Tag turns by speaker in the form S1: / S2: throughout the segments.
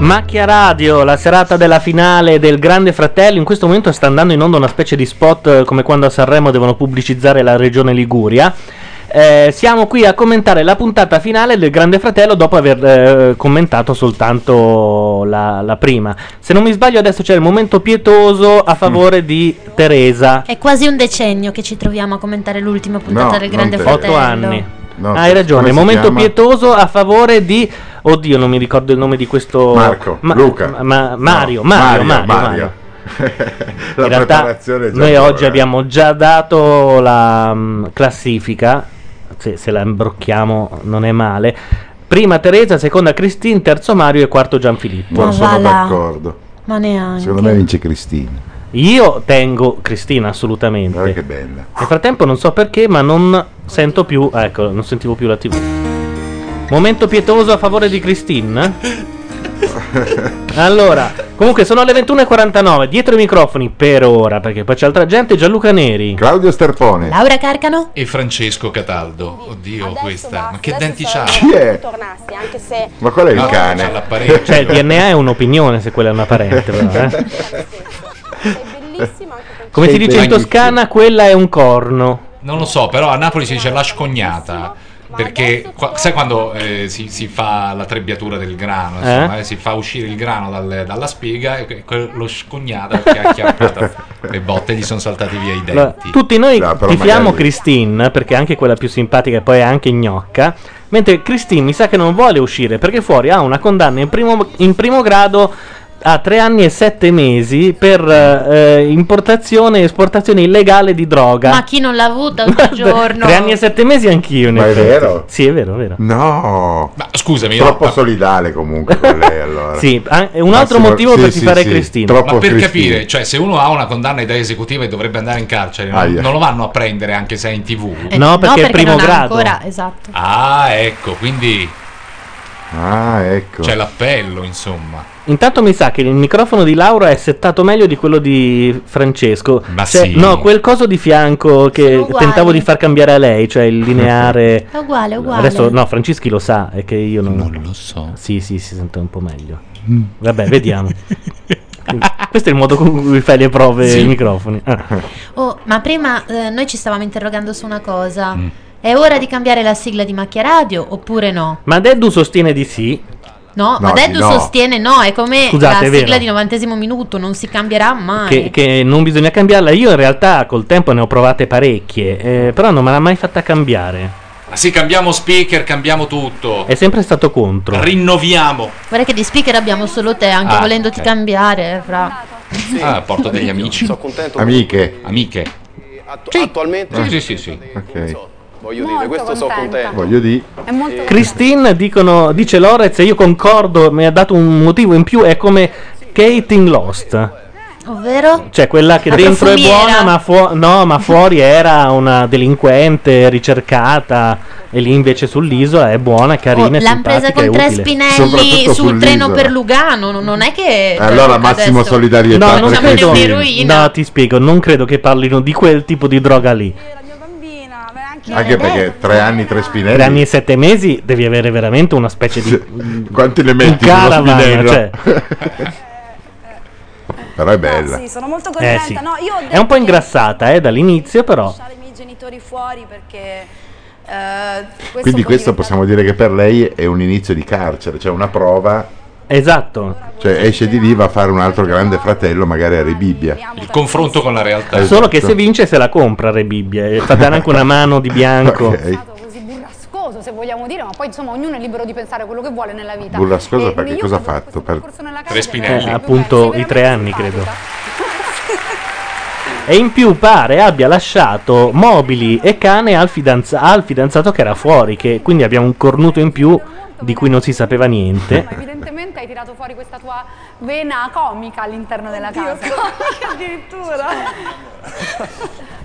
S1: Macchia Radio, la serata della finale del Grande Fratello. In questo momento sta andando in onda una specie di spot eh, come quando a Sanremo devono pubblicizzare la regione Liguria. Eh, siamo qui a commentare la puntata finale del Grande Fratello dopo aver eh, commentato soltanto la, la prima. Se non mi sbaglio, adesso c'è il momento pietoso a favore di Teresa.
S2: È quasi un decennio che ci troviamo a commentare l'ultima puntata
S1: No,
S2: del Grande
S1: non te.
S2: Fratello.
S1: Otto anni.
S3: No,
S1: Hai ragione,
S3: come si
S1: momento
S3: chiama?
S1: pietoso a favore di... Oddio, non mi ricordo il nome di questo...
S3: Marco, Luca.
S1: ma- ma- Mario,
S3: No,
S1: Mario, Mario,
S3: Mario,
S1: Mario.
S3: La
S1: In realtà
S3: preparazione è già
S1: noi
S3: buona,
S1: oggi abbiamo già dato la mm, classifica, se, se la imbrocchiamo non è male. Prima Teresa, seconda Christine, terzo Mario e quarto Gianfilippo.
S2: Ma Non sono va là.
S1: d'accordo.
S2: Ma neanche.
S1: vince Cristina. Io tengo Cristina assolutamente. che bella. Nel frattempo non so perché, ma non sento più, ecco, non sentivo più la TV. Momento pietoso a favore di Cristina. Allora, comunque sono alle 21.49, dietro i microfoni per ora, perché poi c'è altra gente, Gianluca Neri. Claudio Sterpone.
S2: Laura Carcano?
S4: E Francesco Cataldo. Oddio, questa. Ma che denti c'ha?
S5: tornassi, anche se
S1: Ma qual
S4: è il No, cane? c'ha l'apparecchio.
S1: Cioè, il DNA è un'opinione se quella è una parente, però, eh. Come si
S4: Sei
S1: dice in
S4: bellissimo.
S1: Toscana, quella è un corno.
S4: Non lo so, però a Napoli si dice la scognata. Perché qua- sai quando eh, si, si fa la trebbiatura del grano, insomma,
S1: Eh?
S4: eh, si fa uscire il grano dal- dalla spiga e que- que- lo scognata che ha acchiappato le botte gli sono saltati via i
S1: Allora,
S4: denti.
S1: tutti noi
S4: però
S1: tifiamo
S4: magari-
S1: Christine perché è anche quella più simpatica e poi è anche gnocca. Mentre Christine mi sa che non vuole uscire perché fuori ha una condanna in primo, in primo grado a tre anni e sette mesi per eh, importazione e esportazione illegale di droga.
S2: Ma chi non l'ha avuta ogni giorno?
S1: Tre anni e sette mesi anch'io. in
S3: Ma è
S1: effetti.
S3: vero?
S1: Sì, è vero, è vero.
S3: No,
S4: ma scusami,
S1: io-
S3: troppo solidale comunque con lei allora.
S1: Sì, an- un altro motivo per tifare Cristina.
S3: Troppo
S4: Ma per
S3: Cristina.
S4: capire, cioè, se uno ha una condanna da esecutiva e dovrebbe andare in carcere, non,
S3: Aia.
S4: non lo vanno a prendere anche se è in tv.
S2: Eh, non ha Ancora, esatto.
S4: Ah, ecco, quindi
S3: Ah, ecco.
S4: c'è l'appello, insomma.
S1: Intanto mi sa che il microfono di Laura è settato meglio di quello di Francesco.
S4: Ma
S1: Cioè,
S4: sì.
S1: No, quel coso di fianco che
S2: uguali.
S1: tentavo di far cambiare a lei, cioè il lineare.
S2: È uguale, è uguale.
S1: Adesso no, Francischi lo sa, è che io non,
S4: lo so. Mm.
S1: Sì, sì, si sente un po' meglio. Vabbè, vediamo. Questo è il modo con cui fai le prove
S2: Sì.
S1: ai microfoni. Ah.
S2: Oh, ma prima eh, noi ci stavamo interrogando su una cosa.
S1: Mm.
S2: È ora di cambiare la sigla di Macchia Radio oppure no?
S1: Ma Deddu sostiene di sì.
S2: No, ma
S1: No,
S2: Deddu
S1: di no.
S2: sostiene no, è come
S1: Scusate, è
S2: la
S1: vero.
S2: sigla di novantesimo minuto, non si cambierà mai.
S1: Che, che non bisogna cambiarla. Io in realtà col tempo ne ho provate parecchie, eh, però non me l'ha mai fatta cambiare.
S4: Ma sì, cambiamo speaker, cambiamo tutto.
S1: È sempre stato contro.
S4: Rinnoviamo.
S2: Guarda che di speaker abbiamo solo te, anche
S4: Ah,
S2: volendoti
S4: ok.
S2: cambiare, eh, fra.
S4: Ah, porto degli amici. Sono
S6: contento.
S3: Amiche. Eh?
S4: Amiche.
S6: Attualmente
S4: Sì, sì, sì.
S6: voglio dire, questo sono contento.
S3: Voglio dire.
S6: È molto
S1: Christine dicono, dice Lorez, io concordo, mi ha dato un motivo in più, è come Kate in Lost.
S2: Ovvero?
S1: Cioè quella che
S2: La
S1: dentro è
S2: profumiera.
S1: buona, ma, fuo- no, ma fuori era una delinquente ricercata e lì invece sull'isola è buona, è carina, è
S2: Oh, L'hanno presa con
S1: simpatica, è
S2: tre
S1: utile.
S2: spinelli sul treno per Lugano, non- non è che...
S3: Eh, Allora, Massimo
S2: adesso-
S3: solidarietà
S1: No,
S3: per
S1: non
S3: Diciamo di
S1: credo,
S2: un'eroina.
S1: no, ti spiego, non credo che parlino di quel tipo di droga lì.
S4: cioè,
S3: Anche perché tre anni, tre spinelli.
S1: Tre anni e sette mesi devi avere veramente una specie di...
S3: Quanti ne metti in uno
S1: caravana,
S3: spinello?
S1: cioè.
S3: Però è bella.
S5: Ah, sì, sono molto
S1: Eh,
S5: contenta.
S1: sì.
S5: No, io ho detto
S1: È un po'
S5: che
S1: ingrassata eh, dall'inizio, però...
S5: lasciare i miei genitori fuori perché eh,
S3: Quindi
S5: questo può
S3: questo
S5: diventare-
S3: possiamo dire che per lei è un inizio di carcere, cioè una prova.
S1: Esatto.
S3: Cioè esce di lì, va a fare un altro grande fratello, magari a Rebibbia.
S4: Il confronto con la realtà.
S1: Solo che
S3: Esatto.
S1: se vince se la compra Re Bibbia e fa dare anche una mano di bianco.
S7: così burrascoso se vogliamo dire, ma poi insomma ognuno è libero di pensare quello che vuole nella vita.
S3: Burrascoso
S7: E
S3: perché
S7: io
S3: cosa ha fatto? Per...
S1: Eh, appunto i tre anni credo. E in più pare abbia lasciato mobili e cane al, fidanza- al fidanzato che era fuori, che quindi abbiamo un cornuto in più di cui non si sapeva niente.
S7: Ma evidentemente hai tirato fuori questa tua vena comica all'interno della casa. comica addirittura.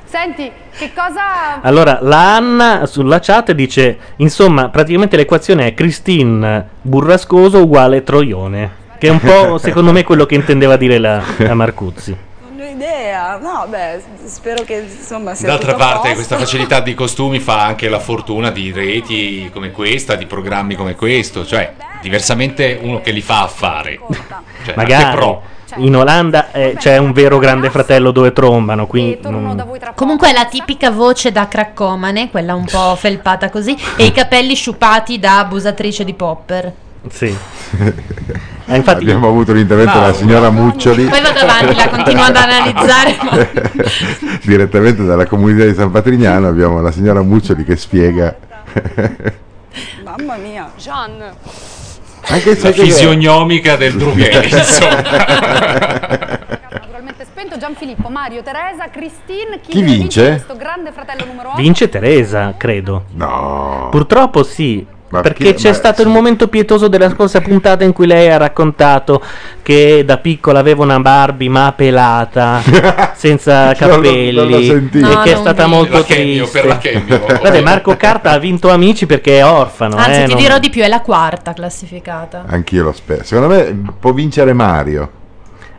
S7: Senti, che cosa
S1: Allora, la Anna sulla chat dice: Insomma, praticamente l'equazione è Christine Burrascoso uguale Troione. Che è un po', secondo me, quello che intendeva dire la, la Marcuzzi.
S8: Non ho idea, no, beh, s- spero che insomma sia
S9: D'altra
S8: tutto a
S9: parte
S8: posto.
S9: questa facilità di costumi fa anche la fortuna di reti come questa, di programmi come questo, cioè diversamente uno che li fa a fare. Cioè, anche
S1: Magari
S9: pro.
S1: in Olanda eh, c'è un vero grande fratello dove trombano. Quindi non-
S2: Comunque è la tipica voce da craccomane, quella un po' felpata così, e i capelli sciupati da abusatrice di Popper.
S1: sì. Eh, infatti-
S3: Abbiamo avuto l'intervento della signora Muccioli.
S2: Poi vado avanti, la continuo ad analizzare.
S3: Direttamente dalla comunità di San Patrignano abbiamo la signora Muccioli che spiega.
S8: Mamma mia. Gian.
S3: Anche
S9: La
S3: se
S9: fisionomica del Drugheri,
S7: naturalmente spento Gianfilippo, Mario, Teresa, Christine, chi,
S1: Chi vince?
S7: questo grande fratello numero 8?
S1: Vince Teresa, credo.
S3: No.
S1: Purtroppo sì. perché
S3: chi-
S1: c'è
S3: ma-
S1: stato il momento pietoso della scorsa puntata in cui lei ha raccontato che da piccola aveva una Barbie ma pelata, senza capelli,
S3: non l'ho sentito.
S1: e
S3: No,
S1: che è
S3: non
S1: stata
S3: vi-
S1: molto
S9: La chemio,
S1: triste.
S9: per la chemio.
S1: Vabbè, Marco Carta ha vinto Amici perché è orfano.
S2: Anzi,
S1: eh,
S2: ti
S1: non-
S2: dirò di più, è la quarta classificata.
S3: Anch'io lo spero. Secondo me può vincere Mario.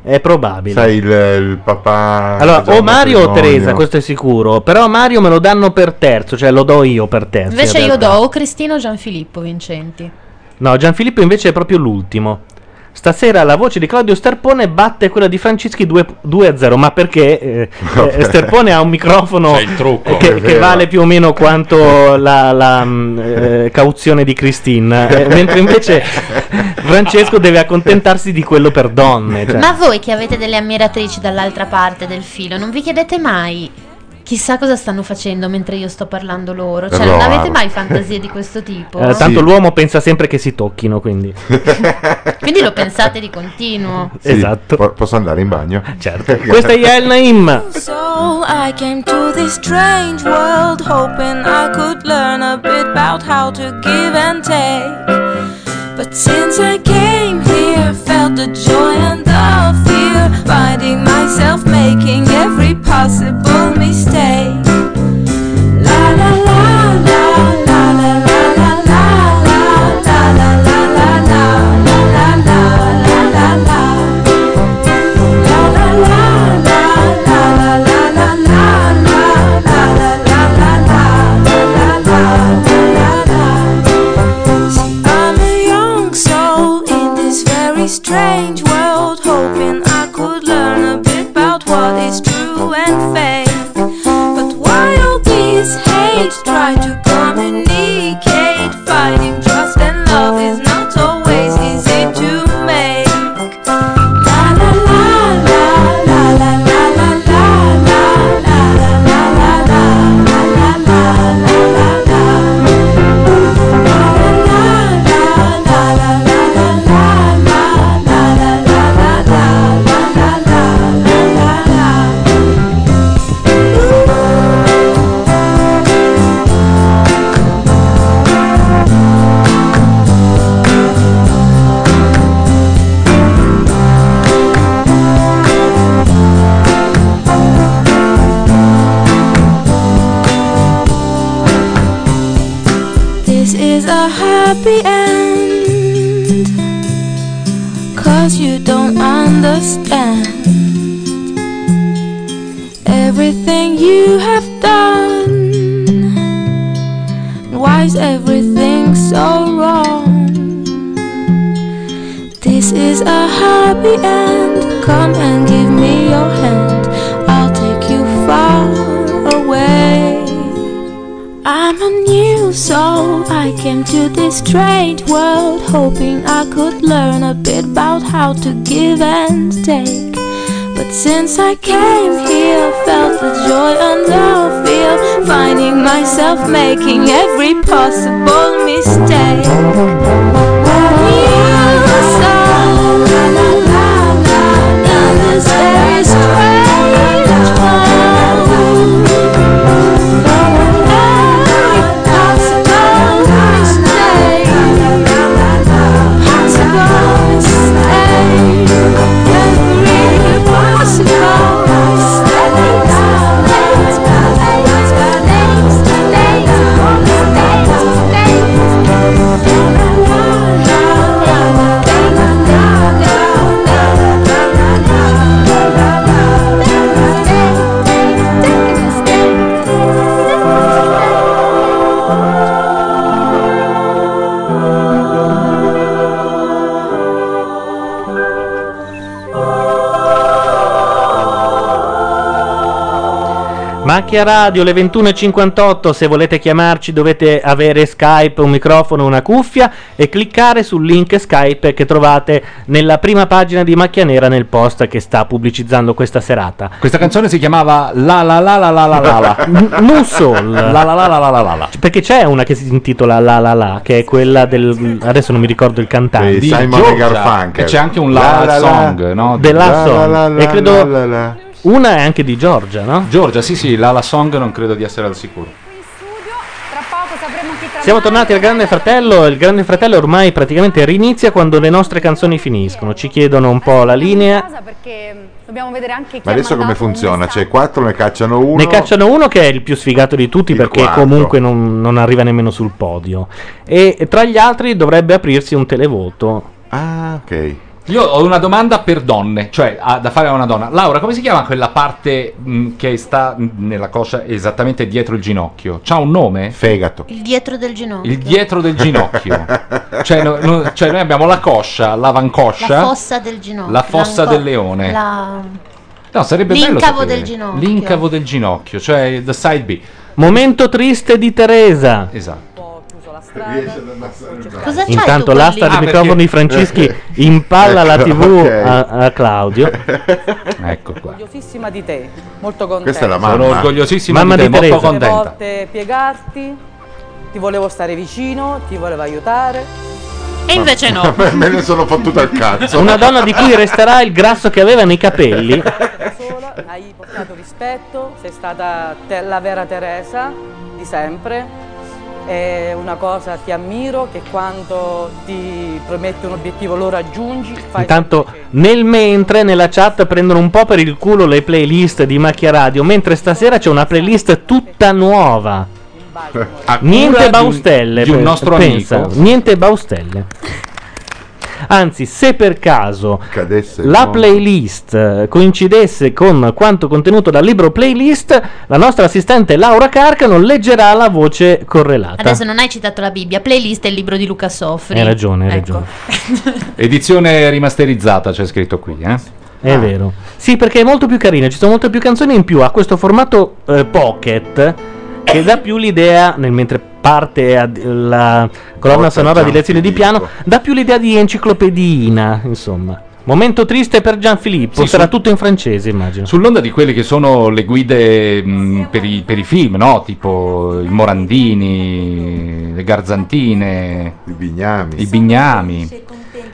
S1: È probabile.
S3: Sai il, il
S9: Ah,
S3: papà.
S1: Allora,
S3: già
S1: o Mario o
S3: matrimonio.
S1: Teresa, questo è sicuro. Però Mario me lo danno per terzo, cioè lo do io per terzo.
S2: Invece
S1: in
S2: io do
S1: realtà.
S2: o Cristino o Gianfilippo vincenti.
S1: No, Gianfilippo invece è proprio l'ultimo. Stasera la voce di Claudio Sterpone batte quella di Francischi 2 a 0, ma perché eh, eh, Sterpone ha un microfono eh,
S9: È
S1: che,
S9: vero.
S1: che vale più o meno quanto la, la, mm, eh, cauzione di Christine, eh, mentre invece Francesco deve accontentarsi di quello per donne. cioè.
S2: Ma voi che avete delle ammiratrici dall'altra parte del filo, non vi chiedete mai chissà cosa stanno facendo mentre io sto parlando loro? Cioè, non
S1: Roar.
S3: ah.
S2: avete mai fantasie di questo tipo?
S1: Eh, tanto l'uomo pensa sempre che si tocchino, quindi...
S2: Quindi lo pensate di continuo.
S3: Sì, po- posso andare in bagno?
S1: Esatto. Certo. Questa è Yael Naim.
S5: So I came to this strange world hoping I could learn a bit about how to give and take. But since I came here, felt the joy and the fear, finding myself making every possible mistake. La la la la la la la la la la la la la la la la la la la la la. La la la la la la la la la la la la la la la la la la la la. See, I'm a young soul in this very strange world, hoping I could learn a bit about what is true and fake. But why all these hate try to communicate? Finding trust and love is not always easy to make. La la la la la la la la la la la la la la la la la la la la. La la la la la la la la la la la la la la la la la la la la. This is a happy end. Cause you don't understand. Everything you have done. Why is everything so wrong? This is a happy end. Come and give me your hand. I'll take you far away. I'm a new soul. I came to this strange world hoping I could learn a bit about how to give and take. But since I came here, felt the joy and the fear, finding myself making every possible mistake. New soul, la, la, la, la, in this very strange world.
S1: Macchia Radio, le 21.58, se volete chiamarci dovete avere Skype, un microfono, una cuffia e cliccare sul link Skype che trovate nella prima pagina di Macchia Nera nel post che sta pubblicizzando questa serata.
S4: Questa canzone si chiamava La la la la la la la la.
S1: N- non sol.
S4: La la la la la la la la.
S1: Perché c'è una che si intitola La la la, che è quella del... adesso non mi ricordo il cantante.
S4: Di Giorgia. E c'è anche un la, la song, no?
S1: The La Song. e credo
S4: la.
S1: una è anche di Giorgia, no?
S4: Giorgia, sì sì, la la song non credo di essere al sicuro.
S1: Siamo tornati al Grande Fratello, il Grande Fratello ormai praticamente rinizia quando le nostre canzoni finiscono, ci chiedono un po' la linea,
S7: Perché mm, dobbiamo vedere anche chi
S3: Ma adesso come funziona? C'è quattro, ne cacciano uno.
S1: ne cacciano uno che è il più sfigato di tutti perché
S3: quarto.
S1: comunque non, non arriva nemmeno sul podio e tra gli altri dovrebbe aprirsi un televoto.
S3: Ah, ok.
S4: Io ho una domanda per donne, cioè a- da fare a una donna. Laura, come si chiama quella parte
S9: mm,
S4: mh, che sta mh, nella coscia esattamente dietro il ginocchio? C'ha un nome?
S3: Fegato.
S2: Il dietro del ginocchio.
S3: Esatto.
S4: Il dietro del ginocchio. cioè, no- no- cioè, noi abbiamo la coscia, l'avancoscia.
S2: La fossa del ginocchio.
S4: La fossa
S2: l'anco-
S4: del leone.
S2: La...
S4: No, sarebbe bello
S2: L'incavo
S4: sapere.
S2: del ginocchio.
S4: L'incavo del ginocchio, cioè the side B.
S1: Momento triste di Teresa.
S4: Esatto.
S2: Cosa c'hai
S1: Intanto
S2: tu
S1: l'asta
S2: con
S4: Ah,
S2: lì?
S1: di microfoni di Franceschi impalla la
S3: Ecco,
S1: TV
S3: ok.
S1: a, a Claudio.
S4: ecco qua.
S10: Orgogliosissima di te, molto contenta.
S3: Questa è
S2: Eh,
S3: la mamma.
S4: Sono orgogliosissima di te, molto
S10: Tante
S4: contenta.
S10: volte piegarti, ti volevo stare vicino, ti volevo aiutare. E invece
S3: Me ne sono fottuto al cazzo.
S1: Una donna di cui resterà il grasso che aveva nei capelli.
S10: sola, hai portato rispetto, sei stata te- la vera Teresa di sempre. È una cosa ti ammiro che quando ti prometti un obiettivo lo raggiungi. Fai
S1: Intanto nel mentre nella chat prendono un po' per il culo le playlist di Macchia Radio, mentre stasera c'è una playlist tutta nuova. Niente baustelle,
S4: di un
S1: pe-
S4: nostro
S1: pensa,
S4: amico.
S1: Niente baustelle. Anzi, se per caso
S3: il
S1: la
S3: mondo.
S1: playlist eh, coincidesse con quanto contenuto dal libro playlist, la nostra assistente Laura Carcano leggerà la voce correlata.
S2: Adesso non hai citato la Bibbia, playlist è il libro di Luca Soffri. Ecco.
S1: Hai ragione, hai ragione.
S4: Edizione rimasterizzata, c'è scritto qui, eh?
S1: È vero. Sì, perché è molto più carina, ci sono molte più canzoni in più, ha questo formato eh, pocket che dà più l'idea, nel mentre parte ad- la colonna
S4: Porta
S1: sonora di
S4: Gian
S1: lezioni di piano, dà più l'idea di enciclopedina, insomma. Momento triste per Gianfilippo,
S4: Sì,
S1: sarà
S4: sul-
S1: tutto in francese, immagino.
S4: Sull'onda di quelle che sono le guide mh, per, i, per i film, no? Tipo i Morandini, le Garzantine, i
S3: Bignami.
S4: I Bignami.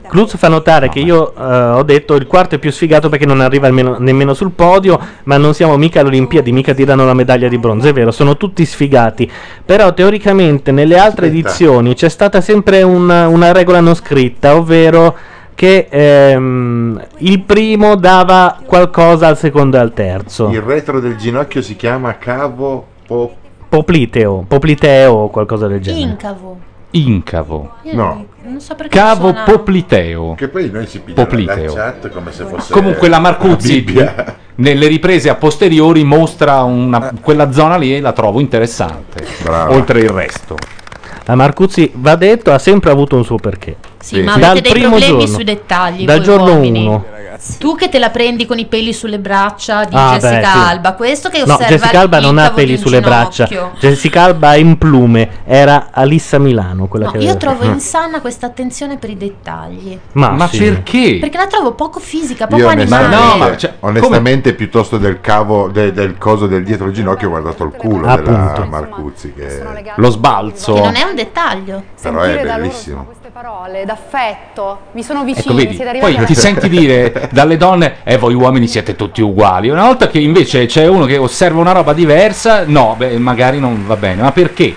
S1: Cruz fa notare che io eh, ho detto il quarto è più sfigato perché non arriva almeno- nemmeno sul podio, ma non siamo mica alle Olimpiadi, mica tirano la medaglia di bronzo, è vero, sono tutti sfigati. Però teoricamente nelle altre
S11: Aspetta.
S1: edizioni c'è stata sempre una, una regola non scritta, ovvero che ehm, il primo dava qualcosa al secondo e al terzo.
S3: Il retro del ginocchio si chiama cavo po-
S1: Popliteo, popliteo o qualcosa del genere.
S2: Incavo.
S4: Incavo.
S2: Io Non so perché
S4: Cavo
S2: suona-
S4: Popliteo.
S3: Che poi noi si pigliano
S4: Popliteo.
S3: la chat come se fosse
S4: Comunque la Marcuzzi
S3: Bibbia.
S4: nelle riprese a posteriori mostra una- quella zona lì e la trovo interessante.
S3: Ah.
S4: Oltre il resto.
S1: La Marcuzzi, va detto, ha sempre avuto un suo perché.
S2: Sì, ma avete dei problemi sui dettagli.
S1: Dal
S2: voi
S1: giorno
S2: uomini.
S1: 1.
S2: Tu che te la prendi con i peli sulle braccia di
S1: Ah, beh,
S2: Jessica
S1: sì.
S2: Alba, questo che
S1: No,
S2: osserva
S1: Jessica Alba non ha
S2: l'incavo di
S1: peli
S2: un
S1: sulle braccia.
S2: ginocchio.
S1: Jessica Alba è in plume. Era Alissa Milano quella
S2: No,
S1: che Mm.
S2: io
S1: aveva- Ah,
S2: trovo Ah, insana questa attenzione per i dettagli.
S1: Ma,
S3: sì.
S4: perché?
S2: Perché la trovo poco fisica, poco
S3: Io
S2: animale.
S3: onestamente,
S1: cioè,
S4: cioè,
S3: onestamente piuttosto del cavo de- del coso del dietro il ginocchio ho guardato il culo della
S4: Ah, Appunto.
S3: Marcuzzi che
S4: Lo sbalzo.
S2: Non è un dettaglio.
S3: però è bellissimo.
S7: parole, d'affetto, mi sono vicini,
S4: Ecco, vedi,
S7: siete arrivati
S4: poi ti senti dire dalle donne, eh voi uomini siete tutti uguali. Una volta che invece c'è uno che osserva una roba diversa, no, beh, magari non va bene. Ma perché?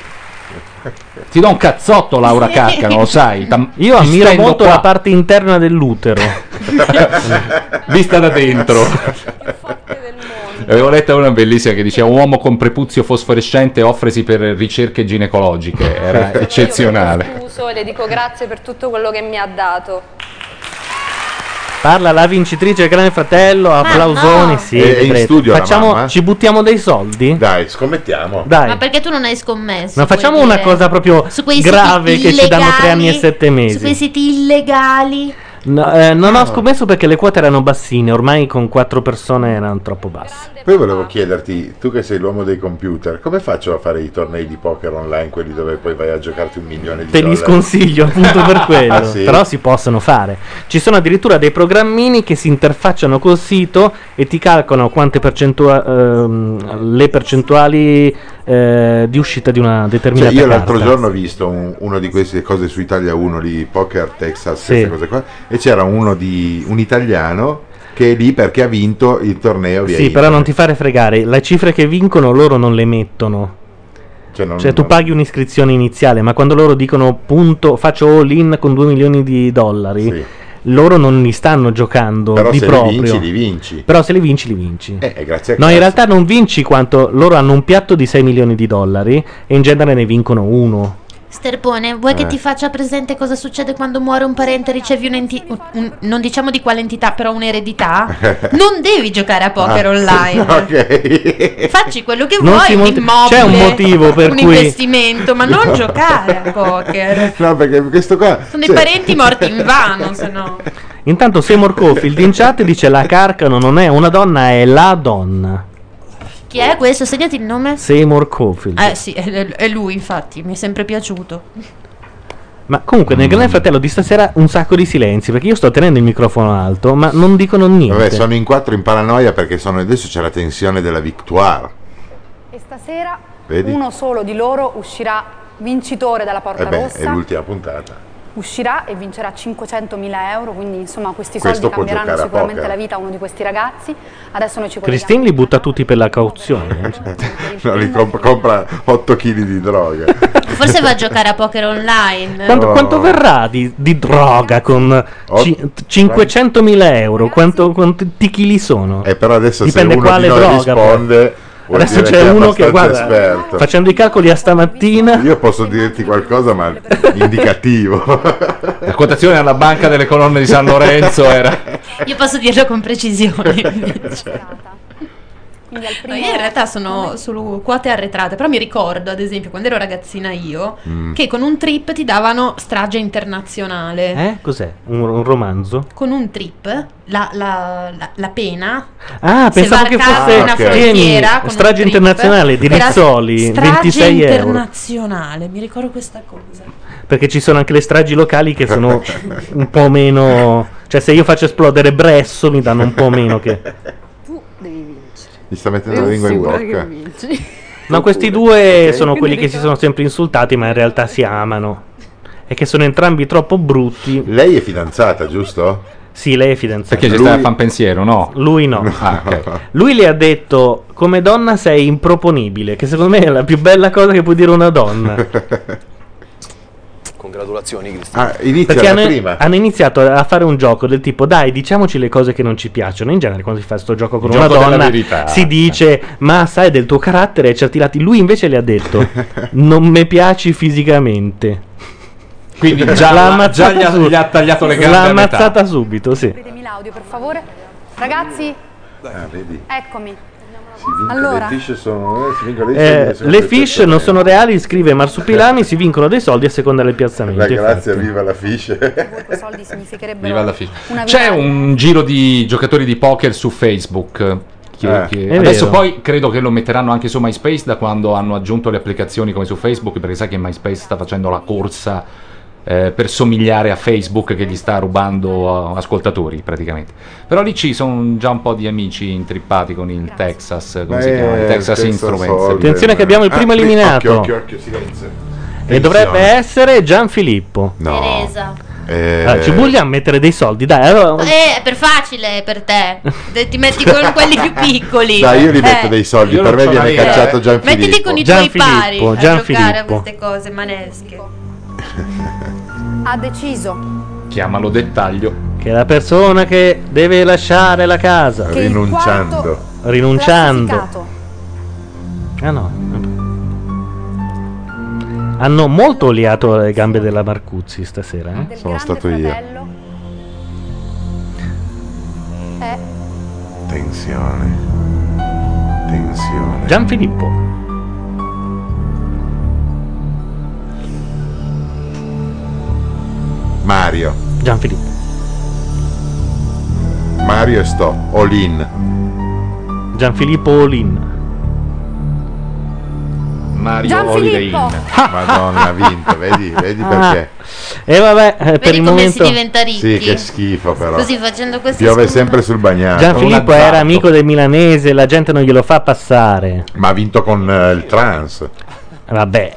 S4: Ti do un cazzotto, Laura
S1: Sì.
S4: Carcano, lo sai.
S1: Io ammiro molto la parte interna dell'utero.
S4: Vista da dentro. Avevo letto una bellissima che diceva uomo con prepuzio fosforescente offresi per ricerche ginecologiche. Era eccezionale.
S12: Scuso e le dico grazie per tutto quello che mi ha dato.
S1: Parla la vincitrice del Grande Fratello. Applausoni.
S2: no.
S1: Sì,
S3: È- è in
S1: prego.
S3: studio la
S1: Facciamo-
S3: mamma? eh?
S1: Ci buttiamo dei soldi?
S3: Dai, scommettiamo.
S1: Dai.
S2: Ma perché tu non hai scommesso?
S1: Ma facciamo una cosa proprio
S2: Su quei siti
S1: grave che ci danno
S2: illegali,
S1: tre anni e sette
S2: Su quei
S1: mesi.
S2: siti illegali.
S1: No, eh, non
S3: Ah.
S1: ho scommesso perché le quote erano bassine, ormai con quattro persone erano troppo basse.
S3: Poi volevo chiederti, tu che sei l'uomo dei computer, come faccio a fare i tornei di poker online, quelli dove poi vai a giocarti un milione di
S1: Te li
S3: dollari?
S1: sconsiglio appunto per quello,
S3: Ah, sì?
S1: però si possono fare. Ci sono addirittura dei programmini che si interfacciano col sito e ti calcolano quante percentua- ehm, le percentuali eh, di uscita di una
S3: Cioè,
S1: determinata
S3: io l'altro
S1: carta.
S3: giorno ho visto un- uno di queste cose su Italia 1 di Poker Texas,
S1: Sì.
S3: queste cose qua, e c'era uno di un italiano che è lì perché ha vinto il torneo via
S1: Sì, però non ti fare fregare, le cifre che vincono loro non le mettono.
S3: Cioè, non-
S1: Cioè, tu
S3: non-
S1: paghi un'iscrizione iniziale, ma quando loro dicono punto, faccio all in con 2 milioni di dollari, loro non li stanno giocando
S3: Però
S1: di
S3: se
S1: proprio.
S3: li vinci, li vinci.
S1: Però se li vinci, li vinci.
S3: Eh, e grazie a
S1: No, in
S3: cazzo.
S1: realtà non vinci quanto loro hanno un piatto di 6 milioni di dollari e in genere ne vincono uno.
S2: Sterpone, vuoi
S1: Eh.
S2: che ti faccia presente cosa succede quando muore un parente e ricevi un'entità, non diciamo di quale entità, però un'eredità? Non devi giocare a poker
S1: Ah,
S2: online.
S3: ok.
S2: Facci quello che
S1: Non
S2: vuoi,
S1: si
S2: un
S1: monta-
S2: immobile,
S1: c'è un motivo per
S2: un
S1: cui-
S2: investimento, ma non giocare a poker.
S3: No, perché questo qua... cioè
S2: Sono dei parenti morti in vano, se no.
S1: Intanto Seymour Cofield in chat dice la Carcano non è una donna, è la donna.
S2: Chi è questo? Segnati il nome.
S1: Seymour Cofield.
S2: Eh sì, è è lui infatti, mi è sempre piaciuto.
S1: Ma comunque nel Grande Fratello di stasera un sacco di silenzi, perché io sto tenendo il microfono alto, ma non dicono niente.
S3: Vabbè, sono in quattro in paranoia perché sono adesso c'è la tensione della victoire.
S7: E stasera
S3: Vedi?
S7: uno solo di loro uscirà vincitore dalla Porta
S3: E Eh beh, è
S7: Rossa,
S3: l'ultima puntata.
S7: uscirà e vincerà 500.000 euro, quindi insomma questi
S3: Questo
S7: soldi
S3: può
S7: cambieranno
S3: giocare a
S7: sicuramente
S3: poker.
S7: la vita a uno di questi ragazzi. Adesso noi ci colleghiamo.
S1: Christine li butta tutti per la cauzione. eh.
S2: Eh,
S3: no, li comp- compra 8 kg di droga.
S2: Forse va a giocare a poker online.
S1: Quanto,
S3: Oh.
S1: quanto verrà di, di droga con ci- 500.000 euro? Quanto, quanti chili sono?
S3: E Eh, però adesso
S1: Dipende
S3: se uno
S1: quale
S3: di noi
S1: droga.
S3: risponde, vuol
S1: Adesso
S3: dire
S1: c'è
S3: è
S1: uno che,
S3: abbastanza
S1: guarda,
S3: esperto.
S1: facendo i calcoli a stamattina...
S3: Io posso dirti qualcosa, ma indicativo. La
S4: quotazione alla banca delle colonne di San Lorenzo era.
S2: Io posso dirlo con precisione. No, io in realtà sono su quote arretrate, però mi ricordo, ad esempio, quando ero ragazzina io,
S1: Mm.
S2: che con un trip ti davano strage internazionale.
S1: Eh? Cos'è? Un, un romanzo?
S2: Con un trip la, la- la- la pena
S1: Ah,
S2: se
S1: pensavo che
S2: varcavi
S1: fosse
S2: una
S1: Ok.
S2: frontiera
S1: Tieni,
S2: con
S1: strage
S2: un trip,
S1: internazionale di
S2: era
S1: Rizzoli,
S2: strage
S1: 26 euro.
S2: internazionale, mi ricordo questa cosa.
S1: Perché ci sono anche le stragi locali che sono un po' meno... Cioè se io faccio esplodere Bresso mi danno un po' meno che...
S11: Tu devi vincere.
S3: Mi sta mettendo
S11: Sono
S3: la lingua in
S11: sicura che
S3: bocca.
S11: vinci.
S1: No, questi due
S11: Ok.
S1: sono quelli
S11: Quindi
S1: che si sono sempre insultati, ma in realtà si amano. E che sono entrambi troppo brutti.
S3: Lei è fidanzata, giusto?
S1: Sì, lei è fidanzata.
S4: Perché ci stai a Ah, fan pensiero, no?
S1: Lui no. Lui le ha detto: Come donna sei improponibile. Che secondo me è la più bella cosa che può dire una donna.
S13: Congratulazioni, Cristian.
S3: Ah, inizia
S1: Perché
S3: la
S1: hanno,
S3: prima.
S1: hanno iniziato a fare un gioco del tipo: Dai, diciamoci le cose che non ci piacciono. In genere, quando si fa questo gioco con
S4: Il
S1: una
S4: gioco della
S1: donna,
S4: verità.
S1: si dice: Ma sai del tuo carattere e certi lati. Lui invece le ha detto: Non mi piaci fisicamente.
S4: Quindi già-
S1: L'ha
S4: già
S1: ammazzata
S4: gli ha-
S1: subito.
S4: gli ha tagliato le gambe
S1: L'ha
S4: a metà.
S1: ammazzata subito, sì.
S7: Vedetemi l'audio, per favore. Ragazzi,
S3: Ah, vedi.
S7: eccomi.
S3: Allora.
S7: Allora.
S3: Le fish sono... eh, si vincono le
S1: Eh,
S3: fish sono
S1: le
S3: delle
S1: fish
S3: persone.
S1: non sono reali, scrive Marsupilami, si vincono dei soldi a seconda del piazzamento.
S3: La grazia,
S1: infatti.
S3: viva la fish.
S7: Quei soldi significherebbero
S4: Viva la fi-
S7: una vita
S4: C'è un giro di giocatori di poker su Facebook. che-
S3: Eh.
S4: che-
S1: È
S4: Adesso
S1: vero.
S4: poi credo che lo metteranno anche su MySpace da quando hanno aggiunto le applicazioni come su Facebook, perché sai che MySpace sta facendo la corsa eh, per somigliare a Facebook che gli sta rubando eh, ascoltatori praticamente. Però lì ci sono già un po' di amici intrippati con il Texas, come
S3: Ma
S4: si
S3: è
S4: chiama? Il Texas
S3: Texas
S4: Instruments.
S3: Soldier.
S1: Attenzione che abbiamo il primo
S3: Ah, sì,
S1: eliminato.
S3: Occhio, occhio, occhio, silenzio.
S1: E dovrebbe essere Gianfilippo.
S3: No.
S1: Ah, ci vogliamo mettere dei soldi, dai. Allora,
S2: Eh, è per facile per te. Te- Ti metti con quelli più piccoli.
S3: Dai, io li
S2: Eh.
S3: metto dei soldi,
S4: Io
S3: per
S4: non
S3: me
S4: c'ho
S3: viene
S4: una lira,
S3: cacciato
S4: eh.
S3: Gianfilippo.
S2: Mettiti con i tuoi pari a giocare a queste cose manesche.
S7: ha deciso
S4: Chiamalo dettaglio.
S1: Che è la persona che deve lasciare la casa.
S7: Che il Rinunciando. quarto
S1: Rinunciando.
S7: classificato
S1: Ah no. Hanno molto oliato le gambe della Marcuzzi stasera. eh.
S3: Sono stato io.
S7: è
S3: Tensione. Tensione.
S1: Gianfilippo.
S3: Mario.
S1: Gianfilippo.
S3: Mario e sto, Olin.
S1: Gianfilippo Olin.
S4: Mario
S3: Gianfilippo.
S4: Olivein.
S3: Madonna, ha vinto, vedi, vedi
S1: Ah.
S3: perché? Ah,
S1: E vabbè, eh, per
S2: Vedi
S1: il
S2: come
S1: momento...
S2: si diventa ricchi?
S3: Sì, che schifo però.
S2: Così facendo queste
S3: Piove
S2: scu-
S3: sempre sul bagnato.
S1: Gianfilippo era amico del milanese, la gente non glielo fa passare.
S3: Ma ha vinto con eh, il trans.
S1: Vabbè,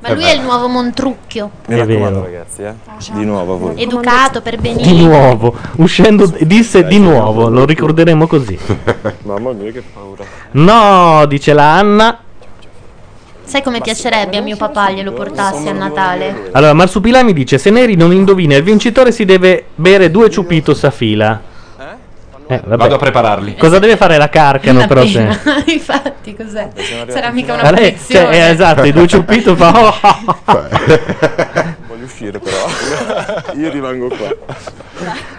S2: Ma lui è il nuovo Montrucchio,
S14: Mi raccomando, ragazzi, eh. Di nuovo a voi.
S2: educato per benino.
S1: di nuovo, uscendo, disse di nuovo, lo ricorderemo così.
S14: Mamma mia, che paura.
S1: No, dice la Anna.
S2: Sai come piacerebbe a mio papà glielo portassi a Natale?
S1: Allora, Marsupilami dice: Se Neri non indovina il vincitore, si deve bere due ciupitos a fila. Eh, vabbè.
S4: Vado a prepararli.
S1: Cosa deve fare la carcano, però? cioè? Se...
S2: Appena. Infatti, cos'è? Sarà mica una
S1: A lei,
S2: punizione.
S1: cioè, eh, esatto, i due ciupitos fa. oh, oh, oh.
S14: Voglio uscire però. Io rimango qua.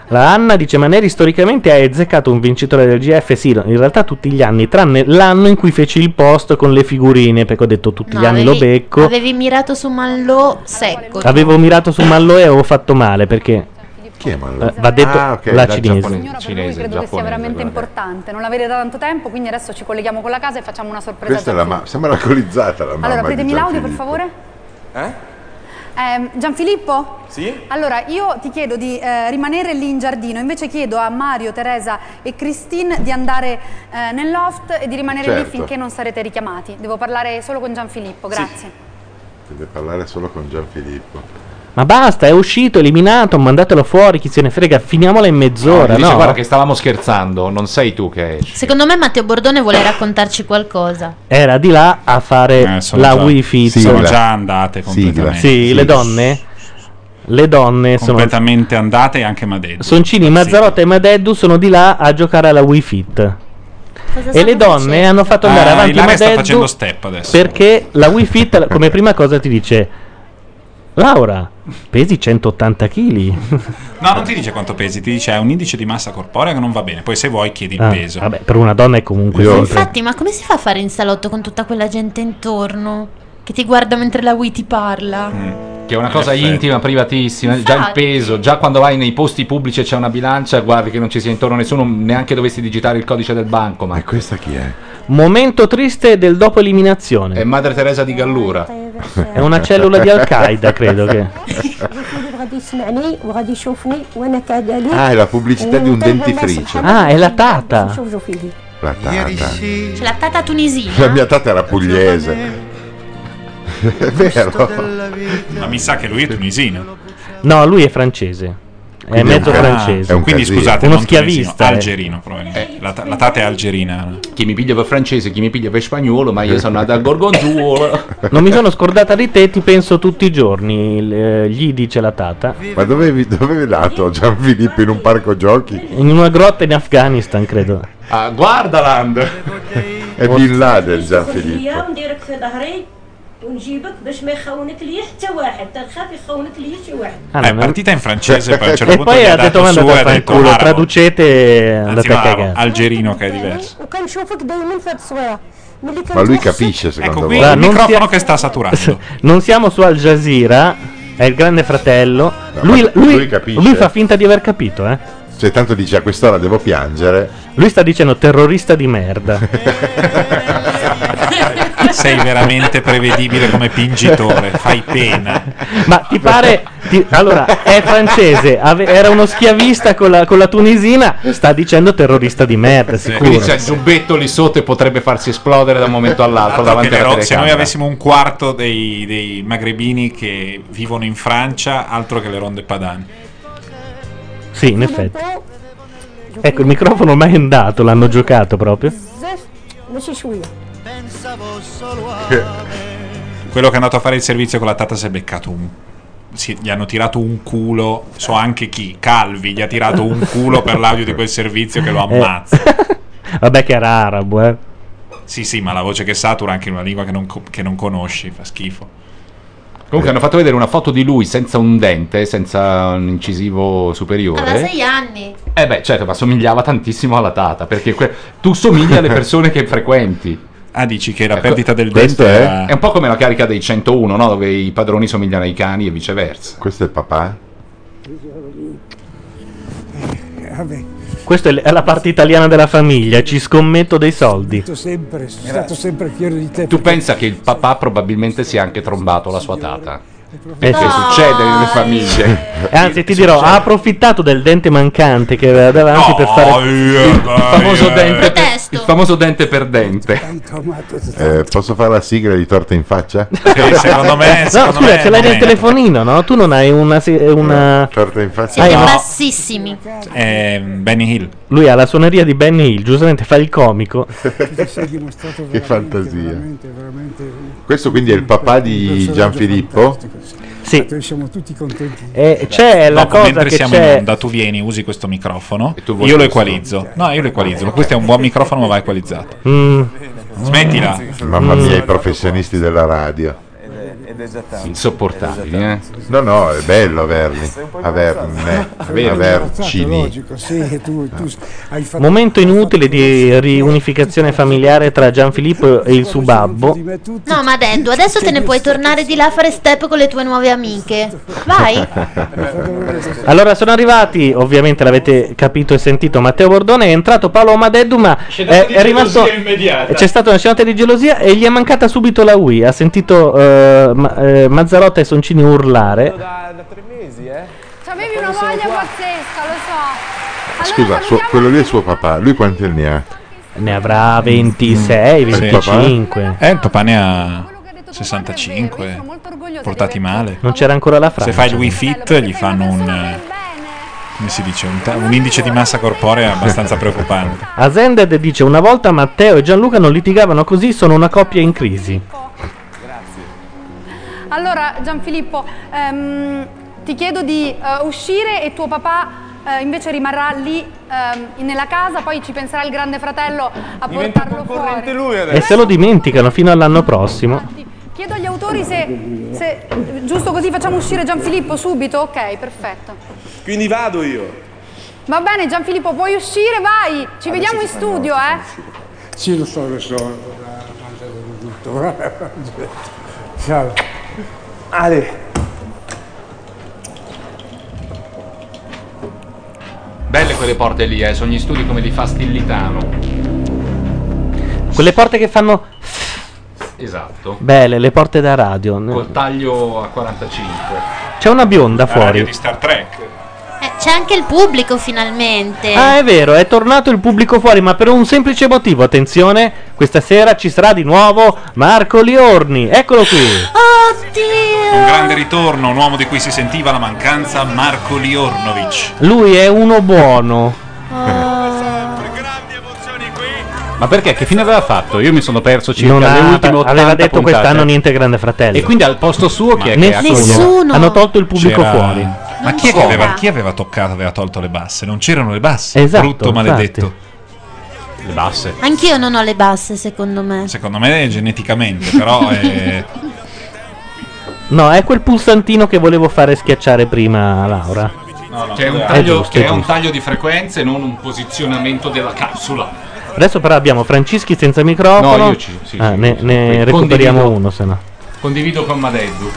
S1: La Anna dice: Ma Neri storicamente ha azzeccato un vincitore del GF? Sì, no, in realtà tutti gli anni, tranne l'anno in cui feci il post con le figurine. Perché ho detto tutti
S2: No,
S1: gli anni
S2: avevi,
S1: lo becco.
S2: Avevi mirato su Manlò secco.
S1: Avevo mirato su Malloe e avevo fatto male perché.
S3: Chi è Ah,
S1: Eh, va detto la cinese.
S7: Io credo che sia veramente importante non l'avete da tanto tempo, quindi adesso ci colleghiamo con la casa e facciamo una sorpresa.
S3: Questa è la ma- sembra alcolizzata la mamma
S7: Allora,
S3: di
S7: prendimi l'audio per
S3: Gianfilippo.
S7: favore.
S14: Eh?
S7: Ehm, Gianfilippo?
S14: Sì?
S7: Allora, io ti chiedo di eh, rimanere lì in giardino, invece chiedo a Mario, Teresa e Christine di andare eh, nel loft e di rimanere lì
S3: Certo.
S7: finché non sarete richiamati. Devo parlare solo con Gianfilippo, grazie.
S3: Deve parlare solo con Gianfilippo.
S1: Ma basta, è uscito, eliminato, mandatelo fuori, chi se ne frega, finiamola in mezz'ora,
S4: Dice,
S1: no?
S4: guarda che stavamo scherzando, non sei tu che esci.
S2: Secondo me Matteo Bordone vuole raccontarci qualcosa.
S1: Era di là a fare
S10: sono
S1: la
S10: già-
S1: wifi.
S10: sono già andate completamente.
S1: Sì, le donne? Le donne sono...
S10: completamente andate e anche Madeddu.
S1: Soncini, Mazzarotta e Madeddu sono di là a giocare alla Wii Fit. E le donne hanno fatto andare
S10: Ah,
S1: avanti
S10: Ilaria sta
S1: Madeddu
S10: facendo step adesso.
S1: Perché la Wii Fit come prima cosa ti dice Laura, pesi 180 kg.
S10: No, non ti dice quanto pesi, ti dice è un indice di massa corporea che non va bene. Poi se vuoi chiedi il
S1: Ah,
S10: peso.
S1: Vabbè, per una donna è comunque sempre-
S2: Infatti, ma come si fa a fare in salotto con tutta quella gente intorno? Che ti guarda mentre la Wii ti parla.
S4: Che è una cosa intima, privatissima, già il
S2: Infatti.
S4: peso, già quando vai nei posti pubblici e c'è una bilancia, guardi che non ci sia intorno nessuno, neanche dovessi digitare il codice del banco. Ma
S3: questa chi è?
S1: Momento triste del dopo eliminazione.
S4: È Madre Teresa di Gallura.
S1: È una cellula di Al-Qaeda, credo che.
S15: الكل غادي يسمعني وغادي يشوفني وانا كذلك
S3: Ah, è la pubblicità di un dentifricio.
S1: Ah, è la tata.
S15: نشوف فيه
S3: La tata.
S2: C'è la tata tunisina.
S3: La mia tata era pugliese. È vero.
S10: Ma mi sa che lui è tunisino.
S1: No, lui è francese. È
S10: Quindi
S1: mezzo
S10: un ca-
S1: francese.
S10: Ah, Quindi scusate,
S1: uno
S10: non tunisino,
S1: schiavista. eh.
S10: algerino probabilmente. La, ta- la tata è algerina.
S4: Chi mi piglia per francese, chi mi piglia per spagnolo, ma io sono nato al gorgonzola.
S1: Non mi sono scordata di te, ti penso tutti i giorni. il- eh, Gli dice la tata.
S3: Ma dove, dove è nato Gianfilippo in un parco giochi?
S1: In una grotta in Afghanistan, credo.
S4: Ah, guardaland!
S3: È Bin Laden Gianfilippo.
S16: ونديرك في ظهري ونجيبك باش ما يخونك لي حتى واحد تنخاف يخونك لي شي واحد
S1: Ah,
S10: è partita in francese, poi a un certo
S1: Cioè, E
S10: punto
S1: poi
S10: gli
S1: ha
S10: ha
S1: detto:
S10: dato
S1: Ma
S10: il suo e
S1: andate a
S10: ha detto
S1: fanculo,
S10: arabo".
S1: traducete. e
S10: Anzi,
S1: Andate a
S10: no, arabo,
S1: cagare.
S10: algerino che è diverso.
S15: وكنشوفك دائما في هاد التصويره ملي
S1: Ma lui
S15: كنتوقف-
S1: capisce, secondo
S10: Ecco
S1: voi.
S10: qui
S1: Guarda,
S10: il
S1: Ah, non
S10: microfono che sta saturando.
S1: Non siamo su Al Jazeera, è il grande fratello. lui,
S3: ma
S1: lui-
S3: lui capisce.
S1: lui fa finta di aver capito, eh.
S3: Cioè, tanto dice a quest'ora devo piangere.
S1: Lui sta dicendo terrorista di merda.
S10: Sei veramente prevedibile come pingitore, fai pena.
S1: Ma ti pare. ti- allora, è francese, ave- era uno schiavista con la, con la tunisina. Sta dicendo terrorista di merda,
S4: Quindi
S1: sicuro.
S4: c'è il giubbetto lì sotto e potrebbe farsi esplodere da un momento all'altro
S10: Dato che
S4: davanti
S10: le
S4: alla
S10: ro- se noi
S4: telecamera.
S10: avessimo un quarto dei, dei magrebini che vivono in Francia, altro che le ronde padane.
S1: Sì, in effetti. Ecco, il microfono ormai è andato, l'hanno giocato proprio.
S15: بزاف ماشي شويه
S10: Quello che è andato a fare il servizio con la tata si è beccato un. si- gli hanno tirato un culo, so anche chi, Calvi, gli ha tirato un culo per l'audio di quel servizio che lo
S1: Eh.
S10: ammazza.
S1: Vabbè, che era arabo, eh.
S10: Sì, sì, ma la voce che satura anche in una lingua che non, co- che non conosci, fa schifo.
S4: Comunque hanno fatto vedere una foto di lui senza un dente, senza un incisivo
S2: Aveva
S1: Ah,
S4: superiore.
S2: sei anni.
S4: Eh beh, certo, ma somigliava tantissimo alla tata, perché que- tu somigli alle persone che frequenti. Ecco,
S10: Ah, dici che la perdita del
S4: questo
S10: dente
S4: è...
S10: era-
S4: è un po' come la carica dei 101, no? Dove i padroni somigliano ai cani e viceversa.
S3: Questo è il papà?
S14: vabbè,
S1: Questa è l- è la parte italiana della famiglia, ci scommetto dei soldi.
S14: detto sempre, sono stato sempre fiero di te.
S4: Tu pensa che il papà probabilmente sia anche trombato la sua tata? Perché
S1: Dai.
S4: succede nelle famiglie.
S1: E anzi, ti dirò, ha approfittato del dente mancante che aveva davanti per fare
S15: eh,
S1: il,
S4: famoso dente per-
S1: Protesto.
S4: Ah, il famoso dente per dente.
S3: Eh, posso fare la sigla di torta in faccia?
S4: secondo
S1: no, scusa, ce l'hai nel telefonino, no? Tu non hai una. se-
S14: Eh,
S1: una...
S14: certo,
S3: Torta in faccia.
S2: Siete
S1: no.
S2: bassissimi.
S15: Eh, Benny Hill.
S1: Lui ha la suoneria di Benny Hill, giustamente fa il comico.
S14: Ti sei dimostrato
S3: Che fantasia.
S14: veramente, veramente un
S3: Questo quindi è il papà di Gianfilippo?
S1: Sì.
S14: Siamo tutti contenti.
S1: E c'è Eh, la
S15: Dopo,
S1: cosa
S15: mentre
S1: che
S15: siamo
S1: c'è.
S15: in onda, tu vieni, usi questo microfono.
S1: vuoi
S15: Io lo
S1: questo?
S15: equalizzo. No, io lo equalizzo. Questo è un buon microfono, ma va equalizzato.
S1: Mm.
S15: Smettila.
S3: Ah, Mamma
S15: Mm.
S3: mia, i professionisti della radio.
S17: Ed è già tanto.
S4: Insopportabili, eh?
S3: No, no, è bello averli. eh, Averne.
S4: Vero.
S14: Stato
S3: Avercini.
S14: logico, sì, tu, tu s- hai fatto
S1: Momento inutile di riunificazione familiare tra Gianfilippo e il suo babbo.
S2: No, ma Dendo, adesso te ne puoi tornare di là a fare step con le tue nuove amiche. Vai.
S1: Allora sono arrivati, ovviamente l'avete capito e sentito, Matteo Bordone è entrato Paolo Madeddu, ma è, è rimasto... C'è stata una scenata di gelosia e gli è mancata subito la Wii. Ha sentito eh, Ma- eh, Mazzarotta e Soncini urlare.
S17: Da, da tre mesi, eh?
S18: C'avevi una voglia pazzesca, lo so.
S3: Scusa, suo- quello lì è suo papà. Lui quanti anni ha?
S1: Ne avrà 26,
S15: Sì.
S1: 25.
S15: Eh, il papà ne ha 65. Portati male.
S1: Non c'era ancora la frase.
S15: Se fai il Wii Fit, gli fanno un. eh, Come si dice? Un, ta- un indice di massa corporea abbastanza preoccupante.
S1: Azended dice una volta Matteo e Gianluca non litigavano così, sono una coppia in crisi.
S7: Allora, Gianfilippo, ehm, ti chiedo di eh, uscire e tuo papà eh, invece rimarrà lì ehm, nella casa, poi ci penserà il grande fratello a portarlo fuori.
S1: E se lo dimenticano fino all'anno prossimo.
S7: Chiedo agli autori se, se- giusto così facciamo uscire Gianfilippo subito? Ok, perfetto.
S17: Quindi vado io.
S7: Va bene Gianfilippo, puoi uscire, vai! Ci vediamo in studio, eh!
S14: Sì, lo so, lo so. ha mangiato tutto. Ciao. Ale.
S4: Belle quelle porte lì, eh? Sono gli studi come li fa Stillitano.
S1: Quelle porte che fanno...
S4: Esatto.
S1: Belle, le porte da radio.
S4: Col taglio a 45.
S1: C'è una bionda fuori.
S15: Star Trek.
S2: Eh, c'è anche il pubblico finalmente.
S1: Ah, è vero, è tornato il pubblico fuori, ma per un semplice motivo. Attenzione, questa sera ci sarà di nuovo Marco Liorni. Eccolo qui.
S15: Un grande ritorno, un uomo di cui si sentiva la mancanza, Marco Liornovic.
S1: Lui è uno buono.
S19: Ma perché? Che fine aveva fatto? Io mi sono perso circa
S1: Non
S19: le
S1: ha-
S19: ultime 80
S1: aveva detto
S19: puntate.
S1: quest'anno niente Grande Fratello.
S19: E quindi al posto suo chi è che
S1: Nessuno.
S19: accoglie?
S1: Hanno tolto il pubblico
S15: C'era-
S1: fuori.
S15: Ma chi, è che
S19: c'era.
S15: aveva, chi aveva toccato, aveva tolto le basse? Non c'erano le basse.
S1: Esatto,
S15: Brutto
S1: infatti.
S15: maledetto.
S19: Le basse.
S2: Anch'io non ho le basse, secondo me.
S15: Secondo me è geneticamente, però
S10: eh,
S15: è...
S1: No, è quel pulsantino che volevo fare schiacciare prima Laura.
S4: C'è un
S1: È
S4: taglio,
S1: giusto,
S4: che
S1: è
S4: Cioè, è un
S1: giusto.
S4: taglio di frequenze, non un posizionamento della capsula.
S1: Adesso però abbiamo Francischi senza microfono.
S4: No, io ci- sì,
S1: Ah,
S4: sì,
S1: ne,
S4: sì,
S1: ne
S4: sì.
S1: recuperiamo
S4: Condivido.
S1: uno, se no.
S4: Condivido con Madeddu.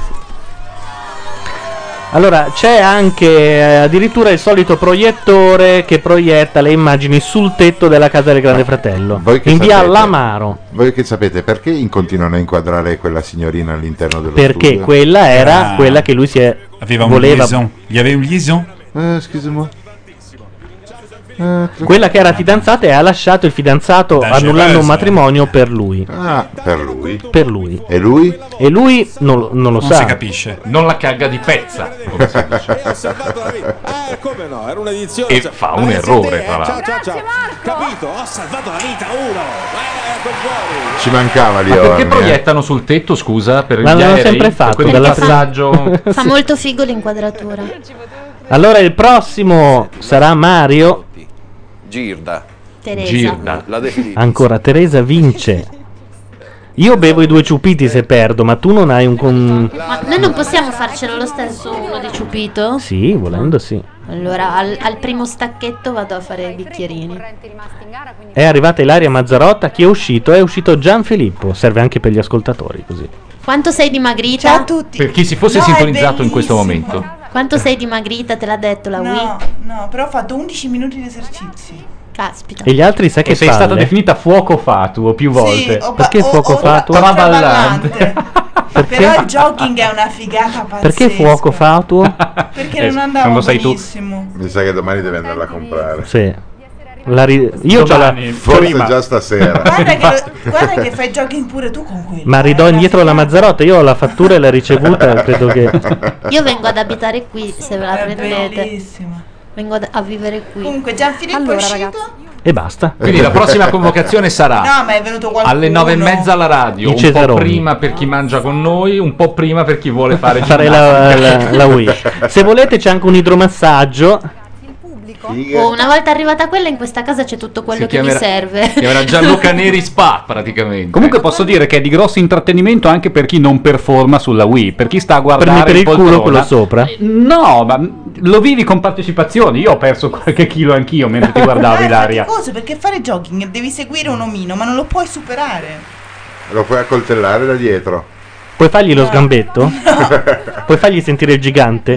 S1: Allora, c'è anche eh, addirittura il solito proiettore che proietta le immagini sul tetto della casa del Grande Fratello.
S3: Ah, Voi che
S1: In via
S3: sapete?
S1: Lamaro.
S3: Voi che sapete perché in- continuano a inquadrare quella signorina all'interno dello
S1: Perché
S3: studio? Ah.
S1: quella era quella che lui si è,
S15: Aveva un
S1: voleva.
S15: liaison. Gli avevi un liaison?
S3: Eh, scusa
S1: Quella che era fidanzata e ha lasciato il fidanzato annullando un matrimonio per lui.
S3: Ah, per lui.
S1: Per lui.
S3: E lui?
S1: E lui non, lo- non lo sa.
S15: capisce.
S4: Non la caga di pezza. come si dice.
S17: Eh, come no? Era Eh, un'edizione.
S4: E fa un errore, tra l'altro.
S17: Ciao, ciao, ciao. Capito? Ho salvato la vita uno. certo.
S3: Ci mancava lì.
S4: Ma perché
S3: Orne, eh.
S4: proiettano sul tetto, scusa? Per
S1: Ma
S4: gli
S1: l'hanno
S4: aerei?
S1: sempre
S4: Per
S1: fatto,
S4: quel
S1: dalla-
S4: passaggio.
S2: Fa molto figo l'inquadratura.
S1: Allora il prossimo sarà Mario.
S13: Girda.
S2: Teresa.
S13: La definita.
S1: Ancora Teresa vince. Io bevo i due ciupiti se perdo, ma tu non hai un... Con...
S2: Ma noi non possiamo farcelo lo stesso uno di ciupito?
S1: Sì, volendo sì.
S2: Allora, al, al primo stacchetto vado a fare i bicchierini.
S1: È arrivata Ilaria Mazzarotta, chi è uscito? È uscito Gianfilippo, serve anche per gli ascoltatori così.
S2: Quanto sei dimagrita? Ciao a tutti.
S4: Per chi si fosse
S2: No, è
S4: sintonizzato in questo momento.
S2: Quanto sei dimagrita, te l'ha detto la Wii?
S20: No, no, però ho fatto 11 minuti di esercizi.
S2: Caspita.
S1: E gli altri sai
S4: E
S1: che
S4: sei
S1: palle?
S4: stata definita fuoco fatuo più volte.
S20: ho ba-
S1: Perché
S20: ho-
S1: fuoco
S20: ho-
S1: fatuo?
S20: ho
S1: ballante.
S20: Però
S1: Perché?
S20: il jogging è una figata pazzesca.
S1: Perché fuoco fatuo?
S20: Perché non andavo
S1: Eh, non lo sai tu.
S20: benissimo.
S3: Mi sa che domani devi andarla a comprare.
S1: Sì. La ri- Io già la...
S3: Forse già stasera.
S20: Guarda
S1: Basta.
S20: che, guarda che fai jogging pure tu con quello.
S1: Ma ridò indietro la Mazzarotta, io ho la fattura e l'ho ricevuta, credo che...
S2: Io vengo ad abitare qui, se ve la
S20: È
S2: prendete.
S20: bellissima.
S2: Vengo ad- a vivere qui.
S20: Comunque Gianfilippo
S2: Allora,
S20: è uscito.
S1: E basta.
S4: Quindi la prossima convocazione sarà
S17: Ah,
S20: No, ma è venuto qualcuno.
S4: alle nove e mezza alla radio,
S1: I
S4: un po'
S1: Cesaroni.
S4: prima per chi mangia con noi, un po' prima per chi vuole fare
S1: Fare la, la, la Wii. Se volete c'è anche un idromassaggio.
S2: Oh, una volta arrivata quella, in questa casa c'è tutto quello che mi serve.
S4: Che era Gianluca Neri Spa praticamente.
S19: Comunque posso dire che è di grosso intrattenimento anche per chi non performa sulla Wii, per chi sta a
S1: Prendi
S19: guardare
S1: per
S19: in
S1: il culo
S19: poltrona.
S1: quello sopra.
S19: No, ma lo vivi con partecipazione. Io ho perso qualche chilo anch'io mentre ti guardavo Ilaria.
S20: Cosa? Perché fare jogging devi seguire un omino, ma non lo puoi superare.
S3: Lo puoi accoltellare da dietro.
S1: Puoi fargli lo sgambetto? Puoi fargli sentire il gigante?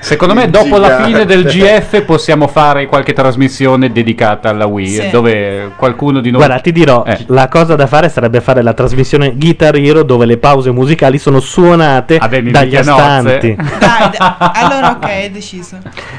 S19: Secondo me dopo la fine del GF possiamo fare qualche trasmissione dedicata alla Wii,
S1: Sì.
S19: dove qualcuno di noi
S1: Guarda, ti dirò,
S19: Eh.
S1: la cosa da fare sarebbe fare la trasmissione Guitar Hero dove le pause musicali sono suonate
S19: mi
S1: dagli
S19: minchia nozze.
S1: astanti.
S20: Allora, ok, è deciso.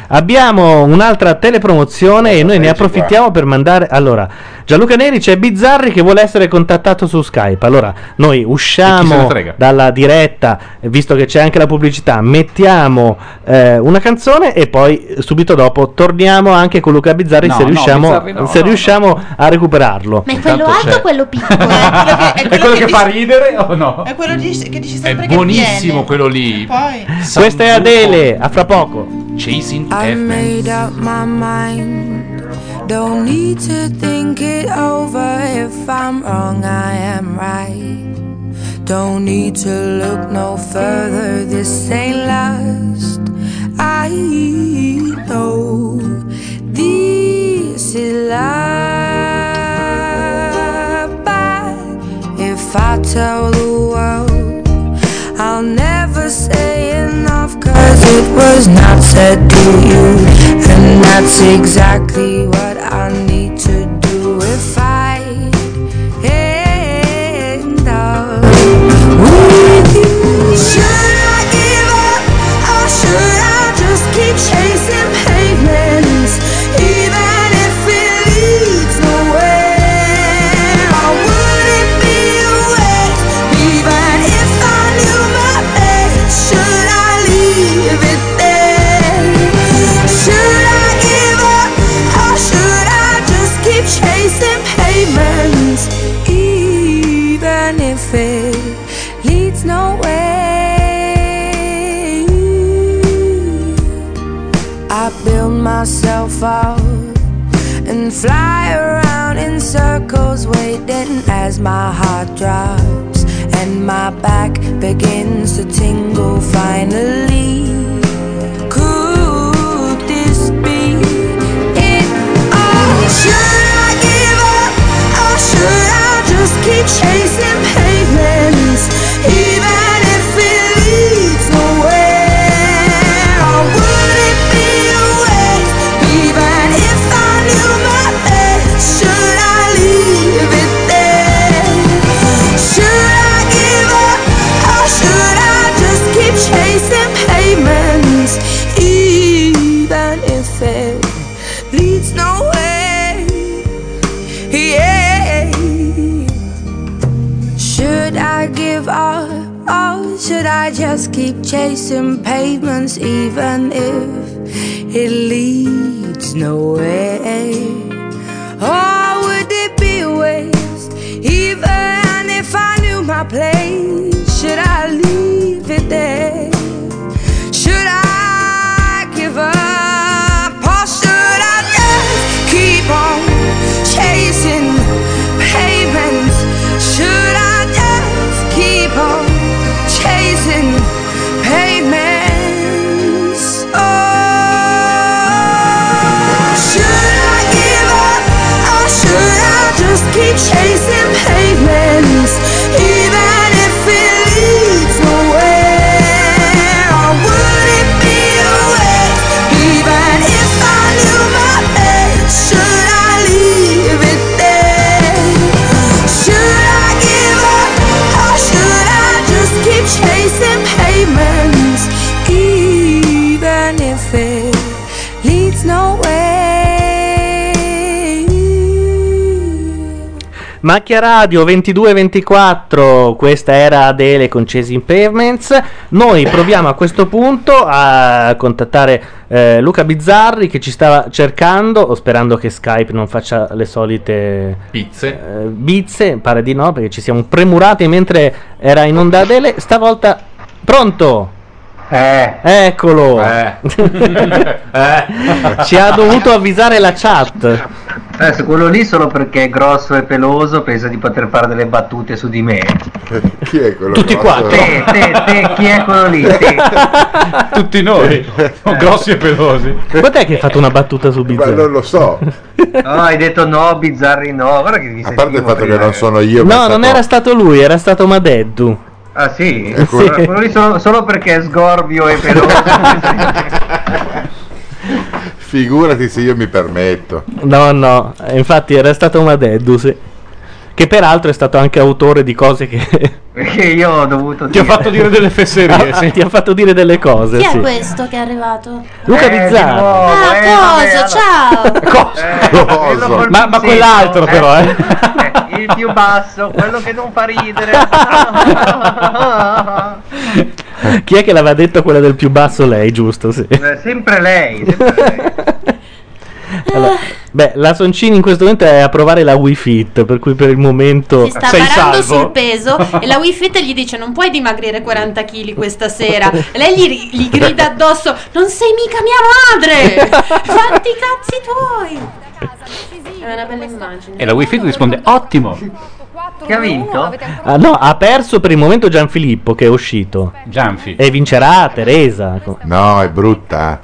S1: Abbiamo un'altra telepromozione e noi ne approfittiamo per mandare. Allora, Gianluca Neri c'è Bizzarri che vuole essere contattato su Skype. Allora, noi
S19: E chi se ne
S1: usciamo
S19: frega?
S1: dalla diretta, visto che c'è anche la pubblicità, mettiamo eh, una canzone e poi subito dopo torniamo anche con Luca Bizzarri
S19: No,
S1: se
S19: no,
S1: riusciamo,
S19: Bizzarri no,
S1: se
S19: no,
S1: riusciamo a recuperarlo.
S2: Ma è quello
S1: Intanto
S2: alto
S1: c'è-
S2: o quello piccolo?
S10: eh,
S20: È quello che
S19: fa ridere o no?
S20: È quello di- che dici
S4: È
S20: sempre che
S4: buonissimo quello
S20: viene.
S4: lì.
S20: Poi
S1: Questa è Adele, a fra poco.
S4: Chasing
S5: I
S4: Evan.
S5: made up my mind. Don't need to think it over. If I'm wrong, I am right. Don't need to look no further. This ain't lust. I know this is love. But if I tell the world, I'll never say enough. Cause it was not said to you. And that's exactly what I need to do if I end up with you. Should I give up or should I just keep chasing pavements? Even if it leads nowhere, I wouldn't be a waste. Even if I knew my fate, should I leave it there? Should I give up or should I just keep chasing pavements? Even if it leads nowhere. I build myself up and fly around in circles, waiting as my heart drops and my back begins to tingle. Finally, could this be it? Oh, should I give up or should I just keep chasing pavements, even if it leads nowhere? Or would it be a waste, even if I knew my fate? Should I leave it there? Should I give up or should I just keep chasing pavements, even if it leads nowhere? Yeah. Should I give up? Or should I just keep chasing pavements even if it leads nowhere? Or would it be a waste? Even if I knew my place, should I leave it there? Should I give up? Or should I just keep on chasing pavements? Should I just keep on chasing pavements? Oh, should I give up? Or should I just keep chasing pavements? Even if it leads nowhere, or would it
S1: Macchia Radio 2224, questa era Adele con Chasing Pavements. Noi proviamo a questo punto a contattare eh, Luca Bizzarri che ci stava cercando, o sperando che Skype non faccia le solite
S21: Pizze.
S1: eh, bizze, pare di no perché ci siamo premurati mentre era in onda Adele. Stavolta pronto! Eccolo! Eh? Ci ha dovuto avvisare la chat.
S22: Adesso quello lì solo perché è grosso e peloso pensa di poter fare delle battute su di me.
S3: Chi è quello?
S22: Tutti
S3: grosso?
S22: quattro. Te, te, te, chi è quello lì? Te.
S1: Tutti noi, grossi e pelosi. Quant'è che hai fatto una battuta su Bizze?
S3: non lo so.
S22: No, Oh, hai detto no, bizzarri no. Guarda che ti
S3: A parte il fatto che non sono io. ma è
S1: No, non
S3: stato-
S1: era stato lui, era stato Madeddu.
S22: Ah sì?
S1: Ecco.
S22: Allora, Quello lì solo, solo perché è sgorbio e peloso.
S3: Figurati se io mi permetto.
S1: No, no, eh, infatti era stato Madeddu, sì. Che peraltro è stato anche autore di cose che...
S22: Perché io ho dovuto
S1: Ti ha fatto dire delle fesserie,
S22: sì.
S1: Ti ha fatto dire delle cose,
S2: Chi è
S1: sì.
S2: questo che è arrivato?
S1: Luca Bizzarri.
S20: Eh,
S2: Ah, cosa? Ciao!
S22: Eh,
S1: Ma, ma quell'altro però, eh.
S22: Il più basso, quello che non fa ridere.
S1: Chi è che l'aveva detto quella del più basso lei, giusto? Sì.
S22: Eh, sempre lei. sempre
S1: Allora, beh, la Soncini in questo momento è a provare la Wii Fit, per cui per il momento
S2: Si sta barando sul peso e la Wii Fit gli dice non puoi dimagrire 40 kg questa sera. E lei gli, gli grida addosso non sei mica mia madre! Fatti i cazzi tuoi! È una bella immagine.
S19: E la Wii Fit risponde: Ottimo!
S22: Che ha vinto?
S1: Ah, no, ha perso per il momento Gianfilippo che è uscito.
S19: Gianfi.
S1: E vincerà Teresa. No, è brutta.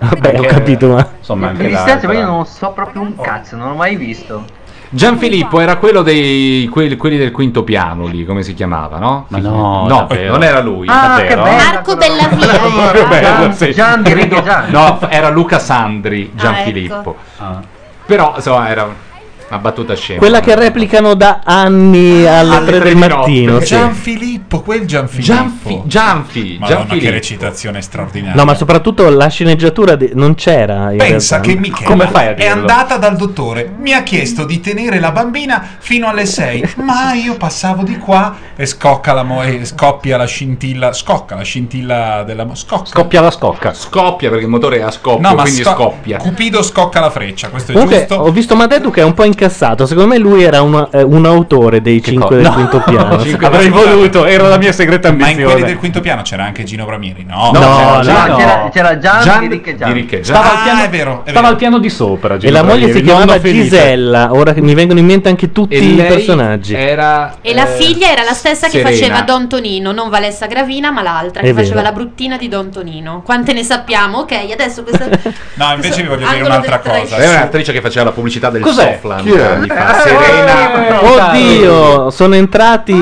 S1: Vabbè, ho capito, ma
S19: Insomma,
S22: Mi dispiace, ma io non so proprio
S10: Oh.
S22: un cazzo, non l'ho mai visto.
S4: Gianfilippo era quello dei quelli, quelli del quinto piano lì, come si chiamava, no? Ma no,
S19: davvero?
S4: non era lui,
S22: Ah,
S4: davvero.
S22: che bello.
S2: Marco Bellavia.
S4: Proprio bello, sì.
S22: Gian di Rigo
S4: No, era Luca Sandri, Gianfilippo.
S2: ecco.
S10: Ah.
S4: Però insomma era una battuta scema.
S1: quella che replicano da anni alle,
S4: Alle
S1: 3
S4: tre
S1: del
S4: di
S1: mattino.
S4: notte.
S1: sì.
S10: Gianfilippo, quel Gianfilippo.
S4: Gianfi, Gianfi,
S10: Madonna,
S4: Gianfilippo.
S10: che recitazione straordinaria.
S1: No, ma soprattutto la sceneggiatura di- non c'era. in
S23: Pensa
S1: realtà.
S23: che Michela è andata dal dottore, mi ha chiesto di tenere la bambina fino alle 6, ma io passavo di qua
S10: E scocca la mo- e scoppia la scintilla. Scocca la scintilla della mo- scocca.
S4: Scoppia la scocca. Scoppia perché il motore è a scoppio,
S10: No, ma
S4: quindi
S10: sco-
S4: scoppia.
S10: Cupido scocca la freccia, questo è
S1: Comunque,
S19: oh,
S10: giusto.
S1: ho visto Madeddu che è un po' incassato. Secondo me lui era un, eh, un autore dei 5 del
S10: No.
S1: quinto piano.
S10: Cinque
S1: Avrei
S10: del quinto
S1: voluto, era la mia segreta
S10: Ma in quelli del
S1: ambizione.
S10: quinto piano c'era anche Gino Bramieri, no?
S1: No, No,
S19: c'era- no. c'era-
S22: c'era Gian
S10: Gian-
S22: Ricche
S10: Gian.
S19: Stava, al
S10: Ah,
S19: piano,
S10: è vero, è
S19: stava
S10: vero.
S19: al piano di sopra.
S1: E
S19: Gino
S1: la moglie
S19: Bramieri,
S1: si
S19: il nonno
S1: chiamava
S19: Felipe.
S1: Gisella. Ora che mi vengono in mente anche tutti
S19: E
S1: i
S19: lei
S1: personaggi.
S4: Era
S2: E la figlia era la stessa
S1: Serena.
S2: che faceva Don Tonino, non Valessa Gravina, ma l'altra che
S1: È
S2: faceva
S1: vero.
S2: la bruttina di Don Tonino. Quante ne sappiamo? Ok, adesso questa
S10: No, invece vi voglio dire
S2: Angolo
S10: un'altra
S2: del trash.
S10: cosa.
S4: Era un'attrice che faceva la pubblicità del
S10: Cos'è?
S4: Soflan.
S10: Chi è?
S4: anni
S1: Eh,
S4: fa. Serena.
S1: Oddio, sono entrati.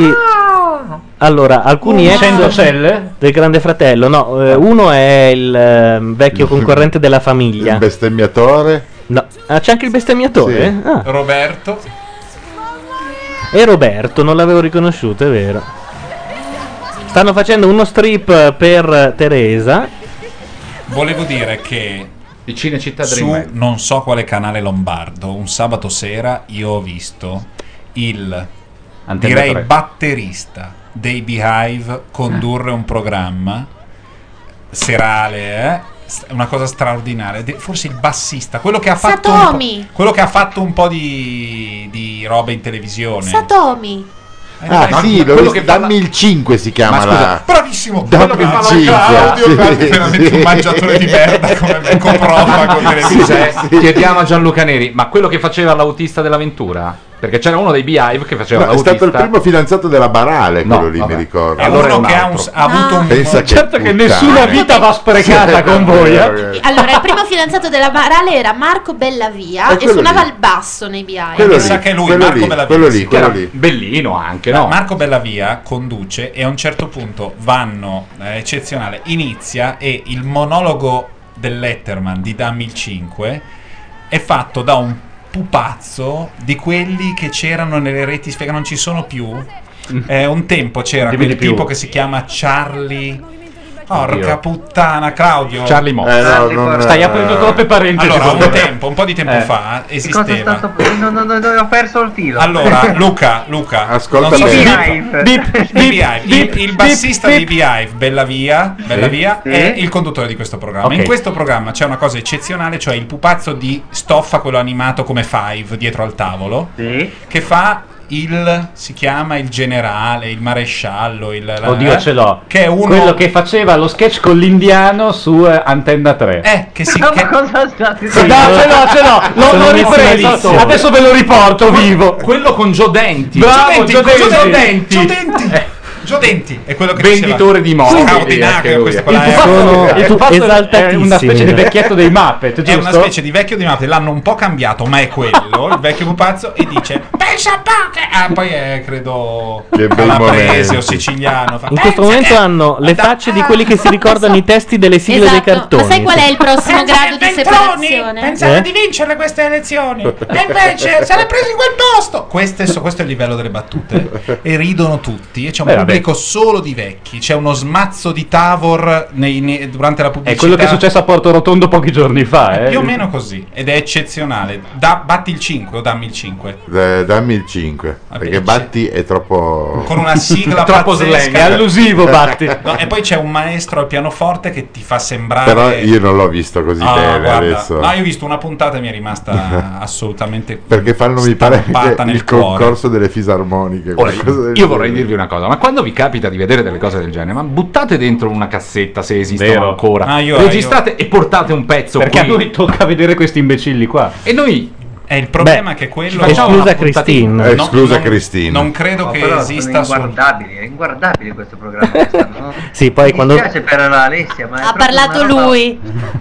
S1: Allora, alcuni
S19: Una-
S1: ex
S19: 100 celle? Ah.
S1: del Grande Fratello. No, eh, uno è il eh, vecchio concorrente della famiglia.
S3: Il bestemmiatore.
S1: No. Ah, c'è anche il bestemmiatore?
S19: eh?
S3: Sì.
S1: Ah,
S10: Roberto.
S1: E Roberto, non l'avevo riconosciuto, è vero. Stanno facendo uno strip per Teresa.
S10: Volevo dire che
S4: di Cinecittà
S10: su
S4: Dream.
S10: non so quale canale lombardo, un sabato sera io ho visto il
S4: Antenne
S10: direi
S4: tre.
S10: batterista dei Beehive condurre un programma serale, eh? S- una cosa straordinaria, De- forse il bassista, quello che ha fatto un
S2: Satomi.
S10: po', quello che ha fatto un po' di, di roba in televisione.
S2: Satomi.
S10: Eh,
S3: Ah, sì,
S10: dai, ma
S3: l'ho
S10: quello
S3: visto.
S10: che parla-
S3: Dammi il 5 si chiama
S10: Ma scusa,
S3: la.
S10: Bravissimo,
S3: Dammi
S10: quello che fa
S3: il
S10: Claudio,
S3: cinque,
S10: guarda,
S3: sì,
S10: veramente
S3: sì.
S10: un mangiatore di merda come me, comprova
S19: Ah,
S10: con delle
S4: Sì, cioè,
S10: sì.
S4: Chiediamo a Gianluca Neri, ma quello che faceva l'autista dell'avventura? Perché c'era uno dei Beehive che faceva
S3: No, è
S4: l'autista.
S3: stato il primo fidanzato della Barale, quello lì, mi ricordo.
S4: È Allora uno è un che ha
S10: un- ha avuto un-
S3: Pensa
S19: Certo che nessuna vita va sprecata con voi, eh.
S2: Allora, il primo fidanzato della Barale era Marco Bellavia
S10: È
S2: e
S10: quello
S2: suonava
S10: lì.
S2: il basso nei BI.
S10: Quello lì, che è lui, quello Marco lì, Bellavia, quello lì, sì. quello lì.
S4: Bellino anche,
S10: Ma
S4: no?
S10: Marco Bellavia conduce e a un certo punto vanno, eh, eccezionale, inizia e il monologo dell'Etterman di Dammi il 5 è fatto da un pupazzo di quelli che c'erano nelle reti sfe- che non
S4: Mm.
S10: ci sono più. Eh, un tempo c'era
S19: Dimmi
S10: quel
S19: di più.
S10: tipo che si chiama Charlie... Porca puttana, Claudio.
S4: Charlie Moss. Eh, no, Charlie, non- porca- stai aprendo troppe parentesi,
S10: Allora,
S4: secondo
S10: un
S4: me.
S10: tempo, un po' di tempo
S4: Eh.
S10: fa
S22: Che cosa è
S10: esisteva.
S22: stato? No, no, no, no, ho perso il filo.
S10: Allora, Luca, Luca,
S22: Ascolta
S10: non so
S22: bene. Beep, beep,
S10: se-
S22: beep,
S10: Beep, Beehive,
S22: beep,
S10: il, il
S22: beep,
S10: bassista
S22: beep.
S10: di Beehive, Bella Via, Bella
S22: Sì,
S10: Via
S22: sì.
S10: è il conduttore di questo programma.
S22: Ok.
S10: In questo programma c'è una cosa eccezionale, cioè il pupazzo di stoffa, quello animato come Five dietro al tavolo, che fa il si chiama il generale, il maresciallo, il la-
S19: Oddio,
S10: eh?
S19: ce l'ho.
S10: Che è uno
S19: Quello che faceva lo sketch con l'indiano su eh, Antenna 3.
S10: eh, che si
S22: Ma cosa state
S19: Sì, no, ce l'ho, ce l'ho. L'ho, l'ho ripreso. Adesso ve lo riporto vivo.
S4: Quello con Joe Denti.
S19: Bravo, Joe Denti.
S10: Gio Denti. Gio Denti è quello che
S4: Venditore di
S10: morte.
S19: Ah,
S4: morti.
S10: questo
S4: Il
S10: qua è-
S4: pupazzo-
S10: è-
S4: il pupazzo
S19: è una specie di vecchietto dei Muppet,
S10: È una
S19: giusto?
S10: specie di vecchio di Muppet, l'hanno un po' cambiato, ma è quello, il vecchio pupazzo, e dice... Pensa a poche! Ah, poi è, credo,
S1: Che bei
S10: calabrese
S1: momenti.
S10: o siciliano. fa-
S1: In questo momento hanno le facce di quelli che si ricordano i testi delle sigle dei
S2: Esatto,
S1: cartoni.
S2: ma sai qual è il prossimo grado di
S10: Veltroni
S2: separazione?
S10: pensava
S1: Eh?
S10: di vincere queste elezioni e invece se l'è preso in quel posto. Questo è, so- questo è il livello delle battute. E ridono tutti. E c'è un
S19: Beh, vabbè.
S10: pubblico solo di vecchi. C'è uno smazzo di Tavor nei- nei- durante la pubblicità.
S19: È quello che è successo a Porto Rotondo pochi giorni fa. Eh.
S10: Più o meno così. Ed è eccezionale. Da- batti il 5 o dammi il 5.
S3: Eh, dammi il 5. perché Batti è troppo.
S10: Con una sigla
S3: Troppo
S10: pazzesca.
S3: slang, è allusivo, Batti.
S10: No, e poi c'è un maestro al pianoforte che ti fa sembrare.
S3: Però io non l'ho visto così
S10: Ah,
S3: bene
S10: guarda,
S3: adesso.
S10: No, io ho visto una puntata e mi è rimasta assolutamente
S3: Perché fanno, mi pare,
S10: Stampata nel
S3: il
S10: cuore.
S3: concorso delle fisarmoniche.
S4: Ora,
S3: qualcosa del
S4: io vorrei
S3: genere.
S4: dirvi una cosa, ma quando vi capita di vedere delle cose del genere, ma buttate dentro una cassetta se esistono ancora,
S19: Ah, io-
S4: registrate e portate un pezzo
S19: Perché a
S4: qui.
S19: noi tocca vedere questi imbecilli qua.
S4: E noi
S10: è il problema è che quello
S19: esclusa Christine.
S10: No,
S3: Esclusa
S10: non-
S3: Christine.
S10: Non credo
S22: No,
S10: che
S22: però
S10: esista
S22: sono
S10: solo
S22: inguardabili, è inguardabile questo programma.
S1: Sì, poi
S22: Mi
S1: quando,
S22: dispiace per la Alessia, ma è
S2: Ha
S22: proprio
S2: parlato
S22: una roba-
S2: lui.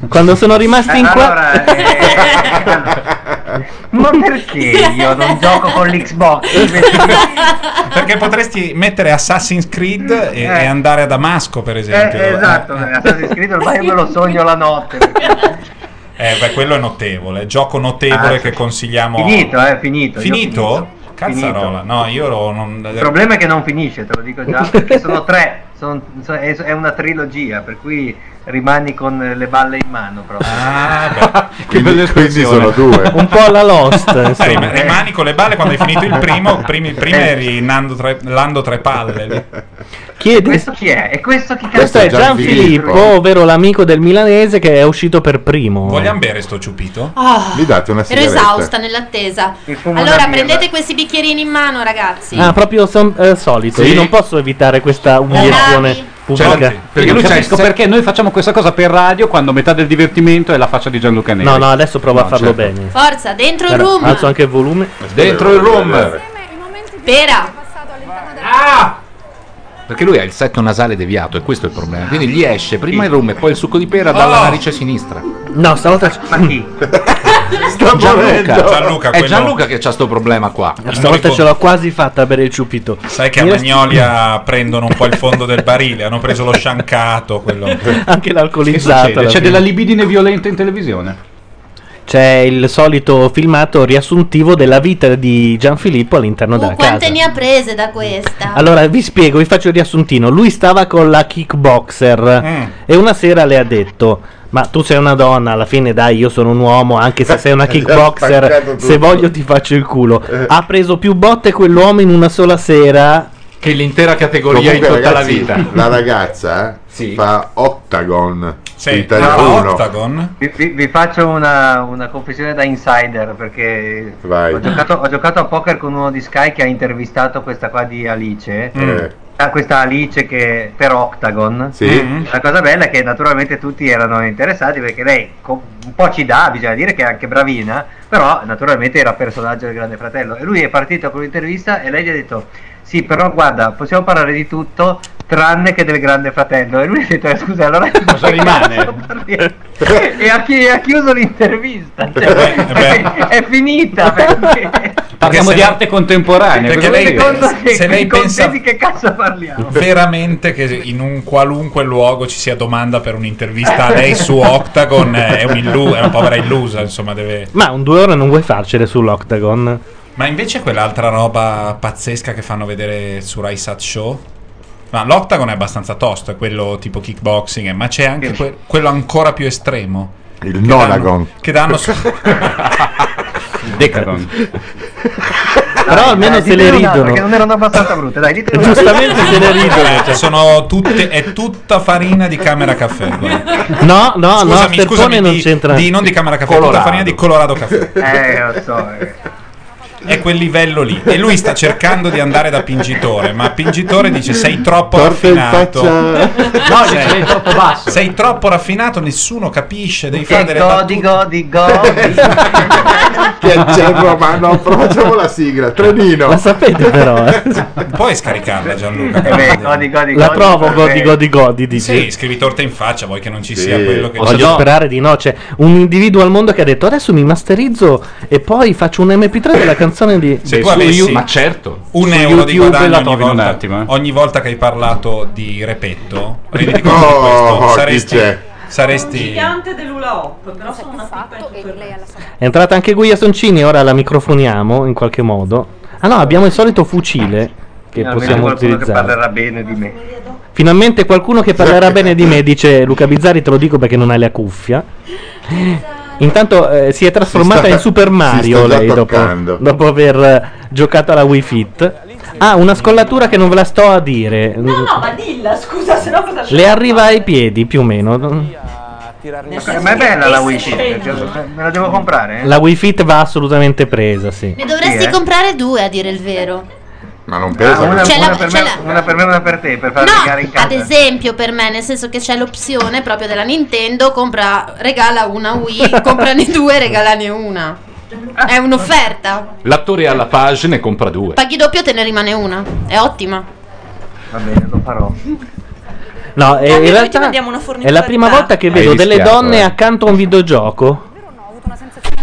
S1: quando sono rimasti in qua...
S22: Allora, eh, ma perché io non gioco con l'Xbox?
S10: perché potresti mettere Assassin's Creed e, e andare a Damasco, per esempio.
S22: Eh, esatto, Assassin's Creed ormai me lo sogno la notte.
S10: Eh, beh, quello è notevole. Gioco notevole
S22: Ah,
S10: che consigliamo.
S22: Finito, eh, finito. Io-
S10: Finito? Cazzarola, no, io ero- non.
S22: Il problema è che non finisce, te lo dico già, perché sono tre, sono- so- è è una trilogia, per cui rimani con le balle in mano proprio.
S3: Quindi, quindi sono due.
S1: Un po' alla Lost.
S10: Sai,
S1: insomma.
S10: rim- rimani con le balle quando hai finito il primo. Il primo, il primo
S22: Eh.
S10: eri Nando tre, Lando tre palle. lì.
S22: Questo chi è? E questo chi
S1: Questo è Gianfilippo, ovvero l'amico del milanese che è uscito per primo.
S10: Vogliamo bere sto ciupito?
S2: Ah,
S3: Mi date una
S2: ero esausta nell'attesa. Allora prendete questi bicchierini in mano, ragazzi.
S1: Ah, proprio son- eh, solito.
S19: Sì.
S1: Io non posso evitare questa
S2: Cioè,
S1: umiliazione pubblica.
S19: perché non capisco perché noi facciamo questa cosa per radio quando metà del divertimento è la faccia di Gianluca Neri. certo.
S1: No, no, adesso prova a farlo bene.
S2: Forza, dentro il
S1: Guarda,
S2: room.
S1: Alzo anche il volume.
S4: Dentro il room.
S2: Spera.
S22: Ah!
S4: Perché lui ha il setto nasale deviato e questo è il problema. Quindi gli esce prima il rum e poi il succo di pera dalla
S1: Oh.
S4: narice sinistra.
S1: No, stavolta. Ma chi?
S4: Gianluca.
S10: Gianluca,
S4: è
S10: quello-
S4: Gianluca che c'ha sto problema qua.
S1: Stavolta ce l'ho quasi fatta per il ciupito.
S10: Sai che a
S1: Mi resta-
S10: Magnolia prendono un po' il fondo del barile, hanno preso lo sciancato, quello.
S1: Anche
S19: Che
S1: l'alcolizzata.
S19: succede?
S1: alla
S19: C'è
S1: fine.
S19: della libidine violenta in televisione.
S1: C'è il solito filmato riassuntivo della vita di Gianfilippo all'interno della
S2: Quante
S1: casa.
S2: ne ha prese da questa?
S1: Allora vi spiego, vi faccio il riassuntino. Lui stava con la kickboxer
S3: Eh.
S1: e una sera le ha detto: Ma tu sei una donna, alla fine dai, io sono un uomo, anche se sei una
S19: Gli ha spaccato
S1: kickboxer,
S19: tutto.
S1: se voglio ti faccio il culo.
S3: Eh.
S1: Ha preso più botte quell'uomo in una sola sera.
S4: Che l'intera categoria
S3: Comunque,
S4: in tutta
S3: ragazzi,
S4: la vita.
S3: La ragazza eh, fa Octagon.
S10: Sì,
S3: Italia
S10: fa
S3: 1.
S10: Octagon?
S22: Vi, vi- vi faccio una, una confessione da insider perché
S3: Vai.
S22: ho giocato, ho giocato a poker con uno di Sky che ha intervistato questa qua di Alice.
S3: Mm.
S22: Ah, Questa Alice che per Octagon.
S3: Sì.
S22: Mm. La cosa bella è che naturalmente tutti erano interessati perché lei co- un po' ci dà, bisogna dire che è anche bravina, però naturalmente era personaggio del Grande Fratello. E lui è partito con l'intervista e lei gli ha detto sì, però guarda, possiamo parlare di tutto tranne che del Grande Fratello. E lui ha detto, "Eh, scusa, allora cosa rimane? e ha, chi- ha chiuso l'intervista. Cioè, è, è finita. Perché,
S19: Parliamo
S10: se
S19: di
S10: no-
S19: arte contemporanea.
S10: Perché
S19: cosa
S10: lei-
S19: vuol dire?
S22: Secondo te,
S10: Se lei
S22: con te
S10: pensa-
S22: di che cazzo parliamo?
S10: Veramente che in un qualunque luogo ci sia domanda per un'intervista a lei su Octagon eh, è, un illu- è una povera illusa, insomma, deve...
S1: Ma un due ore non vuoi farcele sull'Octagon?
S10: Ma invece quell'altra roba pazzesca che fanno vedere su Rai Sat Show Ma l'octagon è abbastanza tosto, è quello tipo kickboxing, eh, ma c'è anche que- quello ancora più estremo.
S3: Il
S10: Che danno-
S3: nonagon.
S10: Che danno su-
S19: Decagon.
S22: Dai,
S10: almeno
S22: dai,
S10: se le
S22: ditene una,
S10: ridono.
S22: eh, Perché non erano abbastanza brutte, dai, ditene una.
S10: Cioè, sono tutte, è tutta farina di camera caffè. guarda.
S1: No, no, no,
S10: Scusami,
S1: Sterpone
S10: scusami,
S1: non
S10: di-
S1: c'entra.
S10: di- non di camera caffè, tutta
S1: Colorado.
S10: farina di Colorado caffè.
S22: Eh, lo so. eh.
S10: È quel livello lì. E lui sta cercando di andare da pingitore, ma pingitore dice sei troppo
S3: Torta in
S10: raffinato.
S3: faccia.
S22: No, dice, "Sei
S10: troppo basso. Sei troppo raffinato, nessuno capisce, devi fare
S22: Che
S10: delle
S22: godi, godi, godi.
S3: Piacere mano, facciamo la sigla, trenino.
S1: La sapete però, eh?
S10: battute. Puoi scaricarla Gianluca.
S22: Eh beh, godi, godi, Eh
S1: La
S22: godi,
S1: provo,
S22: vabbè.
S1: godi, godi, godi, dici.
S10: Sì, scrivi torta in faccia, vuoi che non ci
S1: Sì. eh,
S10: sia quello che
S1: Voglio sperare di no. C'è un individuo al mondo che ha detto adesso mi masterizzo e poi faccio un MP3 della canzone di.
S10: Se tu avessi certo, un
S1: Su
S10: euro di
S1: YouTube
S10: guadagno
S1: la
S10: ogni
S1: trovi in un
S10: volta,
S1: attimo, eh.
S10: ogni volta che hai parlato di Repetto, renditi
S3: Oh,
S10: conto di questo,
S3: chi
S10: saresti,
S3: c'è?
S10: saresti
S16: Gigante dell'Ula Hop, però sono una pippa in tutto il resto.
S1: È entrata anche Guia Soncini, ora la microfoniamo in qualche modo. Ah no, abbiamo il solito fucile che
S22: Almeno
S1: possiamo
S22: Eh, qualcuno che
S1: utilizzare.
S22: parlerà bene di me.
S1: Finalmente qualcuno che parlerà bene di me, dice Luca Bizzari, te lo dico perché non hai la cuffia. Intanto eh, si è trasformata
S3: Si sta-
S1: in Super
S3: si
S1: Mario
S3: sta già
S1: lei dopo,
S3: toccando.
S1: dopo aver eh, giocato alla Wii Fit. Ah, una scollatura che non ve la sto a dire.
S16: No, no, ma dilla, scusa, se no cosa
S1: Le arriva ai piedi più o meno.
S22: Eh, Ma è bella la Wii Fit, perché cioè, me la devo comprare? eh?
S1: La Wii Fit va assolutamente presa, sì.
S2: Ne dovresti
S22: Sì, eh.
S2: comprare due, a dire il vero.
S3: Ma non
S22: Ah, una,
S2: C'è la-
S22: una per
S2: c'è
S22: me, una per me e una per te, per farle
S2: No,
S22: giocare in casa.
S2: ad esempio per me, nel senso che c'è l'opzione proprio della Nintendo, compra, regala una Wii, comprane due, regalane una. È un'offerta.
S4: L'attore alla page ne compra due.
S2: Paghi doppio, te ne rimane una. È ottima.
S22: Va bene, lo farò.
S1: No, eh, in realtà è la prima volta che vedo
S22: Hai
S1: delle
S22: rischiato,
S1: donne
S22: eh.
S1: accanto a un videogioco.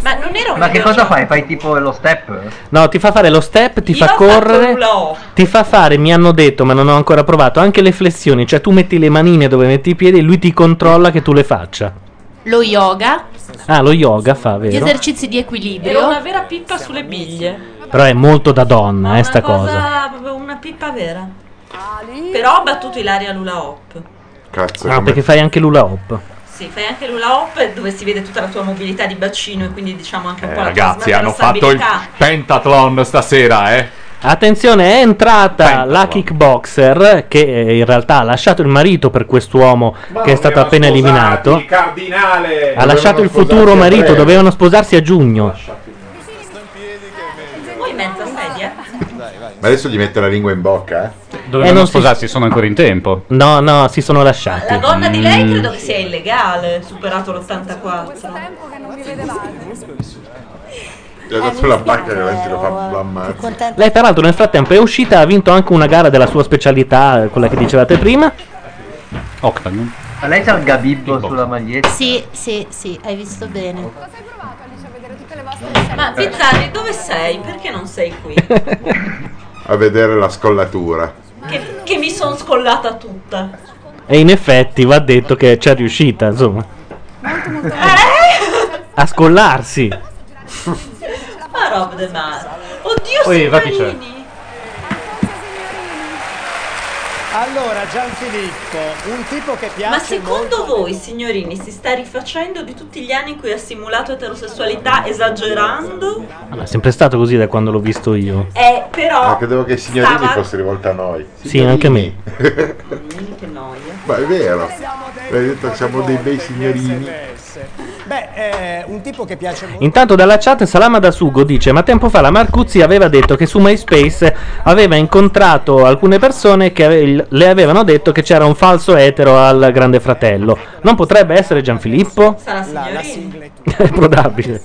S16: Ma non era un
S22: Ma che cosa fai? Fai tipo lo step?
S1: No, ti fa fare lo step, ti
S22: Io
S1: fa
S22: ho fatto
S1: correre,
S22: un low.
S1: ti fa fare, mi hanno detto, ma non ho ancora provato, anche le flessioni, cioè tu metti le manine dove metti i piedi e lui ti controlla che tu le faccia.
S2: Lo yoga,
S1: Ah, lo yoga fa,
S2: gli
S1: vero?
S2: esercizi di
S16: Era
S2: equilibrio.
S16: una vera pippa sulle biglie.
S1: Però è molto da donna, eh, sta cosa.
S16: Cosa, proprio una pippa vera. Però ho battuto Ilaria Lula Hop.
S3: Cazzo.
S1: Ah,
S3: come-
S1: perché fai anche l'ula hop.
S16: Sì, fai anche l'Ula Hop dove si vede tutta la tua mobilità di bacino e quindi diciamo anche un
S4: Eh,
S16: po' la
S4: ragazzi,
S16: tua
S4: hanno fatto il
S16: sbalzabilità.
S4: pentathlon stasera, eh.
S1: Attenzione, è entrata la kickboxer che eh, in realtà ha lasciato il marito per quest'uomo che è stato appena eliminato.
S24: cardinale.
S1: Ha lasciato il futuro marito, dovevano sposarsi a giugno.
S16: Voi in mezzo a sedia?
S3: Ma adesso gli mette la lingua in bocca, eh?
S1: Eh,
S19: Dovevano
S1: non si-
S19: sposarsi, sono ancora in tempo.
S1: No, no, si sono lasciati. Mm.
S16: La donna di lei credo che sia illegale, superato l'84.
S3: Gli ha dato la bacca che adesso lo fa lo ammazza.
S1: Lei, peraltro, nel frattempo è uscita, ha vinto anche una gara della sua specialità, eh, quella che dicevate prima.
S19: Octagon.
S22: Ma lei c'ha il gabibbo sulla maglietta?
S2: Sì, sì, sì, hai visto bene.
S16: Ma Pizzani, Ah, dove sei? Perché non sei qui?
S3: A vedere la scollatura.
S16: Che, che mi sono scollata tutta.
S1: E in effetti va detto che c'è riuscita, insomma, a scollarsi.
S16: Ma roba del mare. Oddio,
S1: Oi, va chi
S16: signorini.
S11: Allora, Gianfilippo, un tipo che piace.
S16: Ma secondo voi, signorini, si sta rifacendo di tutti gli anni in cui ha simulato eterosessualità esagerando?
S1: Ah, Ma è sempre stato così da quando l'ho visto io.
S16: Eh, però...
S3: Ma credevo che signorini
S16: stava-
S3: fosse rivolta a noi.
S1: Sì, anche me.
S16: Mm, Che noia.
S3: Ma è vero. L'hai detto, siamo dei bei signorini.
S11: Beh, eh, un tipo che piace molto.
S1: Intanto dalla chat Salama da Sugo dice: Ma tempo fa la Marcuzzi aveva detto che su MySpace aveva incontrato alcune persone che ave- le avevano detto che c'era un falso etero al Grande Fratello. Non potrebbe essere Gianfilippo?
S16: Sarà signorini.
S1: È probabile.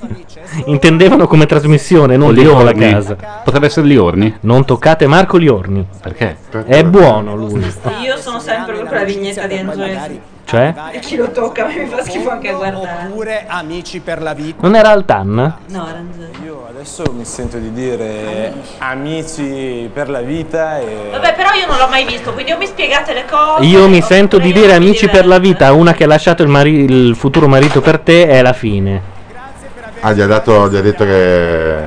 S1: Intendevano come trasmissione, non Liorni. la casa.
S19: Potrebbe essere Liorni.
S1: Non toccate Marco Liorni.
S19: Perché?
S1: È buono lui.
S16: Io sono sempre con quella vignetta di Angelesi.
S1: Cioè?
S16: E chi lo tocca mi fa schifo anche a guardare.
S11: Oppure amici per la vita.
S1: Non era Altan?
S16: No, Ranzoni.
S11: Io adesso mi sento di dire amici per la vita e.
S16: Vabbè, però io non l'ho mai visto, quindi o mi spiegate le cose.
S1: Io mi
S16: o-
S1: sento di dire amici per la vita, una che ha lasciato il, mari- il futuro marito per te è la fine.
S3: Ah, gli ha, dato, gli ha detto che...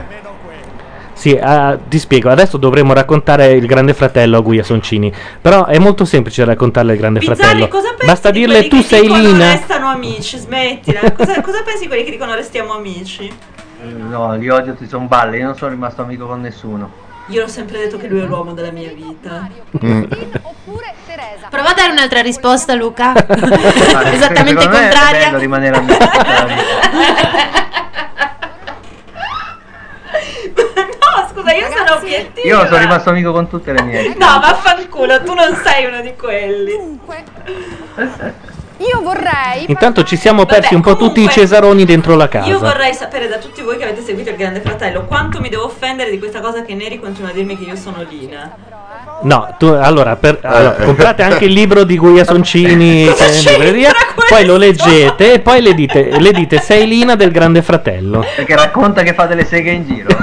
S1: Sì, Sì, ah, ti spiego. Adesso dovremmo raccontare il Grande Fratello a Guia Soncini. Però è molto semplice raccontarle il Grande
S16: Bizzarri,
S1: Fratello.
S16: cosa pensi
S1: Basta
S16: di
S1: dirle
S16: quelli
S1: tu
S16: che
S1: sei
S16: dicono
S1: Lina.
S16: restano amici, smettila. Cosa, cosa pensi di quelli che dicono restiamo amici?
S22: Eh, No, li odio, ti sono balle, io non sono rimasto amico con nessuno.
S16: Io l'ho sempre detto che lui è l'uomo della mia vita.
S2: Prova a dare un'altra risposta, Luca.
S22: Secondo
S2: Esattamente
S22: me È
S2: contraria.
S22: bello rimanere cioè. amico.
S16: No, scusa, io sono obiettiva.
S22: Io sono rimasto amico con tutte le mie.
S16: No, vaffanculo, tu non sei uno di quelli.
S25: Io vorrei.
S1: Intanto ci siamo
S16: Vabbè,
S1: persi un po' tutti i
S16: comunque,
S1: Cesaroni dentro la casa.
S16: Io vorrei sapere da tutti voi che avete seguito il Grande Fratello quanto mi devo offendere di questa cosa che Neri continua a dirmi che io sono Lina.
S1: No, tu- allora, per-
S16: Eh.
S3: Eh.
S1: allora, Ah, comprate anche il libro di Guia Soncini che è in libreria, poi lo leggete e poi le dite, le dite sei Lina del Grande Fratello.
S22: Perché racconta che fa delle seghe in giro.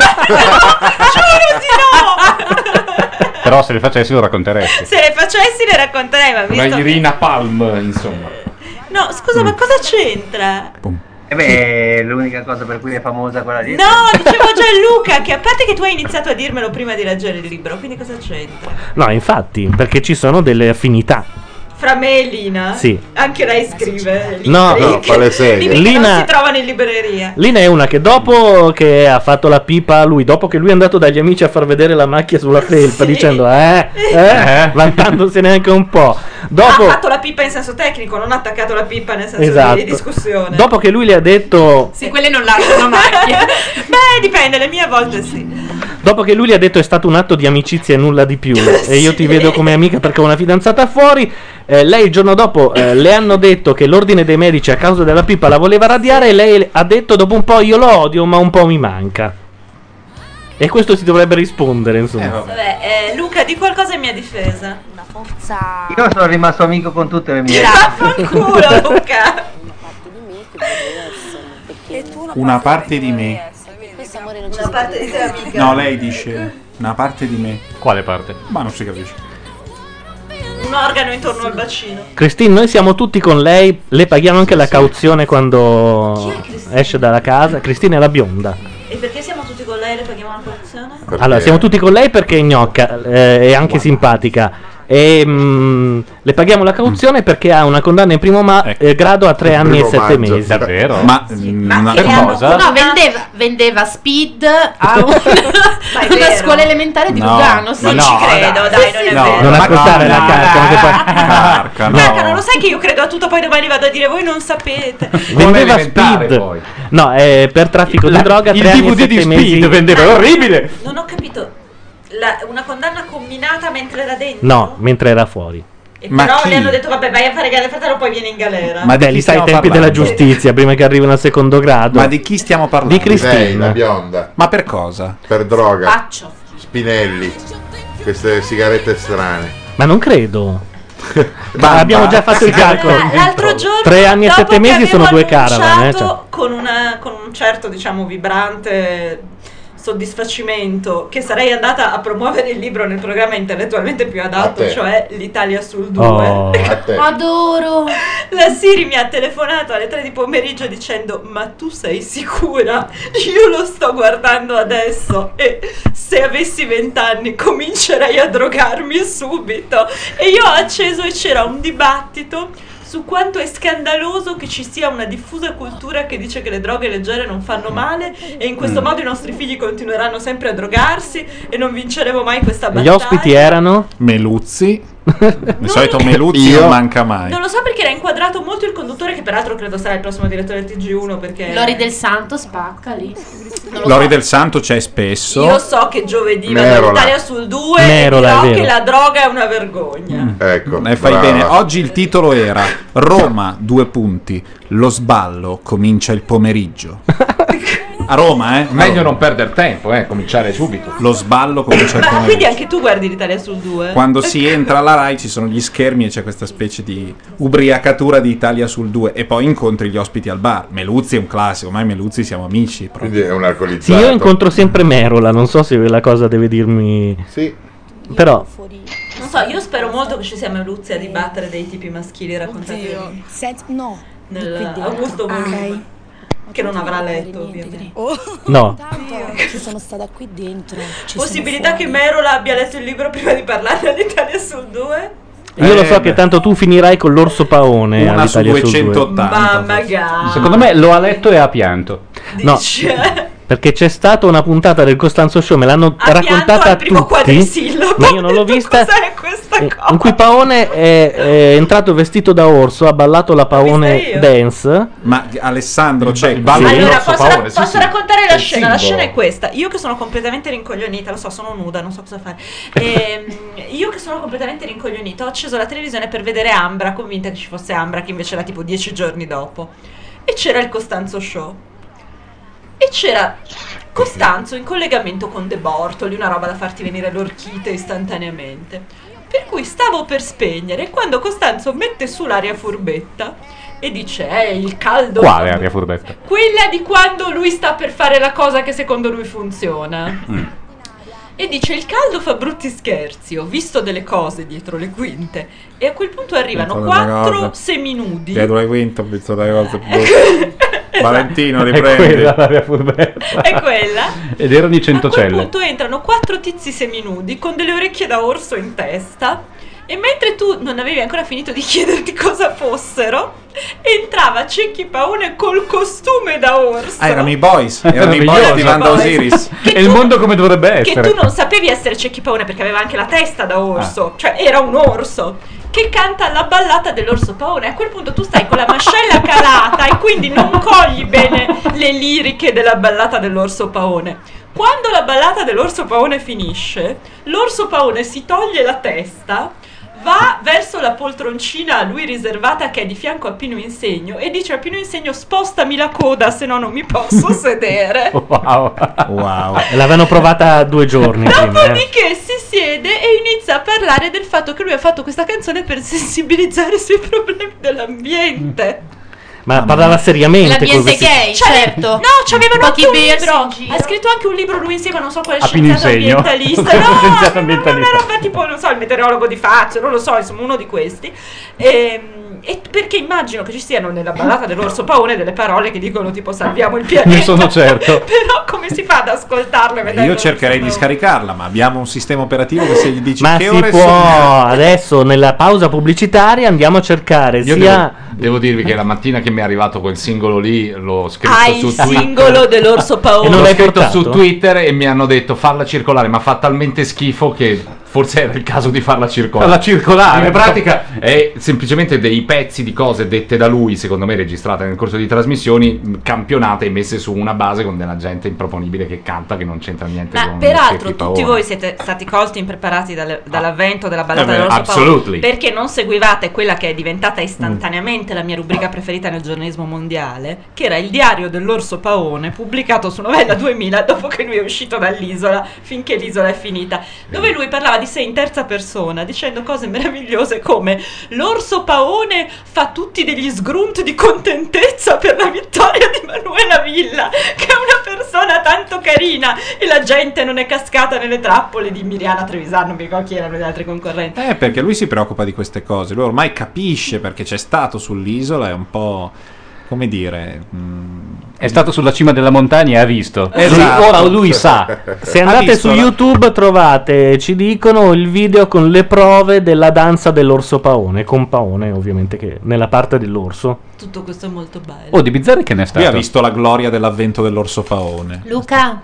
S19: Però se le facessi lo racconteresti.
S16: Se le facessi le racconterei, ma
S14: Una
S16: visto che-
S14: Irina Palm, insomma.
S16: No, scusa,
S1: Mm.
S16: ma cosa c'entra?
S22: E beh, è l'unica cosa per cui è famosa quella lì.
S16: No, dicevo Gianluca che a parte che tu hai iniziato a dirmelo prima di leggere il libro, quindi cosa c'entra?
S1: No, infatti, perché ci sono delle affinità.
S16: Fra me e Lina?
S1: Sì.
S16: Anche lei scrive. libri
S1: No, no,
S16: che-
S1: fa le seghe.
S16: libri che non
S1: Lina-
S16: si trovano in libreria.
S1: Lina è una che dopo che ha fatto la pipa a lui, dopo che lui è andato dagli amici a far vedere la macchia sulla felpa, dicendo eh, eh, vantandosene anche un po'. Dopo,
S16: Ha fatto la pippa in senso tecnico, non ha attaccato la pippa nel senso di
S1: Esatto.
S16: discussione.
S1: dopo che lui le ha detto
S16: Sì, quelle non lasciano macchie. Beh, dipende, le mie a volte sì.
S1: Dopo che lui gli ha detto è stato un atto di amicizia e nulla di più, e io ti vedo come amica perché ho una fidanzata fuori, eh, lei il giorno dopo eh, le hanno detto che l'ordine dei medici a causa della pipa la voleva radiare e lei ha detto dopo un po' io lo odio ma un po' mi manca. E questo si dovrebbe rispondere, insomma.
S16: Vabbè, eh, Luca, di qualcosa in mia difesa. Una forza.
S22: Io sono rimasto amico con tutte le mie.
S16: Vaffanculo, Luca.
S10: Una parte di me.
S16: Una parte di te amica.
S10: No, lei dice una parte di me.
S19: Quale parte?
S10: Ma non si capisce.
S16: Un organo intorno al bacino.
S1: Christine, noi siamo tutti con lei, le paghiamo anche la cauzione quando esce dalla casa. Christine è la bionda.
S16: E perché siamo tutti con lei e le paghiamo la colazione?
S1: Allora, siamo tutti con lei perché è gnocca eh, e anche simpatica. E mm, le paghiamo la cauzione perché ha una condanna in primo ma- eh, grado a 3 anni e 7 mesi.
S19: Cioè,
S14: Ma, mm, una
S1: che
S14: cosa.
S2: No, vendeva, vendeva speed a un- una scuola elementare di
S14: No,
S2: Lugano. Sì,
S14: ma no,
S2: ci credo,
S14: dai.
S2: dai, non è vero.
S1: non ascoltare la carta. perché poi-
S16: Marca, Cioè, non lo sai che io credo a tutto, poi domani vado a dire voi non sapete.
S1: Vendeva speed. No, eh, per traffico di droga.
S19: il
S1: tre anni e
S19: DVD di
S1: sette
S19: Speed
S1: mesi.
S19: vendeva, è orribile.
S16: Non ho capito. La- una condanna combinata mentre era dentro.
S1: No, mentre era fuori.
S16: E
S1: Ma
S16: però
S1: chi?
S16: le hanno detto, vabbè, vai a fare grande fratello, poi vieni in galera.
S1: Ma lì sai i tempi della giustizia prima che arrivino al secondo grado.
S10: Ma di chi stiamo parlando?
S1: Di Cristina.
S3: Lei, la bionda.
S10: Ma per cosa?
S3: Per droga.
S16: Spaccio.
S3: Spinelli. Queste sigarette strane.
S1: Ma non credo. Ma abbiamo già fatto il calcolo.
S16: Allora, Eh, l'altro giorno,
S1: ecco, Tre anni e
S16: dopo
S1: sette
S16: che
S1: mesi
S16: avevo
S1: sono due
S16: annunciato
S1: caravan, eh, cioè.
S16: Con, una- con un certo, diciamo, vibrante soddisfacimento che sarei andata a promuovere il libro nel programma intellettualmente più adatto,
S2: te.
S16: cioè l'Italia sul 2.
S2: Oh. A
S3: te.
S16: Adoro! La Siri mi ha telefonato alle 3 di pomeriggio dicendo "Ma tu sei sicura? Io lo sto guardando adesso e se avessi 20 anni comincerei a drogarmi subito". E io ho acceso e c'era un dibattito su quanto è scandaloso che ci sia una diffusa cultura che dice che le droghe leggere non fanno male e in questo
S1: Mm.
S16: modo i nostri figli continueranno sempre a drogarsi e non vinceremo mai questa
S1: Gli
S16: battaglia.
S1: ospiti erano
S10: Meluzzi. Di solito Meluzzi
S1: Io?
S10: non manca mai.
S16: Non lo so perché era inquadrato molto il conduttore, che peraltro credo sarà il prossimo direttore del TG1 perché.
S2: Lori del Santo spacca lì.
S10: Lori del Santo c'è spesso.
S16: Io so che giovedì vado
S10: Merola.
S16: all'Italia sul 2
S10: Merola,
S16: e
S10: è
S16: dirò
S10: vero.
S16: che la droga è una vergogna.
S3: Ecco.
S10: Mm. E fai
S3: brava.
S10: bene. Oggi il titolo era Roma, due punti. Lo sballo comincia il pomeriggio. A Roma, eh? Meglio non perdere tempo, eh? Cominciare subito. Lo sballo comincia il
S16: Ma
S10: pomeriggio.
S16: Ah, quindi anche tu guardi l'Italia sul 2?
S10: Quando si entra alla Rai ci sono gli schermi e c'è questa specie di ubriacatura di Italia sul 2 e poi incontri gli ospiti al bar. Meluzzi è un classico, ormai Meluzzi siamo amici. Quindi
S3: è un
S1: Sì,
S4: Certo.
S1: io incontro sempre Merola, non so se la cosa deve dirmi.
S3: Sì.
S1: Però
S16: Non so, io spero molto che ci sia Meluzzi a dibattere dei tipi maschili raccontati.
S7: Oddio. Senti, no.
S16: Nel- a gusto volume. che non avrà letto ovviamente.
S1: No.
S11: Tanto ci sono stata qui dentro. Ci sono
S16: Possibilità che Merola abbia letto il libro prima di parlare all'Italia sul 2?
S1: Io lo so che tanto tu finirai con l'orso paone
S4: Eh, Una su
S1: all'Italia Sul due.
S4: 280.
S16: Ma magari.
S19: Secondo me lo ha letto e ha pianto.
S1: No, perché c'è stata una puntata del Costanzo Show, me l'hanno raccontata a tutti,
S16: quadrisillabo,
S1: ma io non l'ho vista, in cui Paone è, è entrato vestito da orso, ha ballato la Paone dance.
S15: Ma di- Alessandro, c'è il
S1: ballo
S15: di
S16: Allora,
S15: grosso
S16: posso,
S15: paone, sì,
S16: posso
S15: sì.
S16: raccontare
S15: È
S16: la
S15: il
S16: scena? La
S15: simbolo.
S16: scena è questa. Io che sono completamente rincoglionita, lo so, sono nuda, non so cosa fare. Ehm, io che sono completamente rincoglionita, ho acceso la televisione per vedere Ambra, convinta che ci fosse Ambra, che invece era tipo dieci giorni dopo. E c'era il Costanzo Show. E c'era Costanzo in collegamento con De Bortoli, una roba da farti venire l'orchite istantaneamente. Per cui stavo per spegnere quando Costanzo mette su l'aria furbetta e dice: Eh, il caldo.
S19: Quale aria furbetta?
S16: Quella di quando lui sta per fare la cosa che secondo lui funziona. E dice: Il caldo fa brutti scherzi. Ho visto delle cose dietro le quinte. E a quel punto arrivano
S3: Dietro le
S16: quattro
S3: cose.
S16: seminudi.
S3: Dietro le quinte ho visto delle cose brutte. Valentino,
S19: È quella
S3: riprendi.
S19: l'aria furbetta.
S16: È quella.
S19: Ed erano i
S16: A quel
S19: centocelle.
S16: punto entrano quattro tizi seminudi con delle orecchie da orso in testa. E mentre tu non avevi ancora finito di chiederti cosa fossero, entrava Cecchi Paone col costume da orso.
S15: Ah, erano i boys, erano i boys
S19: Meraviglioso.
S15: di Vanda Osiris.
S19: E il mondo come dovrebbe
S16: Che
S19: essere?
S16: tu non sapevi essere Cecchi Paone perché aveva anche la testa da orso, cioè era un orso. Che canta la ballata dell'orso Paone. A quel punto tu stai con la mascella calata e quindi non cogli bene le liriche della ballata dell'orso Paone. Quando la ballata dell'orso Paone finisce, l'orso Paone si toglie la testa. Va verso la poltroncina a lui riservata che è di fianco a Pino Insegno e dice a Pino Insegno spostami la coda se no non mi posso sedere.
S1: Wow. L'avevano provata due giorni prima. eh.
S16: Dopodiché si siede e inizia a parlare del fatto che lui ha fatto questa canzone per sensibilizzare sui problemi dell'ambiente.
S1: Ma parlava seriamente con questi-
S16: certo. No, c'aveva anche un libro. Ha scritto anche un libro lui insieme a non so quale
S1: A Pino
S16: scienziato
S1: Insegno.
S16: ambientalista. No,
S1: Scienziato
S16: ambientalista. Era tipo, non so, il meteorologo di Fazio, non lo so, insomma, uno di questi. Ehm, E, perché immagino che ci siano nella ballata dell'orso paone delle parole che dicono tipo salviamo il pianeta.
S15: Ne sono certo.
S16: Però come si fa ad ascoltarlo e vederlo?
S15: Io cercherei di scaricarla, ma abbiamo un sistema operativo che se gli dici
S1: Ma
S15: che
S1: si
S15: ore
S1: può,
S15: sono...
S1: adesso nella pausa pubblicitaria andiamo a cercare
S4: Io
S1: sia...
S4: devo, devo dirvi che la mattina che mi è arrivato quel singolo lì l'ho scritto
S16: Hai
S4: su
S16: Ah, il
S4: Twitter.
S16: singolo dell'orso paone.
S4: E l'ho scritto
S1: portato?
S4: su Twitter e mi hanno detto farla circolare, ma fa talmente schifo che forse era il caso di farla circolare.
S19: Farla circolare.
S4: In pratica è semplicemente dei pezzi di cose dette da lui, secondo me registrate nel corso di trasmissioni, mh, campionate e messe su una base con della gente improponibile che canta che non c'entra niente
S16: Ma
S4: con
S16: peraltro
S4: Cecchi
S16: tutti
S4: Paone.
S16: voi siete stati colti impreparati dalle- dall'avvento della ballata
S4: Eh beh,
S16: dell'orso
S4: absolutely.
S16: Paolo, perché non seguivate quella che è diventata istantaneamente la mia rubrica preferita nel giornalismo mondiale, che era il diario dell'orso Paone, pubblicato su Novella 2000 dopo che lui è uscito dall'isola, finché l'isola è finita, dove lui parlava di sé in terza persona, dicendo cose meravigliose come l'orso Paone fa tutti degli sgrunt di contentezza per la vittoria di Manuela Villa, che è una persona tanto carina e la gente non è cascata nelle trappole di Miriana Trevisano, non mi ricordo chi erano gli altri concorrenti.
S15: Eh, perché lui si preoccupa di queste cose. Lui ormai capisce perché c'è stato sull'isola, è un po'... come dire...
S19: È stato sulla cima della montagna e ha visto.
S16: Esatto.
S19: Lui- ora lui sa.
S1: Se
S19: Ha
S1: andate
S19: visto
S1: su
S19: la-
S1: YouTube trovate, ci dicono, il video con le prove della danza dell'orso paone, con paone ovviamente che nella parte dell'orso.
S16: Tutto questo è molto bello.
S1: Oh, di Bizzarri che ne è
S15: Lui ha
S1: stato?
S15: visto la gloria dell'avvento dell'orso paone.
S2: Luca,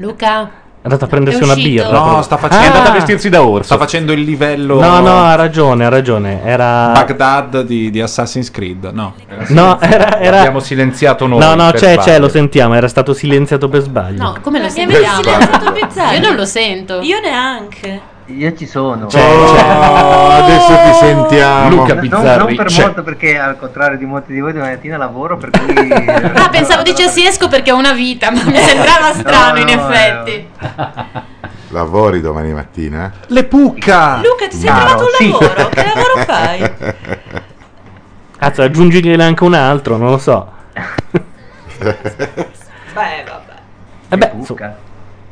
S2: Luca,
S1: È andato a prendersi una
S2: uscito.
S1: birra.
S2: No,
S1: proprio.
S15: sta facendo-
S1: Ah!
S15: è andato a vestirsi
S1: da orso.
S15: Sta facendo il livello
S1: No, no, ha ragione, ha ragione. Era
S15: Baghdad di, di Assassin's Creed, no?
S1: No, era- era-
S4: Abbiamo silenziato noi.
S1: No, no,
S4: per
S1: c'è, c'è,
S4: sbaglio.
S1: lo sentiamo, era stato silenziato per sbaglio.
S2: no, come lo
S16: Mi avete
S2: sentiamo?
S16: silenziato Bizzarri?
S2: Io non lo sento.
S16: Io neanche.
S26: Io ci sono.
S1: Cioè,
S3: adesso ti sentiamo.
S26: No, non- non per
S1: Cioè.
S26: molto perché al contrario di molti di voi domani mattina lavoro per cui
S2: Ah, pensavo dicessi esco perché ho una vita, ma mi sembrava strano in effetti.
S3: Lavori domani mattina?
S15: Le pucca!
S16: Luca, ti sei
S3: Caro,
S16: trovato un
S3: sì.
S16: lavoro? Che lavoro fai?
S1: Cazzo, aggiungigliene anche un altro, non lo so.
S16: Beh, vabbè.
S1: Eh beh, insomma.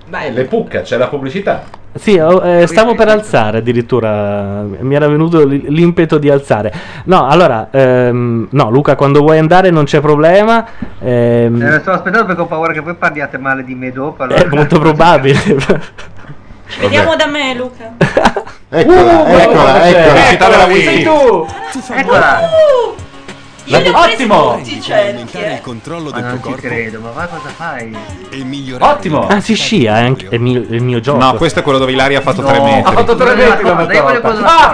S16: Beh,
S4: Le pucca, Eh, c'è la pubblicità.
S1: Sì, oh, eh, stavo per alzare addirittura, mi era venuto l- l'impeto di alzare. No, allora, ehm, no Luca, quando vuoi andare non c'è problema. ehm,
S26: Eh, sto aspettando perché ho paura che voi parliate male di me dopo.
S3: Eh,
S26: Allora.
S1: è Eh, molto probabile.
S16: Vediamo da me, Luca.
S1: Uh,
S3: Eccola, eccola, eccola.
S1: eh,
S16: Sei tu! Eccola!
S3: La-
S16: Io ne ho presi
S3: Ottimo!
S16: tutti i
S27: cioè,
S16: cerchi, eh.
S26: Ma non ci credo, ma va cosa fai?
S1: Ottimo! Ah, si scia, è, anche- è mio- il mio gioco.
S10: No, questo è quello dove Ilaria ha fatto tre metri.
S1: Ha fatto tre
S10: metri
S1: la
S10: Ah,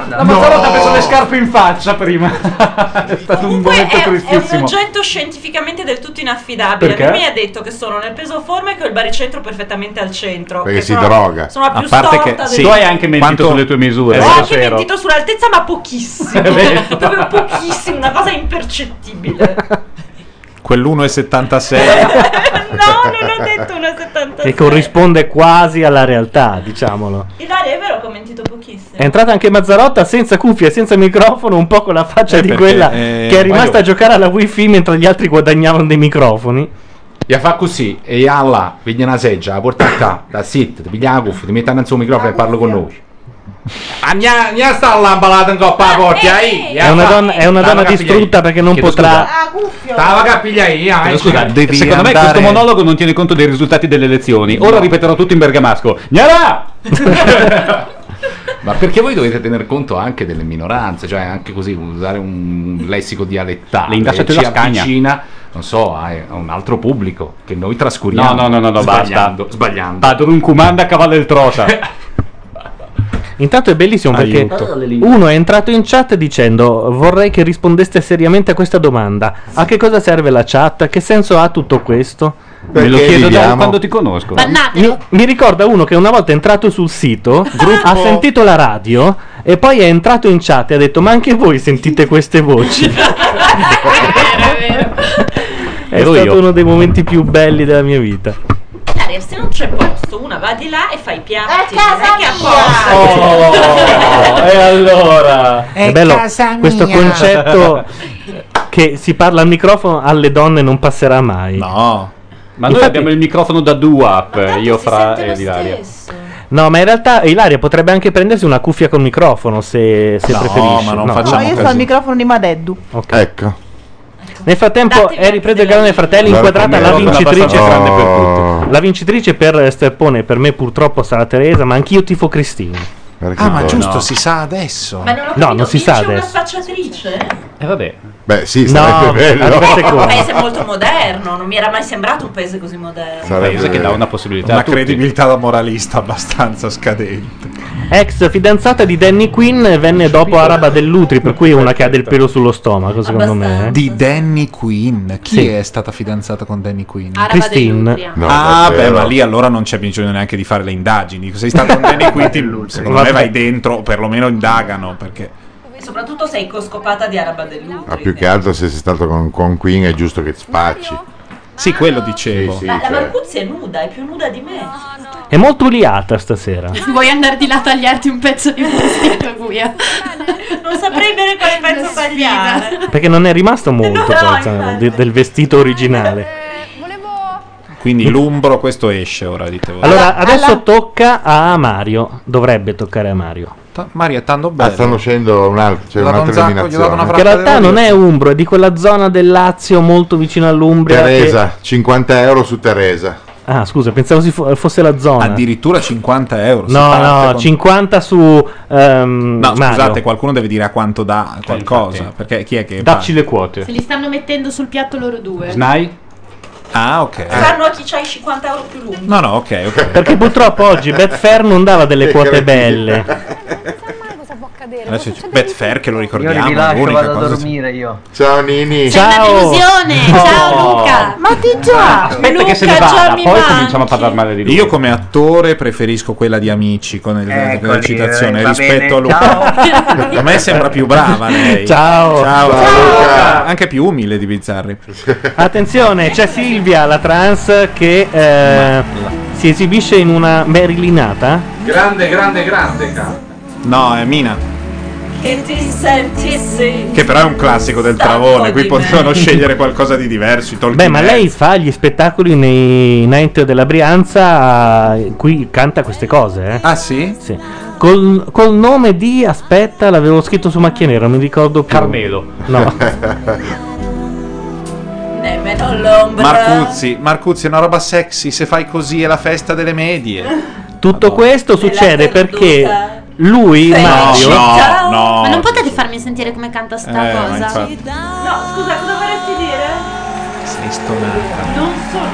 S1: la mazzolata ha preso le
S19: scarpe in faccia prima. è stato un momento
S16: È, è un
S19: tristissimo.
S16: oggetto scientificamente del tutto inaffidabile.
S19: Perché?
S16: Lui mi ha detto che sono nel peso forma e che ho il baricentro perfettamente al centro.
S19: Perché
S16: che
S19: si
S16: sono-
S19: droga.
S16: Sono la
S19: A
S16: più
S19: parte
S16: storta
S19: che-
S16: del-
S19: sì. Tu hai anche mentito
S16: Quanto-
S19: sulle tue misure,
S16: Ho
S19: è
S16: anche
S19: vero.
S16: mentito sull'altezza, ma pochissimo. Proprio pochissimo, una cosa impercettibile.
S10: Quell'1,76.
S16: No, non ho detto una 76.
S1: Che corrisponde quasi alla realtà, diciamolo.
S16: Ilaria, è vero che ho mentito pochissimo.
S1: È entrata anche Mazzarotta senza cuffie, senza microfono, un po' con la faccia
S10: Eh,
S1: di
S10: perché,
S1: quella
S10: eh,
S1: che è rimasta
S10: voglio-
S1: a giocare alla wifi mentre gli altri guadagnavano dei microfoni.
S4: Gli fa così, e alla, vedi una seggia, la porta qua, da sit, ti piglia la cuffia, ti metti innanzi un microfono e parlo con noi. Ah, gna, gna sta l'ambalata in coppa a porta, eh! Ah,
S1: È una donna, è una donna distrutta perché non potrà.
S4: Stava a piglia
S1: Ah,
S4: io, eh!
S19: Scusa, secondo me questo monologo non tiene conto dei risultati delle elezioni. Ora ripeterò tutto in bergamasco. Gnara!
S4: Ma perché voi dovete tener conto anche delle minoranze, cioè anche così usare un lessico dialettale
S19: Le ingasciate
S4: che ci
S19: da Scagna.
S4: avvicina, non so, a a un altro pubblico che noi
S19: No,
S4: trascuriamo.
S19: no, no, no, no basta.
S4: sbagliando, sbagliando.
S19: Padron Cumanda cavallo del Trosa.
S1: Intanto è bellissimo perché
S19: Aiuto.
S1: uno è entrato in chat dicendo vorrei che rispondeste seriamente a questa domanda. A che cosa serve la chat? Che senso ha tutto questo?
S19: Me lo chiedo da quando
S1: ti
S19: ti conosco.
S1: Mi, mi ricorda uno che una volta è entrato sul sito, ha sentito la radio e poi è entrato in chat e ha detto: Ma anche voi sentite queste voci? è
S19: Ero
S1: stato
S19: io.
S1: uno dei momenti più belli della mia vita.
S16: Ilaria, se non c'è posto, una va di là e fai i piatti. non è che apposta.
S19: Oh.
S1: e allora
S16: È
S1: è bello
S16: casa
S1: questo
S16: mia.
S1: concetto che si parla al microfono alle donne non passerà mai.
S19: No. Ma noi
S1: Infatti-
S19: abbiamo il microfono da Duap, io fra e Ilaria.
S1: No, ma in realtà Ilaria potrebbe anche prendersi una cuffia col microfono se, se
S10: No,
S1: preferisce.
S10: ma non
S1: No.
S10: facciamo No,
S20: Io sto al microfono di Madeddu.
S10: Ecco.
S1: Nel frattempo è ripreso il grande fratello,
S10: Guarda
S1: inquadrata
S10: come
S1: la
S10: roba
S1: vincitrice.
S10: abbastanza grande per
S1: La vincitrice per Sterpone, per me purtroppo sarà Teresa, ma anch'io tifo Cristina.
S10: Ah, ma giusto,
S1: si
S10: si sa adesso.
S16: Ma non ho
S1: No,
S16: capito,
S1: non si
S16: vince
S1: sa
S16: una
S1: adesso.
S16: spacciatrice?
S19: E vabbè.
S3: Beh, sì, sarebbe
S19: No,
S3: bello.
S19: arriva
S16: È un paese molto moderno, non mi era mai sembrato un paese così moderno.
S10: Sarebbe-
S19: paese che dà una possibilità a
S10: Una
S19: tutti.
S10: credibilità da moralista abbastanza scadente.
S1: Ex fidanzata di Danny Quinn, venne dopo Araba dell'Utri, per cui è una che ha del pelo sullo stomaco, secondo me. eh.
S10: Di Danny Quinn. Chi
S1: Sì. Ah,
S10: è stata fidanzata con Danny Quinn?
S1: Araba Christine. dell'Utria. No,
S10: ah, beh,
S1: davvero.
S10: ma lì allora non c'è bisogno neanche di fare le indagini. Sei stato con Danny Quinn, ti- secondo me
S1: Vabbè.
S10: vai dentro, o perlomeno indagano, perché...
S16: E soprattutto sei coscopata di Araba dell'Utri.
S3: Ma più che altro se sei stato con, con Queen è giusto che spacci. certo.
S10: Sì, quello
S1: Ah,
S10: dicevo.
S16: Ma
S1: cioè.
S16: la Marcuzzi è nuda, è più nuda di me.
S1: È molto uliata stasera.
S2: Vuoi andare di là a tagliarti un pezzo di vestito, buia?
S16: Non saprei bene quale pezzo tagliare.
S1: Perché non è rimasto molto
S16: No, Eh,
S1: poi, insomma, de- del vestito originale.
S10: Quindi l'umbro, questo esce ora, dite voi.
S1: Allora, adesso tocca a Mario. Dovrebbe toccare a Mario.
S10: Mario è tanto
S3: Ah, stanno uscendo un altro, c'è
S10: Ho dato
S3: un'altra
S10: un sacco, gli ho dato
S3: eliminazione.
S10: una
S1: Che in realtà non è Umbro, è di quella zona del Lazio molto vicino all'Umbria. che-
S3: Teresa, 50 euro su Teresa.
S1: Ah, scusa, pensavo si fo- fosse la zona.
S10: Addirittura 50 euro. si
S1: No,
S10: parte
S1: no,
S10: con-
S1: 50 su ehm,
S10: No,
S1: Mario.
S10: scusate, qualcuno deve dire a quanto dà qualcosa. perché chi è che.
S1: Dacci
S10: le
S1: quote.
S2: Se li stanno mettendo sul piatto loro due.
S10: Snai? Ah, ok.
S16: Fanno a chi c'ha i 50 euro più lunghi.
S10: No, no, ok, ok.
S1: Perché purtroppo oggi Betfair non dava delle
S10: Che
S1: quote
S10: cretini.
S1: belle.
S10: Adesso c'è Betfair che lo
S26: Io
S10: ricordiamo.
S26: li lascio,
S10: l'unica
S26: vado a
S10: cosa-
S26: dormire io.
S3: Ciao Nini.
S19: Ciao, Luca.
S2: Ah, Ma ti già!
S19: Aspetta che se ne vada, poi cominciamo a parlare male di lui.
S10: Io come attore preferisco quella di Amici con, il, con la
S19: Eccoli,
S10: citazione
S19: eh, va
S10: rispetto
S19: bene,
S10: a Luca. A me sembra più brava lei.
S1: Ciao. Ciao.
S10: Ciao, Luca. Anche più umile di Bizzarri.
S1: Attenzione, c'è Silvia, la trans, che eh, si esibisce in una Marilinata.
S10: Grande, grande, grande. No, è eh, Mina.
S16: che ti senti sì.
S10: Che però è un classico del Travone, qui potevano scegliere qualcosa di diverso. i Tolkien
S1: Beh, ma lei fa gli spettacoli nei Night della Brianza, eh, qui canta queste cose. Ah sì? Sì. Col, col nome di, aspetta, l'avevo scritto su macchia nera, non mi ricordo più. Carmelo. No.
S16: Nemmeno l'ombra.
S10: Marcuzzi, Marcuzzi è una roba sexy, se fai così è la festa delle medie.
S1: Tutto questo succede perché lui,
S10: No,
S1: Mario...
S10: no, no.
S2: Ma non potete farmi sentire come canta sta
S10: Eh, ma
S2: cosa?
S10: infatti.
S16: No, scusa, cosa vorresti dire?
S10: Sei stonata.
S16: Non sono.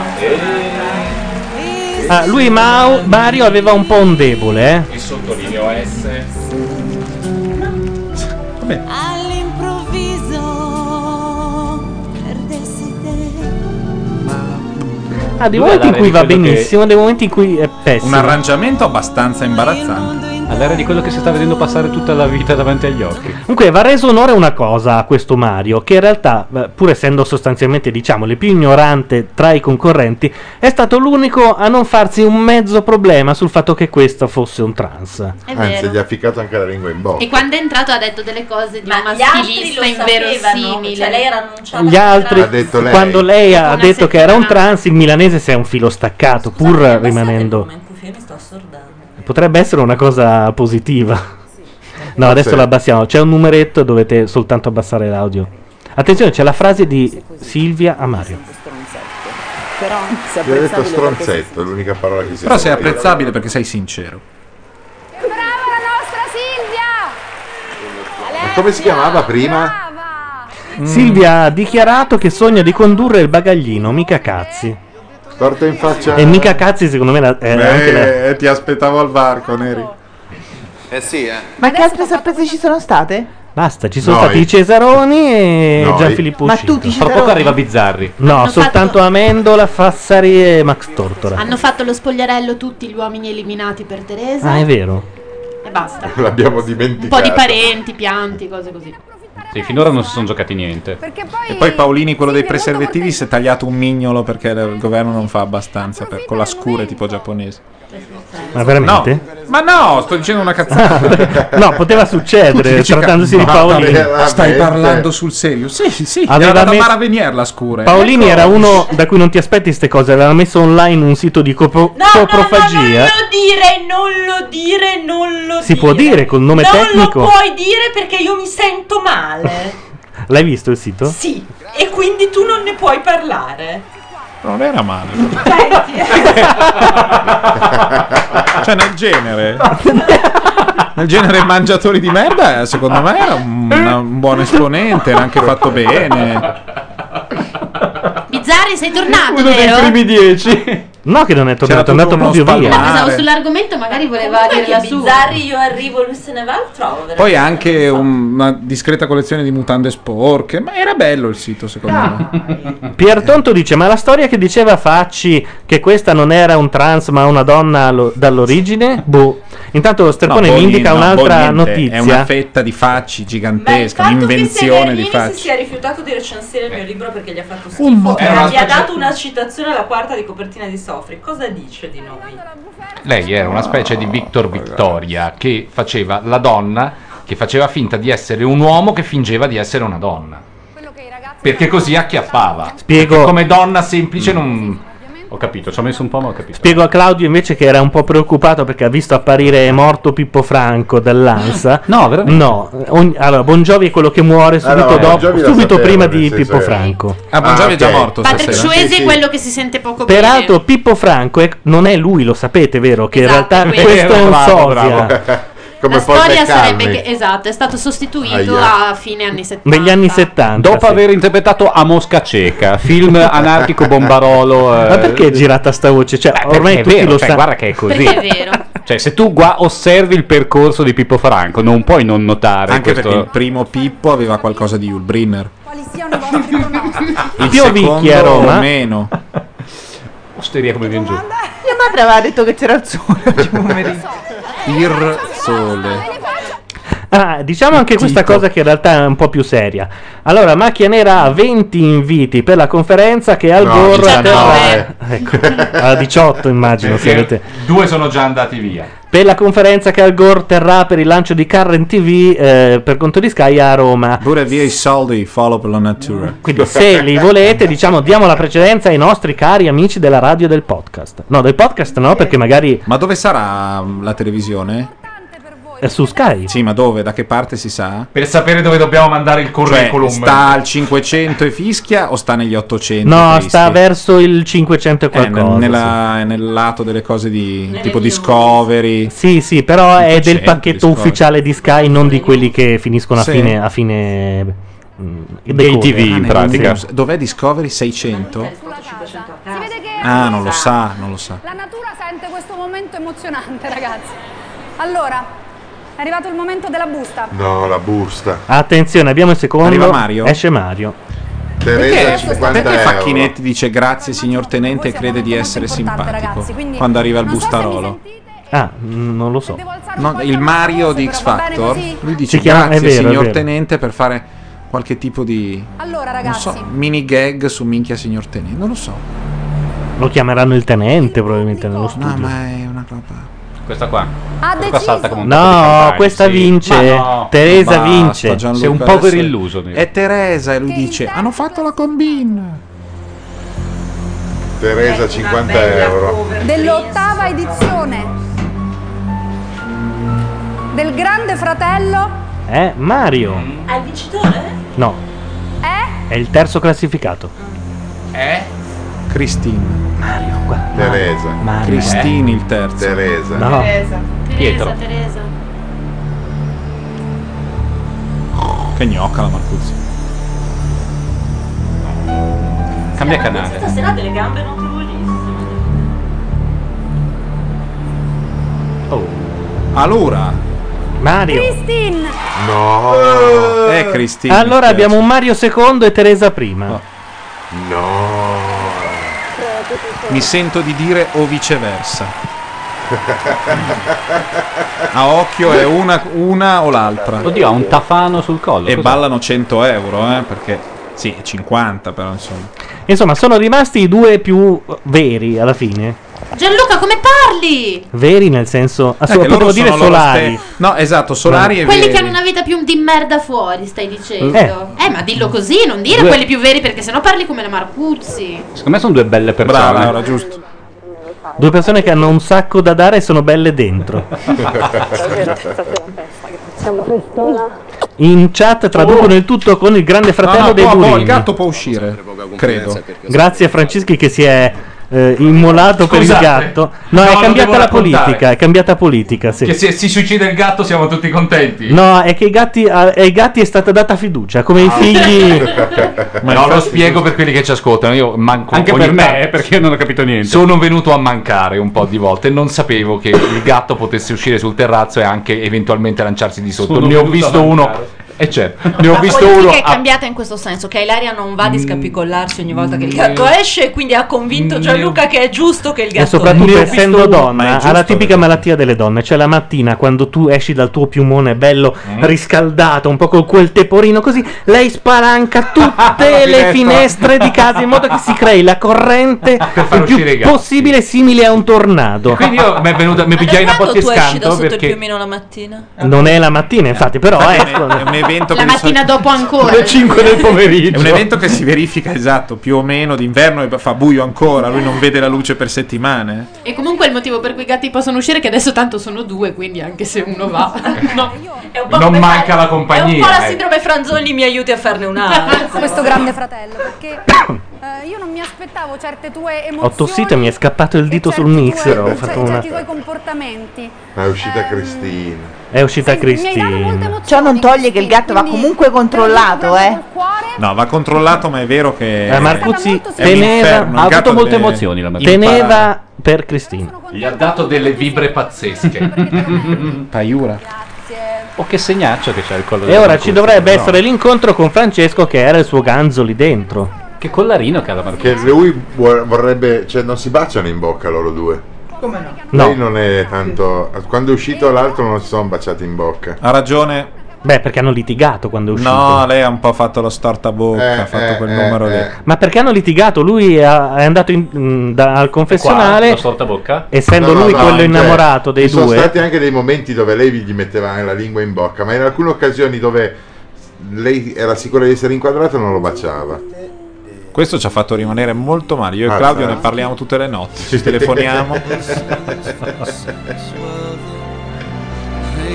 S1: Ah, lui Mau- Mario aveva un po' un debole, eh.
S9: Il sottolineo S.
S5: All'improvviso perdessi
S1: Ah, dei
S10: Lui
S1: momenti in
S10: all'area
S1: cui
S10: di
S1: va
S10: quello che-
S1: benissimo, dei momenti in cui è pessimo.
S10: Un arrangiamento abbastanza imbarazzante.
S19: All'era di quello che si sta vedendo passare tutta la vita davanti agli occhi.
S1: Comunque va reso onore una cosa a questo Mario, che in realtà, eh, pur essendo sostanzialmente, diciamo, il più ignorante tra i concorrenti, è stato l'unico a non farsi un mezzo problema sul fatto che questo fosse un trans.
S2: È Anzi, vero. gli
S3: ha ficcato anche la lingua in bocca.
S2: E quando è entrato ha detto delle cose di una
S16: gli altri
S2: stilista
S16: lo sapevano,
S2: inverosimile.
S16: cioè lei era annunciata.
S1: Gli altri,
S3: Ha detto lei.
S1: quando lei
S3: Dopo
S1: ha
S3: una
S1: detto che era un trans, il milanese si è un filo staccato, pur rimanendo.
S16: Mi sto assordando.
S1: Potrebbe essere una cosa positiva. No, adesso
S3: Sì.
S1: la abbassiamo. C'è un numeretto, dovete soltanto abbassare l'audio. Attenzione, c'è la frase di Silvia a Mario.
S12: Però se
S3: Ti ho detto
S12: apprezzabile perché sei-
S3: stronzetto, è l'unica parola che si
S10: Però sei
S3: sente.
S10: apprezzabile perché sei sincero.
S3: Ma come si chiamava prima?
S1: Mm. Silvia ha dichiarato che sogna di condurre il bagaglino, mica cazzi.
S3: Torta in faccia.
S1: E mica cazzi, secondo me, la- è anche la-
S10: Eh, ti aspettavo al varco, Neri.
S13: Eh sì, eh.
S22: Ma che altre sorprese ci sono state?
S1: Basta, ci sono
S19: Noi.
S1: stati i Cesaroni e
S19: Noi.
S1: Gianfilippo
S22: Ma
S1: Uscito.
S22: tutti i Fra poco Cesaroni? arriva
S1: Bizzarri. No, soltanto Amendola, Fassari e Max Tortora.
S2: Hanno fatto lo spogliarello tutti gli uomini eliminati per Teresa.
S1: Ah, è vero.
S2: E basta.
S3: L'abbiamo
S2: Un po'
S3: dimenticato.
S2: di parenti, pianti, cose così.
S4: Sì, finora non si sono giocati niente.
S10: E poi Paolini, quello dei preservativi, si è tagliato un mignolo perché il governo non fa abbastanza per- con la scure tipo giapponese.
S1: Ma veramente? Ah,
S10: No. Ma no, sto dicendo una cazzata.
S1: no, poteva
S10: Tu ti
S1: succedere
S10: dici
S1: trattandosi
S10: ca-
S1: di
S10: Ma certo.
S1: Paolini.
S10: veramente? Stai parlando sul serio? Sì, sì.
S1: Aveva
S10: era da
S1: messo-
S10: Mara Venier la scure. Ecco.
S1: Paolini era uno da cui non ti aspetti queste cose, aveva messo online un sito di copro- coprofagia.
S16: Non lo dire, non lo dire, non lo
S1: eh. si può dire col nome
S16: non
S1: tecnico.
S16: lo puoi dire perché io mi sento male.
S1: L'hai visto il sito?
S16: sì, e quindi tu non ne puoi parlare.
S10: Non era male. cioè, nel genere. Nel genere mangiatori di merda, eh, secondo me era un, un buon esponente, era anche fatto bene.
S2: Bizzarri, sei tornato,
S10: Uno dei
S2: vero?
S10: primi
S1: dieci. No, che non è tornato, è andato proprio via.
S2: No, pensavo sull'argomento, magari voleva
S16: Comunque
S2: dire
S16: che
S2: la sua.
S16: Bizzarri io arrivo, lui se ne va, lo trovo. veramente.
S10: Cioè, Poi anche un- una discreta collezione di mutande sporche, ma era bello il sito, secondo
S1: Ah,
S10: me.
S1: Pier Tonto dice: Ma la storia che diceva Facci che questa non era un trans ma una donna allo- dall'origine? Boh. Intanto lo
S10: No,
S1: Sterpone
S10: boh,
S1: mi indica
S10: no, boh,
S1: un'altra
S10: niente, È una
S1: notizia.
S10: fetta di facci
S16: Ma il
S10: gigantesca,
S16: fatto che
S10: un'invenzione di
S16: Severini si
S10: facci.
S16: sia rifiutato di recensire il mio libro perché gli ha fatto
S10: Un
S16: schifo
S10: mo-
S16: e
S10: era una
S16: gli ha
S10: specie-
S16: dato una citazione alla quarta di copertina di Sofri, cosa dice di noi?
S4: Lei era una specie di Victor Victoria che faceva la donna che faceva finta di essere un uomo che fingeva di essere una donna. Perché così acchiappava.
S1: Spiego-
S4: Perché come donna semplice non... Ho capito, ci ho messo un po' ma ho capito.
S1: Spiego a Claudio invece che era un po' preoccupato perché ha visto apparire morto Pippo Franco dall'Ansa. No, veramente? No. Ogni- allora, Bongiovi è quello che muore subito,
S3: Ah, no,
S1: dopo-
S3: Bongiovi lo
S1: subito
S3: sapevo,
S1: prima
S3: nel
S1: di
S3: senso
S1: Pippo
S3: che-
S1: Franco.
S10: Ah, Bongiorno è già
S3: ok.
S10: morto
S2: Patrick
S10: stasera.
S2: Suese è quello che si sente poco
S1: Peraltro Pippo Franco è- non è lui, lo sapete, vero? Che
S2: Esatto,
S1: in realtà
S2: quindi-
S1: questo è un
S10: Bravo,
S1: sosia.
S10: bravo.
S2: bene. La storia sarebbe che, esatto, è stato sostituito
S19: Aia.
S2: a fine anni 70.
S1: Negli anni 70.
S19: Dopo aver interpretato A Mosca Cieca, film anarchico bombarolo. eh,
S1: Ma perché è girata sta voce? Cioè,
S19: perché
S1: ormai
S19: è
S1: tutti
S19: vero,
S1: lo
S19: cioè,
S1: sanno.
S19: guarda che è così.
S2: Perché è vero.
S19: Cioè, se tu gua- osservi il percorso di Pippo Franco, non puoi non notare
S10: Anche
S19: questo.
S10: perché il primo Pippo aveva qualcosa di Ulbrinner. Il
S1: Piovicchi
S10: secondo
S1: a Roma.
S10: meno.
S4: Osteria come viene giù.
S22: Mia madre aveva detto che c'era il sole oggi pomeriggio.
S10: Il sole.
S1: Ah, diciamo anche questa cosa che in realtà è un po' più seria. Allora, Macchia Nera ha 20 inviti per la conferenza che Al
S4: No, eh.
S1: Gore
S4: 19.
S1: Ah, ecco, a 18 immagino. se
S4: Perché
S1: avete-
S4: Due sono già andati via.
S1: Per la conferenza che Al Gore terrà per il lancio di Current TV eh, per conto di Sky a Roma.
S10: Pure via i soldi, follow per la natura.
S1: Quindi se li volete, diciamo, diamo la precedenza ai nostri cari amici della radio e del podcast. No, del podcast no, perché magari
S10: Ma dove sarà mm, la televisione?
S1: È su Sky.
S10: Sì, ma dove? Da che parte si sa?
S4: Per sapere dove dobbiamo mandare il curriculum.
S10: Cioè, sta al 500 e fischia o sta negli 800?
S1: No,
S10: tristi?
S1: sta verso il 500 e
S10: Eh,
S1: qualcosa.
S10: nel, nella- nel lato delle cose di tipo Discovery.
S1: Sì, sì, però è del
S10: 500
S1: pacchetto
S10: discorsi.
S1: ufficiale di Sky, non di quelli che finiscono a
S10: Sì.
S1: fine. A fine mh, decoder.
S10: Ah, nel news. Dov'è Discovery 600?
S7: Si vede che
S10: Eh, Ah, non lo sa, non lo sa.
S7: la natura sente questo momento emozionante, ragazzi. Allora, è arrivato il momento della busta.
S3: No, la busta.
S1: Attenzione, abbiamo il secondo.
S10: Arriva Mario?
S1: Esce Mario.
S3: Teresa, 50
S10: perché
S3: euro.
S10: Facchinetti dice grazie signor tenente e crede di essere simpatico
S7: ragazzi, quindi
S10: quando arriva il
S7: non so se
S10: bustarolo?
S1: Ah, non lo so.
S10: il Mario di X Factor, lui dice
S1: Si chiama- è
S10: grazie
S1: vero, è
S10: signor
S1: vero.
S10: tenente per fare qualche tipo di
S7: Allora,
S10: non
S7: ragazzi,
S10: so, mini gag su minchia signor tenente, non lo so.
S1: Lo chiameranno il tenente probabilmente nello studio.
S10: È una roba.
S4: Questa qua.
S7: Ha
S4: Questa qua salta come un tappo di
S1: No,
S4: campagna,
S1: questa
S4: sì.
S1: vince.
S4: Ma no.
S1: Teresa
S4: Basta,
S1: vince.
S4: Gianluca, Sei un po' per adesso- illuso, dico.
S10: È Teresa e lui dice "Hanno fatto la combin".
S3: Teresa, 50 euro.
S7: dell'ottava edizione del Grande Fratello
S1: Eh, Mario.
S16: Al vincitore?
S1: No. È il terzo classificato.
S16: Eh?
S10: Christine.
S1: Mario, guarda.
S3: Teresa. Eh?
S1: Mario.
S10: Cristini il terzo.
S3: Teresa.
S1: No.
S16: Teresa.
S10: Pietro.
S16: Teresa, Teresa.
S10: Che gnocca la Marcuzzi.
S4: Cambia
S16: Stasera delle gambe non
S10: Oh. Allora.
S1: Mario.
S7: Christine
S3: No.
S10: È Cristina.
S1: Allora abbiamo un Mario secondo e Teresa prima.
S3: No.
S10: Mi sento di dire o viceversa. A occhio è una, una o l'altra.
S4: Oddio, ha un tafano sul collo.
S10: E
S4: cos'è?
S10: ballano 100 euro, eh, perché sì, 50 però insomma.
S1: Insomma, sono rimasti i due più veri alla fine.
S2: Gianluca, come parli?
S1: Veri nel senso
S10: Eh, che
S1: assolutamente potevo
S10: loro
S1: dire
S10: sono loro
S1: solari.
S10: ste- No, esatto, solari e
S2: Quelli
S10: veri.
S2: che hanno una vita più di merda fuori, stai dicendo. Eh, ma dillo così, non dire
S4: Due-
S2: quelli più veri perché sennò parli come la Marcuzzi.
S4: Secondo me sono due belle persone.
S10: Brava, Laura, giusto.
S1: Due persone che hanno un sacco da dare e sono belle dentro.
S18: Davvero, stasera festa, grazie. Siamo festona.
S1: In chat traducono il tutto con il grande fratello
S10: No, no,
S1: dei
S10: può- può,
S1: Durini.
S10: il gatto può uscire, credo.
S1: Grazie a Francischi che si è eh, immolato per il
S4: Scusate.
S1: gatto. No,
S4: No,
S1: è
S4: lo
S1: cambiata
S4: devo
S1: la
S4: raccontare.
S1: politica. È cambiata politica, sì.
S4: Che se si suicida il gatto siamo tutti contenti.
S1: No, è che ai gatti, a- ai gatti è stata data fiducia, come
S10: Ah,
S1: i figli.
S4: Ma no, lo spiego per quelli che ci ascoltano. Io
S19: Certo.
S4: manco
S19: Anche
S4: ogni
S19: per me,
S4: tanto-
S19: eh, perché io non ho capito niente.
S4: Sono venuto a mancare un po' di volte e non sapevo che il gatto potesse uscire sul terrazzo e anche eventualmente lanciarsi di sotto.
S19: Sono
S4: ne ho
S19: venuto a
S4: visto uno.
S19: mancare.
S4: E certo, ne ho
S16: La
S4: visto
S16: politica
S4: uno.
S16: è
S4: a-
S16: cambiata in questo senso, che Ilaria non va di scapicollarsi ogni volta che il gatto esce e quindi ha convinto Gianluca che è giusto che il
S1: E
S16: gatto
S1: soprattutto
S16: esca.
S1: essendo
S10: Ma è
S1: donna,
S10: giusto,
S1: ha la tipica malattia delle donne, cioè la mattina quando tu esci dal tuo piumone bello
S4: Mm.
S1: riscaldato, un po' con quel teporino così, lei spalanca tutte le
S4: finestra.
S1: finestre di casa in modo che si crei la corrente il più
S4: uscire i gatti.
S1: possibile simile a un tornado.
S4: Quindi io mi è venuta, mi
S16: Ma da
S4: pigliai una
S16: quando
S4: botte
S16: tu esci da
S4: scanto
S16: sotto il
S4: perché
S16: piumino la mattina?
S1: Non è la mattina, infatti, però è,
S10: un evento
S2: La mattina dopo ancora.
S10: pomeriggio. È un evento che si verifica, esatto, più o meno d'inverno e fa buio ancora, lui non vede la luce per settimane.
S2: E comunque il motivo per cui i gatti possono uscire è che adesso tanto sono due, quindi anche se uno va. No.
S16: È un po'
S4: non
S16: come
S4: manca la
S16: fare- È un
S4: compagnia.
S16: po' la
S4: eh.
S16: sindrome Franzoni mi aiuti a farne un'altra.
S7: Ah, questo grande fratello perché eh, io non mi aspettavo certe tue
S1: Ho
S7: emozioni
S1: tossito e mi è scappato il dito sul mixer, ho
S7: cioè,
S1: fatto una...
S7: certi tuoi comportamenti
S3: Ma è uscita Cristina.
S1: È uscita Cristina.
S22: Ciò non toglie che il gatto va comunque controllato, eh.
S10: No, va controllato, ma è vero che
S1: La Eh, Marcuzzi
S10: è un
S1: teneva,
S10: inferno, il gatto deve imparare.
S1: Teneva per Cristina.
S4: Gli ha dato delle vibre pazzesche.
S10: Paiura.
S19: Oh,
S4: O che segnaccio che c'è il collo
S1: E
S4: della
S1: ora
S4: Marcuzzi,
S1: ci dovrebbe
S4: però.
S1: essere l'incontro con Francesco che era il suo ganzo lì dentro.
S4: Che collarino che ha la Marcuzzi.
S3: Che lui vuo- vorrebbe, cioè non si baciano in bocca loro due.
S20: Come no?
S3: Lei non è tanto. Quando è uscito l'altro non si sono baciati in bocca.
S10: Ha ragione
S1: Beh, perché hanno litigato quando è uscito.
S10: Eh. No, lei ha un po' fatto lo storta bocca,
S3: Eh,
S10: ha fatto quel
S4: Eh,
S10: numero lì.
S1: Ma perché hanno litigato? Lui ha- è andato in- mh, da- al confessionale.
S3: lo
S4: bocca?
S1: Essendo lui quello innamorato dei
S3: cioè, ci sono
S1: due.
S3: stati anche dei momenti dove lei gli metteva la lingua in bocca, ma in alcune occasioni dove lei era sicura di essere inquadrata non lo baciava.
S10: Questo ci ha fatto rimanere molto male. Io e
S3: Ah,
S10: Claudio
S3: sì.
S10: ne parliamo tutte le notti, ci telefoniamo.
S14: They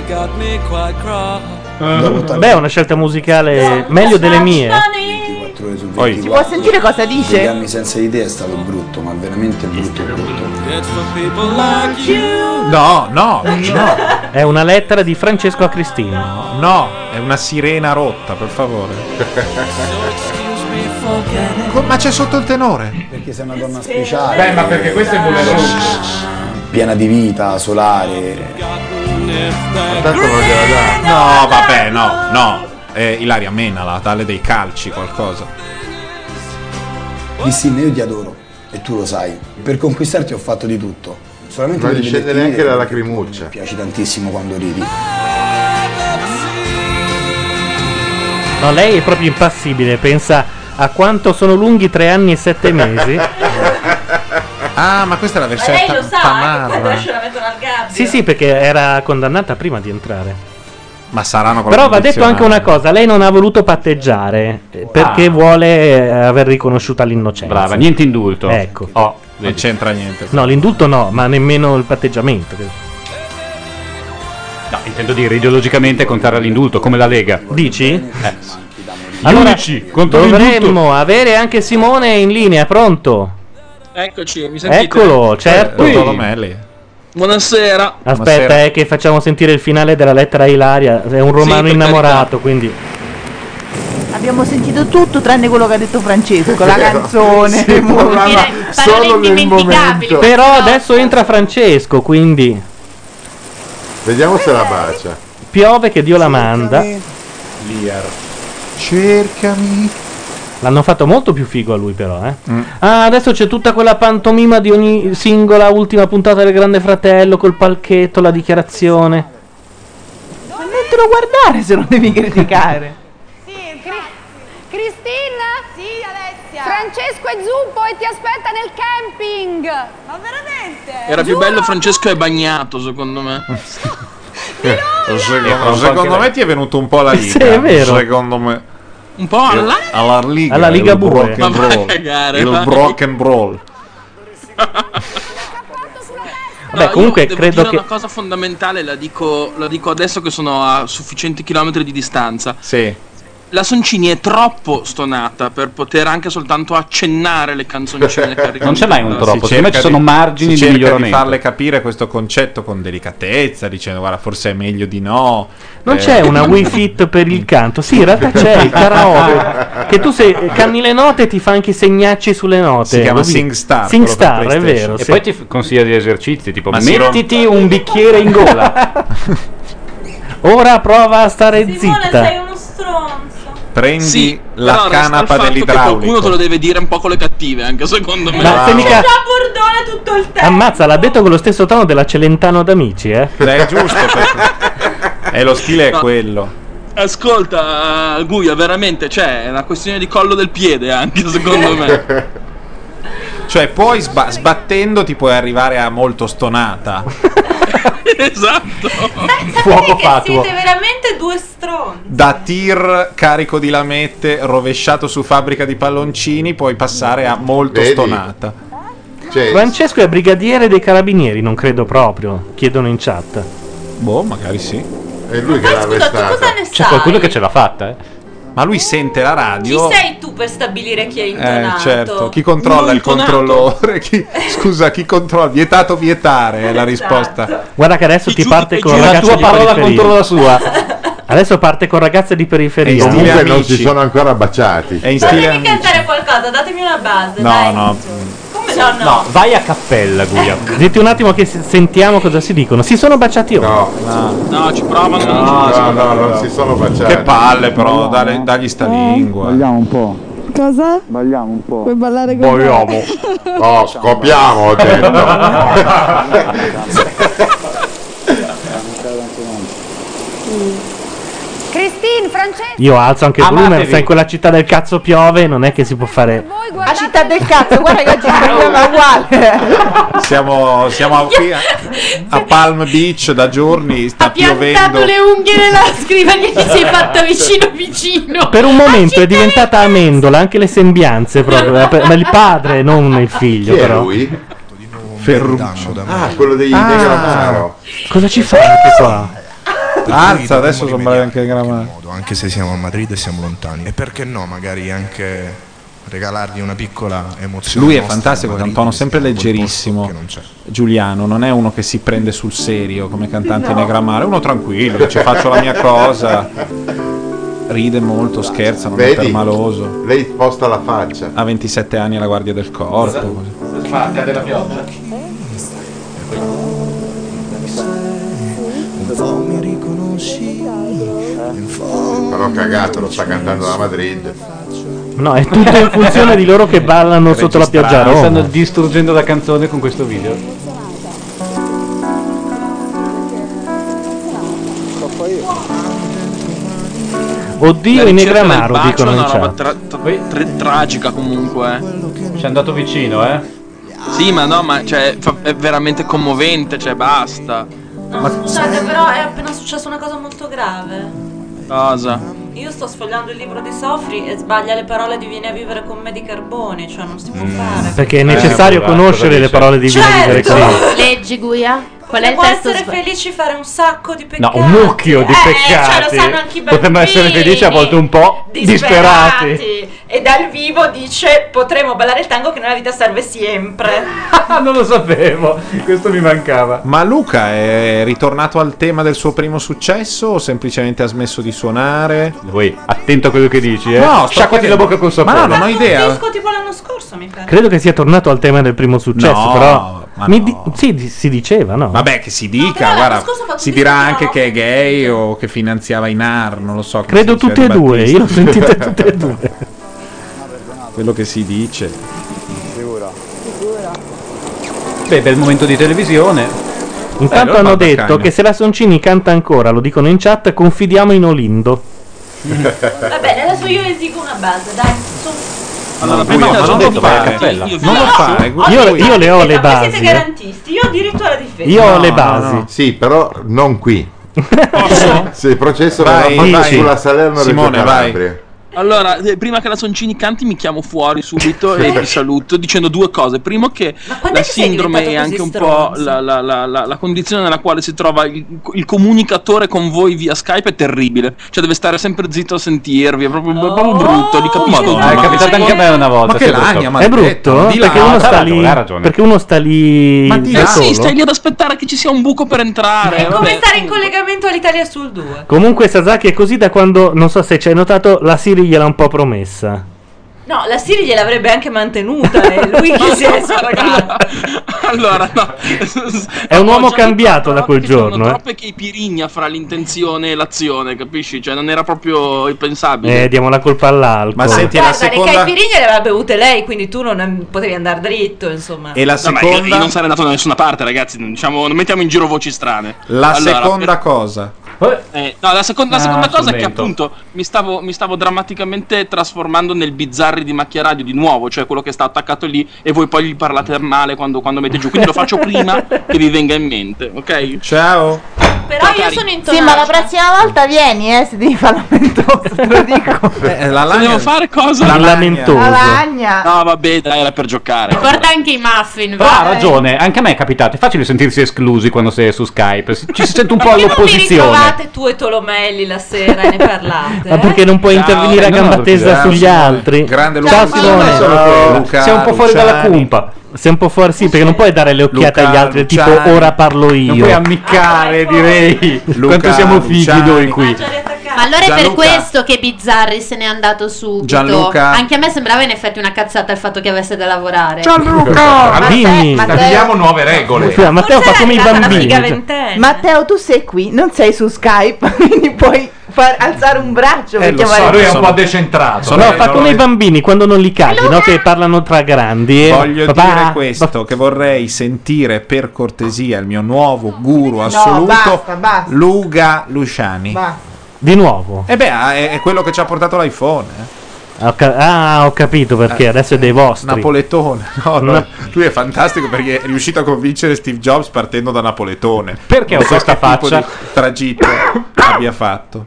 S14: got me quite
S10: Eh.
S1: Mm. Beh, è una scelta musicale meglio delle mie.
S22: Si può sentire cosa dice?
S27: Degli anni senza di te è stato brutto, ma veramente brutto brutto.
S14: It's for people like you.
S10: No, no, no.
S1: È una lettera di Francesco a Cristino.
S10: No, no, è una sirena rotta, per favore. Co- ma c'è sotto il tenore.
S27: Perché sei una donna speciale.
S10: Beh, ma perché questo è Bolero.
S27: Piena di vita, solare.
S10: No, vabbè, no, no. Eh, Ilaria Menala, tale dei calci, qualcosa.
S27: Cristina, io ti adoro e tu lo sai. Per conquistarti ho fatto di tutto. Solamente
S3: Non gli
S27: devi
S3: scende
S27: dettare
S3: neanche la
S27: che
S3: lacrimuccia.
S27: Mi piaci tantissimo quando ridi.
S1: No, lei è proprio impassibile. Pensa a quanto sono lunghi tre anni e sette mesi.
S10: Ah, ma questa è la
S16: Ma lei lo
S1: versione
S16: sa eh, che quando esce la mettono al gabbio.
S1: Sì, sì, perché era condannata prima di entrare.
S10: Ma saranno
S1: Però va detto anche una cosa, lei non ha voluto patteggiare
S6: Ah.
S1: eh, perché vuole eh, aver riconosciuta l'innocenza.
S10: Brava, niente
S1: indulto. Ecco.
S19: Oh,
S10: non c'entra niente.
S1: No, l'indulto no, ma nemmeno il patteggiamento. che-
S19: No, intendo dire ideologicamente contrario all'indulto, come la Lega.
S1: Dici?
S19: Eh.
S1: Allora,
S19: Giudici contro l'indulto.
S1: dovremmo avere anche Simone in linea, pronto?
S6: Eccoci, mi sentite? eh,
S1: Eccolo, certo.
S6: Buonasera.
S1: Aspetta, eh, che facciamo sentire il finale della lettera a Ilaria. È un romano innamorato, quindi.
S22: Abbiamo sentito tutto tranne quello che ha detto Francesco, la canzone.
S1: Sì,
S22: musica.
S1: Solo nel momento. Però adesso entra Francesco, quindi
S3: Vediamo se la bacia.
S1: piove che Dio la manda.
S27: Eh.
S3: Liar.
S1: Cercami. L'hanno fatto molto più figo a lui, però, eh.
S19: Mm.
S1: Ah, adesso c'è tutta quella pantomima di ogni singola ultima puntata del Grande Fratello col palchetto, la dichiarazione.
S22: Ma mettelo a guardare se non devi criticare.
S7: Cristina? Sì, Alessia. Francesco e Zuppo e ti aspetta nel camping. Ma veramente?
S6: Era più bello Francesco e bagnato, secondo me.
S10: Eh, Secondo, secondo me ti è venuto un po' la
S6: Sì,
S10: liga.
S6: è vero.
S10: Secondo me. Eh,
S6: Un po' alla...
S10: alla liga,
S6: Alla Liga
S10: il
S6: Bue.
S10: rock and
S6: Ma vai a
S10: roll.
S6: cagare,
S10: il
S6: vai.
S10: rock and roll.
S1: Vabbè, comunque
S6: io devo
S1: credo
S6: dire
S1: che-
S6: una cosa fondamentale, la dico, la dico adesso che sono a sufficienti chilometri di distanza.
S10: Sì.
S6: La Soncini è troppo stonata per poter anche soltanto accennare le canzoncine che arrivano.
S10: Si cerca di- si cerca
S6: miglioramento.
S10: di farle capire questo concetto con delicatezza, dicendo guarda, forse è meglio di no. Eh,
S1: Non c'è
S19: Eh.
S1: una Wii Fit per il canto. Sì, in realtà c'è il karaoke. che tu se eh, canni le note ti fa anche i segnacci sulle note.
S19: Si chiama
S1: Lo vedi?
S19: SingStar,
S1: SingStar, è vero.
S19: Eh, E
S1: sì.
S19: poi ti f- consiglia degli esercizi, tipo
S1: Ma si
S19: mettiti un bicchiere in gola.
S1: Ora prova a stare
S6: Simone,
S1: zitta.
S6: sei
S28: uno stronzo.
S10: Prendi
S6: Sì,
S10: la
S6: però resta il
S10: canapa
S6: fatto che
S10: dell'idraulico.
S6: Qualcuno te lo deve dire un po' con le cattive, anche secondo me.
S1: Ma se mica-
S28: Bordone tutto il
S1: Ammazza, l'ha detto con lo stesso tono della Celentano d'Amici, eh.
S10: Beh, è giusto. E lo stile è
S6: No.
S10: quello.
S6: Ascolta, Guia, veramente, cioè, è una questione di collo del piede anche, secondo me.
S10: Cioè, poi sba- sbattendo ti puoi arrivare a molto stonata.
S6: esatto.
S10: Fuoco
S28: che
S10: fatuo.
S28: siete veramente due stronzi.
S10: Da tir carico di lamette, rovesciato su fabbrica di palloncini, puoi passare a molto
S1: Vedi?
S10: stonata.
S3: Cioè,
S1: Francesco è brigadiere dei carabinieri, non credo proprio. Chiedono in chat.
S10: Boh, magari sì.
S3: È lui
S28: che Ma l'ha scusa, tu arrestata. cosa ne sai?
S10: che ce l'ha fatta, eh. Ma lui sente la
S28: Chi
S10: radio.
S28: sei tu per stabilire chi è
S10: Eh,
S28: intonato?
S10: certo, chi controlla il controllore? Chi- scusa, chi controlla? Vietato vietare
S28: Esatto.
S10: è la risposta.
S1: Guarda che adesso ti parte con
S10: giura? La
S1: ragazze
S10: tua
S1: di
S10: parola
S1: periferia.
S10: contro la sua.
S1: Adesso parte con ragazze di
S3: E
S1: periferia.
S3: comunque non si sono ancora baciati.
S10: È in
S28: Fatemi cantare qualcosa, datemi una base. dai. Come no, no?
S1: vai a cappella, Guia. Dite un attimo che se- sentiamo cosa si dicono. Si sono baciati ora.
S6: No, ci provano.
S10: No,
S6: no,
S10: no, non si sono baciati. Che palle, però, dare- dagli sta lingua. Vogliamo un po'.
S29: Cosa?
S10: Balliamo un po'.
S29: Puoi ballare con
S10: Vogliamo.
S3: Oh, scopriamo, ho detto.
S7: Cristina, Valentin, Francesco,
S1: Io alzo anche il
S7: Amatevi.
S1: volume, sai, in quella città del cazzo piove, non è che si può fare.
S20: A città del cazzo, guarda che oggi il problema è uguale.
S10: Siamo, siamo a, qui a, a Palm Beach da giorni, sta piovendo.
S2: Tanto le unghie nella scrivania ti sei fatta vicino vicino.
S1: Per un momento è diventata amendola, anche le sembianze proprio. eh, per- Ma il padre, non il figlio,
S3: Chi è
S1: però.
S3: lui?
S10: Ferruccio.
S3: Ah, quello dei
S10: Ah.
S3: dei Gramaro.
S1: Cosa ci fate qua?
S10: Alza, adesso sono bravi anche gramma.
S12: anche se siamo a Madrid e siamo lontani. E perché no, magari anche regalargli una piccola emozione.
S10: Lui è
S12: nostra,
S10: fantastico, ha un tono sempre leggerissimo. Giuliano non è uno che si prende sul serio come cantante
S12: No.
S10: nei Grammar, è uno tranquillo, che ci faccio la mia cosa. Ride molto, scherza, non è
S3: Vedi?
S10: permaloso.
S3: Lei posta la faccia.
S10: Ha 27 anni alla guardia del corpo. così.
S3: Sfatta della pioggia. Però cagato, lo sta cantando da Madrid.
S1: No, è tutto in funzione di loro che ballano sotto la pioggia a
S19: Mi stanno
S1: Roma.
S19: distruggendo la canzone con questo video.
S1: Oddio,
S6: La ricerca
S1: i
S6: del Cioè,
S1: Negramaro
S6: bacio
S1: dicono
S6: è
S1: in
S6: una roba
S1: chat.
S6: tra- tra- tra- tragica comunque.
S19: Ci è andato vicino, eh?
S6: Sì, ma no, ma cioè, fa- è veramente commovente, cioè basta.
S16: No, scusate, però è appena successa una cosa molto grave.
S6: Cosa?
S16: Io sto sfogliando il libro di Sofri e sbaglia le parole di Vieni a vivere con me di Carboni, cioè non si può
S10: Mm.
S16: fare.
S1: Perché è necessario conoscere le parole di Vino di Greco.
S2: Leggi, Guia. Qual è il
S16: può
S2: testo?
S16: essere
S2: sba-
S16: felici fare un sacco di
S19: No,
S16: peccati.
S19: un mucchio di
S16: Eh,
S19: peccati.
S16: cioè, lo sanno anche i bambini.
S19: Potremmo essere felici, a volte un po'
S16: disperati.
S19: disperati.
S16: E dal vivo dice potremo ballare il tango che nella vita serve sempre.
S19: Ah, non lo sapevo, questo mi mancava.
S10: Ma Luca è ritornato al tema del suo primo successo o semplicemente ha smesso di suonare?
S19: Lui, attento a quello che dici, eh.
S10: No, sto
S19: Sciacquati la
S10: chiedendo-
S18: Ecco,
S19: bocca col sapone.
S10: Ma no, non ho
S16: Un
S10: idea.
S16: disco tipo l'anno scorso, mi pare.
S1: Credo che sia tornato al tema del primo successo,
S10: No,
S1: però.
S10: ma
S1: Mi di- sì, di- si diceva, no?
S10: Vabbè, che si dica,
S16: l'anno
S10: guarda,
S16: scorso ho fatto
S10: si
S16: un
S10: dirà
S16: disco
S10: anche
S16: no.
S10: che è gay o che finanziava i NAR, non lo so. come
S1: Credo
S10: si dice
S1: tutte e
S10: di
S1: due,
S10: Battista.
S1: io ho sentite tutte e due.
S10: Quello che si dice. Sicura.
S19: Beh, bel momento di televisione. Eh,
S1: Intanto hanno detto che se la Soncini canta ancora, lo dicono in chat, confidiamo in Olindo.
S16: Va bene, adesso io esigo una base, dai.
S1: Allora,
S10: prima
S1: non
S10: ti ho detto vai a
S1: cappella.
S10: Non lo fare,
S1: Io, io le ho le
S16: Ma voi
S1: basi.
S16: siete
S1: eh.
S16: garantisti, io addirittura la difesa.
S3: Sì, però non qui. Se il processo
S6: Vai,
S3: verrà fatto
S6: dici.
S3: sulla Salerno
S6: Simone,
S3: Reggio
S6: vai.
S3: Calabria.
S6: Allora, eh, prima che la Soncini canti mi chiamo fuori subito e vi saluto dicendo due cose. Primo che
S16: quando è
S6: la
S16: che sei
S6: sindrome è
S16: diventato
S6: anche
S16: così
S6: un po'
S16: stronzo?
S6: la, la- la- la- la condizione nella quale si trova il, il comunicatore con voi via Skype è terribile. Cioè deve stare sempre zitto a sentirvi, è proprio, è
S16: Oh,
S6: proprio brutto, di cap- Madonna,
S19: è
S6: ma-
S19: capitato anche a me Eh, una volta.
S6: Ma
S19: sì,
S6: che
S19: brutto.
S6: lagna,
S1: È brutto?
S19: Di là.
S1: Perché uno
S19: Ha
S1: sta
S19: ragione,
S1: lì.
S19: ha ragione.
S1: Perché uno sta lì. da
S6: Eh sì,
S1: solo.
S6: stai lì ad aspettare che ci sia un buco per entrare.
S16: È come stare in collegamento all'Italia sul 2.
S1: Comunque Sasaki è così da quando, non so se ci hai notato, la Siri gliel'ha un po' promessa.
S16: No, la Siri gliel'avrebbe anche mantenuta, eh, è lui che si è sfagato.
S6: Allora, no.
S1: È un uomo cambiato da quel giorno. eh.
S6: Troppe che i pirigna fra l'intenzione e l'azione, capisci? Cioè, non era proprio
S1: Eh.
S6: impensabile.
S1: Eh, diamo la colpa all'alcol.
S10: Ma senti,
S16: Guarda, le caipirinha le aveva bevute lei, quindi tu non potevi andare dritto, insomma.
S10: E la
S6: No, ma io-
S10: seconda-
S6: io non sarei andato da nessuna parte, ragazzi. Diciamo, non mettiamo in giro voci strane.
S10: La
S6: Allora,
S10: seconda cosa.
S6: Eh, no, la, seconda, la
S10: Ah,
S6: seconda cosa è che
S10: sull'evento.
S6: appunto mi stavo, mi stavo drammaticamente trasformando nel bizzarri di macchia radio di nuovo, cioè quello che sta attaccato lì e voi poi gli parlate male quando, quando mette giù. Quindi lo faccio prima che vi venga in mente, ok?
S10: Ciao.
S16: Però io sono
S20: Sì, ma la prossima volta vieni, eh, se devi fare la
S10: la
S6: lagna... Devo fare cosa?
S19: La lamentoso. La
S20: lagna.
S6: No, vabbè, dai, era per giocare.
S2: Guarda anche i muffin.
S6: Però
S1: Ah,
S2: va.
S6: ha
S19: ragione, anche a me è capitato. È facile sentirsi esclusi quando sei su Skype. si- Ci si sente un
S16: Perché
S19: po'
S16: non vi
S19: all'opposizione.
S16: ritrovate tu e Tolomelli la sera e ne parlate?
S1: Ma perché non puoi intervenire a gamba tesa sugli altri? Grande
S16: Luca.
S1: Ciao
S16: Ciao,
S1: Simone.
S16: Simone.
S10: Ciao, Luca,
S1: Sei un po' fuori
S10: Luciani.
S1: dalla cumpa. Sei un po' fuori, sì, perché non puoi dare le occhiate
S10: Luca,
S1: agli altri, tipo
S10: Luciani.
S1: ora parlo io.
S19: Non puoi ammiccare, direi. Quanto siamo fighi
S10: Luciani.
S19: noi qui.
S2: Ma allora è per
S10: Gianluca.
S2: questo che Bizzarri se n'è andato subito.
S10: Gianluca.
S2: Anche a me sembrava in effetti una cazzata il fatto che avesse da lavorare.
S20: Matteo-
S1: Dimmi.
S20: Matteo-
S1: Stabiliamo
S4: nuove regole.
S1: Scusa, Matteo fa come i bambini. cioè.
S20: Matteo, tu sei qui, non sei su Skype, quindi puoi far alzare un
S16: Cioè,
S20: braccio
S4: Eh,
S20: per chiamare
S19: decentrato.
S1: No, fa come i bambini quando non li cagli, no? Che parlano tra grandi. eh.
S10: Voglio
S1: Papà,
S10: dire questo, che vorrei sentire per cortesia il mio nuovo guru assoluto,
S20: basta, basta.
S10: Luca Luciani.
S20: Ma-
S1: Di nuovo.
S10: E beh, è, è quello che ci ha portato l'iPhone. eh.
S1: Ho ca- ah, ho capito perché.
S10: Eh,
S1: Adesso è dei vostri.
S10: Napoletone. No, no,
S1: No.
S10: Lui è fantastico perché è riuscito a convincere Steve Jobs partendo da Napoletone.
S19: Perché
S10: Non
S19: ho
S10: so
S19: questa
S10: che tipo
S19: faccia?
S10: di tragitto abbia fatto.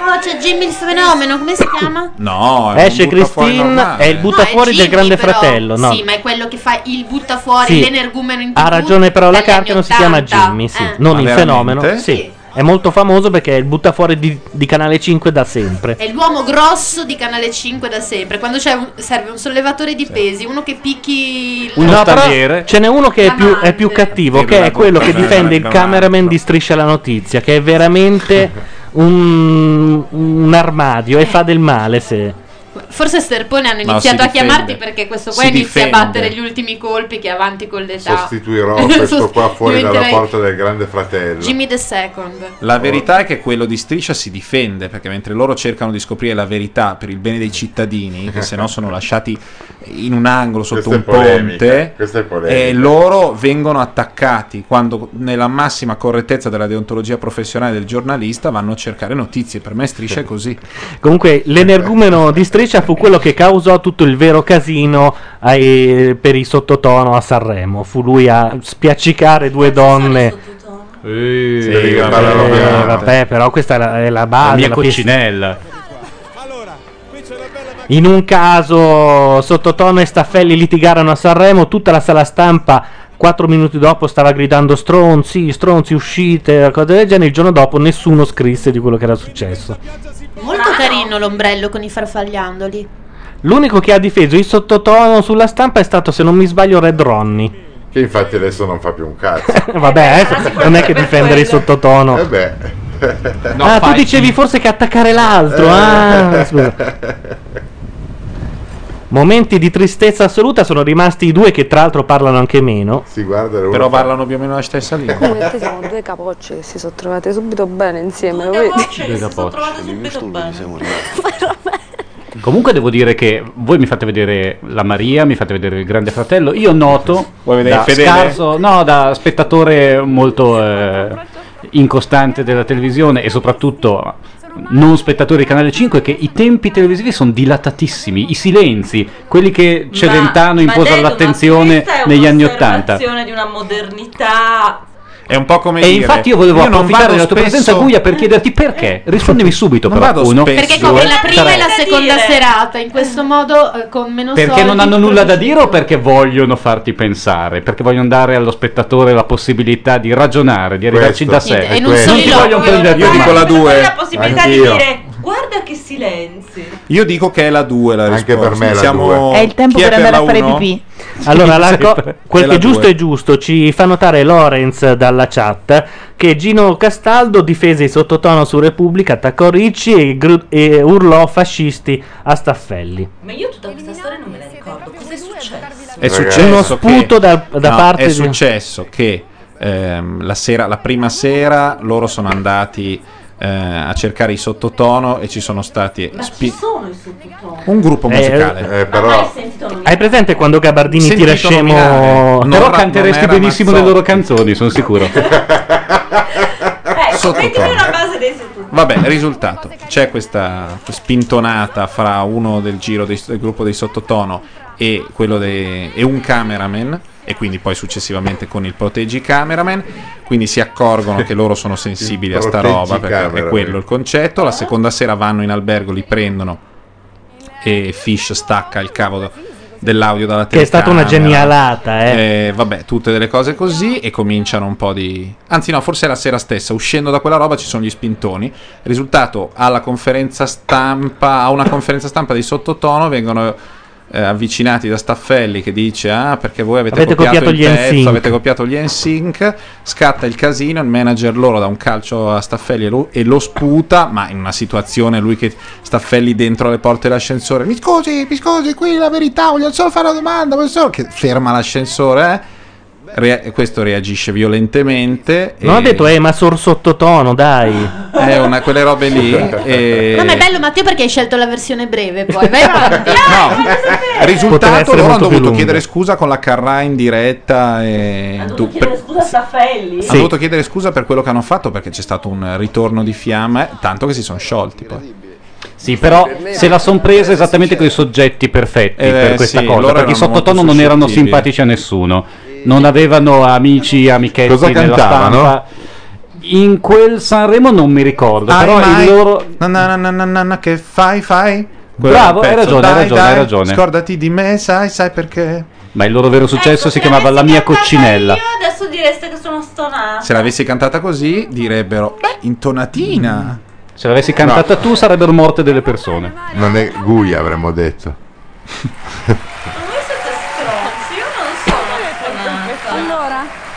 S2: Oh, c'è Jimmy il fenomeno, come si chiama?
S10: No, è un
S1: Esce
S10: butta fuori
S1: Christine
S10: normale.
S1: e il butta fuori del
S2: Jimmy,
S1: Grande
S2: però.
S1: Fratello. No.
S2: Sì, ma è quello che fa il butta fuori,
S1: Sì.
S2: l'energumeno in
S1: Ha
S2: TV.
S1: ragione, però la
S2: dagli anni
S1: carta non si
S2: 80.
S1: chiama Jimmy, sì.
S2: Eh.
S1: non
S10: Ma
S1: il
S10: veramente?
S1: fenomeno. Sì. È molto famoso perché è il buttafuori di, di Canale 5 da sempre.
S2: È l'uomo grosso di Canale 5 da sempre. Quando c'è un- serve un sollevatore di pesi, uno che picchi il-
S1: No, però ce n'è uno
S2: Ah,
S1: che è più, è più cattivo, che è quello che difende il cameraman di Striscia la Notizia, che è veramente un, un armadio
S2: Eh.
S1: e fa del male se...
S2: Forse Sterpone hanno
S1: No,
S2: iniziato
S1: si
S2: a chiamarti
S1: difende.
S2: perché questo qua
S1: Si
S2: inizia
S1: difende.
S2: a battere gli ultimi colpi che è avanti con l'età.
S3: Sostituirò questo qua fuori dalla
S2: Diventerai
S3: porta del Grande Fratello.
S2: Jimmy the Second.
S10: La verità è che quello di Striscia si difende perché mentre loro cercano di scoprire la verità per il bene dei cittadini, che se no sono lasciati in un angolo sotto
S3: Questa è
S10: un
S3: polemica,
S10: ponte,
S3: questa è polemica.
S1: Eh,
S10: e loro vengono attaccati quando nella massima correttezza della deontologia professionale del giornalista vanno a cercare notizie. Per me Striscia è così.
S1: Comunque l'energumeno di Striscia fu quello che causò tutto il vero casino ai- per il sottotono a Sanremo. Fu lui a spiaccicare due donne.
S19: Sì,
S1: Eh, vabbè, però questa è la, è la base.
S19: La mia
S1: pies-
S19: coccinella.
S1: In un caso, Sottotono e Staffelli litigarono a Sanremo, tutta la sala stampa. Quattro minuti dopo stava gridando stronzi, stronzi, uscite, cose del genere. Il giorno dopo nessuno scrisse di quello che era successo.
S2: Molto carino l'ombrello con i farfagliandoli.
S1: L'unico che ha difeso il sottotono sulla stampa è stato, se non mi sbaglio, Red Ronnie.
S3: Che infatti adesso non fa più un cazzo.
S1: Vabbè, eh, non è che difendere il sottotono.
S3: Eh beh.
S1: ah, tu dicevi forse che attaccare
S3: Eh.
S1: l'altro. Ah, scusa. Momenti di tristezza assoluta sono rimasti i due che tra l'altro parlano anche meno.
S3: Si guarda,
S10: Però parlano più o meno la stessa lingua.
S18: Come te siamo due capocce che si sono trovate subito bene insieme, lo vedi?
S19: Comunque devo dire che voi mi fate vedere la Maria, mi fate vedere il Grande Fratello. Io noto
S10: vedere
S19: da
S10: il fedele?
S19: scarso, no, da spettatore molto eh, incostante della televisione e soprattutto non spettatore di Canale 5 che i tempi televisivi sono dilatatissimi, i silenzi, quelli che Celentano impose all'attenzione negli anni 80.
S28: Un'azione di una modernità.
S10: È un po' come
S19: E
S10: dire,
S19: infatti io volevo
S10: io non
S19: approfittare
S10: vado
S19: della tua
S10: spesso- Eh.
S19: presenza Guglia per chiederti perché. Rispondimi subito
S10: Non
S19: però
S10: vado
S19: uno.
S10: spesso,
S2: Perché copre la prima
S19: Tre.
S2: e la seconda
S28: dire.
S2: serata, in questo modo eh, con meno
S19: Perché
S2: soldi.
S19: non hanno nulla da dire o perché vogliono farti pensare? Perché vogliono dare allo spettatore la possibilità di ragionare, di arrivarci
S3: Questo.
S19: da sé.
S3: E- e non solo
S19: non ti
S3: loro,
S19: vogliono
S3: vogliono
S19: prendere
S3: dare
S19: in
S28: Cioè,
S3: alla
S19: mano.
S3: due.
S28: La possibilità
S10: Anch'io.
S28: di dire guarda che silenzi.
S10: Io dico che è la 2 la risposta.
S3: per me è la
S10: Siamo-
S3: due.
S22: È il tempo
S10: Chi
S22: per andare
S10: la
S22: a fare
S10: uno?
S22: pipì.
S1: Allora, la
S10: Sì,
S1: co-
S10: per-
S1: quel
S10: è
S1: che è
S10: la
S1: giusto
S10: due.
S1: è giusto, ci fa notare Lorenz dalla chat che Gino Castaldo difese il sottotono su Repubblica, attaccò Ricci e, gru- e urlò fascisti a Staffelli.
S28: Ma io tutta questa storia non me la ricordo. Cos'è successo?
S10: È
S1: Ragazzi.
S10: successo
S1: Uno sputo
S10: che-
S1: da- da
S10: no,
S1: parte
S10: È
S1: di-
S10: successo che ehm, la, sera, la prima sera loro sono andati eh, a cercare i sottotono e ci sono stati
S28: Ma
S10: spi-
S28: ci sono i sottotoni.
S10: un gruppo
S1: Eh,
S10: musicale.
S3: eh,
S28: Ma mai sentito nominare?
S1: Hai presente quando Gabardini
S10: Sentito
S1: tira scemo?
S10: nominare. Non
S19: Però
S10: ra-
S19: canteresti
S10: non era
S19: benissimo le
S10: Mazzotti.
S19: loro canzoni, sono sicuro.
S12: Eh,
S28: Mettimi una
S10: Sottotono.
S28: base dei sottotoni.
S10: Vabbè, risultato. C'è questa spintonata fra uno del giro dei- del gruppo dei sottotono e, quello dei- e un cameraman. E quindi poi successivamente con il proteggi cameraman. Quindi si accorgono che loro sono sensibili a sta
S3: proteggi
S10: roba perché è
S3: cameraman.
S10: quello il concetto. La seconda sera vanno in albergo, li prendono e Fish stacca il cavo dell'audio dalla telecamera.
S1: Che è stata una genialata, eh.
S10: Eh, vabbè, tutte delle cose così e cominciano un po' di... Anzi no, forse è la sera stessa, uscendo da quella roba ci sono gli spintoni. Risultato, alla conferenza stampa, a una conferenza stampa di sottotono vengono eh, avvicinati da Staffelli che dice ah perché voi avete,
S1: Avete copiato
S10: il
S1: gli
S10: pezzo,
S1: NSYNC."
S10: avete copiato gli NSYNC, scatta il casino, il manager loro dà un calcio a Staffelli e lo, e lo sputa, ma in una situazione lui che Staffelli dentro le porte dell'ascensore, mi scusi, mi scusi, qui la verità, voglio solo fare una domanda, voglio solo-" che ferma l'ascensore, eh. Rea- questo reagisce violentemente.
S1: Non
S10: e-
S1: ha detto, eh, ma sor sottotono, dai.
S10: È una quelle robe lì. e-
S2: No, ma è bello Matteo perché hai scelto la versione breve poi. Vai avanti.
S1: Poteva
S10: Risultato,
S1: essere
S10: loro
S1: molto
S10: hanno
S1: più
S10: dovuto
S1: lunga.
S10: chiedere scusa con la Carrà in diretta. E tu- per-
S28: Scusa, Staffelli.
S10: Hanno dovuto chiedere scusa per quello che hanno fatto perché c'è stato un ritorno di fiamme, tanto che si sono sciolti. Poi.
S19: Sì, però se la son presa esattamente con i soggetti perfetti
S10: Eh,
S19: per questa
S10: sì, loro
S19: cosa, perché i
S10: erano molto
S19: sottotono non erano
S10: suscettibili.
S19: simpatici a nessuno, non avevano amici, amichetti
S10: Cosa
S19: nella
S10: cantavano?
S19: stampa. In quel Sanremo non mi ricordo,
S10: Hai
S19: però
S10: mai-
S19: il loro
S10: Na, na, na, na, na, na, che fai, fai? Quello
S19: Bravo,
S10: è un
S19: hai
S10: pezzo,
S19: ragione, hai
S10: dai,
S19: ragione,
S10: dai,
S19: hai ragione.
S10: Scordati di me, sai, sai perché?
S19: Ma il loro vero successo si chiamava La mia coccinella.
S28: Io adesso direste che sono stonata.
S10: Se l'avessi cantata così, direbbero, beh, intonatina.
S19: Se l'avessi cantata tu sarebbero morte delle persone.
S3: Non è Gui avremmo detto.
S7: Allora,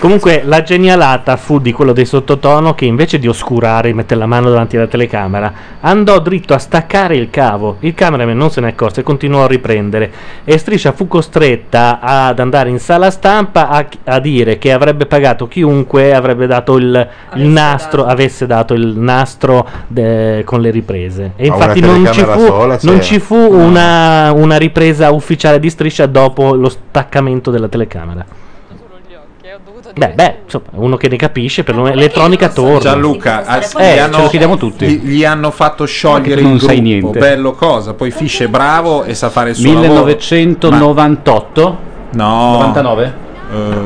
S1: Comunque la genialata fu di quello dei sottotono che invece di oscurare e mettere la mano davanti alla telecamera andò dritto a staccare il cavo. Il cameraman non se ne accorse e continuò a riprendere e Striscia fu costretta ad andare in sala stampa a, a dire che avrebbe pagato chiunque avrebbe dato il, il nastro, avesse dato il nastro eh, con le riprese. E
S3: Ma
S1: infatti
S3: una
S1: non ci
S3: telecamera
S1: fu,
S3: sola
S1: non
S3: c'era?
S1: ci fu una, una ripresa ufficiale di Striscia dopo lo staccamento della telecamera. Beh, beh, insomma, uno che ne capisce, per l'elettronica torna.
S10: Gianluca, ah, sì,
S1: eh,
S10: gli hanno-
S1: ce lo chiediamo tutti.
S10: Gli, gli hanno fatto sciogliere
S19: non
S10: il
S19: sai
S10: gruppo,
S19: niente.
S10: bello cosa, poi Fisce è bravo e sa fare il suo lavoro.
S19: 1998?
S10: No. Eh,
S19: 99?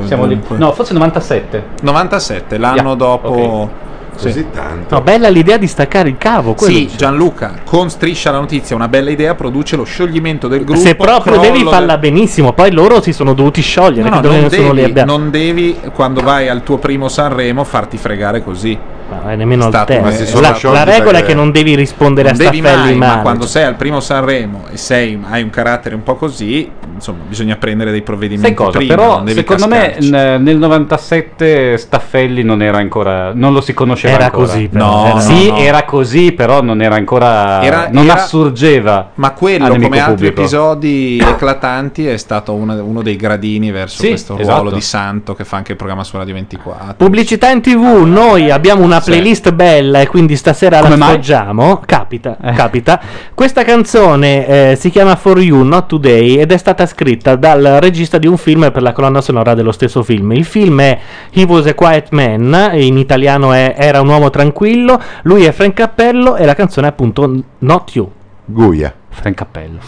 S19: Siamo lì. No, forse 97.
S10: 97, l'anno dopo...
S3: Così tanto.
S1: No, bella l'idea di staccare il cavo. quello
S10: Sì,
S1: dice.
S10: Gianluca, con Striscia la notizia, una bella idea, produce lo scioglimento del gruppo.
S1: se proprio
S10: crollo
S1: devi
S10: del-
S1: farla benissimo, poi loro si sono dovuti sciogliere.
S10: No, no,
S1: credo che
S10: non,
S1: nessuno li
S10: devi,
S1: abbia.
S10: non devi, quando vai al tuo primo Sanremo, farti fregare così.
S1: Ma nemmeno al
S10: Stato-
S1: te.
S10: ma si sono
S1: La,
S10: sciolti
S1: la regola è
S10: perché-
S1: che non devi rispondere
S10: non
S1: a
S10: devi
S1: staffelli
S10: mai,
S1: in
S10: ma
S1: mano.
S10: quando sei al primo Sanremo e sei, hai un carattere un po' così, insomma, bisogna prendere dei provvedimenti
S19: Sai cosa?
S10: prima,
S19: Però
S10: non devi
S19: secondo
S10: cascarci.
S19: me n- nel 97 Staffelli non era ancora non lo si conosceva
S10: Era
S19: ancora.
S10: così, però. No, no,
S19: sì,
S10: no.
S19: era così, però non era ancora
S10: Era-
S19: non
S10: era-
S19: assurgeva.
S10: Ma
S19: al
S10: quello,
S19: nemico
S10: come altri
S19: pubblico.
S10: episodi eclatanti, è stato una- uno dei gradini verso
S1: Sì,
S10: questo
S1: esatto.
S10: ruolo di santo che fa anche il programma su Radio 24.
S1: Pubblicità in tv, noi abbiamo una playlist bella e quindi stasera la appoggiamo. Capita, capita. Questa canzone eh, si chiama For You, Not Today ed è stata scritta dal regista di un film e per la colonna sonora dello stesso film. Il film è He Was a Quiet Man, in italiano è Era un uomo tranquillo, lui è Frank Cappello e la canzone è appunto Not You.
S3: Guia.
S19: Frank Cappello.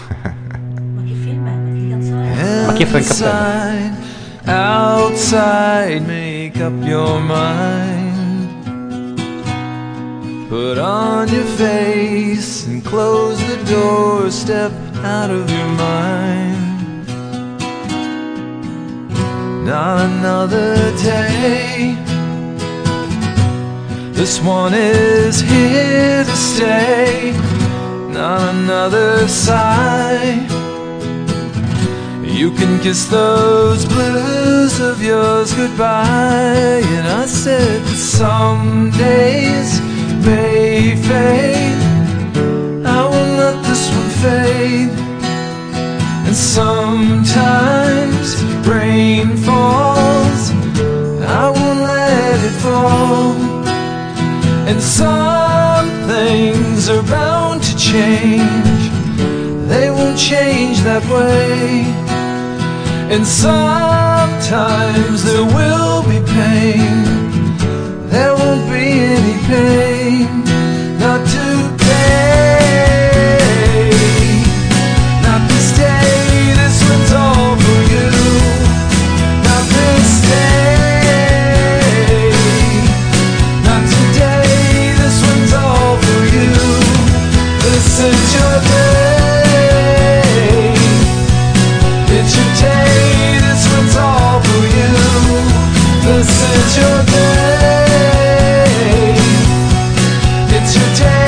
S19: Ma chi è Frank Cappello?
S14: Inside, outside, make up your mind. Put on your face and close the door, step out of your mind. Not another day. This one is here to stay. Not another sigh. You can kiss those blues of yours goodbye. And I said, Some days may fade. I will let this one fade. And sometimes rain falls. I will let it fall. And some things are bound to change. They won't change that way. And sometimes there will be pain. There won't be any pain. Not today. Not this day. This one's all for you. Not this day. Not today. This one's all for you. This is your day. It's your day. This one's all for you. This is your day. It's your day.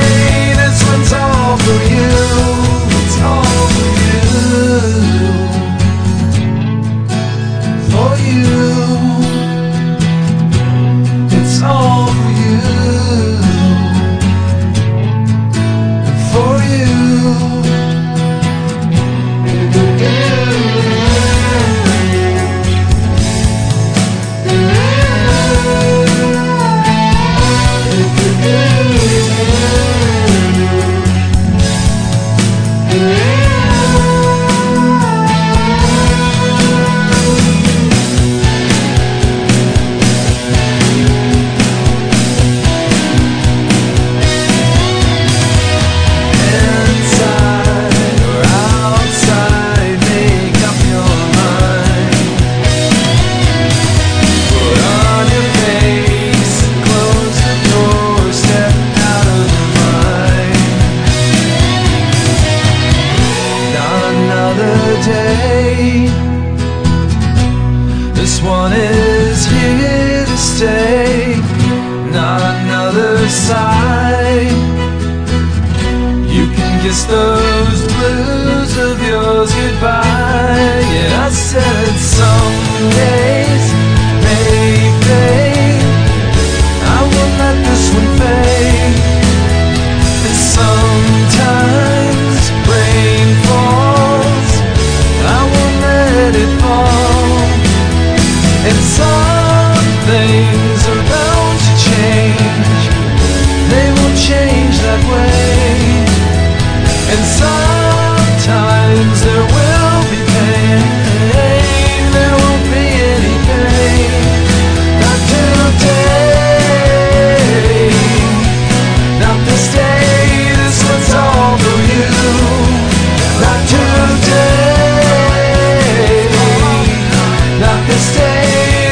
S14: This one is here to stay, not another sigh. You can kiss those blues of yours goodbye. Yeah, I said some days, maybe I will let this one fade. And sometimes rain falls, I will let it fall. And some things are bound to change, they will change that way. And sometimes there will be pain, there won't be any pain. Not today, not this day, this one's all for you. Not today, not this day,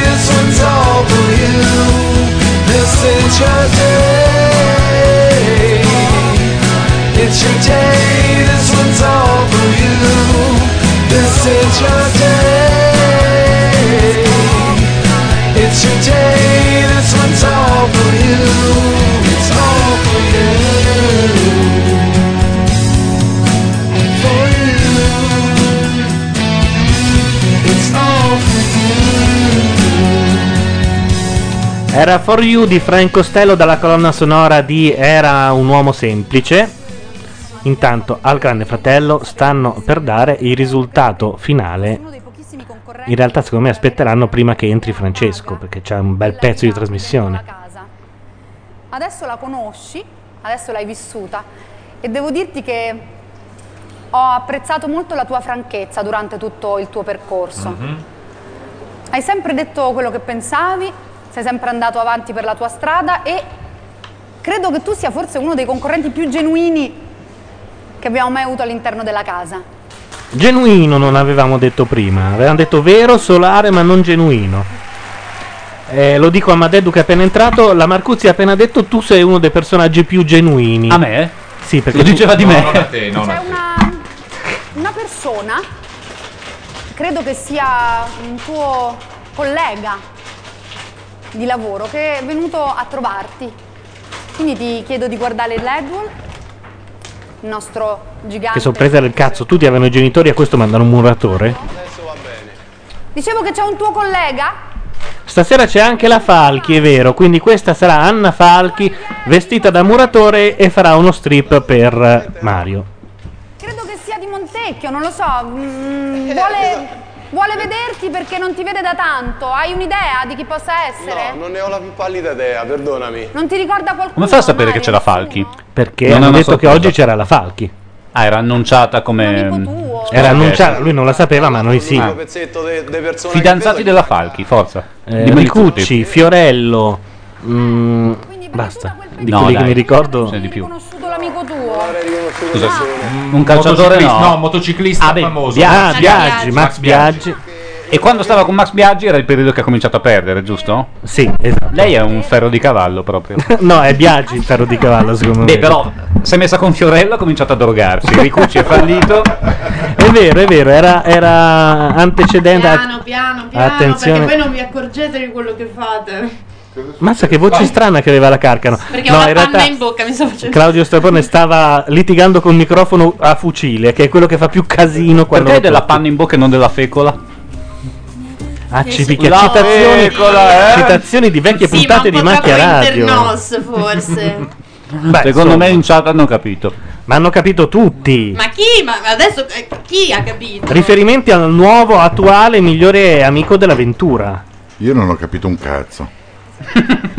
S14: this one's all for you. This is your day. It's your day, this one's all for you. This is your day. It's your day, this one's all for you. It's all for you. For you. It's all for you.
S1: Era For You di Frank Costello dalla colonna sonora di Era un uomo semplice. Intanto al Grande Fratello stanno per dare il risultato finale. In realtà secondo me aspetteranno prima che entri Francesco perché c'è un bel pezzo di trasmissione.
S7: casa. Adesso la conosci, adesso l'hai vissuta e devo dirti che ho apprezzato molto la tua franchezza durante tutto il tuo percorso. Hai sempre detto quello che pensavi, sei sempre andato avanti per la tua strada e credo che tu sia forse uno dei concorrenti più genuini che abbiamo mai avuto all'interno della casa.
S1: Genuino non avevamo detto prima, avevamo detto vero, solare ma non genuino. Eh, lo dico a Madeddu che è appena entrato, la Marcuzzi ha appena detto tu sei uno dei personaggi più genuini. A
S19: me?
S1: Sì, perché
S19: Lo
S1: tu-
S19: diceva di
S1: No,
S19: me.
S1: non a te, no, no.
S7: C'è una, una persona, credo che sia un tuo collega di lavoro, che è venuto a trovarti. Quindi ti chiedo di guardare il Ledwall, il nostro gigante.
S1: Che sorpresa del cazzo, tutti avevano i genitori e a questo mandano un muratore.
S7: Dicevo che c'è un tuo collega,
S1: Stasera c'è anche la Falchi, è vero, quindi questa sarà Anna Falchi vestita da muratore e farà uno strip per eh, Mario.
S7: credo che sia di Montecchio, non lo so,
S13: Eh,
S7: mm, vuole, vuole vederti perché non ti vede da tanto. Hai un'idea di chi possa essere?
S13: No, non ne ho la più pallida idea, perdonami.
S7: Non ti ricorda qualcuno?
S19: Come fa a sapere che c'è la Falchi?
S1: Perché
S19: Non è
S1: hanno
S19: una
S1: detto che
S19: sorpresa.
S1: oggi c'era la Falchi.
S19: Ah, era annunciata come... Eh. Ah.
S1: Era annunciata, lui non la sapeva, ma noi sì.
S10: Ah.
S13: Pezzetto de- de persone che
S19: Fidanzati
S13: vedo-
S19: della Falchi, forza.
S1: Eh,
S19: Dimmeli
S1: Ricucci,
S19: tutti.
S1: Fiorello. mm, basta, di
S19: No,
S1: quelli
S19: dai.
S1: che mi ricordo.
S19: di più.
S7: conosciuto l'amico tuo?
S19: Scusa, un
S16: Ah.
S1: Un
S19: calciatore
S1: motociclista-
S19: no.
S1: no,
S19: motociclista
S4: Ah,
S19: famoso.
S1: Bia- Biaggi, Max Biaggi.
S19: E quando stava con Max Biaggi era il periodo che ha cominciato a perdere, giusto?
S1: Sì, esatto.
S19: Lei è un ferro di cavallo proprio.
S1: no, è Biaggi il ferro di cavallo, secondo me.
S19: Beh, però si è messa con Fiorello ha cominciato a drogarsi. Ricucci è fallito.
S1: È vero, è vero, era, era antecedente. a-
S26: Piano, piano, piano,
S1: Esatto. Attenzione.
S26: perché poi non vi accorgete di quello che fate.
S1: Mazza che voce strana che aveva la Carcano.
S26: Perché
S1: No,
S26: ho
S1: in
S26: la panna
S1: realtà
S26: in bocca, mi sto facendo...
S1: Claudio Strapone stava litigando col microfono a fucile, che è quello che fa più casino quando
S19: Perché hai
S1: lo
S19: della
S1: tocchi.
S19: panna in bocca e non della fecola?
S1: Ah, ci picchia.
S19: La
S1: Citazioni,
S19: piccola, eh.
S1: citazioni di vecchie
S26: Sì, ma
S1: puntate
S26: un
S1: di
S26: po'
S1: Macchia
S26: troppo
S1: Radio.
S26: internos, forse.
S19: Secondo me in
S1: chat hanno capito. Ma hanno capito tutti.
S26: ma chi? Ma adesso eh, chi ha capito?
S1: Riferimenti al nuovo, attuale, migliore amico dell'avventura.
S3: Io non ho capito un cazzo.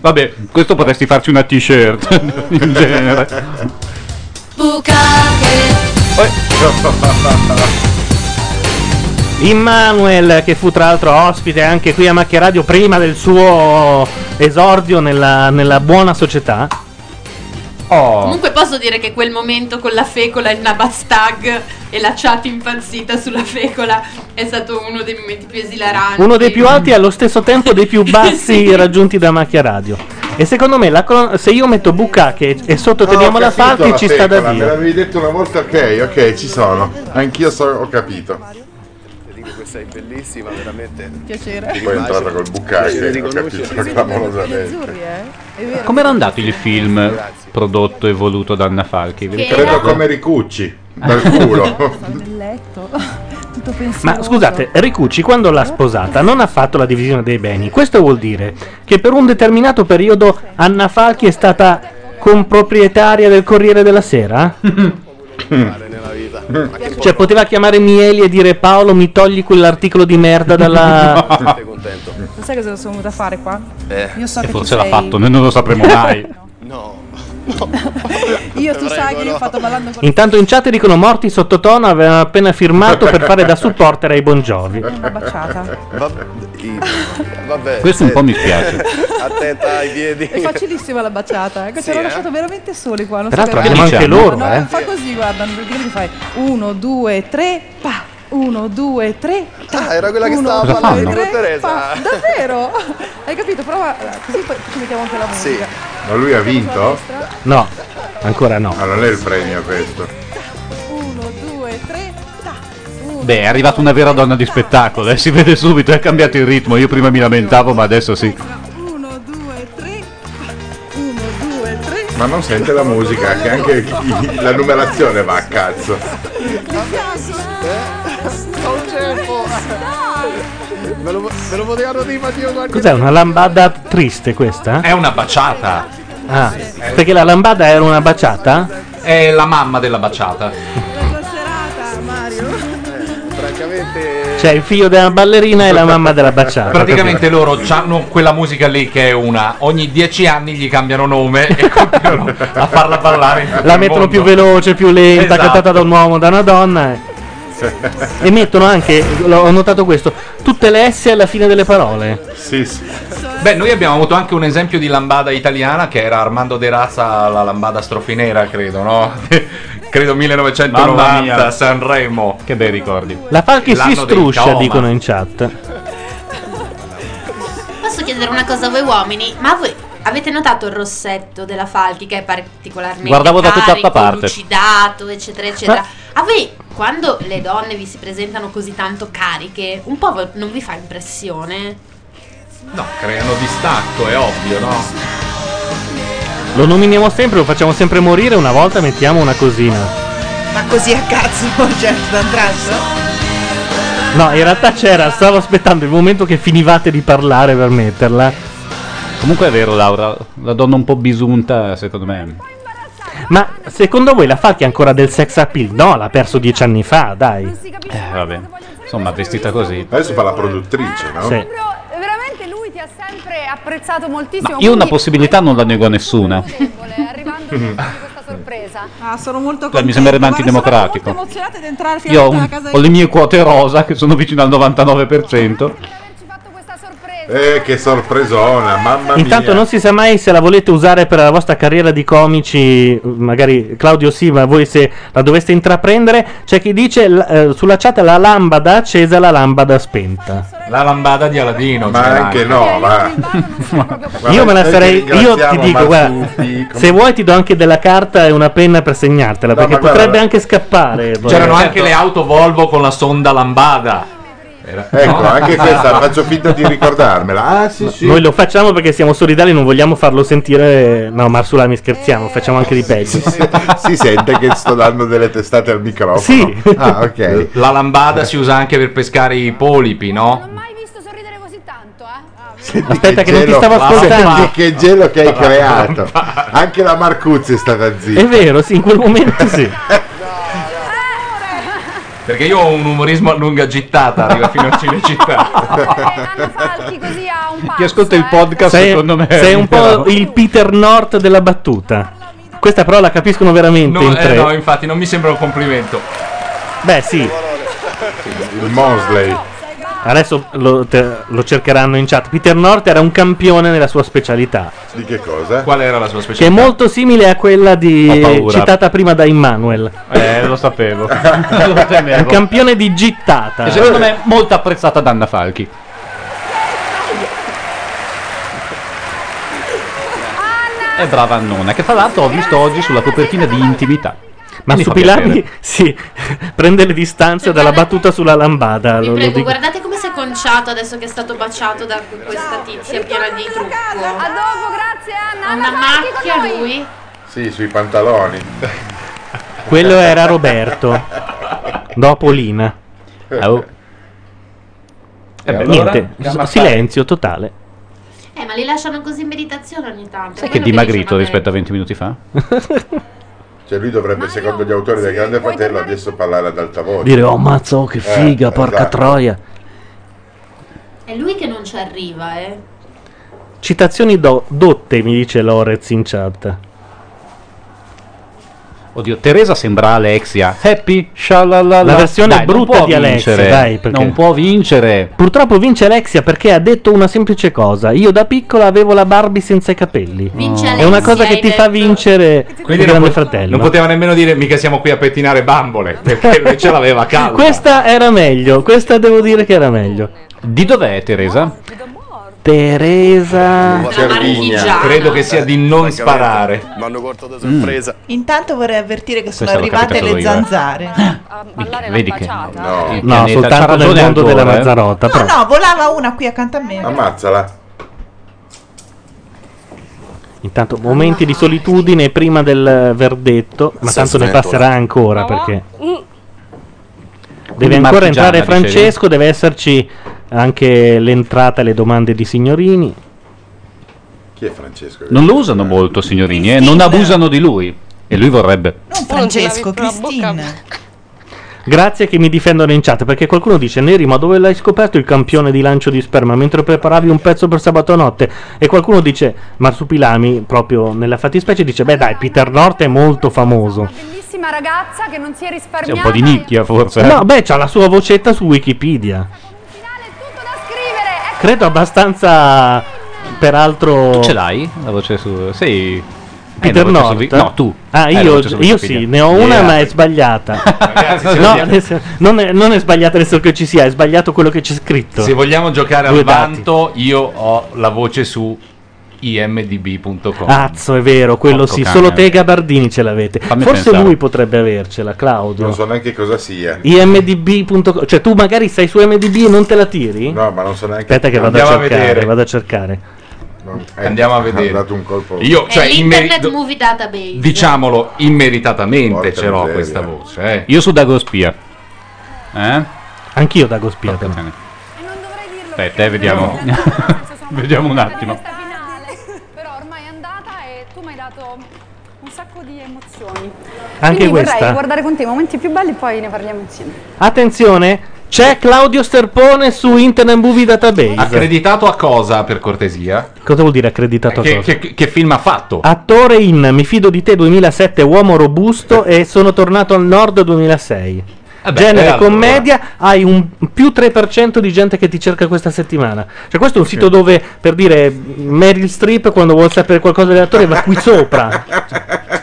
S19: Vabbè, questo potresti farci una t-shirt in genere.
S1: Immanuel, che fu tra l'altro ospite anche qui a Macchia Radio prima del suo esordio nella, nella buona società. Oh.
S26: Comunque posso dire che quel momento con la fecola e il Nabastag e la chat impazzita sulla fecola è stato uno dei momenti più esilaranti.
S1: Uno dei più alti e allo stesso tempo dei più bassi raggiunti da Macchia Radio. E secondo me, la colonna- se io metto Bucacche e sottoteniamo
S3: No, ho
S1: la
S3: capito
S1: Falchi, ci sta
S3: fecola,
S1: da
S3: Me
S1: dire.
S3: l'avevi detto una volta, ok, ok, ci sono. Anch'io so, ho capito.
S13: sei bellissima, veramente.
S5: Piacere.
S3: Poi è entrata col eh,
S13: Sì,
S3: bucacche,
S13: sì,
S3: ho capito
S13: riconoscere.
S3: clamorosamente.
S5: eh?
S19: Com'era andato il film prodotto e voluto da Anna Falchi? Vi
S3: Che
S19: ricordate?
S3: era- Credo come Ricucci, dal culo.
S5: nel letto, tutto pensiero.
S1: Ma scusate, Ricucci quando l'ha sposata non ha fatto la divisione dei beni. Questo vuol dire che per un determinato periodo Anna Falchi è stata comproprietaria del Corriere della Sera?
S13: nella vita.
S1: Cioè poteva chiamare Mieli e dire Paolo mi togli quell'articolo di merda dalla...
S13: contento.
S5: Lo sai cosa sono venuta a fare qua? Io so
S19: e
S5: che tu
S19: forse l'ha
S5: sei-
S19: fatto, noi non lo sapremo mai.
S5: Io tu sai che io ho fatto ballando con
S1: Intanto in chat dicono morti sottotono avevano appena firmato per fare da supporter ai Bongiovi.
S5: una baciata.
S13: Vabbè.
S1: Questo un
S13: eh,
S1: po' mi spiace.
S13: Attenta ai piedi.
S5: È facilissima la baciata, ecco,
S13: Sì,
S5: ci hanno
S13: eh?
S5: lasciato veramente soli qua. Non
S1: Peraltro
S5: sapevamo.
S1: abbiamo anche loro,
S5: No,
S1: eh.
S5: Fa così, guarda, perché mi fai 1, 2, 3, pa, 1, 2, 3,
S13: Ah, era quella che stava Esatto.
S5: Cosa
S13: parlando
S5: fanno?
S13: di Teresa.
S5: Davvero? Hai capito? Prova così poi ci mettiamo anche la musica.
S3: Ma lui ha vinto?
S1: No, ancora no.
S3: Ma non è il premio questo.
S5: 1, 2, 3,
S19: Beh, è arrivata una vera donna di spettacolo, eh, si vede subito, è cambiato il ritmo. Io prima mi lamentavo, ma adesso sì.
S5: 1, 2, 3.
S3: Ma non sente la musica, che anche chi- la numerazione va a cazzo.
S13: Non tempo. Me lo, me lo potevano dire, ma Dio guarda.
S1: Cos'è una lambada triste questa?
S4: È una baciata.
S1: Ah, perché la lambada era una baciata?
S4: È la mamma della baciata.
S13: Francamente.
S1: Cioè il figlio della ballerina e la mamma della baciata.
S4: Praticamente loro hanno quella musica lì che è una. Ogni dieci anni gli cambiano nome e continuano a farla ballare. in tutto
S1: la
S4: il
S1: mettono
S4: mondo.
S1: più veloce, più lenta,
S4: Esatto.
S1: cantata da un uomo, da una donna. eh. E mettono anche, l'ho- ho notato questo, tutte le S alla fine delle parole.
S3: Sì, sì.
S4: Beh, noi abbiamo avuto anche un esempio di lambada italiana che era Armando De Razza, la lambada strofinera, credo, no? credo 1990,
S19: mia.
S4: Sanremo.
S19: Che bei ricordi.
S1: La Falchi si
S4: L'anno del
S1: struscia,
S4: coma.
S1: dicono in chat.
S2: Posso chiedere una cosa a voi uomini? Ma voi avete notato il rossetto della Falchi che è particolarmente
S1: Guardavo da
S2: carico,
S1: tutta parte.
S2: lucidato, eccetera, eccetera.
S1: Ma-
S2: A voi quando le donne vi si presentano così tanto cariche, un po' vo- non vi fa impressione?
S4: Creano distacco, è ovvio, no?
S1: Lo nominiamo sempre, lo facciamo sempre morire, una volta mettiamo una cosina.
S28: Ma così a cazzo, certo, da un tratto?
S1: No, in realtà c'era, stavo aspettando il momento che finivate di parlare per metterla.
S19: Comunque è vero, Laura, la donna un po' bisunta, secondo me.
S1: Ma secondo voi la Falchi ha ancora del sex appeal? No, l'ha perso dieci anni fa, dai.
S19: Eh, vabbè. Insomma, vestita così.
S3: Adesso fa la produttrice, no?
S19: Sì.
S7: Veramente lui ti ha sempre apprezzato moltissimo.
S19: Ma io una
S7: quindi-
S19: possibilità non la nego a nessuna.
S7: sorpresa.
S5: Ah, sono molto
S19: Beh,
S5: contenta.
S19: mi sembrerebbe
S5: Guarda, sono
S19: antidemocratico.
S5: molto emozionata di entrare
S19: Io ho, un-
S5: finalmente nella casa
S19: ho le mie quote rosa che sono vicino al 99%.
S3: Eh, che sorpresona, mamma mia.
S1: Intanto non si sa mai se la volete usare per la vostra carriera di comici, magari Claudio sì, ma voi se la doveste intraprendere, c'è chi dice l- eh, sulla chat la lambada accesa, la lambada spenta.
S4: La lambada di Aladino.
S3: Ma
S4: c'era
S3: anche no, ma...
S1: io me la
S3: noi
S1: sarei,
S3: ti
S1: io ti
S3: ringraziamo,
S1: dico,
S3: ma
S1: guarda,
S3: tutti, come-
S1: se vuoi ti do anche della carta e una penna per segnartela,
S4: No,
S1: perché
S4: ma guarda,
S1: potrebbe
S4: guarda.
S1: anche scappare. poi.
S4: C'erano anche le auto Volvo con la sonda lambada.
S3: Ecco, anche questa faccio finta di ricordarmela. Ah, sì, sì.
S1: Noi lo facciamo perché siamo solidali, non vogliamo farlo sentire. eh, No, Marsulami, scherziamo, facciamo anche di peggio.
S3: Si sente che sto dando delle testate al microfono.
S1: Sì.
S3: Ah, ok.
S4: La lambada si usa anche per pescare i polipi, no?
S1: Aspetta, che, non ti
S3: gelo-
S1: stavo
S3: Ma
S1: ascoltando.
S3: senti che gelo che hai creato. Anche la Marcuzzi è stata zitta.
S1: È vero, sì, in quel momento sì.
S4: Perché io ho un umorismo a lunga gittata, arriva fino a Cinecittà.
S19: Chi ascolta il
S4: eh.
S19: podcast,
S1: sei,
S19: secondo me.
S1: sei un po'
S19: però-
S1: il Peter North della battuta. Questa però la capiscono veramente in
S4: No, eh,
S1: tre.
S4: no, infatti non mi sembra un complimento.
S1: Beh, sì.
S3: Il Mosley.
S1: Adesso lo, te- lo cercheranno in chat. Peter North era un campione nella sua specialità,
S3: Di che cosa?
S4: Qual era la sua
S1: che è molto simile a quella
S19: Ho
S1: di
S19: paura.
S1: citata prima da Immanuel.
S19: Eh, lo sapevo. lo
S1: È un
S19: temevo.
S1: campione di gittata.
S19: E secondo me molto apprezzata da Anna Falchi. È brava Annona, che tra l'altro ho visto oggi sulla copertina di Intimità.
S1: Ma
S4: Mi
S1: su
S4: fa
S1: Pilani,
S4: piacere.
S1: sì, prende le distanze dalla battuta sulla lambada. Lo, lo
S26: Prego,
S1: dico.
S26: guardate come si è conciato adesso che è stato baciato da questa tizia piena di trucco. A
S7: dopo, grazie Anna.
S26: Ha una macchia lui.
S3: Sì, sui pantaloni.
S1: Quello era Roberto. dopo Lina. Eh beh,
S4: allora?
S1: niente,
S4: Andiamo a fare-
S1: silenzio totale.
S26: Eh, ma li lasciano così in meditazione ogni tanto.
S19: Sai che è dimagrito rispetto a 20 minuti fa?
S3: Cioè lui dovrebbe, secondo gli autori del Grande Fratello, adesso parlare ad alta voce.
S1: Dire, oh mazzo, oh, che
S3: Eh,
S1: figa, porca
S3: esatto.
S1: troia.
S26: È lui che non ci arriva, eh.
S1: Citazioni do- dotte, mi dice Lorez in chat.
S19: Oddio, Teresa sembra Alexia. Happy, shalala.
S1: La versione
S19: Dai, non
S1: brutta
S19: può
S1: di Alexia,
S19: vincere.
S1: dai, perché-
S19: Non può vincere.
S1: Purtroppo vince Alexia perché ha detto una semplice cosa. Io da piccola avevo la Barbie senza i capelli.
S26: Vince
S1: È una cosa che ti fa vincere il
S4: non,
S1: grande
S4: po-
S1: fratello.
S4: non poteva nemmeno dire mica siamo qui a pettinare bambole, perché lui ce l'aveva calda.
S1: Questa era meglio, questa devo dire che era meglio.
S19: Di dov'è Teresa?
S1: Teresa...
S4: credo che sia di non sparare.
S13: Vanno corto da sorpresa.
S20: Intanto vorrei avvertire che sono
S4: Questa l'ho
S20: arrivate
S4: capitato
S20: le
S4: io, eh.
S20: zanzare.
S19: Mm. Vedi che...
S3: No,
S1: No, soltanto nel mondo della Mazzarotta.
S20: No,
S1: però.
S20: no, volava una qui accanto a me.
S3: Ammazzala.
S1: Intanto momenti di solitudine prima del verdetto, ma tanto ne passerà ancora perché deve
S19: Quindi
S1: ancora
S19: marchigiana,
S1: entrare
S19: dicevi?
S1: Francesco, deve esserci anche l'entrata e le domande di signorini.
S3: Chi è Francesco?
S19: Non lo usano molto, signorini, eh? non abusano di lui. E lui vorrebbe.
S20: Non Francesco, Christine.
S1: Grazie che mi difendono in chat perché qualcuno dice Neri ma dove l'hai scoperto il campione di lancio di sperma mentre preparavi un pezzo per sabato notte e qualcuno dice Marsupilami proprio nella fattispecie dice beh dai Peter North è molto famoso
S7: Bellissima ragazza che non si è risparmiata.
S19: nicchia forse. eh.
S1: No, beh, c'ha la sua vocetta su Wikipedia. Credo abbastanza. Peraltro.
S19: Tu ce l'hai la voce su... Sei...
S1: Oh.
S19: Eh,
S1: Peter North?
S19: No, tu.
S1: Ah,
S19: Hai la
S1: io,
S19: voce su
S1: io
S19: Wikipedia. Eh,
S1: sì, ne ho una,
S19: Yeah.
S1: ma è sbagliata.
S4: se
S1: no,
S4: vogliamo-
S1: nel sen- non, è, non è sbagliata nel senso che ci sia, è sbagliato quello che c'è scritto.
S4: Se vogliamo giocare
S1: Due
S4: al
S1: dati.
S4: vanto, io ho la voce su imdb.com.
S1: Azzo, è vero, quello
S4: Porco
S1: sì.
S4: cane.
S1: Solo te, Gabardini, ce l'avete. Forse
S4: pensare.
S1: lui potrebbe avercela, Claudio.
S3: Non so neanche cosa sia.
S1: imdb.com cioè tu magari sei su imdb e non te la tiri?
S3: No, ma non so neanche.
S1: Aspetta che vado a
S3: Andiamo
S1: cercare,
S3: vedere.
S1: vado a cercare.
S3: Eh,
S4: Andiamo a vedere.
S3: Ha dato un colpo.
S4: Io, cioè,
S1: Eh,
S26: è
S4: in
S26: l'Internet
S4: merito-
S26: Movie Database.
S4: diciamolo, immeritatamente
S19: Porca
S4: ce l'ho
S19: miseria.
S4: questa voce. Eh.
S19: Io su Dagospia. Eh?
S1: Anch'io Dagospia.
S19: Aspetta, eh, vediamo. vediamo un attimo.
S7: Però ormai è andata e tu mi hai dato un sacco di emozioni.
S1: Anche
S7: Quindi
S1: questa?
S7: vorrei guardare con te i momenti più belli poi ne parliamo insieme.
S1: Attenzione, c'è Claudio Sterpone su Internet Movie Database.
S4: Ah, Accreditato a cosa, per cortesia?
S1: Cosa vuol dire accreditato a
S4: Che,
S1: cosa? Ah.
S4: che- che film ha fatto?
S1: Attore in Mi fido di te 2007, uomo robusto e sono tornato al nord 2006.
S4: beh,
S1: Genere
S4: eh, allora.
S1: commedia, hai un più 3% di gente che ti cerca questa settimana. Cioè, questo è un sito dove, per dire, Meryl Streep, quando vuol sapere qualcosa dell'attore, va qui sopra.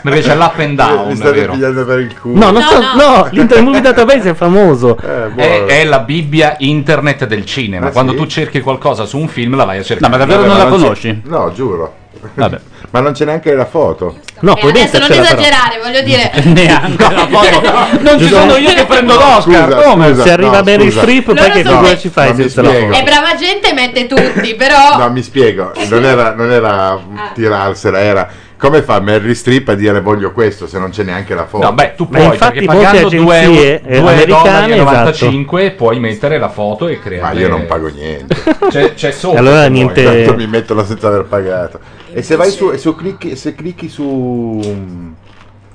S4: Dove c'è l'up and
S3: Mi
S4: down,
S3: state
S4: vero?
S3: pigliando per il culo.
S1: No, non sto- no, l'Internet Movie Database è famoso.
S3: Eh,
S1: Eh,
S4: È, è la Bibbia internet del
S3: Ah,
S4: cinema. Quando tu cerchi qualcosa su un film, la vai a cercare.
S19: No, ma davvero
S4: Vabbè,
S19: non
S4: ma
S19: la
S4: c'è-
S19: conosci?
S3: No, giuro.
S19: Vabbè.
S3: ma non c'è neanche la foto.
S1: No,
S26: Eh, adesso non esagerare, voglio dire.
S19: Neanche
S1: la
S19: Non
S3: ci sono io che prendo l'Oscar. Come?
S1: Se arriva
S3: no,
S1: Meryl
S3: scusa.
S1: Streep,
S3: Loro
S1: poi che
S3: sono-
S1: figura ci fai
S3: Ma mi
S1: senza la
S3: spiego.
S1: foto?
S2: Eh,
S26: È brava gente, mette tutti, però.
S3: No, mi spiego, non era, non era tirarsela, era come fa Mary Streep a dire voglio questo se non c'è neanche la foto.
S4: No, beh, tu puoi, perché pagando 2 euro, 2
S19: esatto.
S4: dollari e
S1: esatto.
S4: 95 puoi mettere la foto e
S3: Ma
S4: creare...
S3: Ah,
S4: Cioè,
S3: io non pago niente.
S4: C'è, c'è sopra.
S1: Allora
S4: se vuoi.
S1: niente-
S3: Tanto mi mettono senza aver pagato. E se vai su, e su clicchi, se clicchi su...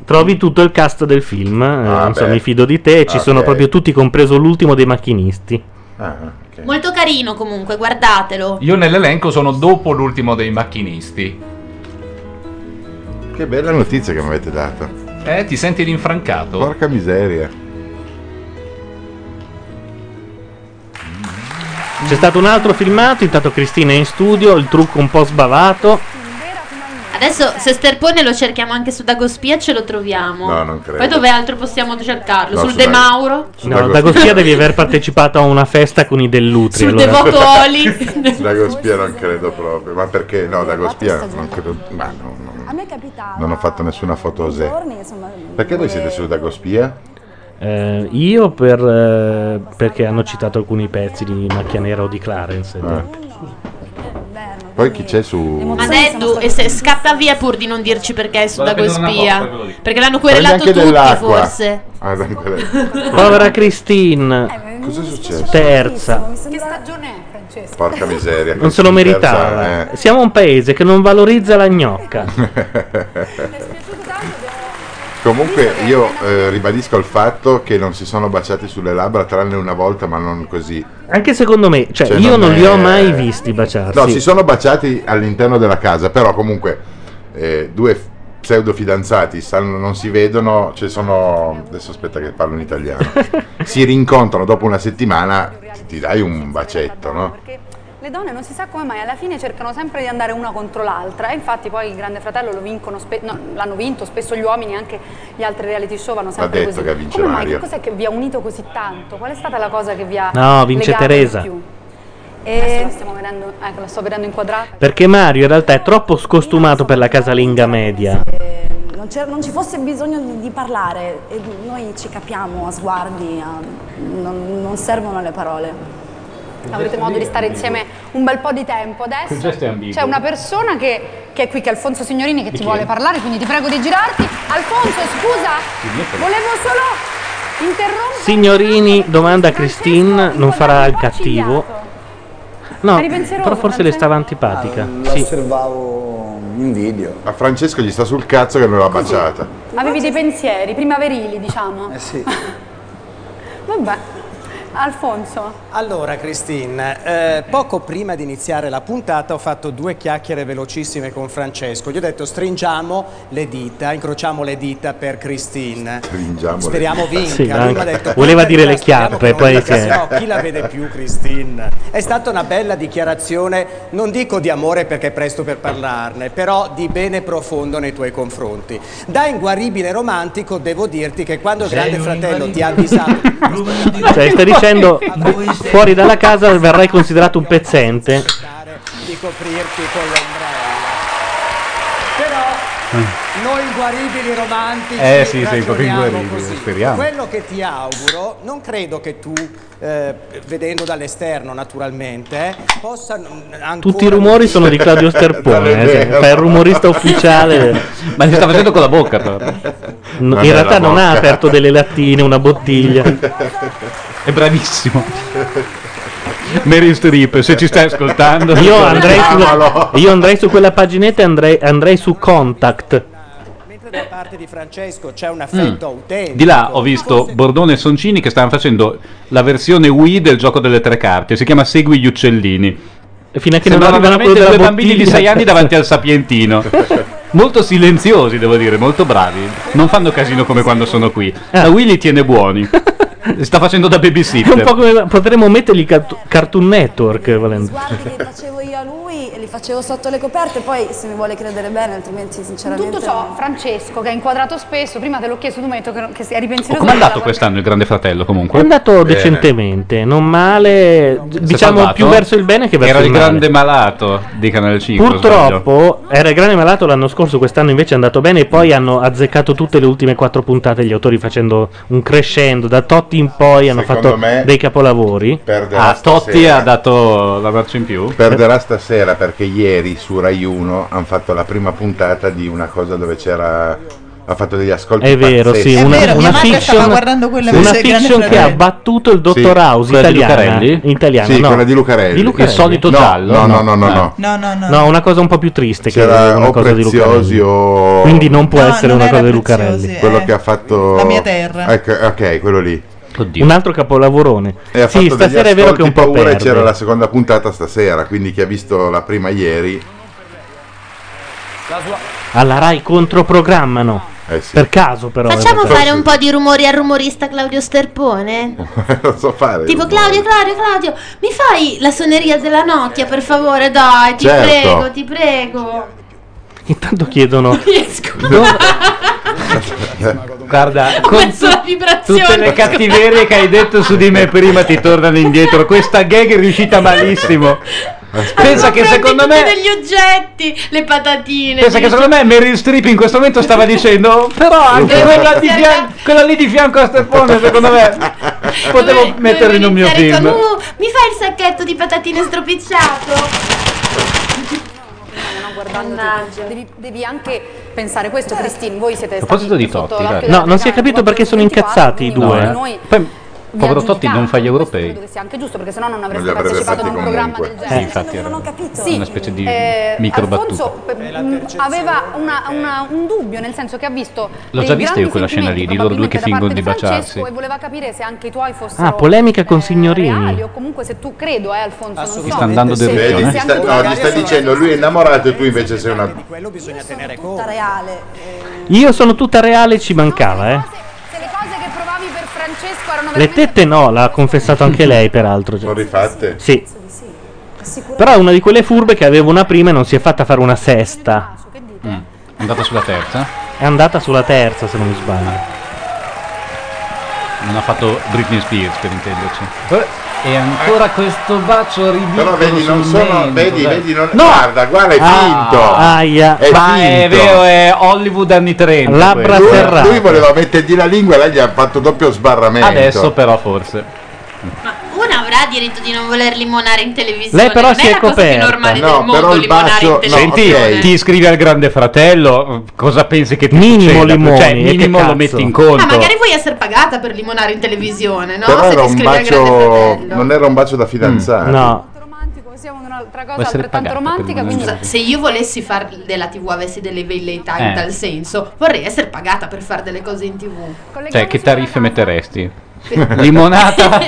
S1: Trovi tutto il cast del film, eh, non so,
S3: Ah, beh.
S1: mi fido di te, ci
S3: Ah,
S1: sono
S3: ok. Ah.
S1: proprio tutti, compreso l'ultimo dei macchinisti.
S26: Molto carino comunque, guardatelo.
S4: Io nell'elenco sono dopo l'ultimo dei macchinisti.
S3: Che bella notizia che mi avete dato.
S4: Eh, ti senti rinfrancato?
S3: Porca miseria.
S1: C'è stato un altro filmato, intanto Cristina è in studio, il trucco un po' sbavato.
S26: Adesso se Sterpone lo cerchiamo anche su Dagospia ce lo troviamo.
S1: No, non credo.
S26: Poi dove altro possiamo cercarlo?
S1: No,
S26: Sul
S1: su
S26: De
S1: Dag-
S26: Mauro?
S1: No, Dagospia devi aver partecipato a una festa con i Dell'Utri.
S26: Sul
S1: allora.
S26: Devoto Oli.
S3: Dagospia non credo proprio, ma perché no, Dagospia non credo, ma no, no,
S18: A me capitava
S3: Non ho fatto nessuna foto a Zè.
S18: giorni, insomma,
S3: Perché voi siete solo da Gospia?
S1: Eh, io per, eh, perché hanno citato alcuni pezzi di Macchia Nera o di Clarence.
S3: Ah.
S1: ecco.
S3: Poi chi c'è su...
S2: Ma Deddu e se- scappa via pur di non dirci perché è su
S3: Guarda che non è una
S2: Dagospia.
S3: botta, ve lo dico.
S2: Perché l'hanno
S3: Prendi
S2: querelato
S3: anche
S2: tutti,
S3: dell'acqua.
S2: forse.
S3: Ah, dai, quella-
S1: Povera Christine.
S3: Cos'è successo?
S1: Terza.
S7: Che stagione è, Francesco?
S3: Porca miseria. eh.
S1: Non se lo
S3: Terza,
S1: meritava. Siamo un paese che non valorizza la gnocca.
S3: Comunque io eh, ribadisco il fatto che non si sono baciati sulle labbra tranne una volta, ma non così.
S1: Anche secondo me, cioè,
S3: Cioè,
S1: io
S3: non
S1: non li ho
S3: è-
S1: mai visti baciarsi.
S3: No, si sono baciati all'interno della casa, però comunque eh, due f- pseudo fidanzati stanno- non si vedono, cioè sono... adesso aspetta che parlo in italiano. si rincontrano dopo una settimana, ti dai un bacetto, no?
S7: Le donne non si sa come mai alla fine cercano sempre di andare una contro l'altra e infatti poi il Grande Fratello lo vincono spe- no, l'hanno vinto spesso gli uomini anche gli altri reality show vanno sempre
S3: detto
S7: così.
S3: che vince
S7: come
S3: Mario.
S7: mai? Che cos'è che vi ha unito così tanto? Qual è stata la cosa che vi ha
S1: No, vince
S7: legato di
S1: Teresa.
S7: più? E adesso la stiamo vedendo, ecco, la sto vedendo inquadrata.
S1: Perché Mario in realtà è troppo scostumato per la casalinga media.
S18: non, c'era- non ci fosse bisogno di, di parlare, e noi ci capiamo a sguardi, a- non, non servono le parole.
S7: Avrete modo di stare insieme un bel po' di tempo
S19: Quel
S7: adesso.
S19: gesto è ambiguo.
S7: C'è una persona che, che è qui, che è Alfonso Signorini, che
S19: Di
S7: ti
S19: chi?
S7: vuole parlare, quindi ti prego di girarti. Alfonso, scusa, volevo solo interrompere.
S1: Signorini domanda a Christine, non farà il cattivo. No,
S7: Eri pensieroso,
S1: però forse le
S7: Francesco?
S1: stava antipatica. Cioè,
S3: Ah,
S1: Sì.
S3: Osservavo in video. A Francesco gli sta sul cazzo che non l'ha baciata.
S7: Avevi dei pensieri primaverili, diciamo. Eh
S11: sì.
S7: Vabbè. Alfonso,
S11: Allora, Christine, eh, poco prima di iniziare la puntata ho fatto due chiacchiere velocissime con Francesco. Gli ho detto stringiamo le dita, incrociamo le dita per Christine.
S3: Stringiamo
S11: Speriamo vinca.
S1: Sì,
S11: Lui mi ha
S1: anche-
S11: detto,
S1: voleva dire le
S11: speriamo
S1: chiappe,
S11: che non
S1: poi
S11: vinca,
S1: si è-
S11: sennò chi la vede più, Christine? È stata una bella dichiarazione, non dico di amore perché è presto per parlarne, però di bene profondo nei tuoi confronti. Da inguaribile romantico devo dirti che quando il Grande Fratello ti ha avvisato
S1: Cioè, stai dicendo fuori dalla casa verrai considerato un pezzente.
S11: di coprirti con l'ombrello.
S10: Eh.
S11: Però noi inguaribili romantici
S4: Eh, sì, sei
S11: ragioniamo
S4: proprio inguaribili,
S11: così.
S4: speriamo.
S11: Quello che ti auguro, non credo che tu, eh, vedendo dall'esterno naturalmente, eh, possa n- ancora...
S1: Tutti i rumori sono di Claudio Sterpone, eh, se- fa il rumorista ufficiale.
S19: Ma li sta facendo con la bocca, però.
S1: No,
S19: Non
S1: in
S19: è la
S1: realtà non ha
S19: bocca.
S1: aperto delle lattine, una bottiglia.
S19: È bravissimo. Meryl Streep, se ci stai ascoltando.
S1: Io andrei, sulla- io andrei su quella paginetta e andrei, andrei su Contact.
S11: Da parte di Francesco c'è un affetto
S9: Mm.
S11: autentico.
S19: Mm. Di là ho visto Bordone e Soncini che stavano facendo la versione Wii del gioco delle tre carte. Si chiama Segui gli uccellini.
S1: E fino a
S19: che
S1: non arriva quello
S19: veramente due
S1: della
S19: bambini di
S1: bottiglia.
S19: 6 anni davanti al Sapientino. molto silenziosi, devo dire, molto bravi. Non fanno casino come quando sono qui. La Wii li tiene buoni. Li Sta facendo
S1: È
S19: da
S1: Ah. un po'
S19: babysitter.
S1: come potremmo mettergli cart- Cartoon Network volendo.
S18: Guardi che facevo io a lui e li facevo sotto le coperte, poi se mi vuole credere bene, altrimenti sinceramente...
S7: tutto ciò, Francesco, che ha inquadrato spesso, prima te l'ho chiesto, tu mi hai detto che, non- che sei- eri pensiero
S19: Come è andato quest'anno il Grande Fratello
S1: È
S19: comunque? Eh,
S1: andato decentemente, non male, d- diciamo
S19: salvato?
S1: più verso il bene che verso
S19: Era
S1: il
S19: il
S1: male.
S19: grande malato di Canale 5.
S1: Purtroppo era il grande malato l'anno scorso, quest'anno invece è andato bene e poi hanno azzeccato tutte le ultime quattro puntate gli autori facendo un crescendo, da Totti in poi hanno
S3: Secondo
S1: fatto
S3: me
S1: dei capolavori.
S3: perderà
S1: Ah, Totti
S3: stasera.
S1: ha
S19: dato la marcia in più.
S3: Perderà stasera perché ieri su Rai 1 hanno fatto la prima puntata di una cosa dove c'era. ha fatto degli ascolti.
S1: È vero, sì,
S3: pazzeschi.
S1: una, una
S3: Cioè,
S1: fiction, una fiction che ha battuto il dottor
S3: Sì.
S1: House
S3: Quella di
S1: italiana,
S3: Lucarelli?
S1: italiana
S3: Sì,
S1: no.
S3: quella di Lucarelli.
S1: Lucarelli?
S3: Il solito
S1: No,
S3: giallo? Ah.
S1: No,
S3: no, no, no, no.
S1: No, una cosa un po' più triste che
S3: C'era
S1: una
S3: O
S1: cosa di
S3: Preziosi
S1: Lucarelli.
S3: o.
S1: Quindi non può essere una cosa di Lucarelli.
S3: Quello che ha fatto.
S1: eh. La mia terra.
S3: Ecco, ok, quello lì.
S1: Un altro capolavorone.
S3: E ha
S1: Sì,
S3: fatto degli
S1: stasera è vero che un
S3: ascolti
S1: po'
S3: paura e
S1: perde.
S3: c'era la seconda puntata stasera, quindi chi ha visto la prima ieri.
S1: Alla Rai controprogrammano.
S3: Eh
S1: Per caso però.
S2: Facciamo fare un po' di rumori al rumorista Claudio Sterpone?
S3: non so fare.
S2: Tipo Claudio, Claudio, Claudio, mi fai la suoneria della Nokia per favore? Dai, ti
S1: Certo.
S2: prego, ti prego.
S1: Intanto chiedono.
S19: Guarda,
S2: Ho messo la
S19: Tutte
S2: vibrazione.
S19: le cattiverie che hai detto su di me prima ti tornano indietro. Questa gag è riuscita malissimo. Pensa che secondo me.
S26: degli oggetti, le patatine.
S19: Pensa che secondo me Meryl Streep in questo momento stava dicendo però anche quella, di fian- quella lì di fianco a Stefano secondo me potevo metterla in un mio
S2: Iniziare con,
S19: film.
S2: "Uh, mi fai il sacchetto di patatine stropicciato?
S7: no, guardando tu. devi, devi anche pensare questo,
S18: Eh.
S7: Christine. Voi siete
S19: A proposito
S7: stati
S19: di
S7: sotto
S19: Totti,
S7: l'occhio
S19: dai.
S7: della
S1: No, non si è capito perché sono incazzati i
S19: No, eh.
S1: due.
S7: noi-
S19: Poi,
S7: vi
S19: povero
S7: ha
S19: Totti, non fa gli europei.
S7: credo che sia anche giusto perché sennò non avreste
S19: li avrebbe
S7: partecipato a
S19: fatti
S7: un programma
S19: comunque.
S7: del
S19: Eh,
S7: genere.
S19: infatti, era
S7: capito.
S19: una specie di
S7: eh,
S19: microbattuta.
S7: Alfonso eh, mh, aveva una- una- un dubbio nel senso che ha visto
S4: L'ho
S7: dei
S4: già vista
S7: grandi
S4: io quella scena lì, di loro due che
S7: sentimenti da parte
S4: fingono di
S7: Francesco
S4: baciarsi.
S7: e voleva capire se anche i tuoi fossero
S1: Ah, polemica con
S7: reali
S1: signorini.
S7: o comunque se tu credo eh Alfonso non so
S1: Assolutamente. Sta andando
S7: Se-
S1: delusione.
S7: se
S3: Vedi, eh, ti
S7: anche
S3: sta,
S7: tu
S3: no,
S7: magari
S3: ti sta
S7: sono-
S3: dicendo lui è innamorato e tu invece sei una.
S11: Quello bisogna tenere conto.
S18: tutta reale.
S1: Io sono tutta reale, ci mancava, eh.
S7: se le cose che provavi per Francesco erano
S1: Le tette no, l'ha confessato anche lei, peraltro. Sono
S3: rifatte?
S1: Sì.
S7: veramente
S1: Però è una di quelle furbe che aveva una prima e non si è fatta fare una sesta.
S4: Mm. È andata sulla terza.
S1: È andata sulla terza, se non mi sbaglio.
S4: Non ha fatto Britney Spears per intenderci.
S19: E Eh. ancora questo bacio ridicolo.
S3: Però vedi, non
S19: sul
S3: sono-
S19: mento,
S3: vedi,
S19: dai. Ah,
S3: vedi, non- guarda, guarda, è finto.
S19: aia.
S3: È
S19: Ma è
S3: finto.
S19: vero, è Hollywood anni 30.
S3: Lui-
S19: quello.
S3: Lui voleva mettergli la lingua e lei gli ha fatto doppio sbarramento.
S4: Adesso però forse.
S2: Una avrà diritto di non voler limonare in televisione.
S1: Lei però
S2: non
S1: si
S2: è
S1: è
S2: la cosa più
S1: coperta.
S2: normale del mondo limonare in televisione.
S19: Senti, ti iscrivi al Grande Fratello, cosa pensi che ti
S1: Minimo
S19: succeda?
S1: limoni,
S19: Cioè,
S1: e che
S19: minimo
S1: cazzo?
S19: lo metti in
S2: Ah,
S19: conto. Cioè,
S2: magari vuoi essere pagata per limonare in televisione, no?
S3: Però
S2: Se
S3: era
S2: ti
S3: un
S2: scrivi al grande
S3: bacio. Non era un bacio da fidanzati.
S1: no.
S7: un'altra
S3: Può
S7: cosa
S3: essere
S7: altrettanto
S3: pagata per
S7: romantica
S3: non
S7: quindi
S3: andare.
S2: Se io volessi fare della TV, avessi delle velleità in
S4: Eh.
S2: tal senso, vorrei essere pagata per fare delle cose in TV.
S4: Cioè, che tariffe metteresti?
S19: Limonata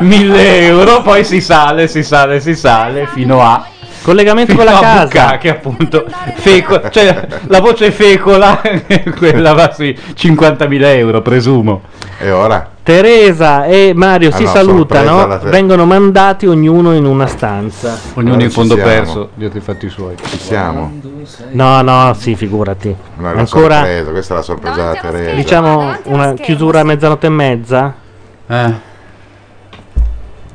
S19: 1000 euro, poi si sale, si sale, si sale fino a
S1: collegamento
S19: fino
S1: con la
S19: a
S1: casa.
S19: Bucca, che appunto feco- cioè, la voce fecola quella va sui 50.000 euro, presumo.
S3: E ora?
S1: Teresa e Mario
S19: Ah
S1: si
S19: no, sorpresa alla
S1: salutano,
S19: te-
S1: vengono mandati ognuno in una stanza.
S19: Ognuno in fondo
S3: siamo.
S19: perso, dietro i fatti suoi.
S3: Ci siamo.
S1: No, no, sì, figurati.
S3: No, cioè. è la
S1: Ancora
S3: sorpresa, questa è la sorpresa della Teresa.
S1: diciamo una chiusura a mezzanotte e mezza.
S19: Eh.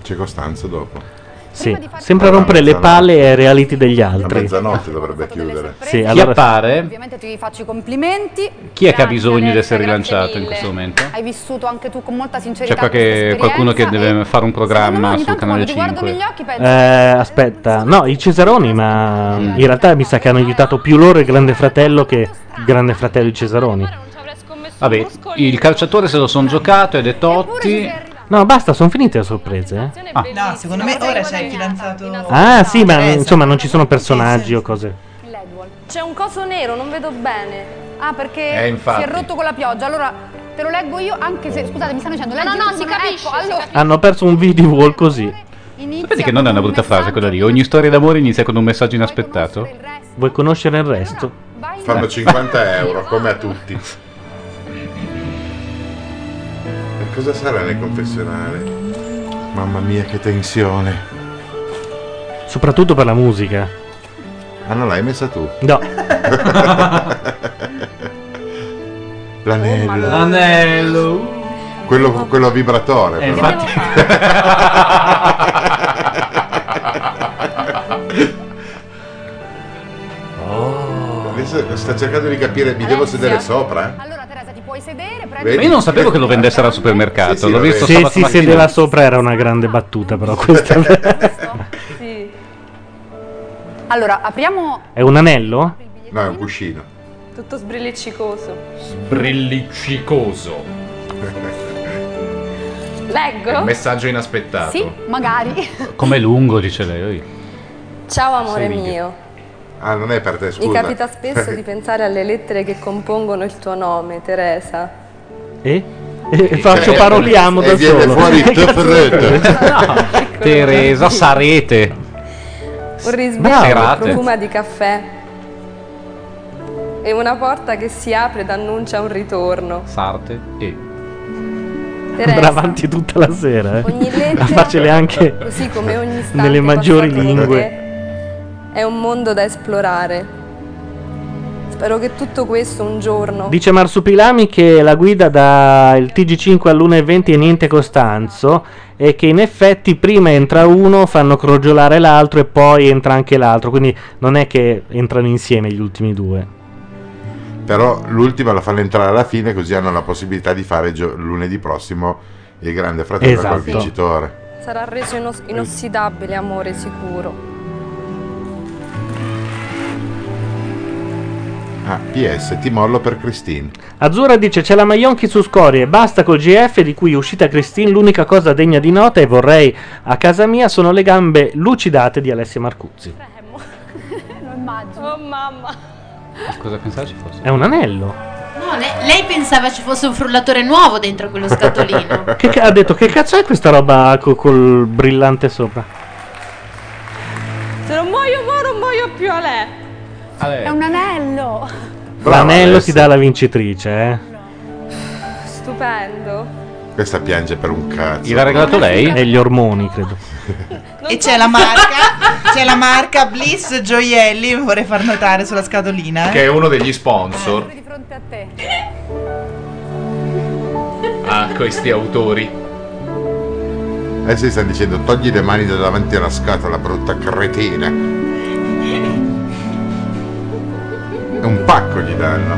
S3: C'è Costanzo dopo.
S1: Sì, sempre a rompere le
S3: mezzanotte.
S1: palle ai reality degli
S3: A
S1: altri.
S3: mezzanotte dovrebbe chiudere.
S1: Sì,
S19: Chi
S1: allora-
S19: appare?
S7: ovviamente ti faccio i complimenti
S4: Chi è che ha
S7: Grazie,
S4: bisogno di
S7: Alessia,
S4: essere
S7: grazie
S4: rilanciato in
S7: mille.
S4: questo momento?
S7: hai vissuto anche tu con molta sincerità
S4: C'è qualche,
S7: questa
S4: qualcuno che
S7: esperienza
S4: deve fare un programma
S7: ogni
S4: sul
S7: tanto
S4: canale
S7: quando ti guardo
S4: 5.
S1: Eh, aspetta, no, i Cesaroni, ma
S19: Mm.
S1: in realtà mi sa che hanno aiutato più loro il Grande Fratello che il Grande Fratello i Cesaroni.
S4: Vabbè, il calciatore se lo sono giocato ed è Totti.
S1: No, basta, sono finite le sorprese. eh.
S20: No, secondo me ora c'è il fidanzato.
S1: Ah, sì, ma
S20: Eh,
S1: insomma non ci sono personaggi o cose.
S12: C'è un coso nero, non vedo bene.
S7: Ah, perché
S1: Eh, infatti.
S7: si è rotto con la pioggia. Allora te lo leggo io, anche se scusate, mi stanno dicendo
S12: No,
S7: leggi
S12: no,
S7: tu,
S12: si
S7: ma
S12: capisce,
S7: ecco, allora
S1: Hanno perso un video wall così.
S4: Vedi che non è una brutta frase quella lì. Ogni storia d'amore inizia con un messaggio inaspettato.
S1: Vuoi conoscere il resto?
S3: Fanno 50 euro, come a tutti. E cosa sarà nel confessionale? Mamma mia, che tensione.
S1: Soprattutto per la musica.
S3: Ah, non l'hai messa tu?
S1: No.
S7: Oh,
S3: L'anello.
S4: L'anello.
S3: Quello, quello vibratore.
S4: Eh,
S3: però.
S4: infatti.
S3: Oh. Adesso sta cercando di capire, mi devo sedere sopra? eh.
S7: Teresa ti puoi sedere, prendi
S3: Vedi?
S4: Ma io non sapevo che lo vendessero al supermercato.
S3: Sì, sì,
S4: Ah, L'ho
S3: vabbè.
S4: visto
S1: Se
S4: sabato
S1: si
S4: mattina.
S1: sedeva sopra era una grande battuta, però questa
S7: Sì. Allora, apriamo
S1: è un anello?
S3: No, è un cuscino.
S12: Tutto sbrilleccicoso.
S4: Brilliccicoso.
S7: Ecco.
S12: Leggo.
S4: Messaggio inaspettato.
S12: Sì, magari.
S4: Com'è lungo, dice lei.
S12: Ciao amore
S4: Sei video.
S12: mio.
S3: Ah, non è per te, scusa.
S12: Mi capita spesso di pensare alle lettere che compongono il tuo nome, Teresa.
S1: E? E faccio paroliamo
S3: E
S1: da
S3: cioè, eh, viene
S1: solo. ecco.
S3: fuori il
S1: Cazzo.
S12: No.
S4: Teresa Sarete.
S12: Un risveglio che
S4: Bravo.
S12: profuma di caffè. E una porta che si apre ed annuncia un ritorno.
S4: Sarte e.
S12: Teresa,
S1: Andrà avanti tutta la sera. Eh.
S12: ogni lettera,
S1: A farcele anche
S12: così come ogni istante
S1: nelle maggiori
S12: passato con
S1: lingue.
S12: te, è un mondo da esplorare. Spero che tutto questo un giorno.
S1: Dice Marsupilami che la guida dal TG5 all'1.20 è niente Costanzo e che in effetti prima entra uno, fanno crogiolare l'altro e poi entra anche l'altro, quindi non è che entrano insieme gli ultimi due.
S3: Però l'ultima la fanno entrare alla fine così hanno la possibilità di fare gio- lunedì prossimo il grande fratello
S1: Esatto.
S3: col vincitore.
S12: Sarà reso inos- inossidabile, amore, sicuro.
S3: Ah, PS, ti mollo per Christine.
S1: Azzurra dice c'è la Maionchi su scorie, basta col GF di cui è uscita Christine, l'unica cosa degna di nota e vorrei a casa mia sono le gambe lucidate di Alessia Marcuzzi.
S7: Lo immagino.
S12: Oh mamma.
S4: Cosa pensaci fosse?
S1: È un anello.
S2: No, lei, lei pensava ci fosse un frullatore nuovo dentro quello scatolino.
S1: Che ca- ha detto che cazzo è questa roba co- col brillante sopra?
S12: Se non muoio mo non muoio più a lei.
S7: È un anello.
S1: L'anello si dà alla vincitrice, eh.
S12: Stupendo.
S3: Questa piange per un cazzo. Eh,
S1: Gliel'ha regalato lei? E gli ormoni, credo.
S20: E c'è la marca, c'è la marca Bliss Gioielli, vorrei far notare sulla scatolina. eh.
S9: Che è uno degli sponsor. A
S4: Ah,
S9: questi autori.
S3: Adesso gli eh, stanno dicendo togli le mani da davanti alla scatola, brutta cretina. È un pacco gli danno.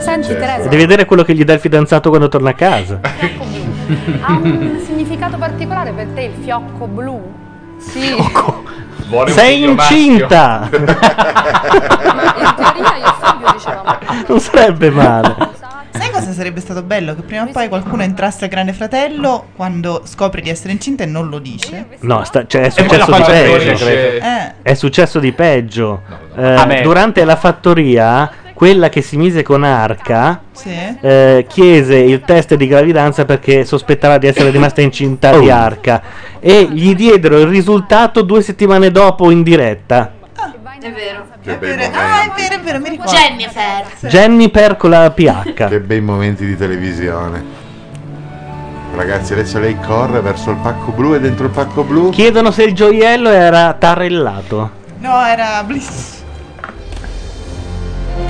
S7: Senti Teresa,
S1: Devi vedere quello che gli dà il fidanzato quando torna a casa.
S7: ha un significato particolare per te il fiocco blu?
S12: Sì.
S9: Vuole un
S1: Sei
S9: figlio maschio.
S1: incinta! non sarebbe male.
S20: Sai cosa sarebbe stato bello? Che prima o poi qualcuno entrasse al Grande Fratello quando scopre di essere incinta e non lo dice.
S1: No, sta- cioè, è
S20: E poi la
S1: successo di
S20: faccia
S1: peggio.
S20: fiorisce.
S1: credo.
S20: Eh.
S1: È successo di peggio. Eh,
S20: A me.
S1: durante la fattoria, quella che si mise con Arca
S20: Sì.
S1: eh, chiese il test di gravidanza perché sospettava di essere rimasta incinta
S4: Oh.
S1: di Arca. E gli diedero il risultato due settimane dopo in diretta.
S2: È vero.
S3: Che bei
S20: Ah,
S3: momenti.
S20: è vero, è vero, mi ricordo.
S2: Jennifer.
S1: Jenny Percola PH.
S3: Che bei momenti di televisione. Ragazzi, adesso lei corre verso il pacco blu e dentro il pacco blu.
S1: Chiedono se il gioiello era tarellato.
S20: No, era Bliss.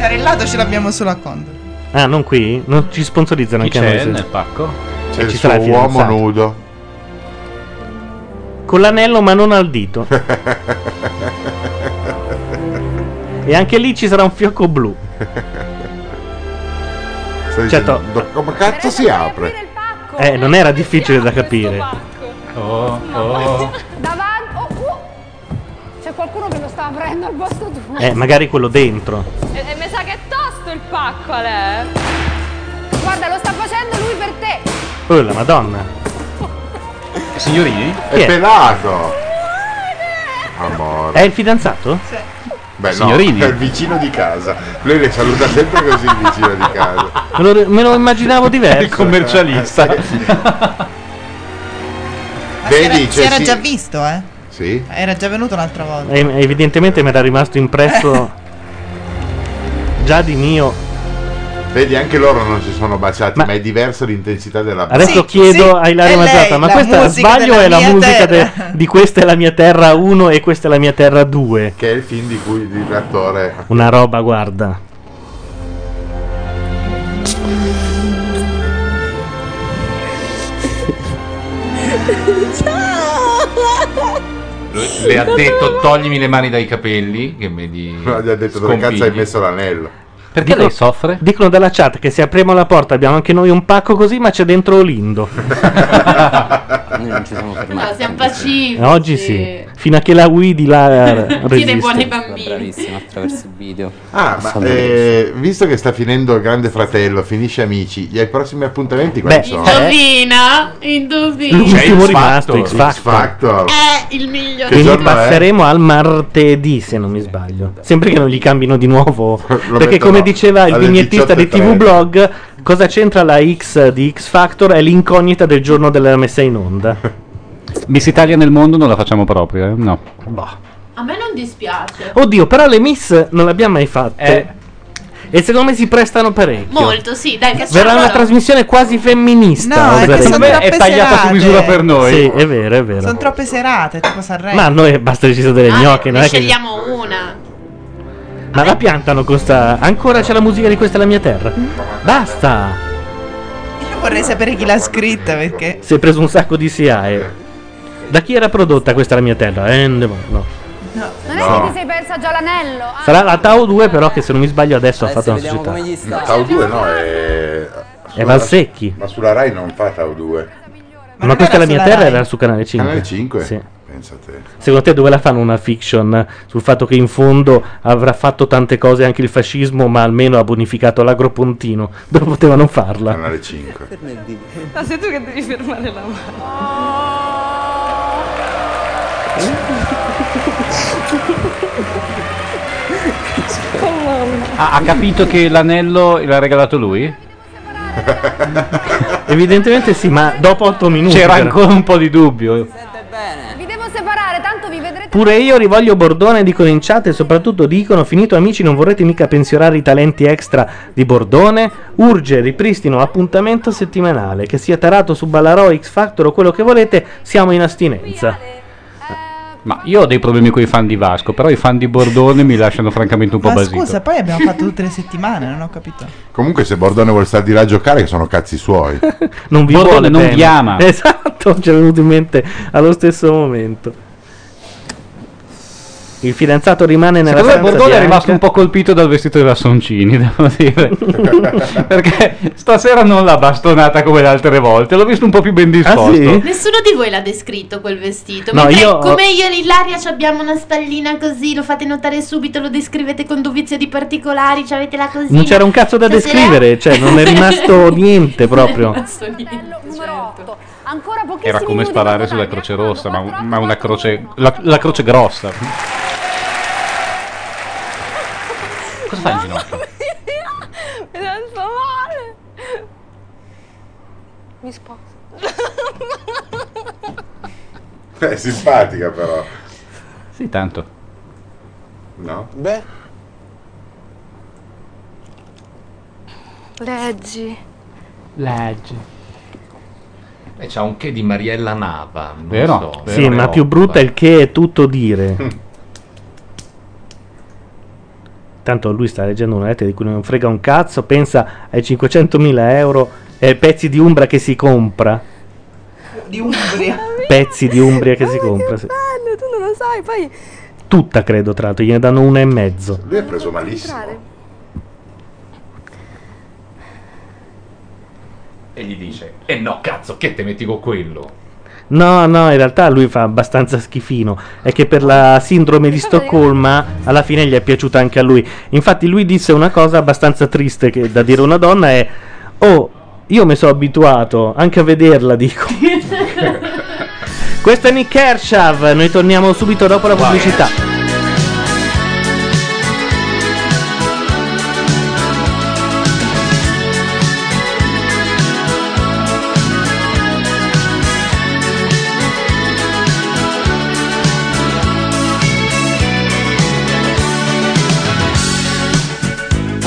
S20: Tarellato ce l'abbiamo solo a Condor.
S1: Ah, non qui? Non ci sponsorizzano anche
S4: Chi
S1: a noi.
S4: c'è
S1: se-
S4: nel pacco?
S1: C'è
S3: C'è
S1: ci
S3: il
S1: sarà
S3: suo
S1: il
S3: uomo
S1: fidanzato.
S3: nudo.
S1: Con l'anello ma non al dito. e anche lì ci sarà un fiocco blu.
S3: Sta
S1: Certo.
S3: dicendo, "Do- come cazzo si apre?
S1: Eh, non era difficile da capire.
S7: Davanti. Oh, oh. C'è qualcuno che lo sta aprendo al posto tuo.
S1: Eh, magari quello dentro.
S12: E, e mi sa che è tosto il pacco a lei.
S7: Guarda, lo sta facendo lui per te.
S1: Oh, la madonna.
S4: Signorini?
S3: È pelato! Amore.
S1: È il fidanzato?
S3: Beh, no,
S1: Signorini.
S3: è il vicino di casa. Lui le saluta sempre così il vicino di casa.
S1: Me lo, me lo immaginavo diverso.
S3: Il commercialista.
S20: Era-
S1: Vedi,
S10: cioè,
S20: si era già visto, eh.
S3: Sì?
S20: Era già venuto un'altra volta.
S1: Evidentemente mi era rimasto impresso già di mio.
S3: Vedi, anche loro non si sono baciati, ma, è diversa l'intensità della
S1: Adesso chiedo a Ilaria Mazzotta, ma questa sbaglio o è la musica de- di Questa è la mia terra 1 e Questa è la mia terra 2?
S3: Che è il film di cui di- l'attore.
S1: Una roba, guarda.
S9: Le ha detto toglimi le mani dai capelli. Che me li.
S3: No, gli ha detto dove
S9: scompigli".
S3: cazzo hai messo l'anello.
S1: Perché lei soffre? Dicono dalla chat che se apriamo la porta abbiamo anche noi un pacco così, ma c'è dentro Olindo.
S17: Noi non ci siamo fermati.
S2: No, siamo pacifici.
S1: Oggi sì. Fino a che la guidi la
S2: Tiene buoni
S1: resiste.
S2: bambini.
S17: Bravissimo, attraverso il video.
S3: Ah, ma
S17: Sono
S3: eh, visto che sta finendo il Grande Fratello, finisce Amici, gli ai prossimi appuntamenti quali sono?
S2: Indovina, indovina.
S1: eh, L'ultimo rimasto, X
S3: X Factor.
S1: Factor.
S2: È il migliore.
S1: Quindi
S3: giorno è?
S1: passeremo al martedì, se non mi sbaglio. Sempre che non gli cambino di nuovo. perché,
S3: mettono
S1: come diceva il
S3: alle
S1: vignettista di TV
S3: 18.30.
S1: Blog, cosa c'entra la X di X Factor? È l'incognita del giorno della messa in onda.
S19: Miss Italia nel mondo non la facciamo proprio, eh? No.
S2: A me non dispiace.
S1: Oddio, però le Miss non le abbiamo mai fatte.
S19: Eh.
S1: E secondo me si prestano parecchio.
S2: Molto, sì, dai, facciamo.
S1: Verrà una trasmissione quasi femminista.
S20: No, è che
S1: oserei
S20: sono
S1: dire.
S20: troppe È tagliata su serate. misura per noi.
S1: Sì, è vero, è vero.
S20: Sono troppe serate, tipo Sanremo.
S3: Ah,
S1: Ah, Ma a noi basta decidere delle gnocche, non
S2: ne
S1: è che.
S2: scegliamo una.
S1: Ma la piantano con sta. Ancora c'è la musica di questa è la mia terra. Basta!
S20: Io vorrei sapere chi l'ha scritta perché.
S1: Si è preso un sacco di SIAE. Da chi era prodotta questa è la mia terra? Eh, no. no.
S7: Non è
S1: No.
S7: che ti sei persa già l'anello? Ah,
S1: Sarà la Tau 2, però, che se non mi sbaglio adesso ha fatto una
S3: vediamo
S1: società.
S3: come gli sta. Tau 2 no, è.
S1: È Valsecchi.
S3: Ma sulla Rai non fa Tau 2.
S1: Ma, questa è la mia terra, era su Canale 5.
S3: Canale 5?
S1: Sì.
S3: Pensa a te.
S1: Secondo te dove la fanno una fiction sul fatto che in fondo avrà fatto tante cose anche il fascismo, ma almeno ha bonificato l'agropontino? Dove potevano farla?
S3: Canale 5.
S12: Ma sei tu che devi fermare la mano.
S19: Ha, ha capito che l'anello l'ha regalato lui?
S1: Evidentemente sì, ma dopo 8 minuti.
S19: C'era
S1: però.
S19: ancora un po' di dubbio.
S7: Vi devo separare, tanto vi vedrete.
S1: Pure io rivoglio Bordone, dicono in chat e soprattutto dicono: Finito amici, non vorrete mica pensionare i talenti extra di Bordone? Urge, ripristino, appuntamento settimanale. Che sia tarato su Ballarò, X Factor o quello che volete, siamo in astinenza.
S19: Ma io ho dei problemi con i fan di Vasco, però i fan di Bordone mi lasciano francamente un po'
S20: Ma
S19: basito.
S20: scusa, poi abbiamo fatto tutte le settimane, non ho capito.
S3: Comunque, se Bordone vuole stare di là a giocare, che sono cazzi suoi.
S1: Non vi
S3: Bordone
S1: vuole
S3: non
S1: bene.
S3: vi ama.
S1: Esatto, ci è venuto in mente allo stesso momento. Il fidanzato rimane nella
S19: Secondo me
S1: stanza
S19: Bordone è
S1: bianca.
S19: rimasto un po' colpito dal vestito della Soncini, devo dire. Perché stasera non l'ha bastonata come le altre volte, l'ho visto un po' più ben
S1: Ah,
S19: disposto.
S2: Nessuno di voi l'ha descritto quel vestito.
S19: No,
S2: Mentre
S19: io-
S2: come io e Ilaria ci abbiamo una spallina così, lo fate notare subito, lo descrivete con dovizia di particolari, ci avete la cosina.
S1: Non c'era un cazzo da
S2: Stasera-
S1: descrivere, cioè non è rimasto niente proprio.
S2: certo.
S7: Ancora pochissimi
S4: Era come
S7: minuti
S4: sparare sulla croce rossa, ma, ma una croce. La, la croce grossa. Cosa fai in ginocchio?
S12: Mi sento male. Mi sposo.
S3: È simpatica, però.
S19: Sì, tanto.
S3: No?
S13: Beh,
S12: Leggi.
S19: Leggi.
S9: E c'ha un che di Mariella Nava. non
S19: Vero,
S9: so.
S1: Sì, ma più brutta è il che è tutto dire. Tanto lui sta leggendo una lettera di cui non frega un cazzo, pensa ai 500.000 euro e ai pezzi di Umbra che si compra.
S20: Di Umbria.
S1: Ah, Pezzi di Umbria che si compra, sì.
S12: Bello, tu non lo sai, poi
S1: Tutta credo, tra l'altro, gliene danno una e mezzo.
S3: Lui è preso malissimo.
S9: E gli dice:
S4: "Eh
S9: E no, cazzo, che te metti con quello?
S1: No, no, in realtà lui fa abbastanza schifino. È che per la sindrome di Stoccolma alla fine gli è piaciuta anche a lui. Infatti, lui disse una cosa abbastanza triste che da dire a una donna è: Oh, io mi sono abituato anche a vederla, dico. Questo è Nick Kershaw. Noi torniamo subito dopo la pubblicità.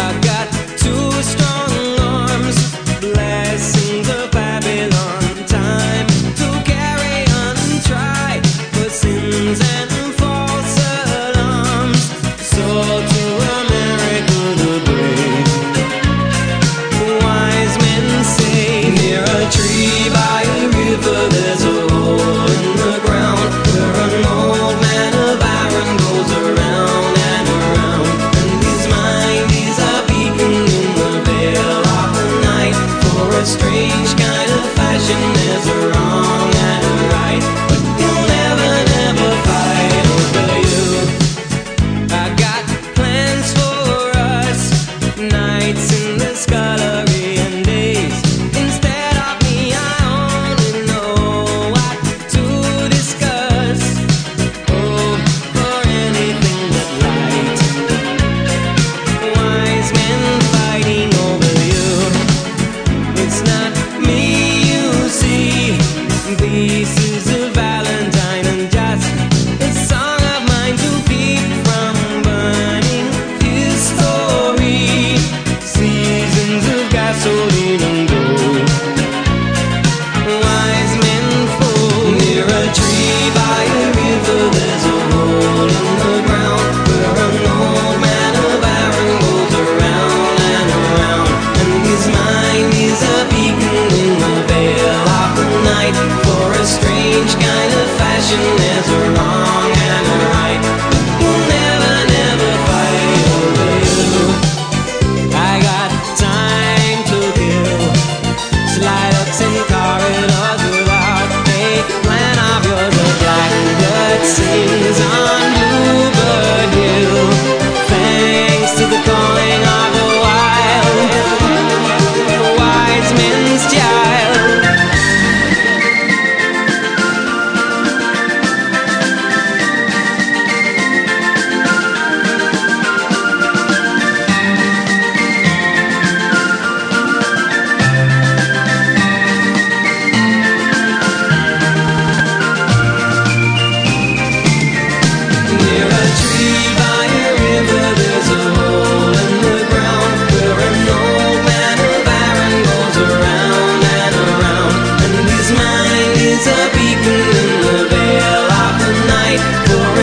S14: I got two strong arms, blasting the Babylon time to carry on and try for sins and falsehood.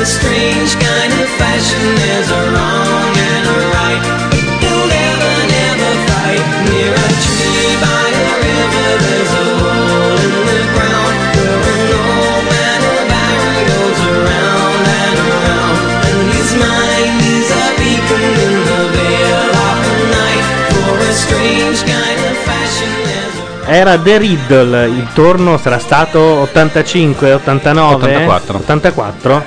S14: strange kind of fashion. There's a wrong and a right. Don't ever, never fight near a tree by a river. There's a hole in the ground where an old man in a barrel goes around and around. And his mind is a beacon in the veil of the night for a strange kind of fashion. There's a
S1: Era The Riddle, il torno sarà stato 85, 89,
S4: 84.
S1: 84?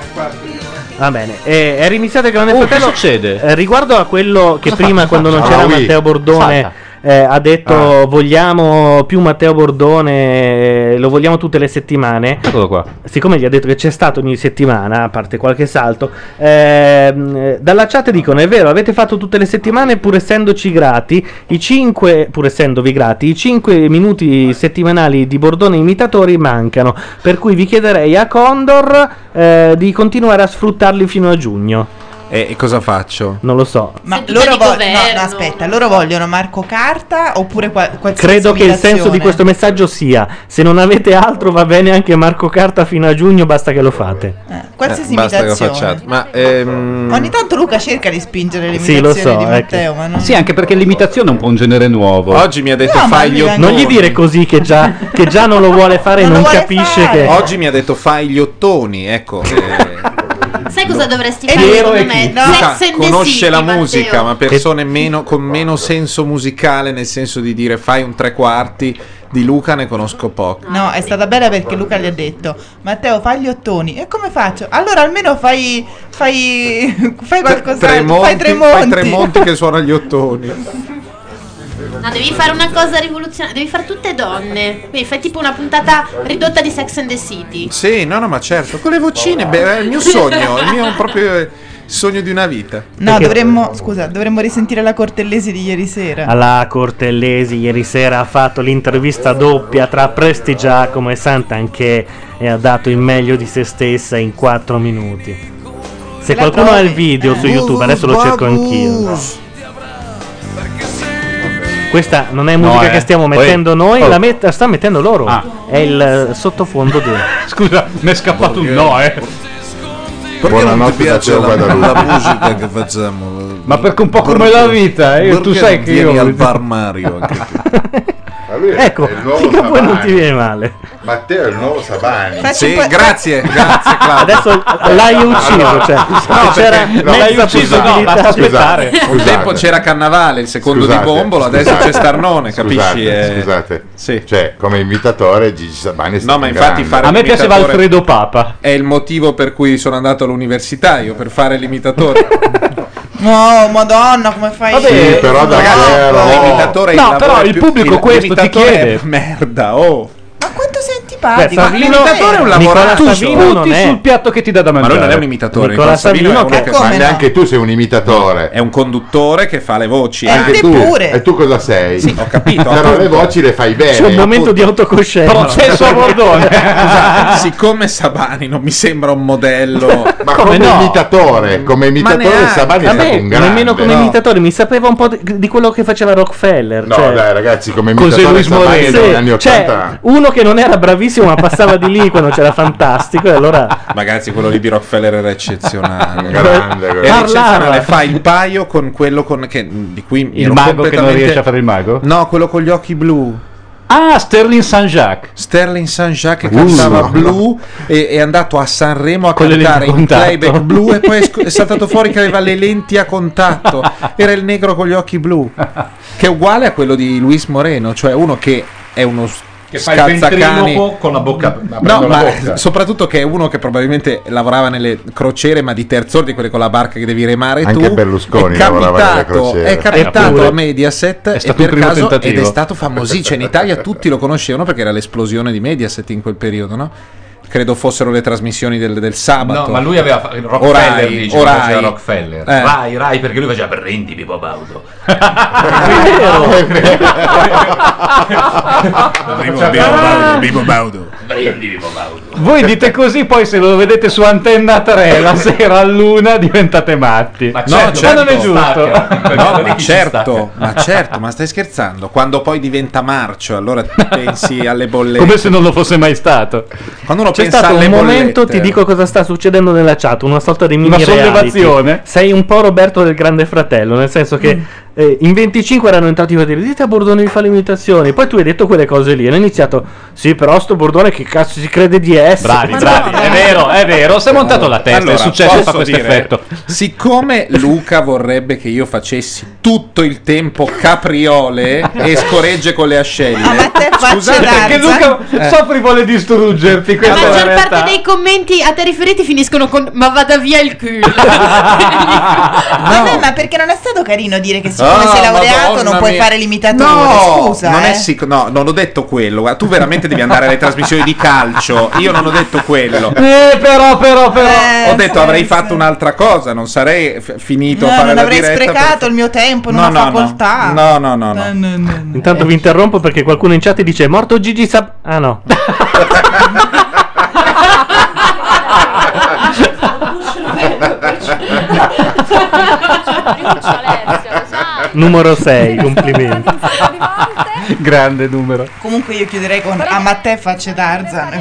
S1: Va bene, e era iniziato il Grande
S4: Oh, che
S1: Fratello.
S4: succede?
S1: Eh, riguardo a quello che
S4: Cosa
S1: prima,
S4: faccio?
S1: quando non
S4: Ah,
S1: c'era
S4: oui.
S1: Matteo Bordone, eh, ha detto
S4: Ah.
S1: vogliamo più Matteo Bordone, eh, lo vogliamo tutte le settimane.
S4: Eccolo qua.
S1: Siccome gli ha detto che c'è stato ogni settimana, a parte qualche salto, ehm, eh, dalla chat dicono: è vero, avete fatto tutte le settimane, pur essendoci grati, i 5, pur essendovi grati, i 5 minuti settimanali di Bordone imitatori mancano. Per cui vi chiederei a Condor eh, di continuare a sfruttarli fino a giugno.
S10: E cosa faccio?
S1: Non lo so.
S20: Ma loro, vo- no, no, aspetta, loro vogliono Marco Carta oppure qua- qualsiasi
S1: Credo che il senso
S20: imitazione?
S1: di questo messaggio sia: se non avete altro, va bene anche Marco Carta fino a giugno, basta che lo fate.
S20: Qualsiasi
S10: Eh, basta che lo
S20: imitazione.
S10: facciate. Ma ehm,
S20: Ogni tanto Luca cerca di spingere le
S4: Sì,
S20: imitazioni
S4: lo so,
S1: eh,
S20: di
S4: ecco.
S20: Matteo, ma non...
S4: Sì, anche perché l'imitazione è un po' un genere nuovo.
S10: Oggi mi ha detto
S20: No, ma
S10: fai gli
S20: lui
S10: ottoni.
S1: Non gli dire così che già, che già non lo vuole fare e non, capisce che.
S10: Oggi mi ha detto fai gli ottoni, ecco. eh,
S2: Sai cosa dovresti
S20: È
S2: fare
S20: vero,
S2: secondo
S20: è
S2: me?
S20: chi? No.
S10: Luca
S2: Sex and the
S10: conosce
S2: City,
S10: la
S2: Matteo.
S10: musica, ma persone meno- con meno senso musicale, nel senso di dire fai un tre quarti, di Luca ne conosco poco.
S20: No, è stata bella perché Luca gli ha detto Matteo fai gli ottoni E come faccio? Allora almeno fai Fai, fai qualcosa Fai tremonti
S10: fai Tremonti che suona gli ottoni.
S2: No, devi fare una cosa rivoluzionaria. Devi fare tutte donne. Quindi fai tipo una puntata ridotta di Sex and the City.
S10: Sì, no, no, ma certo, con le vocine, beh, è il mio sogno, il mio proprio eh, sogno di una vita.
S20: No, dovremmo, scusa, dovremmo risentire la cortellesi di ieri sera
S1: Alla Cortellesi ieri sera ha fatto l'intervista doppia tra Presti Giacomo e Sant'Anché e ha dato il meglio di se stessa in 4 minuti. Se
S14: La
S1: qualcuno ha il
S14: trovi?
S1: video su
S14: Eh.
S1: YouTube, adesso lo cerco anch'io. Questa non è musica
S4: No, eh.
S1: che stiamo
S4: Oh,
S1: mettendo
S4: eh.
S1: noi,
S4: Oh.
S1: la met- la sta mettendo loro.
S4: Ah.
S1: È il eh, sottofondo di.
S4: Scusa, mi è scappato un no, eh.
S3: Buonanotte, Matteo Guadalupe.
S13: che facciamo?
S4: Ma perché un po' come la vita, eh, tu
S13: Perché
S4: sai
S13: non
S4: che
S13: vieni
S4: io
S13: al bar Mario anche tu?
S1: Ecco, mica poi non ti viene male.
S3: Matteo è il nuovo Sabani.
S10: Facci un po'- grazie, grazie Claudio.
S1: Adesso l'hai ucciso, cioè, c'era mezza possibilità.
S10: Un tempo c'era Cannavale, il secondo di Bombolo, adesso c'è Starnone, capisci?
S3: Scusate,
S10: Eh,
S3: scusate. Cioè, come imitatore Gigi Sabani è stato
S10: No, ma
S3: un
S10: infatti
S3: grande.
S10: fare l'imitatore
S4: Papa.
S10: È il motivo per cui sono andato all'università io per fare l'imitatore.
S20: No, madonna, come fai?
S10: Sì,
S3: però da
S10: eh, ragazzi,
S3: zero.
S10: l'imitatore è
S20: No,
S10: lavoro
S20: però
S10: più-
S20: il pubblico questo ti
S10: l'imitatore
S20: chiede.
S10: è merda, oh.
S20: Quanto sei
S10: Beh,
S20: antipatico
S10: Savino- Ah, L'imitatore è un
S4: Nicola
S10: lavorante.
S4: Tu
S10: Savino non
S4: sputi
S10: è.
S4: sul piatto che ti dà da
S10: Ma
S4: mangiare.
S10: lui non è un imitatore.
S4: Nicola
S10: Nicola Savino
S4: Savino
S10: è uno
S4: che
S10: che
S3: Ma
S10: fa
S3: neanche tu sei un imitatore.
S10: È un conduttore che fa le voci.
S3: anche tu. E tu cosa sei? Sì,
S10: ho capito.
S3: Però le voci le fai bene.
S10: C'è un momento
S1: di autocoscienza.
S10: Processo a Bordone. Scusate, siccome Sabani non mi sembra un modello,
S3: Ma come, imitatore, come imitatore Sabani è
S1: A
S3: stato
S1: me,
S3: un grande.
S1: nemmeno come
S3: No.
S1: imitatore, mi sapeva un po' di, di quello che faceva Rockefeller.
S3: No,
S1: cioè,
S3: dai, ragazzi, come
S1: José
S3: imitatore
S1: Luis
S3: Sabani
S1: Moreno.
S3: negli anni
S1: Cioè,
S3: 80.
S1: uno che non era bravissimo, ma passava di lì quando c'era fantastico. E allora.
S10: ragazzi, quello lì di Rockefeller era eccezionale.
S1: Grande,
S10: era
S1: quello.
S10: eccezionale.
S1: Parlava.
S10: Fa il paio con quello con che- di cui
S4: Il mago che non riesce a fare il mago?
S10: No, quello con gli occhi blu.
S4: Ah, Sterling St. Jacques.
S10: Sterling St. Jacques che
S4: Uh.
S10: cantava blu e è andato a Sanremo a
S4: Con le
S10: cantare
S4: lenti
S10: in
S4: a contatto.
S10: playback blu e poi è sc- è saltato fuori che aveva le lenti a contatto. Era il negro con gli occhi blu, che è uguale a quello di Luis Moreno, cioè uno che è uno s-
S4: Che fa il ventriloquo
S10: scalzacani
S4: con la bocca-
S10: no,
S4: aprendo la
S10: ma
S4: bocca.
S10: soprattutto che è uno che probabilmente lavorava nelle crociere ma di terzo di quelle con la barca che devi remare
S3: Anche
S10: tu
S3: Berlusconi
S10: è
S3: lavorava nelle
S10: capitato,
S3: crociere.
S10: è capitato
S3: Eppure.
S10: a Mediaset
S3: È
S10: e
S3: stato
S10: per
S3: il primo
S10: caso-
S3: tentativo.
S10: ed è stato famosissimo cioè in Italia tutti lo conoscevano perché era l'esplosione di Mediaset in quel periodo no? credo fossero le trasmissioni del, del
S8: No,
S10: sabato
S8: ma lui aveva fa- Rockefeller,
S10: Orai,
S8: dice,
S10: Orai.
S8: faceva Rockefeller.
S10: Eh.
S8: Rai, Rai, perché lui faceva prendi Pippo Baudo.
S13: Vivo Baudo, Vivo Baudo.
S4: Cioè, ah!
S8: Prendi Pippo Baudo.
S19: Voi dite così, poi se lo vedete su Antenna 3 la sera a luna diventate matti. Ma,
S10: certo,
S19: ma non è
S10: certo.
S19: giusto.
S10: No, ma certo, ma certo, ma stai scherzando? Quando poi diventa marcio, allora pensi alle bollette.
S19: Come se non lo fosse mai stato.
S10: Quando uno
S1: C'è
S10: pensa
S1: stato
S10: alle
S1: un momento,
S10: bollette.
S1: ti dico cosa sta succedendo nella chat, una sorta di mini
S19: Una sollevazione.
S1: reality. Sei un po' Roberto del Grande Fratello, nel senso
S10: Mm.
S1: che eh, in 25 erano entrati a dire dite a Bordone di fare le imitazioni, poi tu hai detto quelle cose lì e hanno iniziato sì però sto Bordone che cazzo si crede di essere.
S19: Bravi, bravi, è vero, è vero, si è montato la testa,
S10: Allora,
S19: è successo,
S10: posso
S19: fa questo
S10: dire,
S19: effetto.
S10: Siccome Luca vorrebbe che io facessi tutto il tempo capriole e scoregge con le ascelle,
S19: Scusate, perché Luca
S10: Eh.
S19: Sofri vuole distruggerti.
S2: La
S19: Questa è la
S2: maggior
S19: realtà.
S2: parte dei commenti a te riferiti finiscono con ma vada via il culo.
S20: Vabbè, ma perché non è stato carino dire che siccome
S10: Ah,
S20: sei laureato non
S10: Madonna
S20: puoi
S10: mia.
S20: fare l'imitatore,
S10: No,
S20: scusa.
S10: non
S20: eh.
S10: è sic- no, non ho detto quello. Guarda, tu veramente devi andare alle trasmissioni di calcio. Io non ho detto quello.
S19: Eh, però, però, però.
S10: ho detto avrei fatto un'altra cosa, non sarei f- finito
S20: Eh, No,
S10: a fare
S20: non
S10: la
S20: avrei
S10: diretta. per-
S20: sprecato il mio tempo in
S10: No,
S20: una
S10: no, no.
S20: facoltà. Eh,
S10: No, no, no, no.
S1: Intanto vi interrompo perché qualcuno in chat dice è morto Gigi Sab... Ah no. Numero 6, complimenti.
S19: Grande numero.
S20: Comunque io chiuderei con a Matteo facce Tarzan.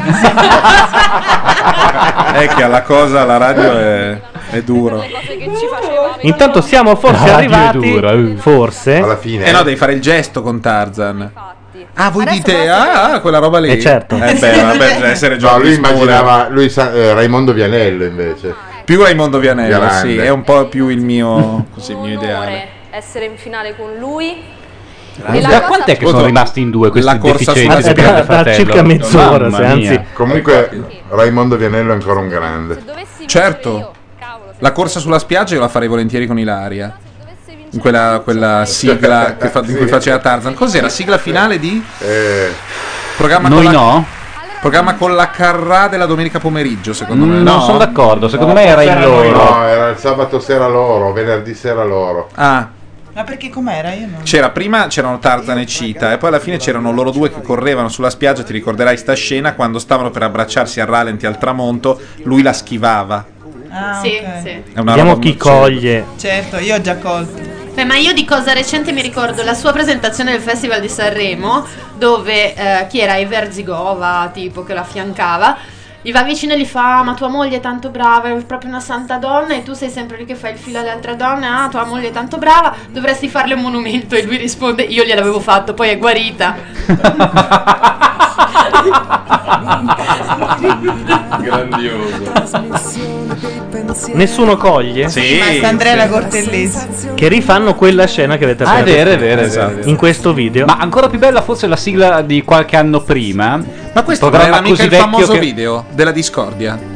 S10: È che alla cosa la radio è, è duro.
S1: Intanto siamo forse arrivati... Forse.
S10: Alla fine. Eh no, devi fare il gesto con Tarzan. Ah, voi dite, ah, ah, quella roba lì.
S3: Eh, certo.
S10: Eh beh, vabbè, deve essere
S3: No, lui
S10: Giovanni Smola.
S3: immaginava lui sa- eh, Raimondo Vianello invece.
S10: Più Raimondo Vianello,
S3: Grande.
S10: sì, è un po' più il mio, così, il mio ideale.
S12: essere in finale con lui.
S19: E la Da cosa- quant'è che sono rimasti in due questi
S10: La corsa
S19: deficienti
S10: sulla
S19: del Grande
S10: spalla.
S19: Fratello? Mamma mia.
S3: Comunque Raimondo Vianello è ancora un grande.
S10: Certo. La corsa sulla spiaggia io la farei volentieri con Ilaria. In quella, quella sigla che fa- di cui faceva Tarzan. Cos'era? Sigla finale di?
S3: Eh.
S10: Programma
S19: Noi
S10: con la,
S19: no?
S10: Programma con la Carrà della domenica pomeriggio, secondo me.
S19: Mm, non sono d'accordo, secondo
S3: No,
S19: me era
S3: forse
S19: il
S3: noi,
S19: loro.
S3: No, era il sabato sera loro, venerdì sera loro.
S10: Ah,
S20: ma perché com'era? Io non.
S10: C'era prima c'erano Tarzan e Cita e poi alla fine c'erano loro due che correvano sulla spiaggia, ti ricorderai sta scena quando stavano per abbracciarsi al ralenti al tramonto, lui la schivava.
S20: Ah,
S2: sì, sì.
S10: È una
S1: Vediamo
S10: roba
S1: chi
S10: absurda.
S1: coglie.
S20: Certo, io ho già colto.
S2: Beh, ma io di cosa recente mi ricordo la sua presentazione del Festival di Sanremo, dove eh, chi era Everzigova, tipo che la affiancava, gli va vicino e gli fa: Ma tua moglie è tanto brava, è proprio una santa donna, e tu sei sempre lì che fai il filo alle altre donne. Ah, tua moglie è tanto brava, dovresti farle un monumento. E lui risponde: Io gliel'avevo fatto, poi è guarita.
S1: Nessuno coglie?
S10: Sì.
S20: Basta Andrea la Cortellesi.
S1: Che rifanno quella scena che avete
S19: Ah,
S10: Certo,
S1: appena
S19: è vero, è
S1: detto.
S19: vero, è
S10: esatto.
S19: vero, è vero.
S1: In questo video.
S19: Ma ancora più bella forse la sigla di qualche anno prima.
S10: Ma questo non era mica il famoso video della discordia.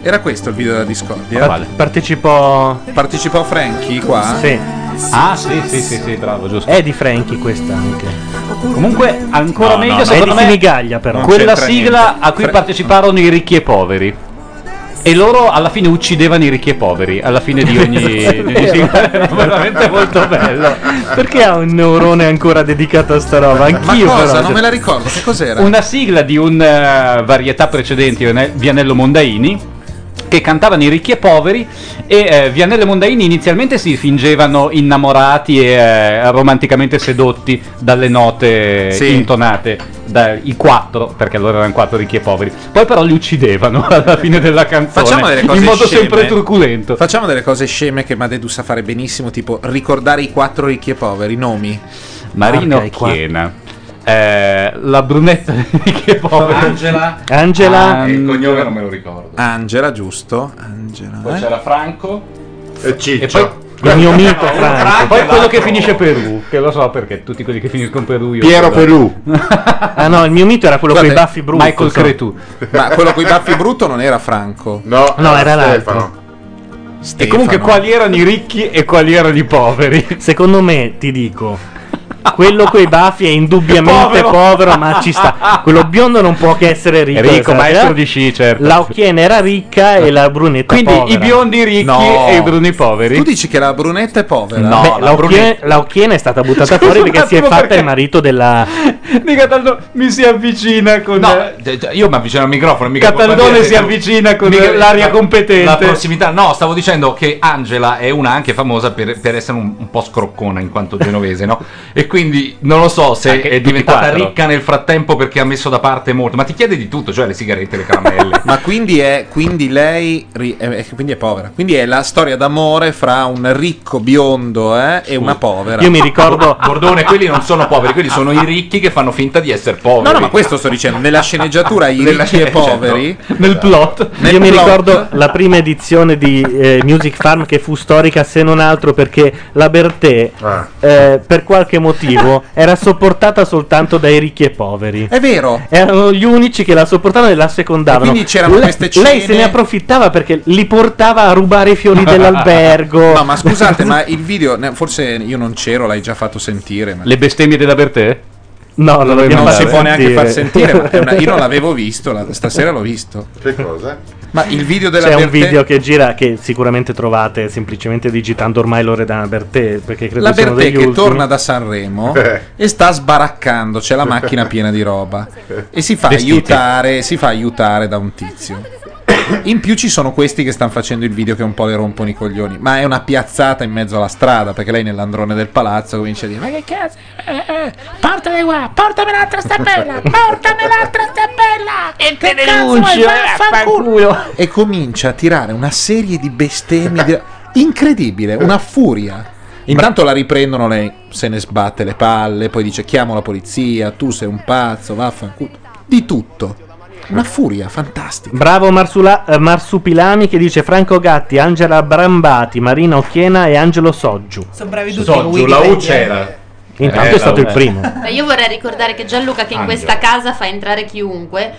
S10: Era questo il video della discordia?
S1: Partecipò
S10: Partecipò Frankie qua?
S1: Sì.
S19: Ah, sì, sì, sì, sì, bravo, giusto.
S1: È di Frankie questa anche.
S19: Comunque ancora
S1: No, no,
S19: meglio
S1: no,
S19: secondo
S1: è di
S19: me
S1: Finigaglia, però. Non
S19: Quella
S1: c'entra
S19: sigla
S1: niente.
S19: a cui
S1: Fra-
S19: parteciparono i ricchi e poveri. E loro alla fine uccidevano i ricchi e poveri alla fine di ogni, di
S1: Esatto.
S19: ogni sigla. Era veramente molto bello.
S1: Perché ha un neurone ancora dedicato a sta roba?
S19: Ma
S1: Anch'io
S19: cosa?
S1: però.
S19: Non me la
S10: ricordo, che cos'era?
S19: Una sigla di un eh, varietà precedente, Viane- Vianello Mondaini, che cantavano i ricchi e poveri e eh, Vianello e Mondaini inizialmente si fingevano innamorati e eh, romanticamente sedotti dalle note
S10: Sì.
S19: intonate dai quattro, perché allora erano quattro ricchi e poveri. Poi però li uccidevano alla fine della canzone
S10: Facciamo delle cose
S19: in modo
S10: sceme.
S19: sempre truculento.
S10: Facciamo delle cose sceme che Madeddu sa fare benissimo, tipo ricordare i quattro ricchi e poveri, nomi.
S19: Marino Chiena. eh, la brunetta dei ricchi e poveri.
S10: Angela.
S1: Angela.
S10: Eh, il cognome non
S19: me lo ricordo.
S10: Angela, giusto? Angela. eh?
S19: Poi c'era Franco.
S3: E
S19: Eh, Ciccio.
S1: Il mio mito
S19: Franco. Poi quello
S1: l'altro.
S19: che finisce Perù, che lo so perché tutti quelli che finiscono Perù io
S1: Piero
S19: ce l'ho.
S1: Pelù. ah no, il mio mito era quello con i
S10: Guarda,
S1: baffi brutti.
S19: Michael
S1: insomma.
S19: Cretu.
S10: Ma quello con i baffi brutto non era Franco.
S3: No,
S1: No, era era Stefano.
S19: E comunque quali erano i ricchi e quali erano i poveri?
S1: Secondo me, ti dico, Quello coi baffi è indubbiamente povero.
S19: Povero.
S1: ma ci sta. Quello biondo non può che essere ricco.
S4: Ricco,
S1: eh,
S4: maestro
S1: eh?
S4: di sci, certo.
S1: La Occhiena era ricca e la brunetta
S4: Quindi
S1: povera.
S4: i biondi ricchi e i bruni poveri.
S10: Tu dici che la brunetta è povera?
S1: No, la, Occhiena, la Occhiena è stata buttata
S4: Scusa
S1: fuori
S4: un
S1: perché si è
S4: attimo,
S1: fatta
S4: perché-
S1: il marito della...
S4: Mica tanto mi si avvicina con.
S1: No,
S4: io mi avvicino al microfono.
S1: mica-
S4: Cataldone si avvicina con
S1: mica-
S4: l'aria
S1: la-
S4: competente.
S1: la
S8: prossimità. No, stavo dicendo che Angela è una anche famosa per, per essere un, un po' scroccona in quanto genovese, no? E quindi non lo so se è diventata
S4: quattro.
S8: ricca nel frattempo perché ha messo da parte molto. Ma ti chiede di tutto, cioè le sigarette, le caramelle.
S10: Ma quindi è quindi lei ri- è, è- quindi è povera. Quindi è la storia d'amore fra un ricco biondo eh, e una povera.
S8: Io mi ricordo- Bordone, quelli non sono poveri, quelli sono i ricchi che fanno finta di essere poveri.
S10: No, no, ma questo sto dicendo, nella sceneggiatura i
S8: Nella-
S10: ricchi e
S8: certo.
S10: poveri
S4: nel plot.
S1: Io mi
S10: plot.
S1: ricordo la prima edizione di eh, Music Farm che fu storica se non altro perché la Bertè,
S10: Ah.
S1: eh, per qualche motivo, era sopportata soltanto dai ricchi e poveri.
S10: È vero.
S1: Erano gli unici che la sopportavano e la secondavano.
S10: E quindi c'erano
S1: Le-
S10: queste cene-
S1: Lei se ne approfittava perché li portava a rubare i fiori dell'albergo.
S10: No, ma scusate, ma il video ne- forse io non c'ero, l'hai già fatto sentire, ma
S4: Le bestemmie della Bertè?
S1: No, non
S10: non
S1: fatto
S10: si può neanche
S1: sentire.
S10: far sentire, ma è una- io non l'avevo visto, la- stasera l'ho visto.
S3: Che cosa?
S10: Ma il video della
S1: C'è un
S10: Bertè-
S1: video che gira che sicuramente trovate semplicemente digitando ormai Loredana Bertè perché credo
S10: La
S1: siano
S10: Bertè
S1: degli
S10: che
S1: ultimi. Eh.
S10: torna da Sanremo e sta sbaraccando, c'è la macchina piena di roba e si fa,
S1: Vestiti.
S10: aiutare, si fa aiutare da un tizio. In più ci sono questi che stanno facendo il video che un po' le rompono i coglioni, ma è una piazzata in mezzo alla strada perché lei nell'androne del palazzo comincia a dire "Ma che cazzo? Eh, eh, portami qua, portami l'altra stampella, Ah, portami l'altra stampella! E te ne eh,
S14: lungi,
S10: vaffanculo! E comincia a tirare una serie di bestemmie di- incredibile, una furia. Intanto la riprendono, lei se ne sbatte le palle, poi dice chiamo la polizia, tu sei un pazzo, vaffanculo. Di tutto. Una furia fantastica.
S1: Bravo Marsula- eh, Marsupilami che dice Franco Gatti, Angela Brambati, Marina Occhiena e Angelo Soggiu.
S20: Sono bravi tutti. con
S1: Soggiu, la U
S20: Wikipedia.
S1: c'era. Eh, Intanto è stato il primo.
S2: Beh, io vorrei ricordare che Gianluca che in
S1: Angelo.
S2: questa casa fa entrare chiunque.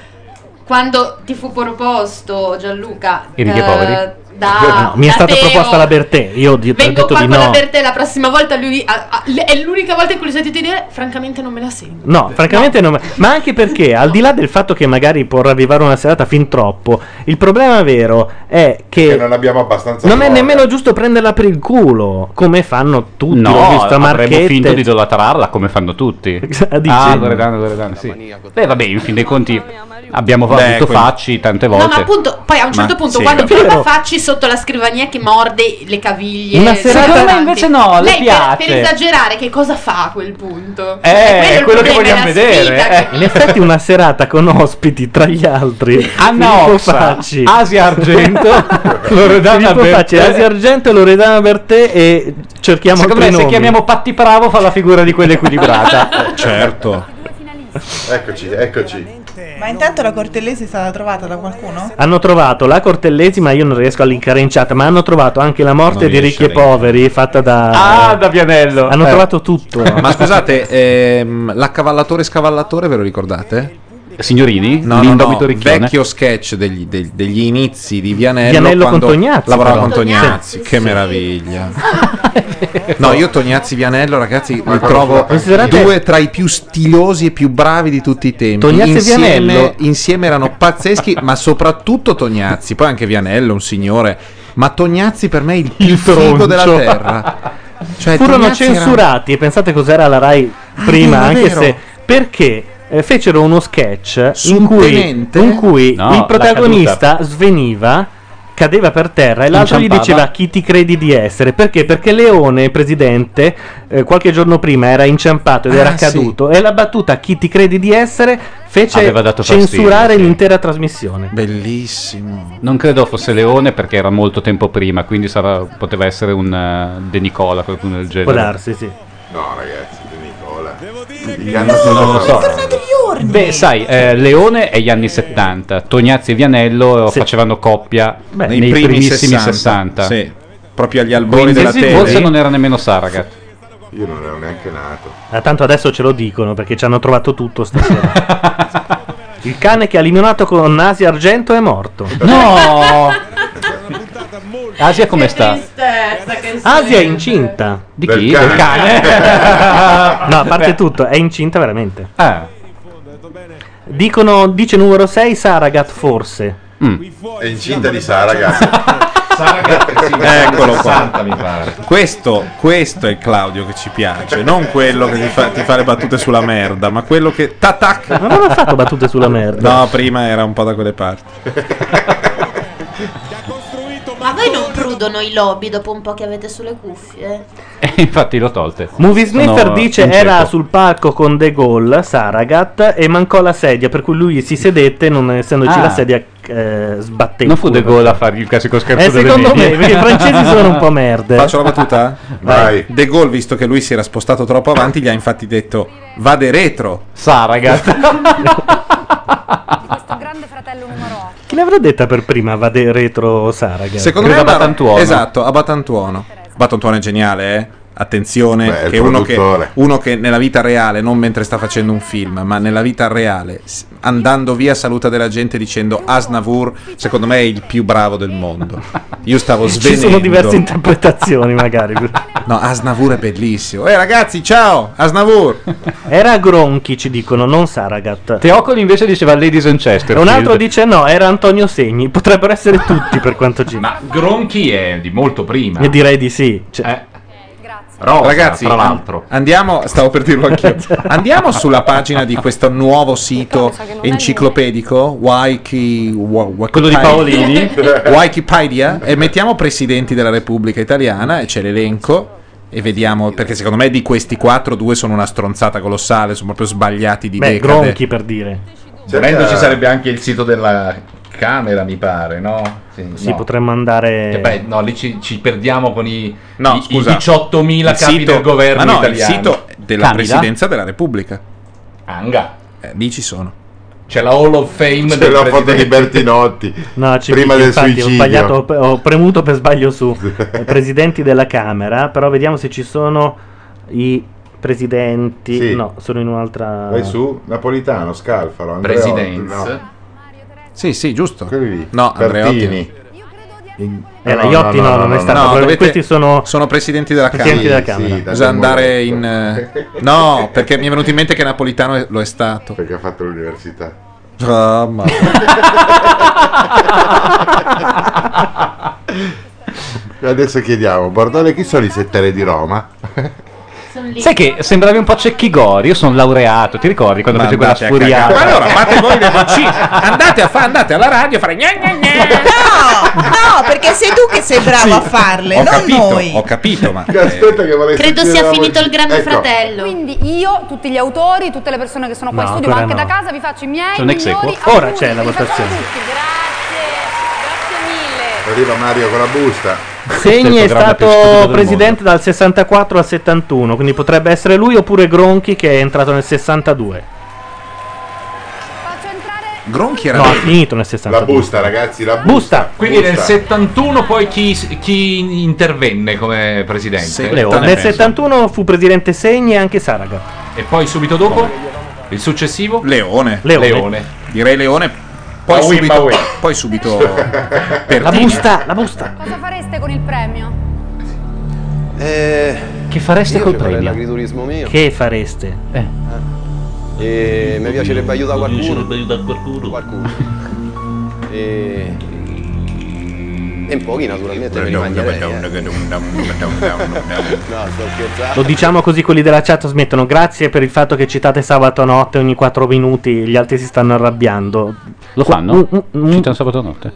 S2: Quando ti fu proposto Gianluca
S1: I ricchi e
S2: eh,
S1: poveri?
S2: da
S1: No, mi è
S2: da
S1: stata
S2: Teo,
S1: proposta la Bertè, io ho di- ho
S2: Vengo
S1: detto
S2: qua
S1: di
S2: con la
S1: no.
S2: Bertè la prossima volta lui ah, ah, le- è l'unica volta in cui l'ho sentito dire francamente non me la sento.
S1: No, francamente non. Ma anche perché, al di là del fatto che magari può ravvivare una serata fin troppo, il problema vero è
S3: Che
S1: che
S3: non abbiamo abbastanza
S1: non è
S3: droga.
S1: nemmeno giusto prenderla per il culo, come fanno tutti.
S19: No,
S1: Ho visto a
S19: avremmo
S1: Marchette.
S19: finto di idolatrarla come fanno tutti.
S1: Dici?
S19: Ah, Loredana, Loredana, sì. Beh, vabbè, in fin dei conti abbiamo
S4: Beh,
S19: avuto
S4: quindi-
S19: facci tante
S2: No,
S19: volte.
S2: ma appunto, poi a un
S19: Ma-
S2: certo punto,
S19: sì,
S2: quando
S19: vabbè.
S2: Pietro
S19: Però-
S2: Facci sotto la scrivania che morde le caviglie,
S19: Una
S2: sui
S19: serata- Secondo me
S2: davanti.
S19: invece no, le
S2: Lei per- Per,
S19: piace.
S2: esagerare, che cosa fa a quel punto?
S19: Eh,
S2: È
S19: è
S2: quello
S19: quello
S2: il
S19: che
S2: problema,
S19: vogliamo
S2: è la sfida
S19: vedere. eh.
S1: In effetti, una serata con ospiti tra gli altri:
S19: Anna
S1: Filippo
S19: Oxa,
S1: Facci,
S19: Asia Argento, Loredana
S1: Filippo
S19: Bertè.
S1: Facci, Asia Argento, Loredana Bertè. E cerchiamo
S19: Secondo me
S1: altri
S19: se
S1: nomi.
S19: chiamiamo Patti Bravo fa la figura di quella equilibrata.
S10: certo.
S3: Eccoci, eccoci.
S20: Ma intanto la Cortellesi è stata trovata da qualcuno?
S1: Hanno trovato la cortellesi, ma io non riesco a linkare in chat. Ma hanno trovato anche la morte
S10: Non
S1: di
S10: riesci
S1: Ricchi e
S10: a linkare.
S1: Poveri, fatta da.
S19: Ah, da Pianello.
S1: Hanno
S10: Eh.
S1: trovato tutto.
S10: Ma scusate, ehm, l'accavallatore scavallatore ve lo ricordate?
S19: Signorini?
S10: No, no,
S19: L'indomito
S10: no,
S19: Ricchione?
S10: vecchio sketch degli, degli- degli inizi di Vianello,
S19: Vianello
S10: quando
S19: con Tognazzi,
S10: lavorava
S19: però.
S10: con Tognazzi,
S19: Tognazzi,
S10: che
S19: sì.
S10: meraviglia. no, io Tognazzi Vianello, ragazzi, li trovo
S1: Considerate-
S10: due tra i più stilosi e più bravi di tutti i tempi.
S1: Tognazzi e
S10: insieme,
S1: Vianello.
S10: insieme erano pazzeschi, ma soprattutto Tognazzi, poi anche Vianello, un signore, ma Tognazzi per me è il più figo
S1: troncio.
S10: della terra. Cioè,
S1: Furono
S10: Tognazzi era-
S1: censurati. E pensate cos'era la Rai prima,
S10: vero,
S1: anche
S10: vero.
S1: se. Perché? eh, Fecero uno sketch
S10: Su
S1: in
S10: un
S1: cui,
S10: tenente?
S1: in cui
S10: No,
S1: il
S10: la
S1: protagonista sveniva, cadeva per terra e l'altro gli
S19: Inciampava.
S1: diceva chi ti credi di essere. Perché? Perché Leone, il presidente, eh, qualche giorno prima era inciampato ed era
S19: Ah, sì.
S1: caduto e la battuta chi ti credi di essere fece
S19: Aveva dato fastidio,
S1: censurare l'intera trasmissione.
S10: Bellissimo.
S19: Non credo fosse Leone perché era molto tempo prima, quindi sarà- poteva essere un eh, De Nicola, qualcuno del genere.
S1: Può darsi, sì.
S3: No, ragazzi, De Nicola. Gli
S19: No,
S3: hanno fatto
S19: non lo so.
S3: fare-
S19: Beh, sai, eh, Leone è gli anni 70, Tognazzi e Vianello facevano coppia
S10: Beh,
S19: nei,
S10: nei primi
S19: primissimi
S10: 60.
S19: 60.
S10: Sì, proprio agli albori
S19: Quindi
S10: della
S19: sì,
S10: tele.
S19: Forse non era nemmeno Saragat.
S3: Io non ero neanche nato.
S1: Ah, tanto adesso ce lo dicono perché ci hanno trovato tutto stasera. il cane che ha eliminato con Asia Argento è morto.
S19: No! Asia come sta?
S26: Tristezza, che
S1: Asia è incinta.
S19: Di chi? Del cane?
S1: no, a parte tutto, è incinta veramente.
S19: Ah.
S1: Dicono, dice numero 6 Saragat forse.
S3: È incinta di Sara, ragazzi.
S10: Eccolo qua.
S3: Santa, mi pare.
S10: Questo, questo è il Claudio che ci piace, non quello che ti fa, ti fa le battute sulla merda, ma quello che. Tatac!
S1: Non aveva fatto battute sulla merda.
S10: No, prima era un po' da quelle parti.
S2: Ma voi non prudono i lobby dopo un po' che avete sulle cuffie?
S19: Eh, Infatti l'ho tolte.
S1: Movie Sniffer
S19: Sono
S1: dice
S19: in
S1: era
S19: cieco.
S1: sul palco con De Gaulle, Saragat, e mancò la sedia, per cui lui si sedette, non essendoci
S19: Ah.
S1: la sedia, eh, sbatté.
S19: Non fu De Gaulle a fargli il classico scherzo
S1: Eh,
S19: delle
S1: secondo
S19: medie.
S1: me, perché i francesi sono un po' merde.
S10: Faccio la battuta?
S1: Vai.
S10: De Gaulle, visto che lui si era spostato troppo avanti, gli ha infatti detto: Vade retro.
S19: Saragat.
S1: Chi l'avrà detta per prima? Vade retro Saragat.
S10: Secondo me a Esatto, a Batantuono. Batantuono è geniale, eh? Attenzione,
S3: Beh, il
S10: che, uno che
S3: produttore.
S10: uno che nella vita reale, non mentre sta facendo un film, ma nella vita reale, s- andando via saluta della gente dicendo Asnavur, secondo me è il più bravo del mondo. Io stavo
S1: Ci
S10: svenendo.
S1: sono diverse interpretazioni, magari.
S10: No, Asnavur è bellissimo. Eh ragazzi, ciao, Asnavur.
S1: Era Gronchi, ci dicono, non Saragat.
S19: Teocoli invece diceva Ladies and Chester.
S1: Un altro dice no, era Antonio Segni. Potrebbero essere tutti per quanto ci. Ma
S8: Gronchi è di molto prima.
S1: E direi di sì.
S8: Rosa,
S10: Ragazzi,
S8: tra l'altro.
S10: andiamo, stavo per dirlo anch'io. Andiamo sulla pagina di questo nuovo sito enciclopedico, Wiki,
S19: Quello di Paolini?
S10: Wikipedia, e mettiamo presidenti della Repubblica Italiana e c'è l'elenco. E vediamo, perché secondo me di questi quattro, due sono una stronzata colossale, sono proprio sbagliati di
S1: Beh,
S10: decade.
S1: Gronchi per dire.
S8: Volendo ci sarebbe anche il sito della Camera, mi pare, no?
S1: Sì,
S8: no.
S1: potremmo andare.
S8: Eh beh, no, lì ci, ci perdiamo con i,
S10: No,
S8: i- i
S10: scusa.
S8: 18.000
S10: Il
S8: capi
S10: sito-
S8: del governo
S10: ma no,
S8: italiano.
S10: il sito della
S8: Camila?
S10: presidenza della Repubblica.
S8: Anga.
S10: Eh, lì ci sono.
S8: C'è la Hall of Fame
S3: C'è
S8: del
S3: la foto
S8: presidente.
S3: di Bertinotti
S1: No, ci
S3: prima del
S1: infatti,
S3: suicidio.
S1: Ho sbagliato, ho, pre- ho premuto per sbaglio su eh, presidenti della Camera. Però vediamo se ci sono i presidenti.
S3: Sì.
S1: No, sono in un'altra.
S3: Vai su Napolitano, Scalfaro, Andreotti,
S1: Presidenza.
S3: no.
S10: Sì, sì, giusto.
S3: No,
S10: Andreotti
S3: Bertini.
S1: Eh, la Iotti no, non è stato, però questi
S10: sono... presidenti della
S1: presidenti
S10: Camera.
S1: della Camera. Sì, dai,
S10: Bisogna
S3: abbiamo
S10: andare in... eh, No, perché mi è venuto in mente che Napolitano è- lo è stato.
S3: Perché ha fatto l'università.
S10: Ah, ma...
S3: Adesso chiediamo, Bordone, chi sono i settere di Roma?
S19: Sai che sembravi un po' Cecchigori, io sono laureato, ti ricordi quando
S3: Ma
S19: fece quella
S3: andate a cagare.
S19: sfuriata?
S3: Ma allora,
S10: fate voi le Andate, a fa- andate alla radio a fare... gna gna gna.
S20: No, perché sei tu che sei bravo a farle,
S10: Ho
S20: non
S10: capito,
S20: noi.
S10: ho capito, ma...
S3: Eh,
S10: eh,
S3: Aspetta che vorrei
S20: Credo
S3: sentire
S20: sia
S3: la
S20: finito
S3: voce-
S20: il Grande
S3: Ecco.
S20: Fratello.
S7: Quindi io, tutti gli autori, tutte le persone che sono qua in
S1: No,
S7: studio, ma anche
S1: ancora
S7: da
S1: no.
S7: casa, vi faccio i miei
S1: C'è un ex
S7: migliori
S1: equo. Ora
S7: auguri.
S1: c'è la
S7: Vi facciamo
S1: votazione.
S7: tutti,
S3: Arriva Mario con la busta.
S1: Segni è stato presidente dal 64 al 71, quindi potrebbe essere lui oppure Gronchi che è entrato nel 62.
S10: Gronchi
S1: No, ha finito nel 62.
S3: La busta, ragazzi, la busta.
S1: Busta.
S8: Quindi nel 71 poi chi, chi intervenne come
S10: Eh,
S8: presidente?
S1: Leo, nel 71 fu presidente Segni e anche Saragat.
S8: E poi subito dopo? Il successivo?
S10: Leone.
S1: Leone.
S10: Direi Leone. Poi
S8: Maui,
S10: subito...
S8: Maui.
S10: Poi subito...
S1: La
S10: Pertini.
S1: busta, la busta.
S7: Cosa fareste con il premio?
S13: Eh,
S1: Che fareste
S13: io
S1: col
S13: ci farei
S1: premio?
S13: l'agriturismo mio.
S1: Che fareste?
S13: E mi piacerebbe aiutare qualcuno. qualcuno. E... eh, e un pochi naturalmente per rimanere. eh. No, sto scherzando.
S1: Lo diciamo così quelli della chat smettono. Grazie per il fatto che citate sabato notte ogni 4 minuti, gli altri si stanno arrabbiando.
S19: Lo
S1: Mm,
S19: fanno?
S1: mm,
S19: Citano sabato notte.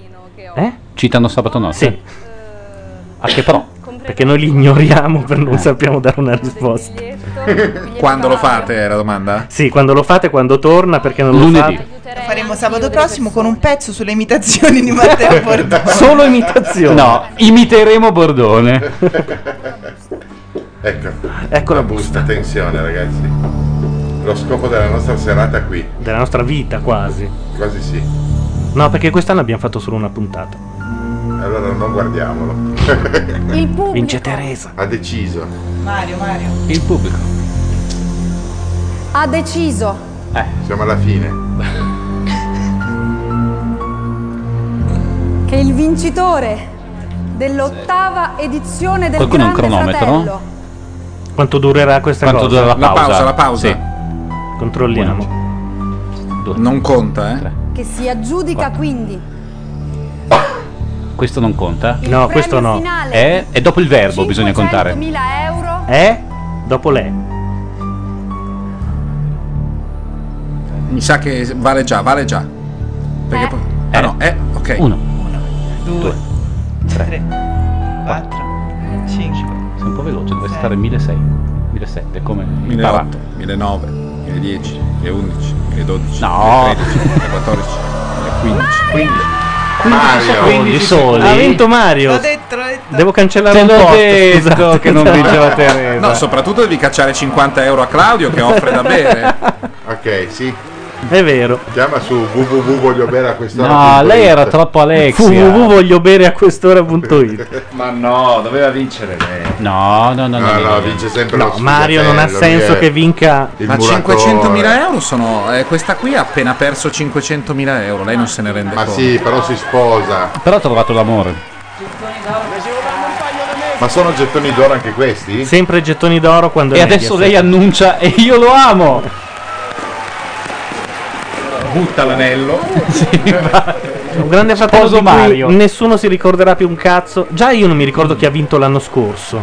S1: Eh?
S19: Citano sabato notte?
S1: Sì.
S19: A che Eh. pro?
S1: Perché noi li ignoriamo per non sappiamo dare una risposta.
S10: Quando lo fate è la domanda?
S1: Sì, quando lo fate, quando torna, perché non
S10: Lunedì.
S1: lo
S20: Lo faremo sabato prossimo con un pezzo sulle imitazioni di Matteo Bordone.
S1: fate? Solo imitazione.
S19: No, imiteremo Bordone.
S3: Ecco.
S1: Ecco
S3: la busta. Attenzione, ragazzi. Lo scopo della nostra serata qui.
S1: Della nostra vita quasi.
S3: Quasi sì.
S1: No, perché quest'anno abbiamo fatto solo una puntata.
S3: Allora non guardiamolo.
S7: Il pubblico.
S1: Vince Teresa.
S3: Ha deciso.
S20: Mario, Mario.
S19: Il pubblico.
S7: Ha deciso.
S3: Siamo alla fine.
S7: che il vincitore dell'ottava edizione del
S19: Qualcuno ha un
S7: Grande
S19: cronometro?
S7: Fratello.
S1: Quanto durerà questa
S19: Quanto
S1: cosa?
S19: durerà la La pausa? pausa, la pausa.
S1: Sì. Controlliamo.
S10: Non conta, eh?
S7: che si aggiudica quindi
S19: Questo non conta? Eh?
S7: Il No, questo premio no. finale.
S19: È, è dopo il verbo bisogna contare.
S7: 100.000 euro
S1: Eh? Dopo le.
S10: Mi sa che vale già, vale già. Perché poi. Ah no, eh, ok.
S19: Uno.
S20: Due. Tre. Quattro. Cinque.
S19: Sei un po' veloce, deve
S20: Sei.
S19: stare 1600, 1700 come
S10: 1008, 1009, 1010, 1011, 1012,
S19: No.
S10: 1013, 1014, 1015. 15.
S1: Mario.
S19: secondi soli.
S1: Ha vinto Mario.
S10: L'ho
S1: Devo cancellare un po'. scusate.
S10: No, soprattutto devi cacciare 50 euro a Claudio che offre da bere.
S3: ok, sì.
S1: È vero.
S3: Chiama su www voglio bere a quest'ora.
S19: No, lei era troppo Alexia.
S1: www voglio bere a quest'ora.it.
S15: Eh, Ma no, doveva vincere lei.
S19: No, no, no,
S3: No, no, vince sempre
S1: No,
S3: lo
S1: Mario non ha
S3: sfigatello, lui
S1: senso
S3: è
S1: che vinca.
S3: il
S10: Ma
S3: muratore.
S10: 500.000 euro sono. eh, questa qui ha appena perso 500.000 euro. Lei non se ne rende
S3: Ma
S10: conto.
S3: sì, però si sposa.
S19: Però ha trovato l'amore.
S3: Ma sono gettoni d'oro anche questi?
S1: Sempre gettoni d'oro quando
S19: E
S1: è
S19: adesso
S1: Mediaset.
S19: lei annuncia e io lo amo.
S10: Butta l'anello.
S19: Eh,
S1: Un grande fratello
S19: Sposo
S1: di cui
S19: Mario.
S1: nessuno si ricorderà più un cazzo. Già io non mi ricordo chi ha vinto l'anno scorso.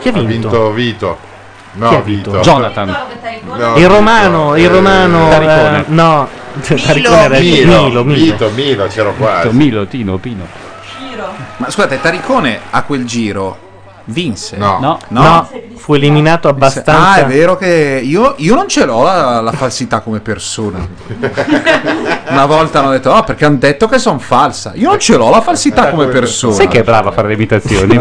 S1: Chi ha
S3: Ha
S1: vinto?
S3: vinto Oh, Vito. No,
S1: Chi ha
S3: Vito.
S1: vinto? Jonathan.
S3: No,
S1: il
S3: Vito.
S1: romano, il
S3: Eh,
S1: romano.
S3: Taricone.
S1: eh, no, Taricone era-
S3: Milo,
S1: Milo, Milo.
S3: Vito, Milo, c'ero
S10: Milo,
S3: quasi.
S19: Milo, Tino, Pino.
S10: Ma scusate, Taricone a quel giro vinse.
S3: No,
S19: no,
S1: fu eliminato abbastanza.
S10: Ah, è vero che io, io non ce l'ho la, la falsità come persona. Una volta hanno detto, ah, perché hanno detto che sono falsa. Io non ce l'ho la falsità come persona.
S19: Sai che è brava a fare le imitazioni?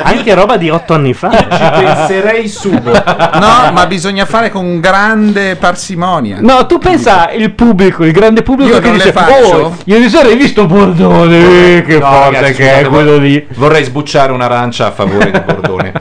S1: Anche roba di otto anni fa.
S10: Ci penserei subo. No, ma bisogna fare con grande parsimonia.
S19: No, tu pensa il pubblico, il grande pubblico
S10: Io
S19: che
S10: non le
S19: dice:
S10: faccio?
S19: Oh, ieri sera hai visto Bordone? Che forte che è quello lì.
S8: Vorrei sbucciare un'arancia a favore di Bordone.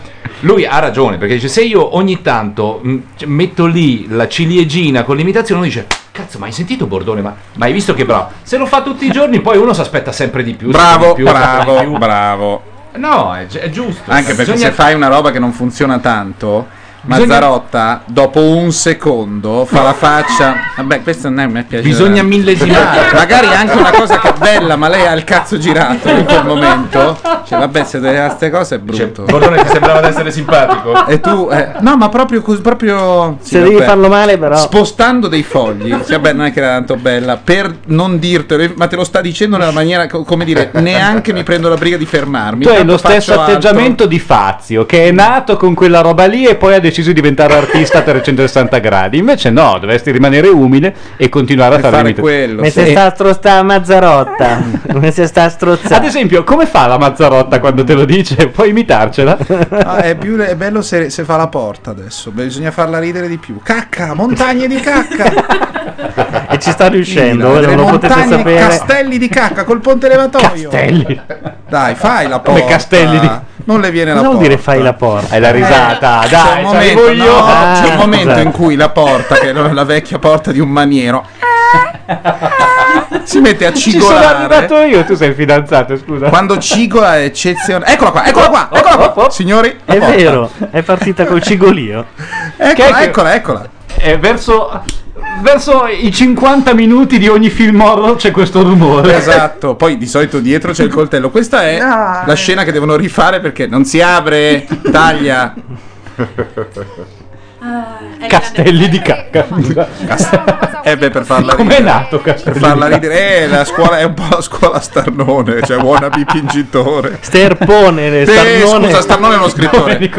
S8: Lui ha ragione perché dice: Se io ogni tanto mh, c- metto lì la ciliegina con l'imitazione, uno dice: Cazzo, ma hai sentito Bordone? Ma, ma hai visto che bravo? Se lo fa tutti i giorni, poi uno si aspetta sempre di più.
S10: Bravo,
S8: sempre di più, sempre di
S10: bravo,
S8: più.
S10: bravo.
S8: No, è, gi- è giusto.
S10: Anche perché
S8: Bisogna-
S10: se fai una roba che non funziona tanto,
S8: Bisogna-
S10: Mazzarotta dopo un secondo fa la faccia. Vabbè, questo non è mi piace.
S8: Bisogna millesimare.
S10: Magari è anche una cosa che è bella, ma lei ha il cazzo girato in quel momento. Cioè, vabbè, se deve fare queste cose è
S8: Cioè,
S10: brutto.
S8: Bordone ti sembrava di essere simpatico.
S10: E tu, eh, no, ma proprio. cos- proprio
S1: Se devi farlo male, Eh, però.
S10: Spostando dei fogli, sì, vabbè, non è che era tanto bella, per non dirtelo, ma te lo sta dicendo nella maniera, co- come dire, neanche mi prendo la briga di fermarmi.
S19: tu hai
S10: tanto
S19: lo stesso
S10: faccio altro.
S19: atteggiamento di Fazio, che è nato con quella roba lì e poi ha deciso di diventare artista a 360 gradi. Invece no, dovresti rimanere umile e continuare a fare quello.
S1: Mentre sta strozzando Mazzarotta.
S10: Eh.
S1: Mentre sta strozzando.
S19: Ad esempio, come fa la Mazzarotta quando te lo dice? Puoi imitarcela?
S10: Ah, è, più, è bello se, se fa la porta adesso. Bisogna farla ridere di più. Cacca, montagne di cacca.
S1: E ci sta riuscendo, voi
S19: eh,
S10: Delle
S1: non lo potete
S10: montagne,
S1: sapere.
S10: castelli di cacca col ponte levatoio.
S1: Castelli.
S10: Dai, fai la porta.
S19: Come castelli di-
S10: Non le viene la
S19: Non
S10: porta.
S19: dire fai la porta. È la risata,
S10: Eh, c'è
S19: dai,
S10: un
S19: c'avevo
S10: momento,
S19: io.
S10: no,
S19: Ah,
S10: c'è un momento
S19: scusate.
S10: in cui la porta, che è la vecchia porta di un maniero, si mette a
S19: Ci sono
S10: cigolare.
S19: arrivato io, tu sei il fidanzato, scusa.
S10: Quando cigola è eccezionale. Eccola qua, eccola qua, eccola qua. Signori, la
S1: È
S10: porta.
S1: vero, è partita col cigolio.
S10: Eccola, eccola, eccola.
S19: È Eh, verso, verso i 50 minuti di ogni film horror c'è questo rumore.
S10: Esatto, poi di solito dietro c'è il coltello. Questa è
S19: Dai.
S10: la scena che devono rifare perché non si apre, taglia.
S19: Castelli di cacca.
S10: Eh beh, per farla
S19: Com'è
S10: ridere.
S19: nato
S10: Per
S19: Castelli
S10: farla
S19: di Cacca?
S10: ridere, eh, la scuola è un po' la scuola starnone, cioè buona pipingitore.
S1: Sterpone,
S10: Eh,
S1: Starnone.
S10: scusa, Starnone è uno scrittore.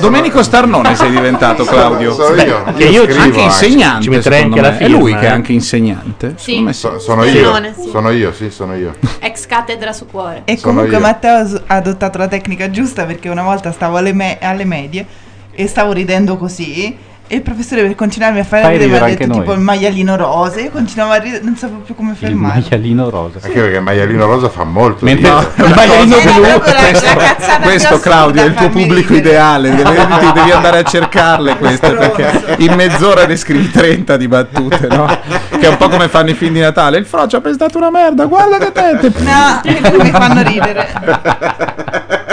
S19: Domenico
S10: Starnone, sei diventato, Claudio.
S3: Sono io.
S10: Beh,
S3: Io
S10: io
S3: scrivo
S10: anche
S3: anche.
S10: insegnante.
S3: Ci metterei
S10: secondo
S3: anche la
S10: me.
S3: firma,
S10: È lui che è
S3: eh.
S10: anche insegnante.
S26: Sì.
S10: Secondo me sì.
S3: So- sono
S26: Simone,
S3: io.
S26: sì.
S3: Sono io, sì, sono io.
S26: Ex cattedra su cuore.
S20: E
S3: Sono
S20: comunque
S3: io.
S20: Matteo s- ha adottato la tecnica giusta perché una volta stavo alle, me- alle medie e stavo ridendo così. E il professore per continuarmi a fare
S19: Fai
S20: ridere mi ha
S19: ridere
S20: detto
S19: anche
S20: tipo
S19: noi.
S20: il maialino rosa. Io continuavo a ridere, non sapevo più come
S19: Il
S20: fermarmi.
S19: maialino rosa.
S3: Anche perché il maialino rosa fa molto
S19: Mentre-
S3: ridere.
S19: il maialino
S3: Era
S19: venuto,
S3: proprio la- la
S19: questo-
S3: cazzata più
S10: Questo
S3: assurda,
S10: Claudio è il tuo
S3: fammi
S10: pubblico
S3: ridere.
S10: ideale, devi, ti devi andare a cercarle queste perché in mezz'ora ne scrivi 30 di battute, no? Che è un po' come fanno i film di Natale, il frocio ha pestato una merda, guarda che tette.
S20: No, mi fanno ridere.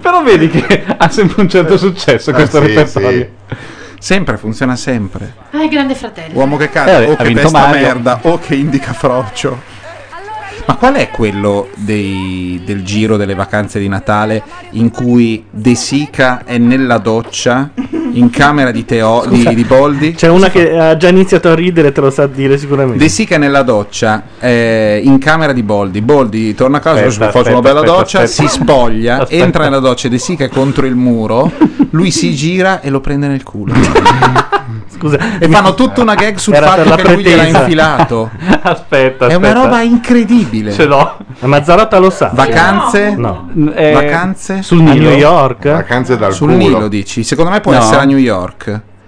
S19: Però vedi che ha sempre un certo successo questo
S10: Ah, sì,
S19: repertorio.
S10: Sempre, funziona sempre.
S2: Ah, il grande fratello.
S10: Uomo che
S19: Eh,
S10: cade,
S19: vabbè,
S10: o
S19: ha
S10: che
S19: vinto
S10: testa
S19: Mario.
S10: merda, o che indica frocio. Ma qual è quello dei- del giro delle vacanze di Natale in cui De Sica è nella doccia, in camera di, Teo, di, di Boldi?
S1: C'è una che ha già iniziato a ridere, te lo sa dire sicuramente.
S10: De Sica è nella doccia, eh, in camera di Boldi. Boldi torna a casa,
S1: Aspetta,
S10: faccio una
S1: aspetta,
S10: bella
S1: aspetta,
S10: doccia,
S1: aspetta.
S10: si spoglia,
S1: Aspetta.
S10: entra nella doccia, De Sica è contro il muro, lui si gira e lo prende nel culo.
S1: Scusa,
S10: e fanno tutta una gag sul
S1: Era per
S10: fatto
S1: la
S10: che lui gliel'ha
S1: pretesa.
S10: infilato.
S1: Aspetta,
S10: È una
S1: aspetta.
S10: roba incredibile.
S1: Ce l'ho. La Mazzarotta lo sa.
S10: Vacanze?
S1: No.
S10: Eh, Vacanze?
S1: Sul
S10: A
S1: Nilo.
S10: New
S1: York?
S3: Vacanze dal
S10: Sul
S3: culo.
S10: Nilo dici? Secondo me può
S3: No.
S10: essere a New York.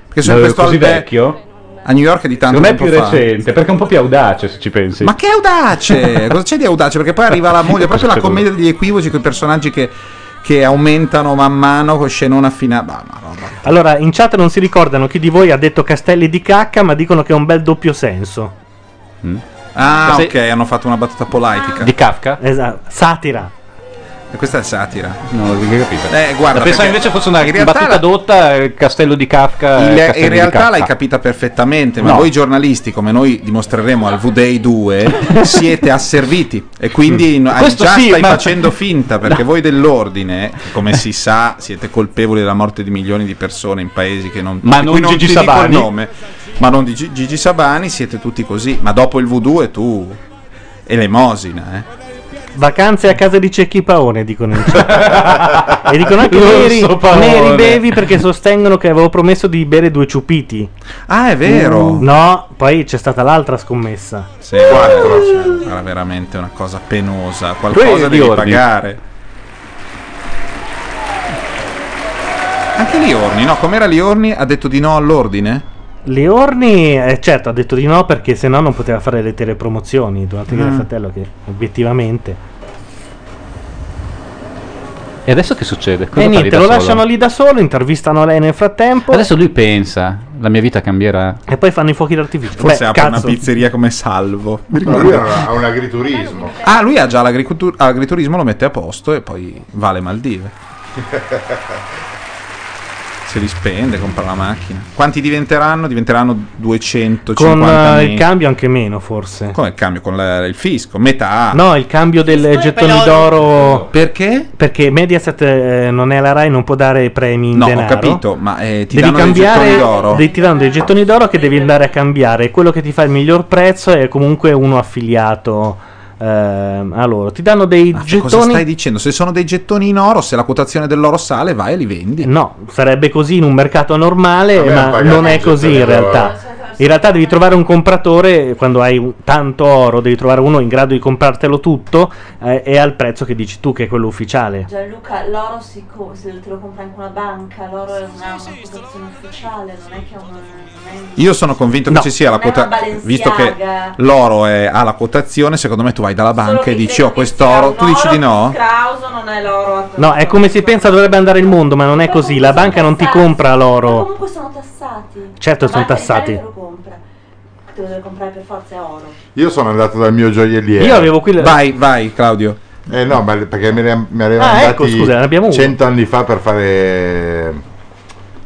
S10: Perché su
S19: No,
S10: questo
S19: così
S10: albe-
S19: vecchio?
S10: A New York è di tanto
S19: Non è
S10: tempo
S19: più
S10: fa.
S19: recente, perché è un po' più audace se ci pensi.
S10: Ma che audace! Cosa c'è di audace? Perché poi arriva la moglie, è proprio la commedia degli equivoci con i personaggi che, che aumentano man mano con scenone affinati. Ah, Bah, ma no.
S1: Allora, in chat non si ricordano chi di voi ha detto castelli di cacca, ma dicono che è un bel doppio senso.
S10: Ah,
S1: Sì.
S10: ok, hanno fatto una battuta politica.
S1: Di
S19: Kafka?
S1: Esatto. Satira.
S10: E questa è satira.
S19: No, non ho capito.
S10: Eh, guarda,
S19: Pensavo
S10: perché
S19: invece fosse una
S10: in realtà
S19: battuta
S10: la-
S19: dotta, eh, castello di Kafka. eh,
S10: Il-
S19: castello
S10: in
S19: di
S10: realtà
S19: Kafka.
S10: l'hai capita perfettamente, ma
S19: No.
S10: voi giornalisti, come noi dimostreremo al V-Day 2, siete asserviti e quindi no- hai
S19: Questo
S10: già
S19: sì,
S10: stai
S19: ma-
S10: facendo finta perché voi dell'ordine, come si sa, siete colpevoli della morte di milioni di persone in paesi che non,
S19: Ma
S10: di
S19: non
S10: cui
S19: Gigi
S10: ti dico il
S19: Sabani.
S10: nome, ma non di Gi- Gigi Sabani, siete tutti così, ma dopo il V2 tu elemosina, eh.
S1: Vacanze a casa di Cecchi Paone, dicono in chat. e dicono anche neri,
S10: L'orso Paone.
S1: neri bevi perché sostengono che avevo promesso di bere due ciupiti. Mm.
S10: Ah, è vero.
S1: no, poi c'è stata l'altra scommessa.
S10: Sì, quattro. Cioè, era veramente una cosa penosa, qualcosa
S1: Quelli
S10: devi
S1: ordini.
S10: pagare. Anche Liorni, no? Com'era Liorni? Ha detto di no all'ordine?
S1: Leorni, eh, certo, ha detto di no perché sennò non poteva fare le telepromozioni. Durante il
S19: Mm.
S1: fratello, che obiettivamente.
S19: E adesso che succede?
S1: e
S19: Cosa fa lì
S1: Eh, niente,
S19: da
S1: lo
S19: solo?
S1: lasciano lì da solo, intervistano lei nel frattempo.
S19: Adesso lui pensa, la mia vita cambierà.
S1: E poi fanno i fuochi d'artificio.
S10: Forse
S1: Beh,
S10: apre
S1: cazzo.
S10: una pizzeria come salvo. Mi
S3: Ma
S10: ricordo.
S3: lui ha ha un agriturismo.
S10: Ah, lui ha già l'agricultu- l'agriturismo, lo mette a posto e poi va alle Maldive. Se li spende, compra la macchina. Quanti diventeranno? Diventeranno 250
S1: Con eh,
S10: mila.
S1: il cambio anche meno, forse.
S10: Come il cambio? Con la- il fisco, metà.
S1: No, il cambio del gettoni
S10: però-
S1: d'oro.
S10: Perché?
S1: Perché Mediaset eh, non è la Rai, non può dare premi in
S10: No,
S1: denaro.
S10: ho capito, ma eh, ti
S1: devi
S10: danno
S1: cambiare,
S10: dei gettoni d'oro.
S1: devi- ti danno dei gettoni d'oro che devi andare a cambiare. Quello che ti fa il miglior prezzo è comunque uno affiliato ehm, a loro. Ti danno dei
S10: Cioè, Cosa stai
S1: gettoni.
S10: dicendo? Se sono dei gettoni in oro, se la quotazione dell'oro sale, vai e li vendi.
S1: No, sarebbe così in un mercato normale,
S10: Vabbè,
S1: Eh, ma
S10: pagare
S1: non
S10: i
S1: è
S10: gettoni
S1: così in
S10: d'oro.
S1: realtà. In realtà devi trovare un compratore eh, quando hai un- tanto oro, devi trovare uno in grado di comprartelo tutto eh, e al prezzo che dici tu, che è quello ufficiale.
S12: Gianluca, l'oro si co- se te lo compra anche una banca, l'oro è una posizione ufficiale, non è che è una...
S10: Io sono convinto che
S12: No.
S10: ci sia la
S12: Non è una
S10: quotazione.
S12: Balenciaga.
S10: Visto che l'oro è, ha la quotazione, secondo me tu vai dalla banca e dici: Ho quest'oro. Tu dici di no?
S12: Krauso non è l'oro.
S1: No, è come si pensa dovrebbe andare il mondo, ma non è così. La banca non ti compra l'oro.
S12: Comunque sono tassati.
S1: Certo,
S12: La
S1: sono
S12: banca d'Italia
S1: tassati.
S12: Te lo compra. Te lo deve comprare per forza è oro.
S3: Io sono andato dal mio gioielliere.
S1: Io avevo qui le-
S10: Vai, vai, Claudio.
S3: Eh no, ma le- perché me ne, me ne
S1: Ah,
S3: andati
S1: ecco, scusa, ne abbiamo uno.
S3: 100 anni fa per fare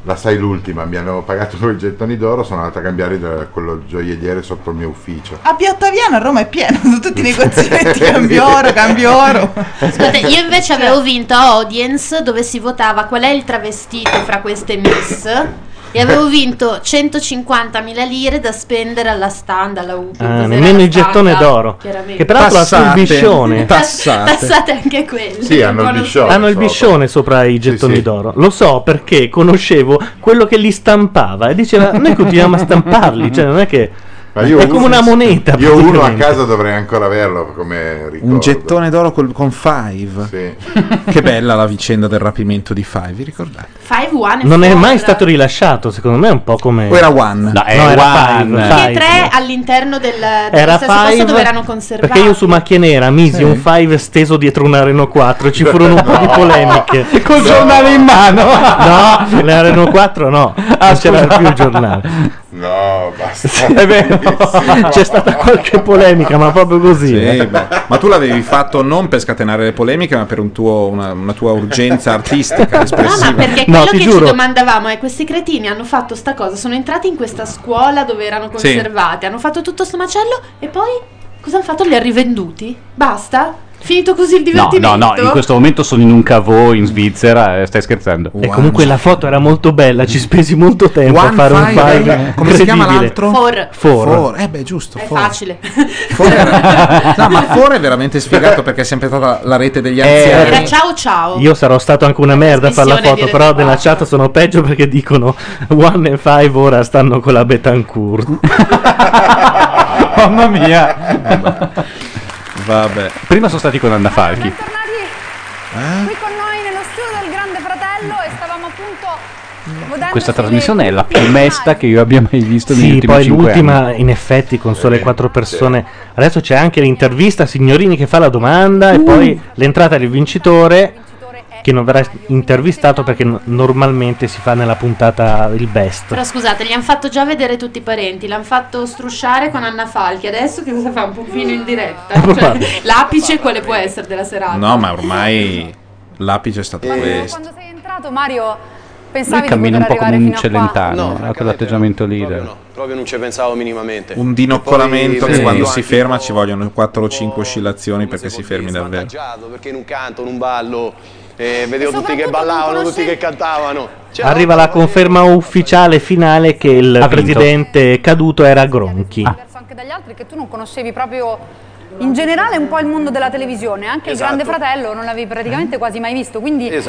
S3: la sai l'ultima, mi hanno pagato con i gettoni d'oro, sono andato a cambiare da quello gioielliere sotto il mio ufficio.
S20: A Via Ottaviano a Roma è pieno, sono tutti i negozietti, cambio oro, cambio oro.
S2: Scusate, io invece avevo vinto a Audience dove si votava qual è il travestito fra queste miss. E avevo vinto 150.000 lire da spendere alla stand, alla U.
S1: Ah, nemmeno il gettone d'oro. Che peraltro ha sul biscione.
S2: Passate anche quello. Non lo so.
S1: Hanno il biscione sopra i gettoni d'oro. Lo so perché conoscevo quello che li stampava e diceva: Noi continuiamo a stamparli. Cioè, non è che.
S3: Ma io
S1: è
S3: uno-
S1: come una moneta.
S3: Io uno a
S1: praticamente.
S3: casa dovrei ancora averlo come ricordo.
S10: Un gettone d'oro col- con Five. che bella la vicenda del rapimento di Five, vi ricordate?
S26: Five One
S1: Non è mai stato rilasciato, secondo me è un po' come...
S10: O era
S1: No,
S10: One? No,
S1: era
S10: era
S1: Five,
S10: One.
S1: Five.
S26: Che tre all'interno del, dello
S1: Era
S26: stesso posto
S1: Five,
S26: dove erano conservati.
S1: Perché io su macchia nera misi
S26: Sì.
S1: un 5 steso dietro una Renault 4 ci furono un po' di polemiche. Col giornale in mano. No, la Renault 4 no, non c'era più il giornale.
S3: No, basta.
S1: È vero. C'è stata qualche polemica, ma proprio così.
S10: Sì,
S1: eh.
S10: beh. Ma tu l'avevi fatto non per scatenare le polemiche, ma per un tuo- una, una tua urgenza artistica espressiva.
S26: Perché quello che ci domandavamo è questi cretini hanno fatto sta cosa, sono entrati in questa scuola dove erano conservati, hanno fatto tutto sto macello e poi cosa hanno fatto? Li ha rivenduti? Basta? Finito così il
S19: No, no,
S26: divertimento?
S19: no, in questo momento sono in un cavo in Svizzera, eh, stai scherzando.
S1: E comunque la foto era molto bella, ci spesi molto tempo a
S19: One
S1: fare un
S19: Five,
S1: file.
S19: eh, come si chiama
S10: l'altro?
S26: For.
S1: For.
S10: For, Eh beh, giusto.
S26: È
S10: For.
S26: facile.
S10: No, ma Fora è veramente sfigato perché è sempre stata la rete degli
S1: Eh,
S10: anziani.
S26: Era ciao ciao.
S1: Io sarò stato anche una merda a fare la
S26: Trasmissione
S1: foto,
S26: di
S1: però nella chat sono peggio perché dicono One e Five ora stanno con la Betancourt.
S19: Mamma mia.
S10: Vabbè. Ah.
S19: Prima sono stati con Anna Falchi.
S7: Qui con noi nello studio del Grande Fratello e stavamo appunto votando
S19: Questa
S7: sulle-
S19: trasmissione è la più mesta che io abbia mai visto negli
S1: Sì,
S19: ultimi
S1: poi
S19: cinque
S1: l'ultima,
S19: anni. Eh,
S1: in effetti, con sole quattro persone. Adesso c'è anche l'intervista, signorini che fa la domanda, e poi l'entrata del vincitore, che non verrà intervistato perché no- normalmente si fa nella puntata il best.
S26: Però scusate, gli hanno fatto già vedere tutti i parenti, l'hanno fatto strusciare con Anna Falchi, adesso che cosa fa? Un pupino in diretta? Cioè, l'apice quale può essere della serata?
S10: No, ma ormai l'apice è stato questo.
S7: Eh, Quando sei entrato Mario pensavi
S19: Lui
S7: di
S19: cammina un
S7: poter
S19: po' come
S7: arrivare
S19: un
S7: fino a qua.
S19: celentano, ha quell'atteggiamento lì.
S13: Proprio non ci pensavo minimamente.
S10: Un dinoccolamento
S13: Poi
S10: che
S13: mi
S10: quando
S13: sento
S10: si
S13: anche
S10: ferma ci vogliono 4 o 5 oscillazioni perché si fermi davvero.
S13: svantaggiato, Perché in un canto, in un ballo, eh, vedevo tutti che ballavano, tutti che cantavano. Cioè,
S1: Arriva la conferma ufficiale finale che il
S19: Ha vinto.
S1: presidente caduto era Gronchi.
S7: anche dagli altri che tu non conoscevi proprio in generale un po' il mondo della televisione, anche
S1: Esatto.
S7: il Grande Fratello non l'avevi praticamente quasi mai visto, quindi eh,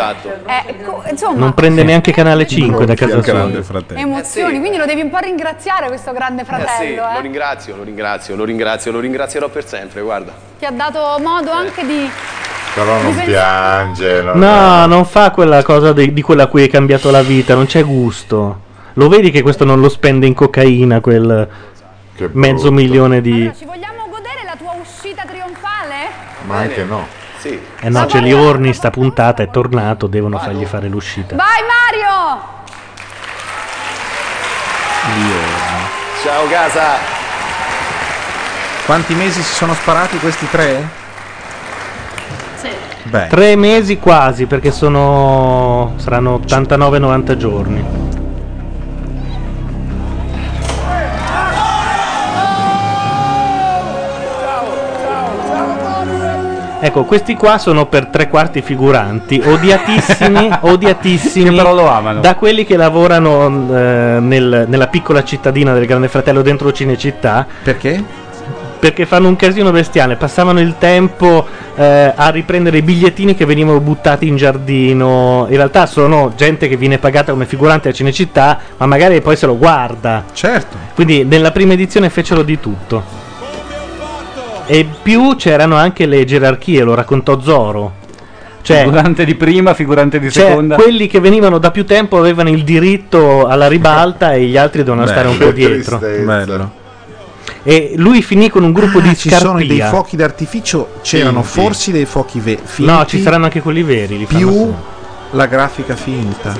S7: co- insomma,
S1: Non prende neanche Canale 5 da
S10: Gronchi
S1: casa
S10: al
S1: sua.
S10: Grande
S12: Eh
S10: Fratello.
S7: emozioni, quindi lo devi un po' ringraziare questo Grande
S13: Eh sì,
S7: Fratello,
S13: lo
S7: eh.
S13: ringrazio, lo ringrazio, lo ringrazio, lo ringrazierò per sempre, guarda.
S7: ti ha dato modo
S13: Eh.
S7: anche di
S3: Però non piange. non-
S1: No, non fa quella cosa di, di quella a cui hai cambiato la vita, non c'è gusto. Lo vedi che questo non lo spende in cocaina quel mezzo milione di...
S7: godere la tua uscita trionfale?
S3: Ma anche no.
S13: Sì.
S1: Eh no, c'è Liorni, sta puntata, è tornato, devono fargli fare l'uscita.
S7: Vai Mario!
S13: Ciao casa!
S10: Quanti mesi si sono sparati questi tre? Beh.
S1: Tre mesi quasi, perché sono... saranno 89-90 giorni. Ecco, questi qua sono per tre quarti figuranti, odiatissimi, odiatissimi da quelli che lavorano eh, nel- nella piccola cittadina del Grande Fratello dentro Cinecittà.
S10: Perché?
S1: Perché fanno un casino bestiale, passavano il tempo eh, a riprendere i bigliettini che venivano buttati in giardino. In realtà sono gente che viene pagata come figurante a Cinecittà, ma magari poi se lo guarda.
S10: Certo.
S1: Quindi nella prima edizione fecero di tutto. E più c'erano anche le gerarchie, lo raccontò Zoro. Cioè,
S19: figurante di prima, figurante di
S1: cioè,
S19: seconda.
S1: quelli che venivano da più tempo avevano il diritto alla ribalta e gli altri dovevano
S10: Beh,
S1: stare un
S10: che
S1: po' dietro.
S10: tristezza. Bello.
S1: E lui finì con un gruppo di
S10: Ah, Ci
S1: scarpia.
S10: sono dei fuochi d'artificio, c'erano
S1: Finti.
S10: forse dei fuochi ve- finti.
S1: No, ci saranno anche quelli veri. Li fanno
S10: più
S1: sempre.
S10: la grafica finta.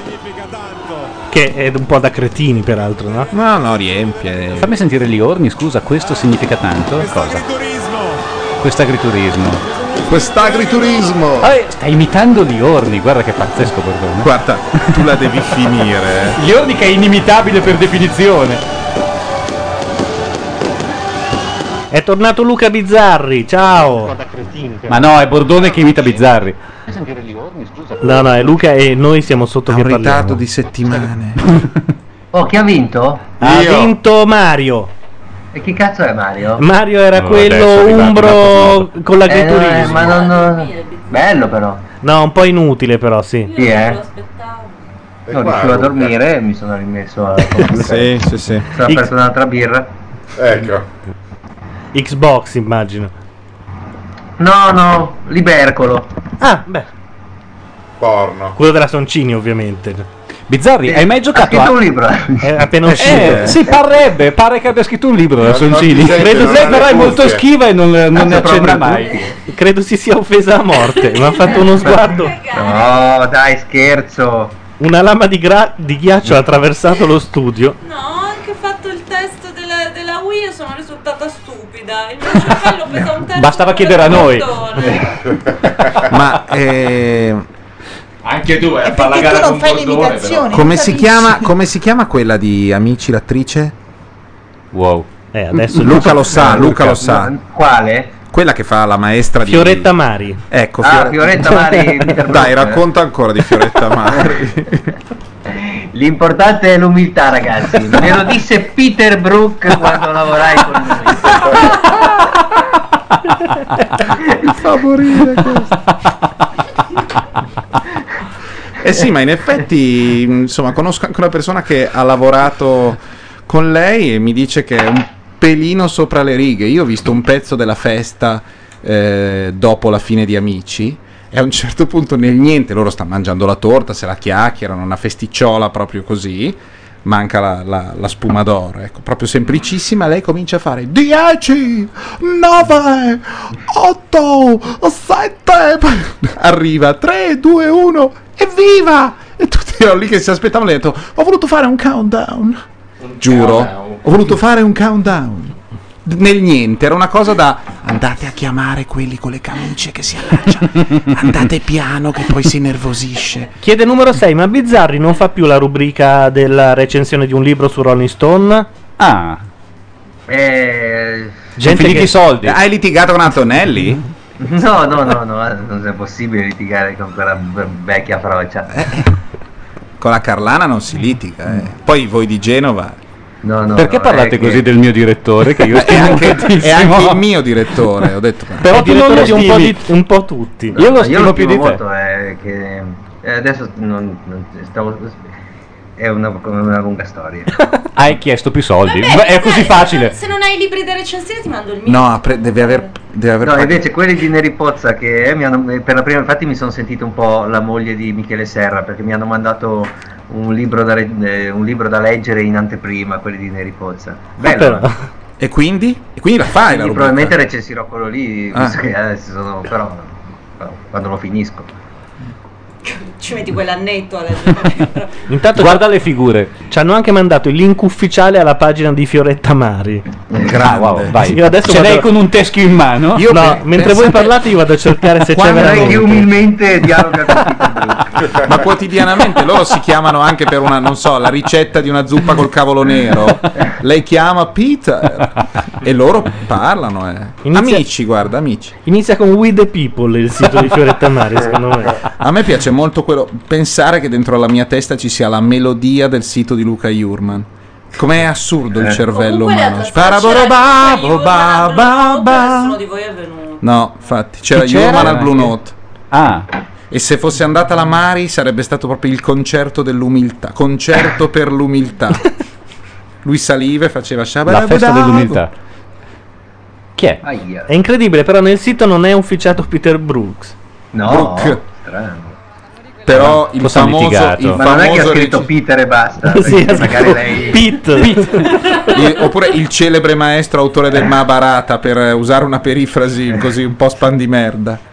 S1: Che è un po' da cretini, peraltro, no?
S10: No, no, riempie.
S19: Fammi sentire Liorni, scusa, questo significa tanto? Cosa? Quest'agriturismo.
S10: Quest'agriturismo.
S19: sta imitando Liorni, guarda che pazzesco perdone.
S10: Guarda, tu la devi finire.
S19: Liorni che è inimitabile per definizione.
S1: È tornato Luca Bizzarri, ciao!
S19: Ma no, è Bordone che imita Bizzarri.
S1: No, no, è Luca e noi siamo sotto che parliamo.
S10: ritardo di settimane.
S22: Oh, chi ha vinto?
S1: Ha vinto Mario.
S22: E chi cazzo è Mario?
S1: Mario era
S22: No, adesso è
S1: quello
S22: arrivato un'altro
S1: umbro
S22: snob.
S1: con l'agriturismo.
S22: Eh, no, eh, ma non- non- Bello però.
S1: No, un po' inutile però, sì.
S22: Sì, eh. Non riuscivo a dormire e mi sono rimesso a
S10: sì, sì, sì.
S22: Sono aperto un'altra birra.
S3: Ecco.
S1: Xbox, immagino.
S22: No, no, Libercolo.
S1: Ah, beh.
S3: Porno.
S1: Quello della Soncini, ovviamente.
S19: Bizzarri, hai mai giocato?
S22: scritto un libro.
S19: È
S1: appena uscito.
S19: Eh, sì, parrebbe, pare che abbia scritto un libro da
S1: non
S19: Soncini.
S1: ti sente,
S19: Credo
S1: non
S19: lei
S1: ha
S19: però
S1: le
S19: è molto
S1: cuffie.
S19: schiva e non, non ne
S1: Anzi,
S19: accenna
S1: proprio
S19: mai.
S1: Credo si sia offesa a morte, mi ha fatto uno sguardo.
S22: No, dai, scherzo.
S1: Una lama di, gra- di ghiaccio ha attraversato lo studio.
S16: No, ho anche fatto il test della, della Wii e sono risultata stupida. Il mio cervello pesa un terzo.
S19: Bastava chiedere a noi.
S10: Ma eh,
S8: Anche tu, eh,
S10: fa
S8: la
S10: gara
S20: non con fai le Bordone, imitazioni, però.
S10: Come
S20: non
S10: si,
S20: capisci.
S10: chiama, come si chiama quella di Amici l'attrice?
S8: Wow.
S1: Eh,
S10: adesso Luca lo sa, Luca lo sa.
S22: Quale?
S10: Quella che fa la maestra di
S1: Fioretta Mari.
S10: Ecco,
S22: Ah, Fioretta Mari, Peter
S10: Dai,
S22: Brook.
S10: racconta ancora di Fioretta Mari.
S22: L'importante è l'umiltà, ragazzi. Me lo disse Peter Brook quando lavorai con lui.
S10: Mi fa morire questo. Eh sì, ma in effetti, insomma, conosco anche una persona che ha lavorato con lei e mi dice che è un pelino sopra le righe. Io ho visto un pezzo della festa eh, dopo la fine di Amici. E a un certo punto nel niente, loro stanno mangiando la torta, se la chiacchierano, una festicciola proprio così. Manca la, la- la spuma d'oro, ecco, proprio semplicissima. Lei comincia a fare 10, 9, 8, 7 arriva 3, 2, 1, evviva! E tutti erano lì che si aspettavano e ho detto, ho voluto fare un countdown. Giuro, ho voluto fare un countdown. D- Nel niente, era una cosa da andate a chiamare quelli con le camicie che si allacciano, andate piano che poi si nervosisce.
S1: Chiede numero 6, ma Bizzarri non fa più la rubrica della recensione di un libro su Rolling Stone?
S19: Ah.
S22: Eh,
S10: Hai litigato con Antonelli?
S22: No, no, no, no, eh, non è possibile litigare con quella b- vecchia froccia.
S19: Eh,
S10: Con la Carlana non si litiga, eh. Poi voi di Genova.
S22: no,
S19: Perché
S22: no,
S19: parlate
S22: è
S19: così
S22: che-
S19: del mio direttore? Che io
S10: è,
S19: stimo
S10: anche, è
S19: tantissimo?
S10: anche il mio direttore, ho detto.
S19: Però
S10: Il
S19: tu non
S10: direttore
S19: lo
S10: Ah,
S19: stimi un po',
S10: Stevie.
S19: di, un po' tutti.
S22: No,
S19: Io lo
S22: no,
S19: stimo più di
S22: stimo
S19: te.
S22: molto, eh, che, eh, adesso non, non- stavo, è una, una lunga storia.
S19: Hai chiesto più soldi.
S16: Vabbè,
S19: è così facile.
S16: Se non hai i libri da recensire, ti mando il mio.
S10: No, pre- deve aver, deve aver
S22: No,
S10: pagato.
S22: invece quelli di Neri Pozza che eh, mi hanno, eh, per la prima infatti mi sono sentito un po' la moglie di Michele Serra perché mi hanno mandato un libro da, re- eh, un libro da leggere in anteprima, quelli di Neri Pozza. Bello. no?
S10: E Ah, quindi? E quindi la fai la
S22: Quindi
S10: rubrica?
S22: probabilmente recensirò quello lì,
S10: Ah.
S22: visto che adesso sono, però però quando lo finisco.
S16: Ci metti quell'annetto a leggere.
S1: Intanto
S19: Guarda le figure.
S1: Ci hanno anche mandato il link ufficiale alla pagina di Fioretta Mari. Ah,
S19: Grande. wow, vai.
S1: Io adesso
S19: Ce
S1: vado-
S19: l'hai con un teschio in mano?
S1: No, mentre voi parlate io vado a cercare se c'è
S10: Quando è che
S1: veramente.
S22: umilmente dialoga
S10: Ma quotidianamente loro si chiamano anche per una, non so, la ricetta di una zuppa col cavolo nero. Lei chiama Peter e loro parlano. eh. Amici, guarda, amici.
S1: Inizia con We the People il sito di Fioretta Mari, secondo me.
S10: A me piace molto quello, pensare che dentro la mia testa ci sia la melodia del sito di Luca Jurman. Com'è assurdo il cervello
S16: Comunque la
S10: umano.
S16: tua
S10: Sparaborobabo, ba, ba, ba.
S16: Nessuno di voi è venuto.
S10: No, infatti, c'era
S19: Chi c'era?
S10: Jurman al Blue
S19: Anche?
S10: Note.
S19: Ah.
S10: E se fosse andata la Mari sarebbe stato proprio il concerto dell'umiltà. Concerto per l'umiltà. Lui saliva e faceva
S19: La festa dell'umiltà. Chi è?
S1: È incredibile, però nel sito non è ufficiato Peter Brooks.
S22: No, strano.
S10: Però
S19: Eh,
S10: il
S1: Forse hanno
S10: famoso,
S1: litigato.
S10: il
S1: Ma non è che ha
S10: famoso
S1: scritto
S10: regi-
S22: Peter e basta.
S1: Sì,
S22: perché
S1: ha
S22: magari
S1: scritto
S22: lei
S1: Pete.
S10: Il- oppure il celebre maestro autore del Mahabharata per eh, usare una perifrasi così un po' spandimerda.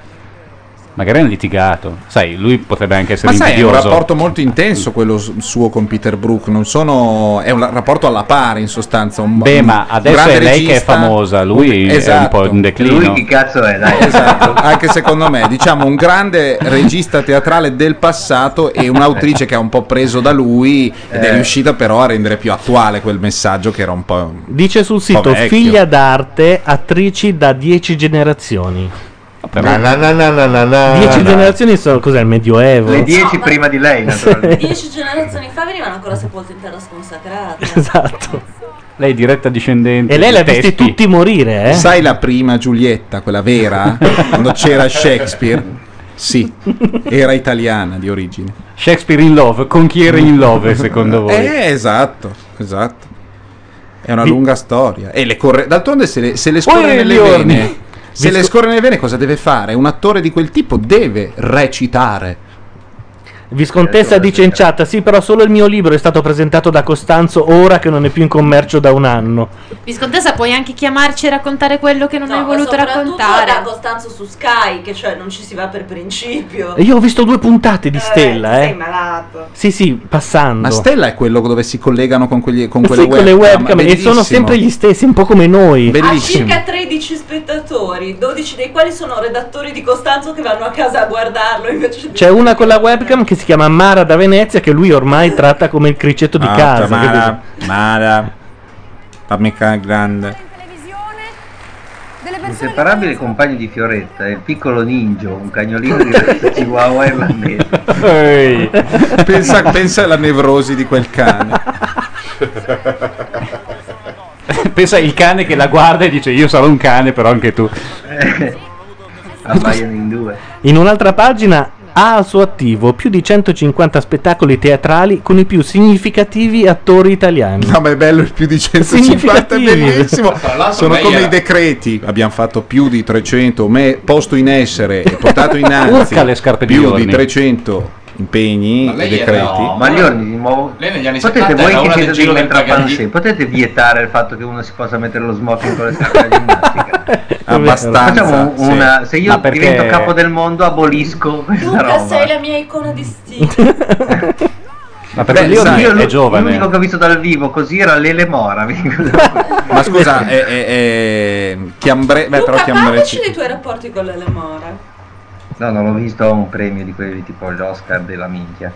S19: Magari hanno litigato. Sai, lui potrebbe anche essere
S10: Ma sai, è un
S19: invidioso.
S10: rapporto molto intenso quello s- suo con Peter Brook. Non sono, è un la- rapporto alla pari in sostanza. Un,
S19: Beh,
S10: un
S19: ma adesso
S10: grande
S19: è lei che è
S10: regista.
S19: famosa, lui è un
S10: Esatto.
S19: po' in declino.
S22: cazzo è? Dai.
S10: Esatto, anche secondo me, diciamo un grande regista teatrale del passato e un'autrice che ha un po' preso da lui ed è
S1: Eh.
S10: riuscita però a rendere più attuale quel messaggio che era un po'.
S1: Dice sul sito
S10: vecchio.
S1: figlia d'arte, attrici da 10 generazioni.
S10: Na, na,
S1: 10 generazioni sono cos'è il medioevo?
S22: le 10 prima di lei, naturalmente.
S16: Dieci generazioni fa venivano ancora sepolte in terra sconsacrata.
S1: Esatto.
S19: Lei è diretta discendente.
S10: E lei
S19: di
S10: li ha visti
S19: testi.
S1: Tutti morire, eh?
S10: Sai la prima Giulietta, quella vera, quando c'era Shakespeare? Sì, era italiana di origine.
S19: Shakespeare in love, con chi era in love secondo voi?
S10: Eh, esatto, esatto. È una lunga storia. E le corre... D'altronde se le, se le scorre
S8: Poi
S10: nelle
S8: gli orni.
S10: vene... Se le scorre nelle vene cosa deve fare? Un attore di quel tipo deve recitare.
S1: Viscontessa dice in chat: Sì, però solo il mio libro è stato presentato da Costanzo ora che non è più in commercio da un anno.
S2: Viscontessa, puoi anche chiamarci e raccontare quello che non hai voluto raccontare.
S16: da Costanzo su Sky, che cioè non ci si va per principio.
S1: E io ho visto due puntate di
S16: Eh,
S1: Stella,
S16: sei
S1: eh.
S16: malato.
S1: Sì, sì, passando.
S10: Ma Stella è quello dove si collegano con, quegli, con
S1: Sì,
S10: quelle
S1: con le webcam e
S10: Bellissimo.
S1: sono sempre gli stessi, un po' come
S16: Ah,
S1: noi.
S16: Ha circa 13 spettatori, 12 dei quali sono redattori di Costanzo che vanno a casa a guardarlo invece di
S1: C'è una con la webcam che si chiama Mara da Venezia, che lui ormai tratta come il cricetto di
S10: Ah,
S1: casa.
S10: Mara,
S1: Mara, fammi
S10: grande.
S22: Inseparabile compagno di Fioretta, il piccolo ninja, un cagnolino di razza chihuahua irlandese.
S10: pensa, pensa alla nevrosi di quel cane.
S19: Pensa il cane che la guarda e dice: Io sarò un cane, però anche tu.
S22: Appaiono Eh, in due.
S1: In un'altra pagina ha al suo attivo più di 150 spettacoli teatrali con i più significativi attori italiani.
S10: No, ma è bello il più di 150 è bellissimo.
S8: Tra l'altro,
S10: Sono
S8: lei
S10: come
S8: era-
S10: i decreti. Abbiamo fatto più di 300, me, posto in essere e portato innanzi
S19: Urca le scarpe di
S10: più di,
S19: Orni.
S10: 300 impegni
S22: Ma
S10: e
S22: lei era-
S10: decreti.
S22: no, ma gli Orni di nuovo-
S10: Lei negli anni
S22: Potete voi che siete dei
S10: Pagani.
S22: mentrapanse, potete vietare il fatto che uno si possa mettere lo smoking con le scarpe da ginnastica?
S10: Abbastanza,
S22: Facciamo
S10: sì.
S22: una, se io
S10: Ma perché-
S22: divento capo del mondo abolisco questa
S16: Luca,
S22: roba.
S16: sei la mia icona di stile.
S19: Ma perché
S22: Beh,
S19: Leon
S22: sai,
S19: è
S22: l'u-
S19: giovane.
S22: L'unico che ho visto dal vivo così era Lele Mora. mi ricordo.
S10: Ma scusa, è, è, è- Chiambre... Beh, però
S16: Luca,
S10: Chiambre...
S16: parlaci dei tuoi rapporti con l'Ele Mora.
S22: No, non l'ho visto a un premio di quelli tipo l'Oscar della minchia.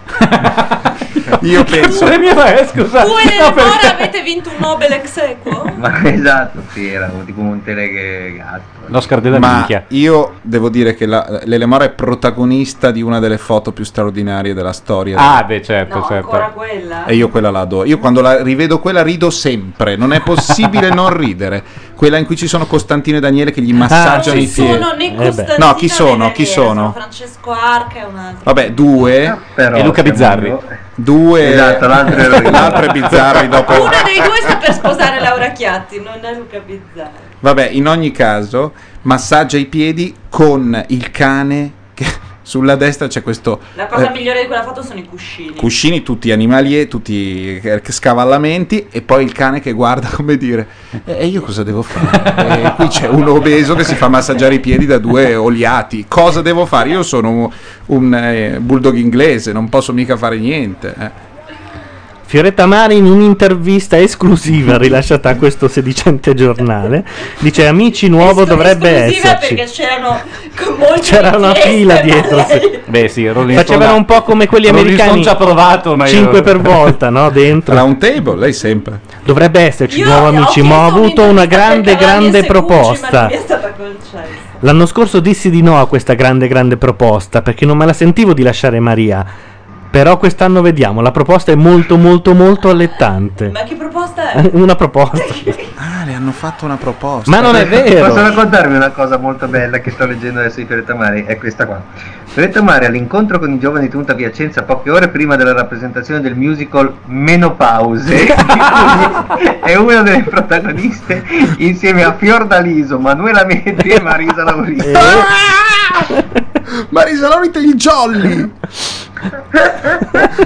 S10: Io penso.
S19: premio
S22: eh,
S19: è? Scusa.
S16: Voi e l'Ele Mora avete vinto un Nobel ex equo?
S22: Ma esatto, sì, era tipo un telegatto.
S19: L'Oscar della
S10: Ma
S19: minchia.
S10: io devo dire che la, l'Elemora è protagonista di una delle foto più straordinarie della storia.
S19: Ah, beh, certo,
S16: No,
S19: certo.
S16: ancora quella?
S10: E io quella la do. Io quando la rivedo quella rido sempre. Non è possibile non ridere. Quella in cui ci sono Costantino e Daniele che gli
S19: Ah,
S10: massaggiano
S16: non
S10: i
S16: ci sono
S10: piedi.
S19: Eh,
S16: né Costantino
S10: no, chi
S16: né
S10: sono? Chi
S16: Daniele,
S10: sono?
S16: Francesco Arca è un altro.
S10: Vabbè, due.
S22: però,
S10: e Luca Bizzarri. Due.
S22: Esatto, l'altro è Rino.
S10: l'altro è Bizzarri dopo.
S16: Uno dei due sta per sposare Laura Chiatti, non è Luca Bizzarri.
S10: Vabbè, in ogni caso, massaggia i piedi con il cane che sulla destra c'è questo
S16: La cosa
S10: eh,
S16: migliore di quella foto sono i cuscini.
S10: cuscini, tutti animali, tutti eh, scavallamenti e poi il cane che guarda come dire e e io cosa devo fare? E qui c'è uno obeso che si fa massaggiare i piedi da due oliati. Cosa devo fare? Io sono un, un, eh, bulldog inglese, non posso mica fare niente. eh.
S1: Fioretta Mari in un'intervista esclusiva rilasciata a questo sedicente giornale dice amici nuovo dovrebbe
S16: Esclusiva
S1: esserci.
S16: perché c'erano con molti
S1: C'era una fila dietro. sì.
S19: Beh, Eh, sì, Rolling
S1: Facevano
S19: Stone-
S1: un po' come quelli
S19: Rolling
S1: americani.
S19: Stone ci ha provato, ma io-
S1: 5 per volta, no? Dentro.
S10: un table, lei sempre.
S1: Dovrebbe esserci
S16: Io
S1: nuovo
S16: ho
S1: amici,
S16: chiesto
S1: ma ho avuto una grande, grande
S16: Ma
S1: proposta.
S16: non mi è stata concessa.
S1: L'anno scorso dissi di no a questa grande, grande proposta perché non me la sentivo di lasciare Maria. Però quest'anno vediamo, la proposta è molto, molto, molto allettante.
S16: Ma che proposta è?
S1: Una proposta.
S10: Ah, le hanno fatto una proposta.
S1: Ma non è vero.
S22: Posso raccontarvi una cosa molto bella che sto leggendo adesso di Fioretta Mari? È questa qua. Fioretta Mari all'incontro con i giovani tenuto a Piacenza poche ore prima della rappresentazione del musical Menopause. è una delle protagoniste insieme a Fiordaliso, Manuela Menti e Marisa Lauriti.
S1: Eh.
S10: Marisa Lauriti gli jolly!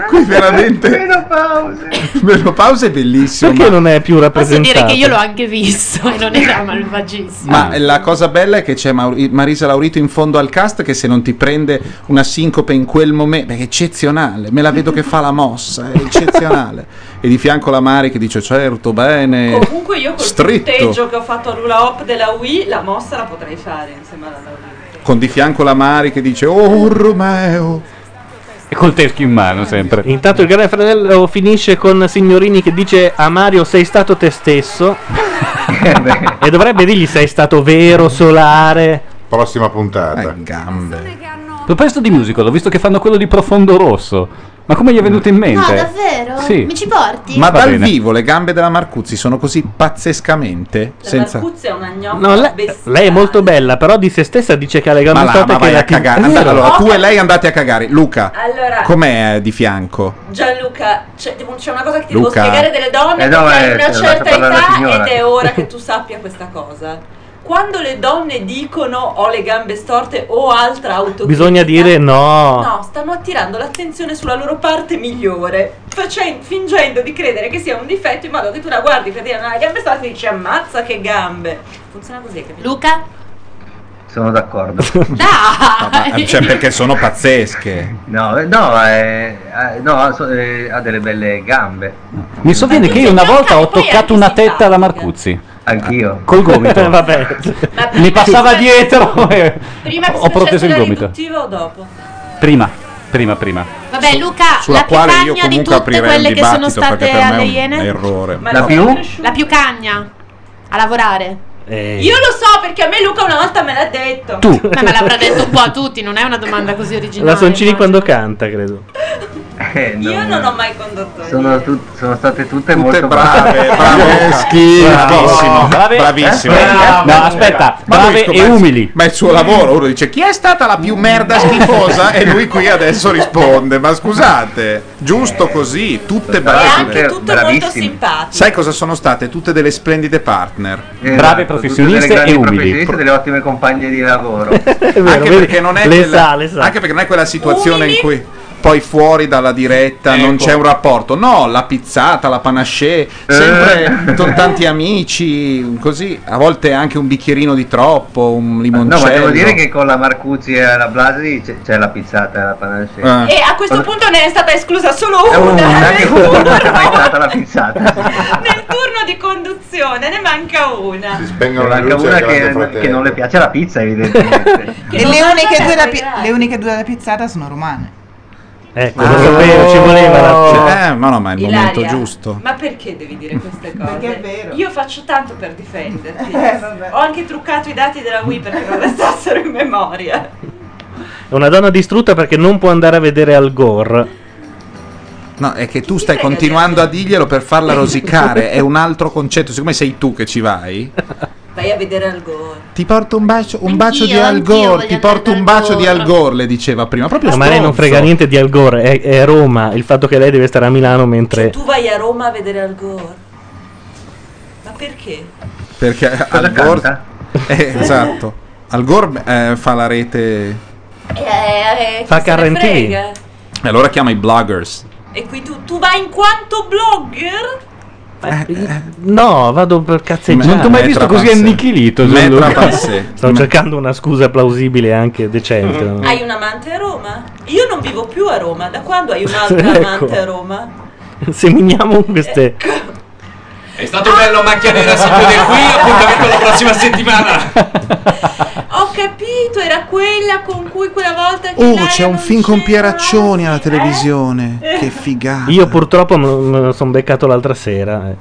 S10: Qui veramente...
S22: Menopause!
S10: Menopause è bellissimo. Perché
S1: non è più
S2: Posso dire che io l'ho anche visto e non era malvagissimo.
S10: Ma la cosa bella è che c'è Maur- Marisa Laurito in fondo al cast che se non ti prende una sincope in quel momento, è eccezionale, me la vedo che fa la mossa, è eccezionale. e di fianco la Mari che dice certo, bene.
S16: Comunque io col
S10: Stretto.
S16: punteggio che ho fatto a Lula Hop della Wii, la mossa la potrei fare insieme alla Laura.
S10: Con di fianco la Mari che dice oh Romeo.
S19: E col teschio in mano sempre.
S1: Intanto il grande fratello finisce con Signorini che dice a Mario sei stato te stesso. e dovrebbe dirgli sei stato vero, solare.
S3: Prossima puntata.
S10: gambe.
S19: proposito di musical, ho visto che fanno quello di Profondo Rosso. Ma come gli è venuto in
S10: No,
S19: mente?
S10: davvero?
S19: Sì.
S10: Mi
S2: Ah, ci porti?
S10: Ma
S19: Va
S10: dal
S19: bene.
S10: vivo le gambe della Marcuzzi sono così pazzescamente senza
S16: Marcuzzi è una gnocca
S10: No, lei-
S16: bestia.
S1: Lei è molto bella, però di se stessa dice che ha le gambe
S10: Ma là,
S1: storte
S10: ma
S1: e che
S10: vai
S1: la
S10: a
S1: chi-
S10: cagare.
S1: È
S10: Andate-
S1: vero.
S10: allora, tu e lei andate a cagare. Luca,
S16: Allora,
S10: com'è di fianco?
S16: Gianluca, c'è, devo- c'è una cosa che ti
S10: Luca.
S16: devo spiegare delle donne
S10: Eh,
S16: perché
S10: no,
S16: hai
S10: eh,
S16: una
S10: lascia
S16: certa
S10: parlare la
S16: età
S10: signora.
S16: ed è ora che tu sappia questa cosa. Quando le donne dicono ho le gambe storte o altra autocritica,
S1: Bisogna dire no.
S16: No, stanno attirando l'attenzione sulla loro parte migliore, facen- fingendo di credere che sia un difetto in modo che tu la guardi per dire "No, le gambe storte e dici ammazza che gambe. Funziona così, capito?
S2: Luca?
S22: Sono d'accordo.
S10: ma- cioè, perché sono pazzesche.
S22: No, eh, no, eh, eh, no, so- eh, ha delle belle gambe.
S19: Mi sovviene che io una volta ho toccato una tetta alla Marcuzzi.
S22: Anch'io.
S19: Col gomito.
S1: Vabbè.
S19: Mi passava dietro e
S16: Prima che
S19: ho proteso il gomito.
S16: riduttivo o dopo?
S19: Prima, prima, prima.
S2: Vabbè, Luca,
S19: sulla
S2: Ah, la più
S19: quale io
S2: cagna di
S19: comunque
S2: tutte
S19: aprirei un
S2: quelle che sono
S19: dibattito, perché
S2: state
S19: per me è
S2: alle
S19: un
S2: Iene?
S10: Errore.
S16: Ma
S2: La
S16: non
S2: più?
S16: sono cresciuta.
S2: La più cagna a lavorare.
S1: Eh,
S19: Eh.
S16: Io lo so perché a me Luca una volta me l'ha detto.
S1: Tu.
S2: Beh, ma l'avrà detto un po' a tutti, non è una domanda così originale.
S1: La Soncini quando canta, credo.
S22: Eh, no,
S16: Io non ho mai condotto.
S22: sono, tut- sono state tutte, molto
S10: brave,
S22: brave.
S10: Bravissimo, bravissimo.
S19: Eh? No, aspetta,
S10: Ma lui
S19: brave
S10: sto-
S19: e
S10: ma-
S19: umili.
S10: Ma è il suo lavoro, uno dice chi è stata la più merda schifosa e lui qui adesso risponde, ma scusate,
S22: Eh,
S10: giusto così, tutte
S16: E
S10: brave.
S16: anche tutto molto simpatico.
S10: Sai cosa sono state? Tutte delle splendide partner.
S22: Eh, esatto, tutte delle grandi professioniste, delle ottime compagne di lavoro.
S10: anche, perché non è
S22: le
S10: quella,
S22: sa, le sa.
S10: anche perché non è quella situazione in cui poi fuori dalla diretta non
S22: Ecco.
S10: c'è un rapporto. No, la pizzata, la panaché,
S22: Eh.
S10: sempre con tanti amici, così, a volte anche un bicchierino di troppo, un
S22: No,
S10: limoncello.
S22: ma devo dire che con la Marcuzzi e la Blasi c'è, c'è la pizzata e la panache.
S10: Eh.
S16: E a questo punto ne è stata esclusa solo
S22: È
S16: una.
S22: una
S16: nel,
S22: che
S16: turno,
S22: non è mai stata la pizzata.
S16: nel turno di conduzione ne manca una.
S22: C'è anche una che, che non le piace la pizza, evidentemente.
S20: E le uniche, due da pi- le uniche due da pizzata sono romane.
S1: Ecco,
S10: Ah.
S1: lo sapevo, ci voleva
S22: Oh.
S1: la
S10: Eh, ma no, ma è il
S16: Ilaria,
S10: momento giusto.
S16: Ma perché devi dire queste cose?
S20: Perché è vero.
S16: Io faccio tanto per difenderti.
S20: Eh, vabbè.
S16: Ho anche truccato i dati della Wii perché non restassero in memoria.
S1: È una donna distrutta perché non può andare a vedere Al Gore.
S10: No, è che tu stai continuando a dirglielo per farla rosicare, è un altro concetto, siccome sei tu che ci vai.
S16: Vai a vedere al gol.
S10: Ti porto un bacio, un bacio di
S16: Anch'io,
S10: Al Gore,
S16: anch'io
S10: ti
S16: voglio
S10: porto un bacio di
S16: Gore.
S10: Al Gore, le diceva prima,
S1: Ma
S10: proprio
S1: a lei non
S10: stronzo.
S1: frega niente di Al Gore, è, è Roma, il fatto che lei deve stare a Milano mentre...
S16: Tu vai a Roma a vedere al gol. Ma perché?
S10: Perché Al Gore Eh, esatto. Al Gore eh, fa la rete
S16: Eh, eh, chi se
S10: Fa
S16: ne
S10: Carrentini.
S16: frega?
S10: e allora chiama i bloggers.
S16: E qui tu, tu vai in quanto blogger?
S1: Eh, No, vado per cazzeggiare.
S19: Non ti ho mai visto così annichilito, Gianluca.
S1: Stavo cercando una scusa plausibile e anche
S10: Esatto.
S1: decente. no?
S16: Mm. Hai un amante a Roma? Io non vivo più a Roma, da quando hai un altro
S1: Ecco.
S16: amante a Roma?
S1: Seminiamo queste...
S9: È stato bello macchia nera, si chiude qui, appuntamento la prossima settimana.
S16: Ho capito, era quella con cui quella volta che Eh?
S10: Oh,
S16: Ilaria
S10: c'è un
S16: non-
S10: film con Pieraccioni alla televisione.
S16: Eh?
S10: Che figata.
S1: Io purtroppo me lo sono beccato l'altra sera. eh.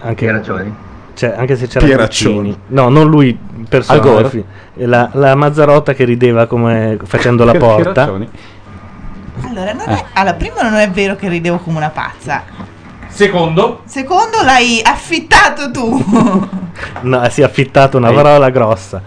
S1: Anche, Cioè, anche se c'era
S10: Pieraccioni.
S1: Guccini. No, non lui
S19: Al Gore?
S1: personale. La, la Mazzarotta che rideva come facendo la porta.
S19: Pieraccioni.
S20: Allora, non è- allora, primo non è vero che ridevo come una pazza.
S4: Secondo,
S20: Secondo, l'hai affittato tu.
S1: No, si è affittato una parola grossa.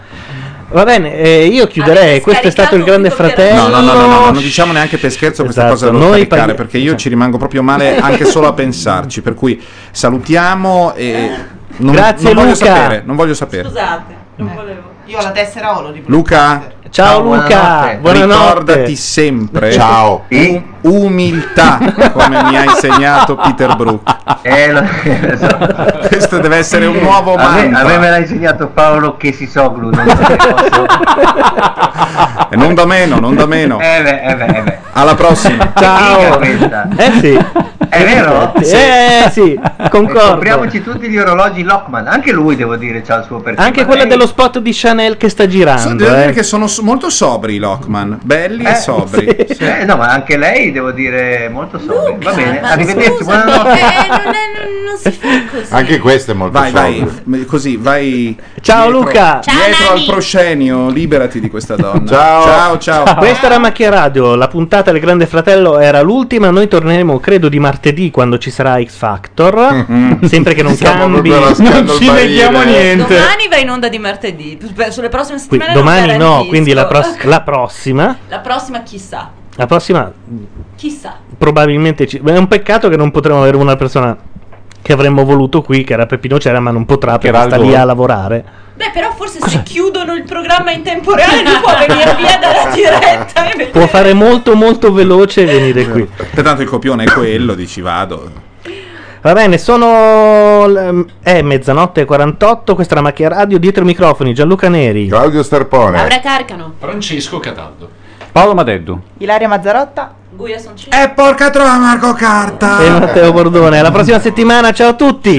S1: Va bene, eh, io chiuderei. Questo è stato il Grande Fratello.
S10: No, no, no, no, no, non diciamo neanche per scherzo questa
S1: Eh, Esatto,
S10: cosa da non
S1: noi parli-
S10: caricare,
S1: Esatto.
S10: perché io ci rimango proprio male anche solo a pensarci. Per cui salutiamo e. Non,
S1: Grazie,
S10: non voglio
S1: Luca.
S10: sapere, non voglio sapere.
S16: Scusate, non volevo.
S20: Eh. Io ho la tessera oro di
S10: Luca.
S1: Ciao, Luca, buonanotte.
S10: Ricordati sempre.
S22: Ciao.
S10: u- Umiltà, come mi ha insegnato Peter Brook.
S22: Eh,
S10: Questo deve essere un nuovo
S22: a me,
S10: mantra.
S22: a me me l'ha insegnato Paolo che si soglu. Non
S10: E Eh, non da meno, non da meno.
S22: Eh beh, eh beh, eh beh.
S10: Alla prossima.
S22: Ciao.
S1: Eh sì.
S22: È vero?
S1: Eh, sì, concordo.
S22: E Compriamoci tutti gli orologi Lockman, anche lui devo dire c'ha il suo perché.
S1: Anche quella dello spot di Chanel che sta girando.
S22: So-
S10: Devo
S1: eh.
S10: dire che sono s- molto sobri i Lockman, belli e
S22: Eh,
S10: sobri.
S22: sì. Eh, no, ma anche lei devo dire molto sobria. Va bene,
S10: ma
S22: arrivederci,
S10: scusa,
S22: buonanotte.
S10: Anche
S3: Anche questo è molto
S10: vai, vai,
S3: sobrio.
S10: m- così, vai.
S1: Ciao,
S10: dietro-
S1: Luca. Ciao,
S10: Dietro
S1: Nani.
S10: al proscenio, liberati di questa donna.
S1: Ciao.
S10: ciao. ciao.
S1: Questa era Macchia Radio, la puntata del Grande Fratello era l'ultima, noi torneremo credo di martedì quando ci sarà X Factor, sempre che non
S3: Stiamo
S1: cambi,
S3: proprio rascando il barile.
S16: Domani va in onda di martedì. per- Sulle prossime
S1: Qui-
S16: settimane. non
S1: domani no,
S16: garantisco.
S1: quindi la, pros- la prossima,
S16: La prossima, chissà.
S1: la prossima
S16: Chissà.
S1: probabilmente ci- è un peccato che non potremo avere una persona che avremmo voluto qui, che era Peppino Cera, ma non potrà perché
S16: era al
S1: sta
S16: volo.
S1: lì a lavorare.
S16: Beh, però forse se chiudono il programma in tempo reale lui può venire via dalla diretta. e venire-
S1: Può fare molto molto veloce e venire qui.
S10: Pertanto il copione è quello, dici vado.
S1: Va bene, sono l- mm, è mezzanotte e 48, questa è la macchia radio, dietro i microfoni Gianluca Neri,
S3: Claudio Sterpone,
S26: Laura Carcano.
S4: Francesco Cataldo.
S1: Paolo Madeddu
S20: Ilaria Mazzarotta.
S16: Guia Soncini.
S10: E porca trova Marco Carta. Eh,
S1: e Matteo Bordone. Alla prossima settimana, ciao a tutti.